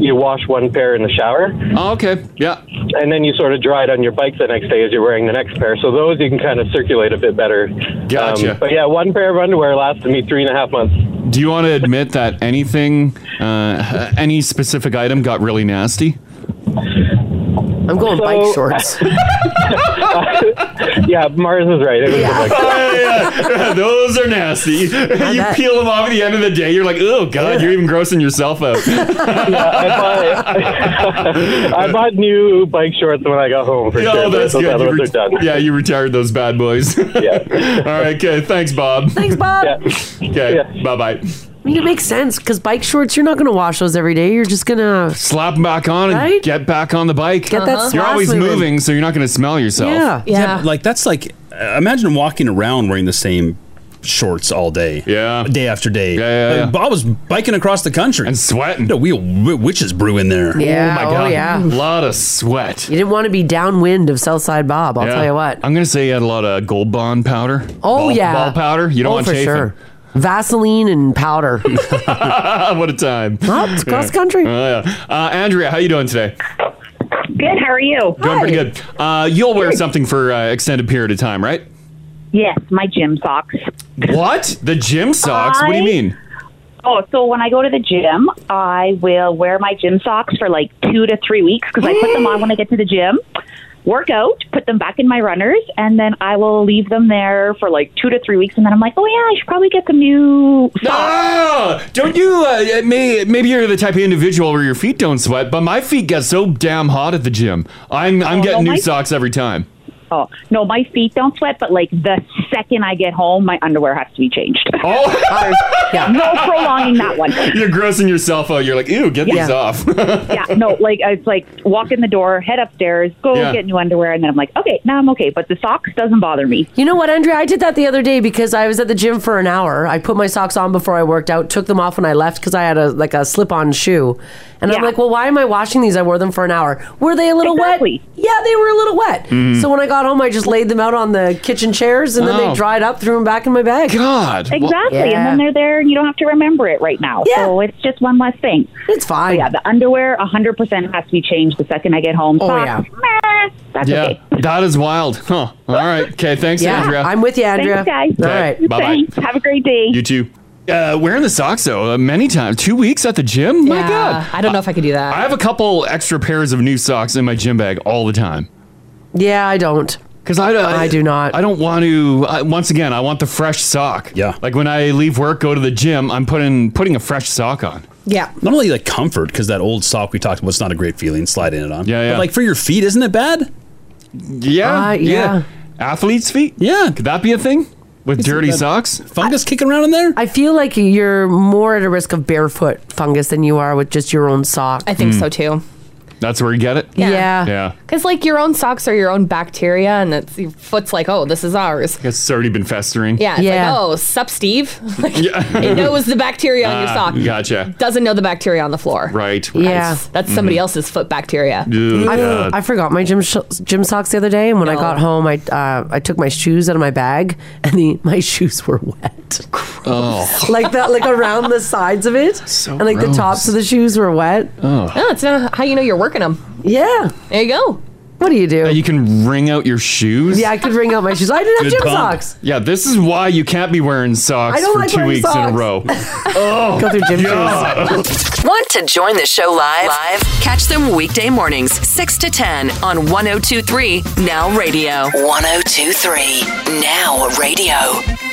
Speaker 7: you wash one pair in the shower.
Speaker 3: Oh, okay. Yeah.
Speaker 7: And then you sort of dry it on your bike the next day as you're wearing the next pair. So those you can kind of circulate a bit better. Um,
Speaker 3: Gotcha.
Speaker 7: but yeah, one pair of underwear lasted me three and a half months.
Speaker 3: Do you want to admit that anything, uh, any specific item got really nasty?
Speaker 2: I'm going bike shorts.
Speaker 7: yeah, Mars is right. It was yeah.
Speaker 3: Those are nasty. You
Speaker 7: bet.
Speaker 3: peel them off at the end of the day. You're like, oh god, you're even grossing yourself out.
Speaker 7: I bought new bike shorts when I got home for
Speaker 3: Yeah,
Speaker 7: sure.
Speaker 3: oh, that's
Speaker 7: Those
Speaker 3: good.
Speaker 7: other
Speaker 3: You
Speaker 7: ones
Speaker 3: ret-
Speaker 7: are done.
Speaker 3: Yeah, you retired those bad boys. yeah. All right. Okay. Thanks, Bob.
Speaker 2: Thanks, Bob.
Speaker 3: Okay. Bye bye.
Speaker 2: I mean, it makes sense because bike shorts, you're not gonna wash those every day. You're just gonna
Speaker 3: Slap them back on
Speaker 2: Right?
Speaker 3: and get back on the bike.
Speaker 2: Get that Uh-huh.
Speaker 3: You're
Speaker 2: swass
Speaker 3: always
Speaker 2: moving.
Speaker 3: moving, so you're not going to smell yourself.
Speaker 5: but, like that's like uh, imagine walking around wearing the same shorts all day. Yeah. Day after day. Yeah,
Speaker 3: yeah, yeah.
Speaker 5: Bob was biking across the country and
Speaker 3: sweating.
Speaker 5: No, we w- witches brew in there.
Speaker 2: Yeah, Oh my oh, God. yeah.
Speaker 3: A lot of sweat.
Speaker 2: You didn't want to be downwind of Southside Bob. I'll
Speaker 3: Yeah.
Speaker 2: tell you what.
Speaker 3: I'm going to say you had a lot of gold bond powder.
Speaker 2: Oh
Speaker 3: Ball-
Speaker 2: yeah,
Speaker 3: Ball powder. You don't
Speaker 2: oh,
Speaker 3: want
Speaker 2: for
Speaker 3: chafing.
Speaker 2: sure. Vaseline and powder.
Speaker 3: what a time.
Speaker 2: it's cross country.
Speaker 3: Oh, yeah. Uh, Andrea, how you doing today?
Speaker 9: Good. How are you?
Speaker 3: Doing pretty good. Uh, you'll wear something for uh, extended period of time, right?
Speaker 9: Yes, my gym socks.
Speaker 3: What? The gym socks? What do you
Speaker 9: I-
Speaker 3: mean?
Speaker 9: Oh, so when I go to the gym, I will wear my gym socks for like two to three weeks because I put them on when I get to the gym, work out, put them back in my runners, and then I will leave them there for like two to three weeks, and then I'm like, oh yeah, I should probably get some new
Speaker 3: Ah, don't you? Uh, may, maybe you're the type of individual where your feet don't sweat, but my feet get so damn hot at the gym. I'm I'm
Speaker 9: Oh,
Speaker 3: getting new
Speaker 9: no, my-
Speaker 3: socks every time.
Speaker 9: Oh no, my feet don't sweat, but like the second I get home, my underwear has to be changed.
Speaker 3: Oh,
Speaker 9: no prolonging that one.
Speaker 3: You're grossing yourself out. You're like, ew, get these
Speaker 9: Yeah.
Speaker 3: off.
Speaker 9: yeah, no, like it's like walk in the door, head upstairs, go
Speaker 3: Yeah.
Speaker 9: get new underwear, and then I'm like, okay, now I'm okay. But the socks doesn't bother me.
Speaker 2: You know what, Andrea? I did that the other day because I was at the gym for an hour. I put my socks on before I worked out, took them off when I left because I had a like a slip-on shoe, and I'm like, well, why am I washing these? I wore them for an hour. Were they a little wet? Yeah, they were a little wet.
Speaker 3: Mm-hmm.
Speaker 9: Mhm.
Speaker 2: So when I got home, I just laid them out on the kitchen chairs, and then
Speaker 9: Oh.
Speaker 2: they dried up, threw them back in my bag.
Speaker 3: God,
Speaker 9: Exactly, and then they're there, and you don't have to remember it right now. So it's just one less thing.
Speaker 2: It's fine.
Speaker 9: yeah, the underwear 100% has to be changed the second I get home.
Speaker 2: Oh,
Speaker 9: Socks, meh, that's
Speaker 3: yeah,
Speaker 9: okay.
Speaker 3: that is wild. Huh. All right. Okay. Thanks,
Speaker 9: Yeah,
Speaker 3: Andrea.
Speaker 9: I'm with you, Andrea. Thanks, guys.
Speaker 3: All right. Bye
Speaker 9: Thanks.
Speaker 3: bye.
Speaker 9: Have a great day.
Speaker 3: You too. Uh, wearing the socks though, uh, many times, two weeks at the gym. My
Speaker 6: Yeah,
Speaker 3: God,
Speaker 6: I don't know if I could do that.
Speaker 3: I have a couple extra pairs of new socks in my gym bag all the time.
Speaker 2: Yeah, I don't.
Speaker 3: Because I, I,
Speaker 2: do not.
Speaker 3: I don't want to. I, once again, I want the fresh sock. Yeah. Like when I leave work, go to the gym, I'm putting putting a fresh sock on.
Speaker 6: Yeah.
Speaker 5: Not only like comfort, because that old sock we talked about is not a great feeling, sliding it on. Yeah,
Speaker 3: yeah.
Speaker 5: But like for your feet, isn't it bad?
Speaker 3: Yeah.
Speaker 5: Uh, yeah.
Speaker 3: Athlete's feet. Yeah. Could that be a thing with dirty socks?
Speaker 5: Fungus kicking around in there?
Speaker 2: I feel like you're more at a risk of barefoot fungus than you are with just your own sock.
Speaker 3: I think Mm. so,
Speaker 6: too.
Speaker 3: That's where you get it.
Speaker 6: Yeah.
Speaker 3: Yeah.
Speaker 6: Yeah. Because like your own socks are your own bacteria, and it's your foot's like, oh, this is ours.
Speaker 3: It's already been festering.
Speaker 6: Yeah. It's like, oh, sup, Steve. Like, It knows the bacteria on your
Speaker 3: Ah,
Speaker 6: sock.
Speaker 3: Gotcha.
Speaker 6: Doesn't know the bacteria on the floor.
Speaker 3: Right.
Speaker 6: That's,
Speaker 3: Mm-hmm.
Speaker 6: that's somebody else's foot bacteria.
Speaker 2: I, I forgot my gym sh- gym socks the other day, and when I got home, I uh, I took my shoes out of my bag, and the, my shoes were wet,
Speaker 3: Oh.
Speaker 2: like that, like around the sides of it, and like the
Speaker 6: gross.
Speaker 2: tops of the shoes were wet.
Speaker 3: Oh.
Speaker 6: No, it's not how you know you're working them.
Speaker 2: Yeah.
Speaker 6: There you go.
Speaker 2: What do you do?
Speaker 3: you can wring out your shoes.
Speaker 2: Oh. Yeah, I could wring out my shoes. I didn't have gym socks.
Speaker 3: Yeah, this is why you can't be wearing socks
Speaker 2: I don't
Speaker 3: for
Speaker 2: like
Speaker 3: two
Speaker 2: wearing
Speaker 3: weeks in
Speaker 2: socks.
Speaker 3: a row. oh,
Speaker 2: Go through gym
Speaker 3: God.
Speaker 4: Want to join the show live? Live? Catch them weekday mornings, 6 to 10 on 1023 Now Radio. 1023 Now Radio.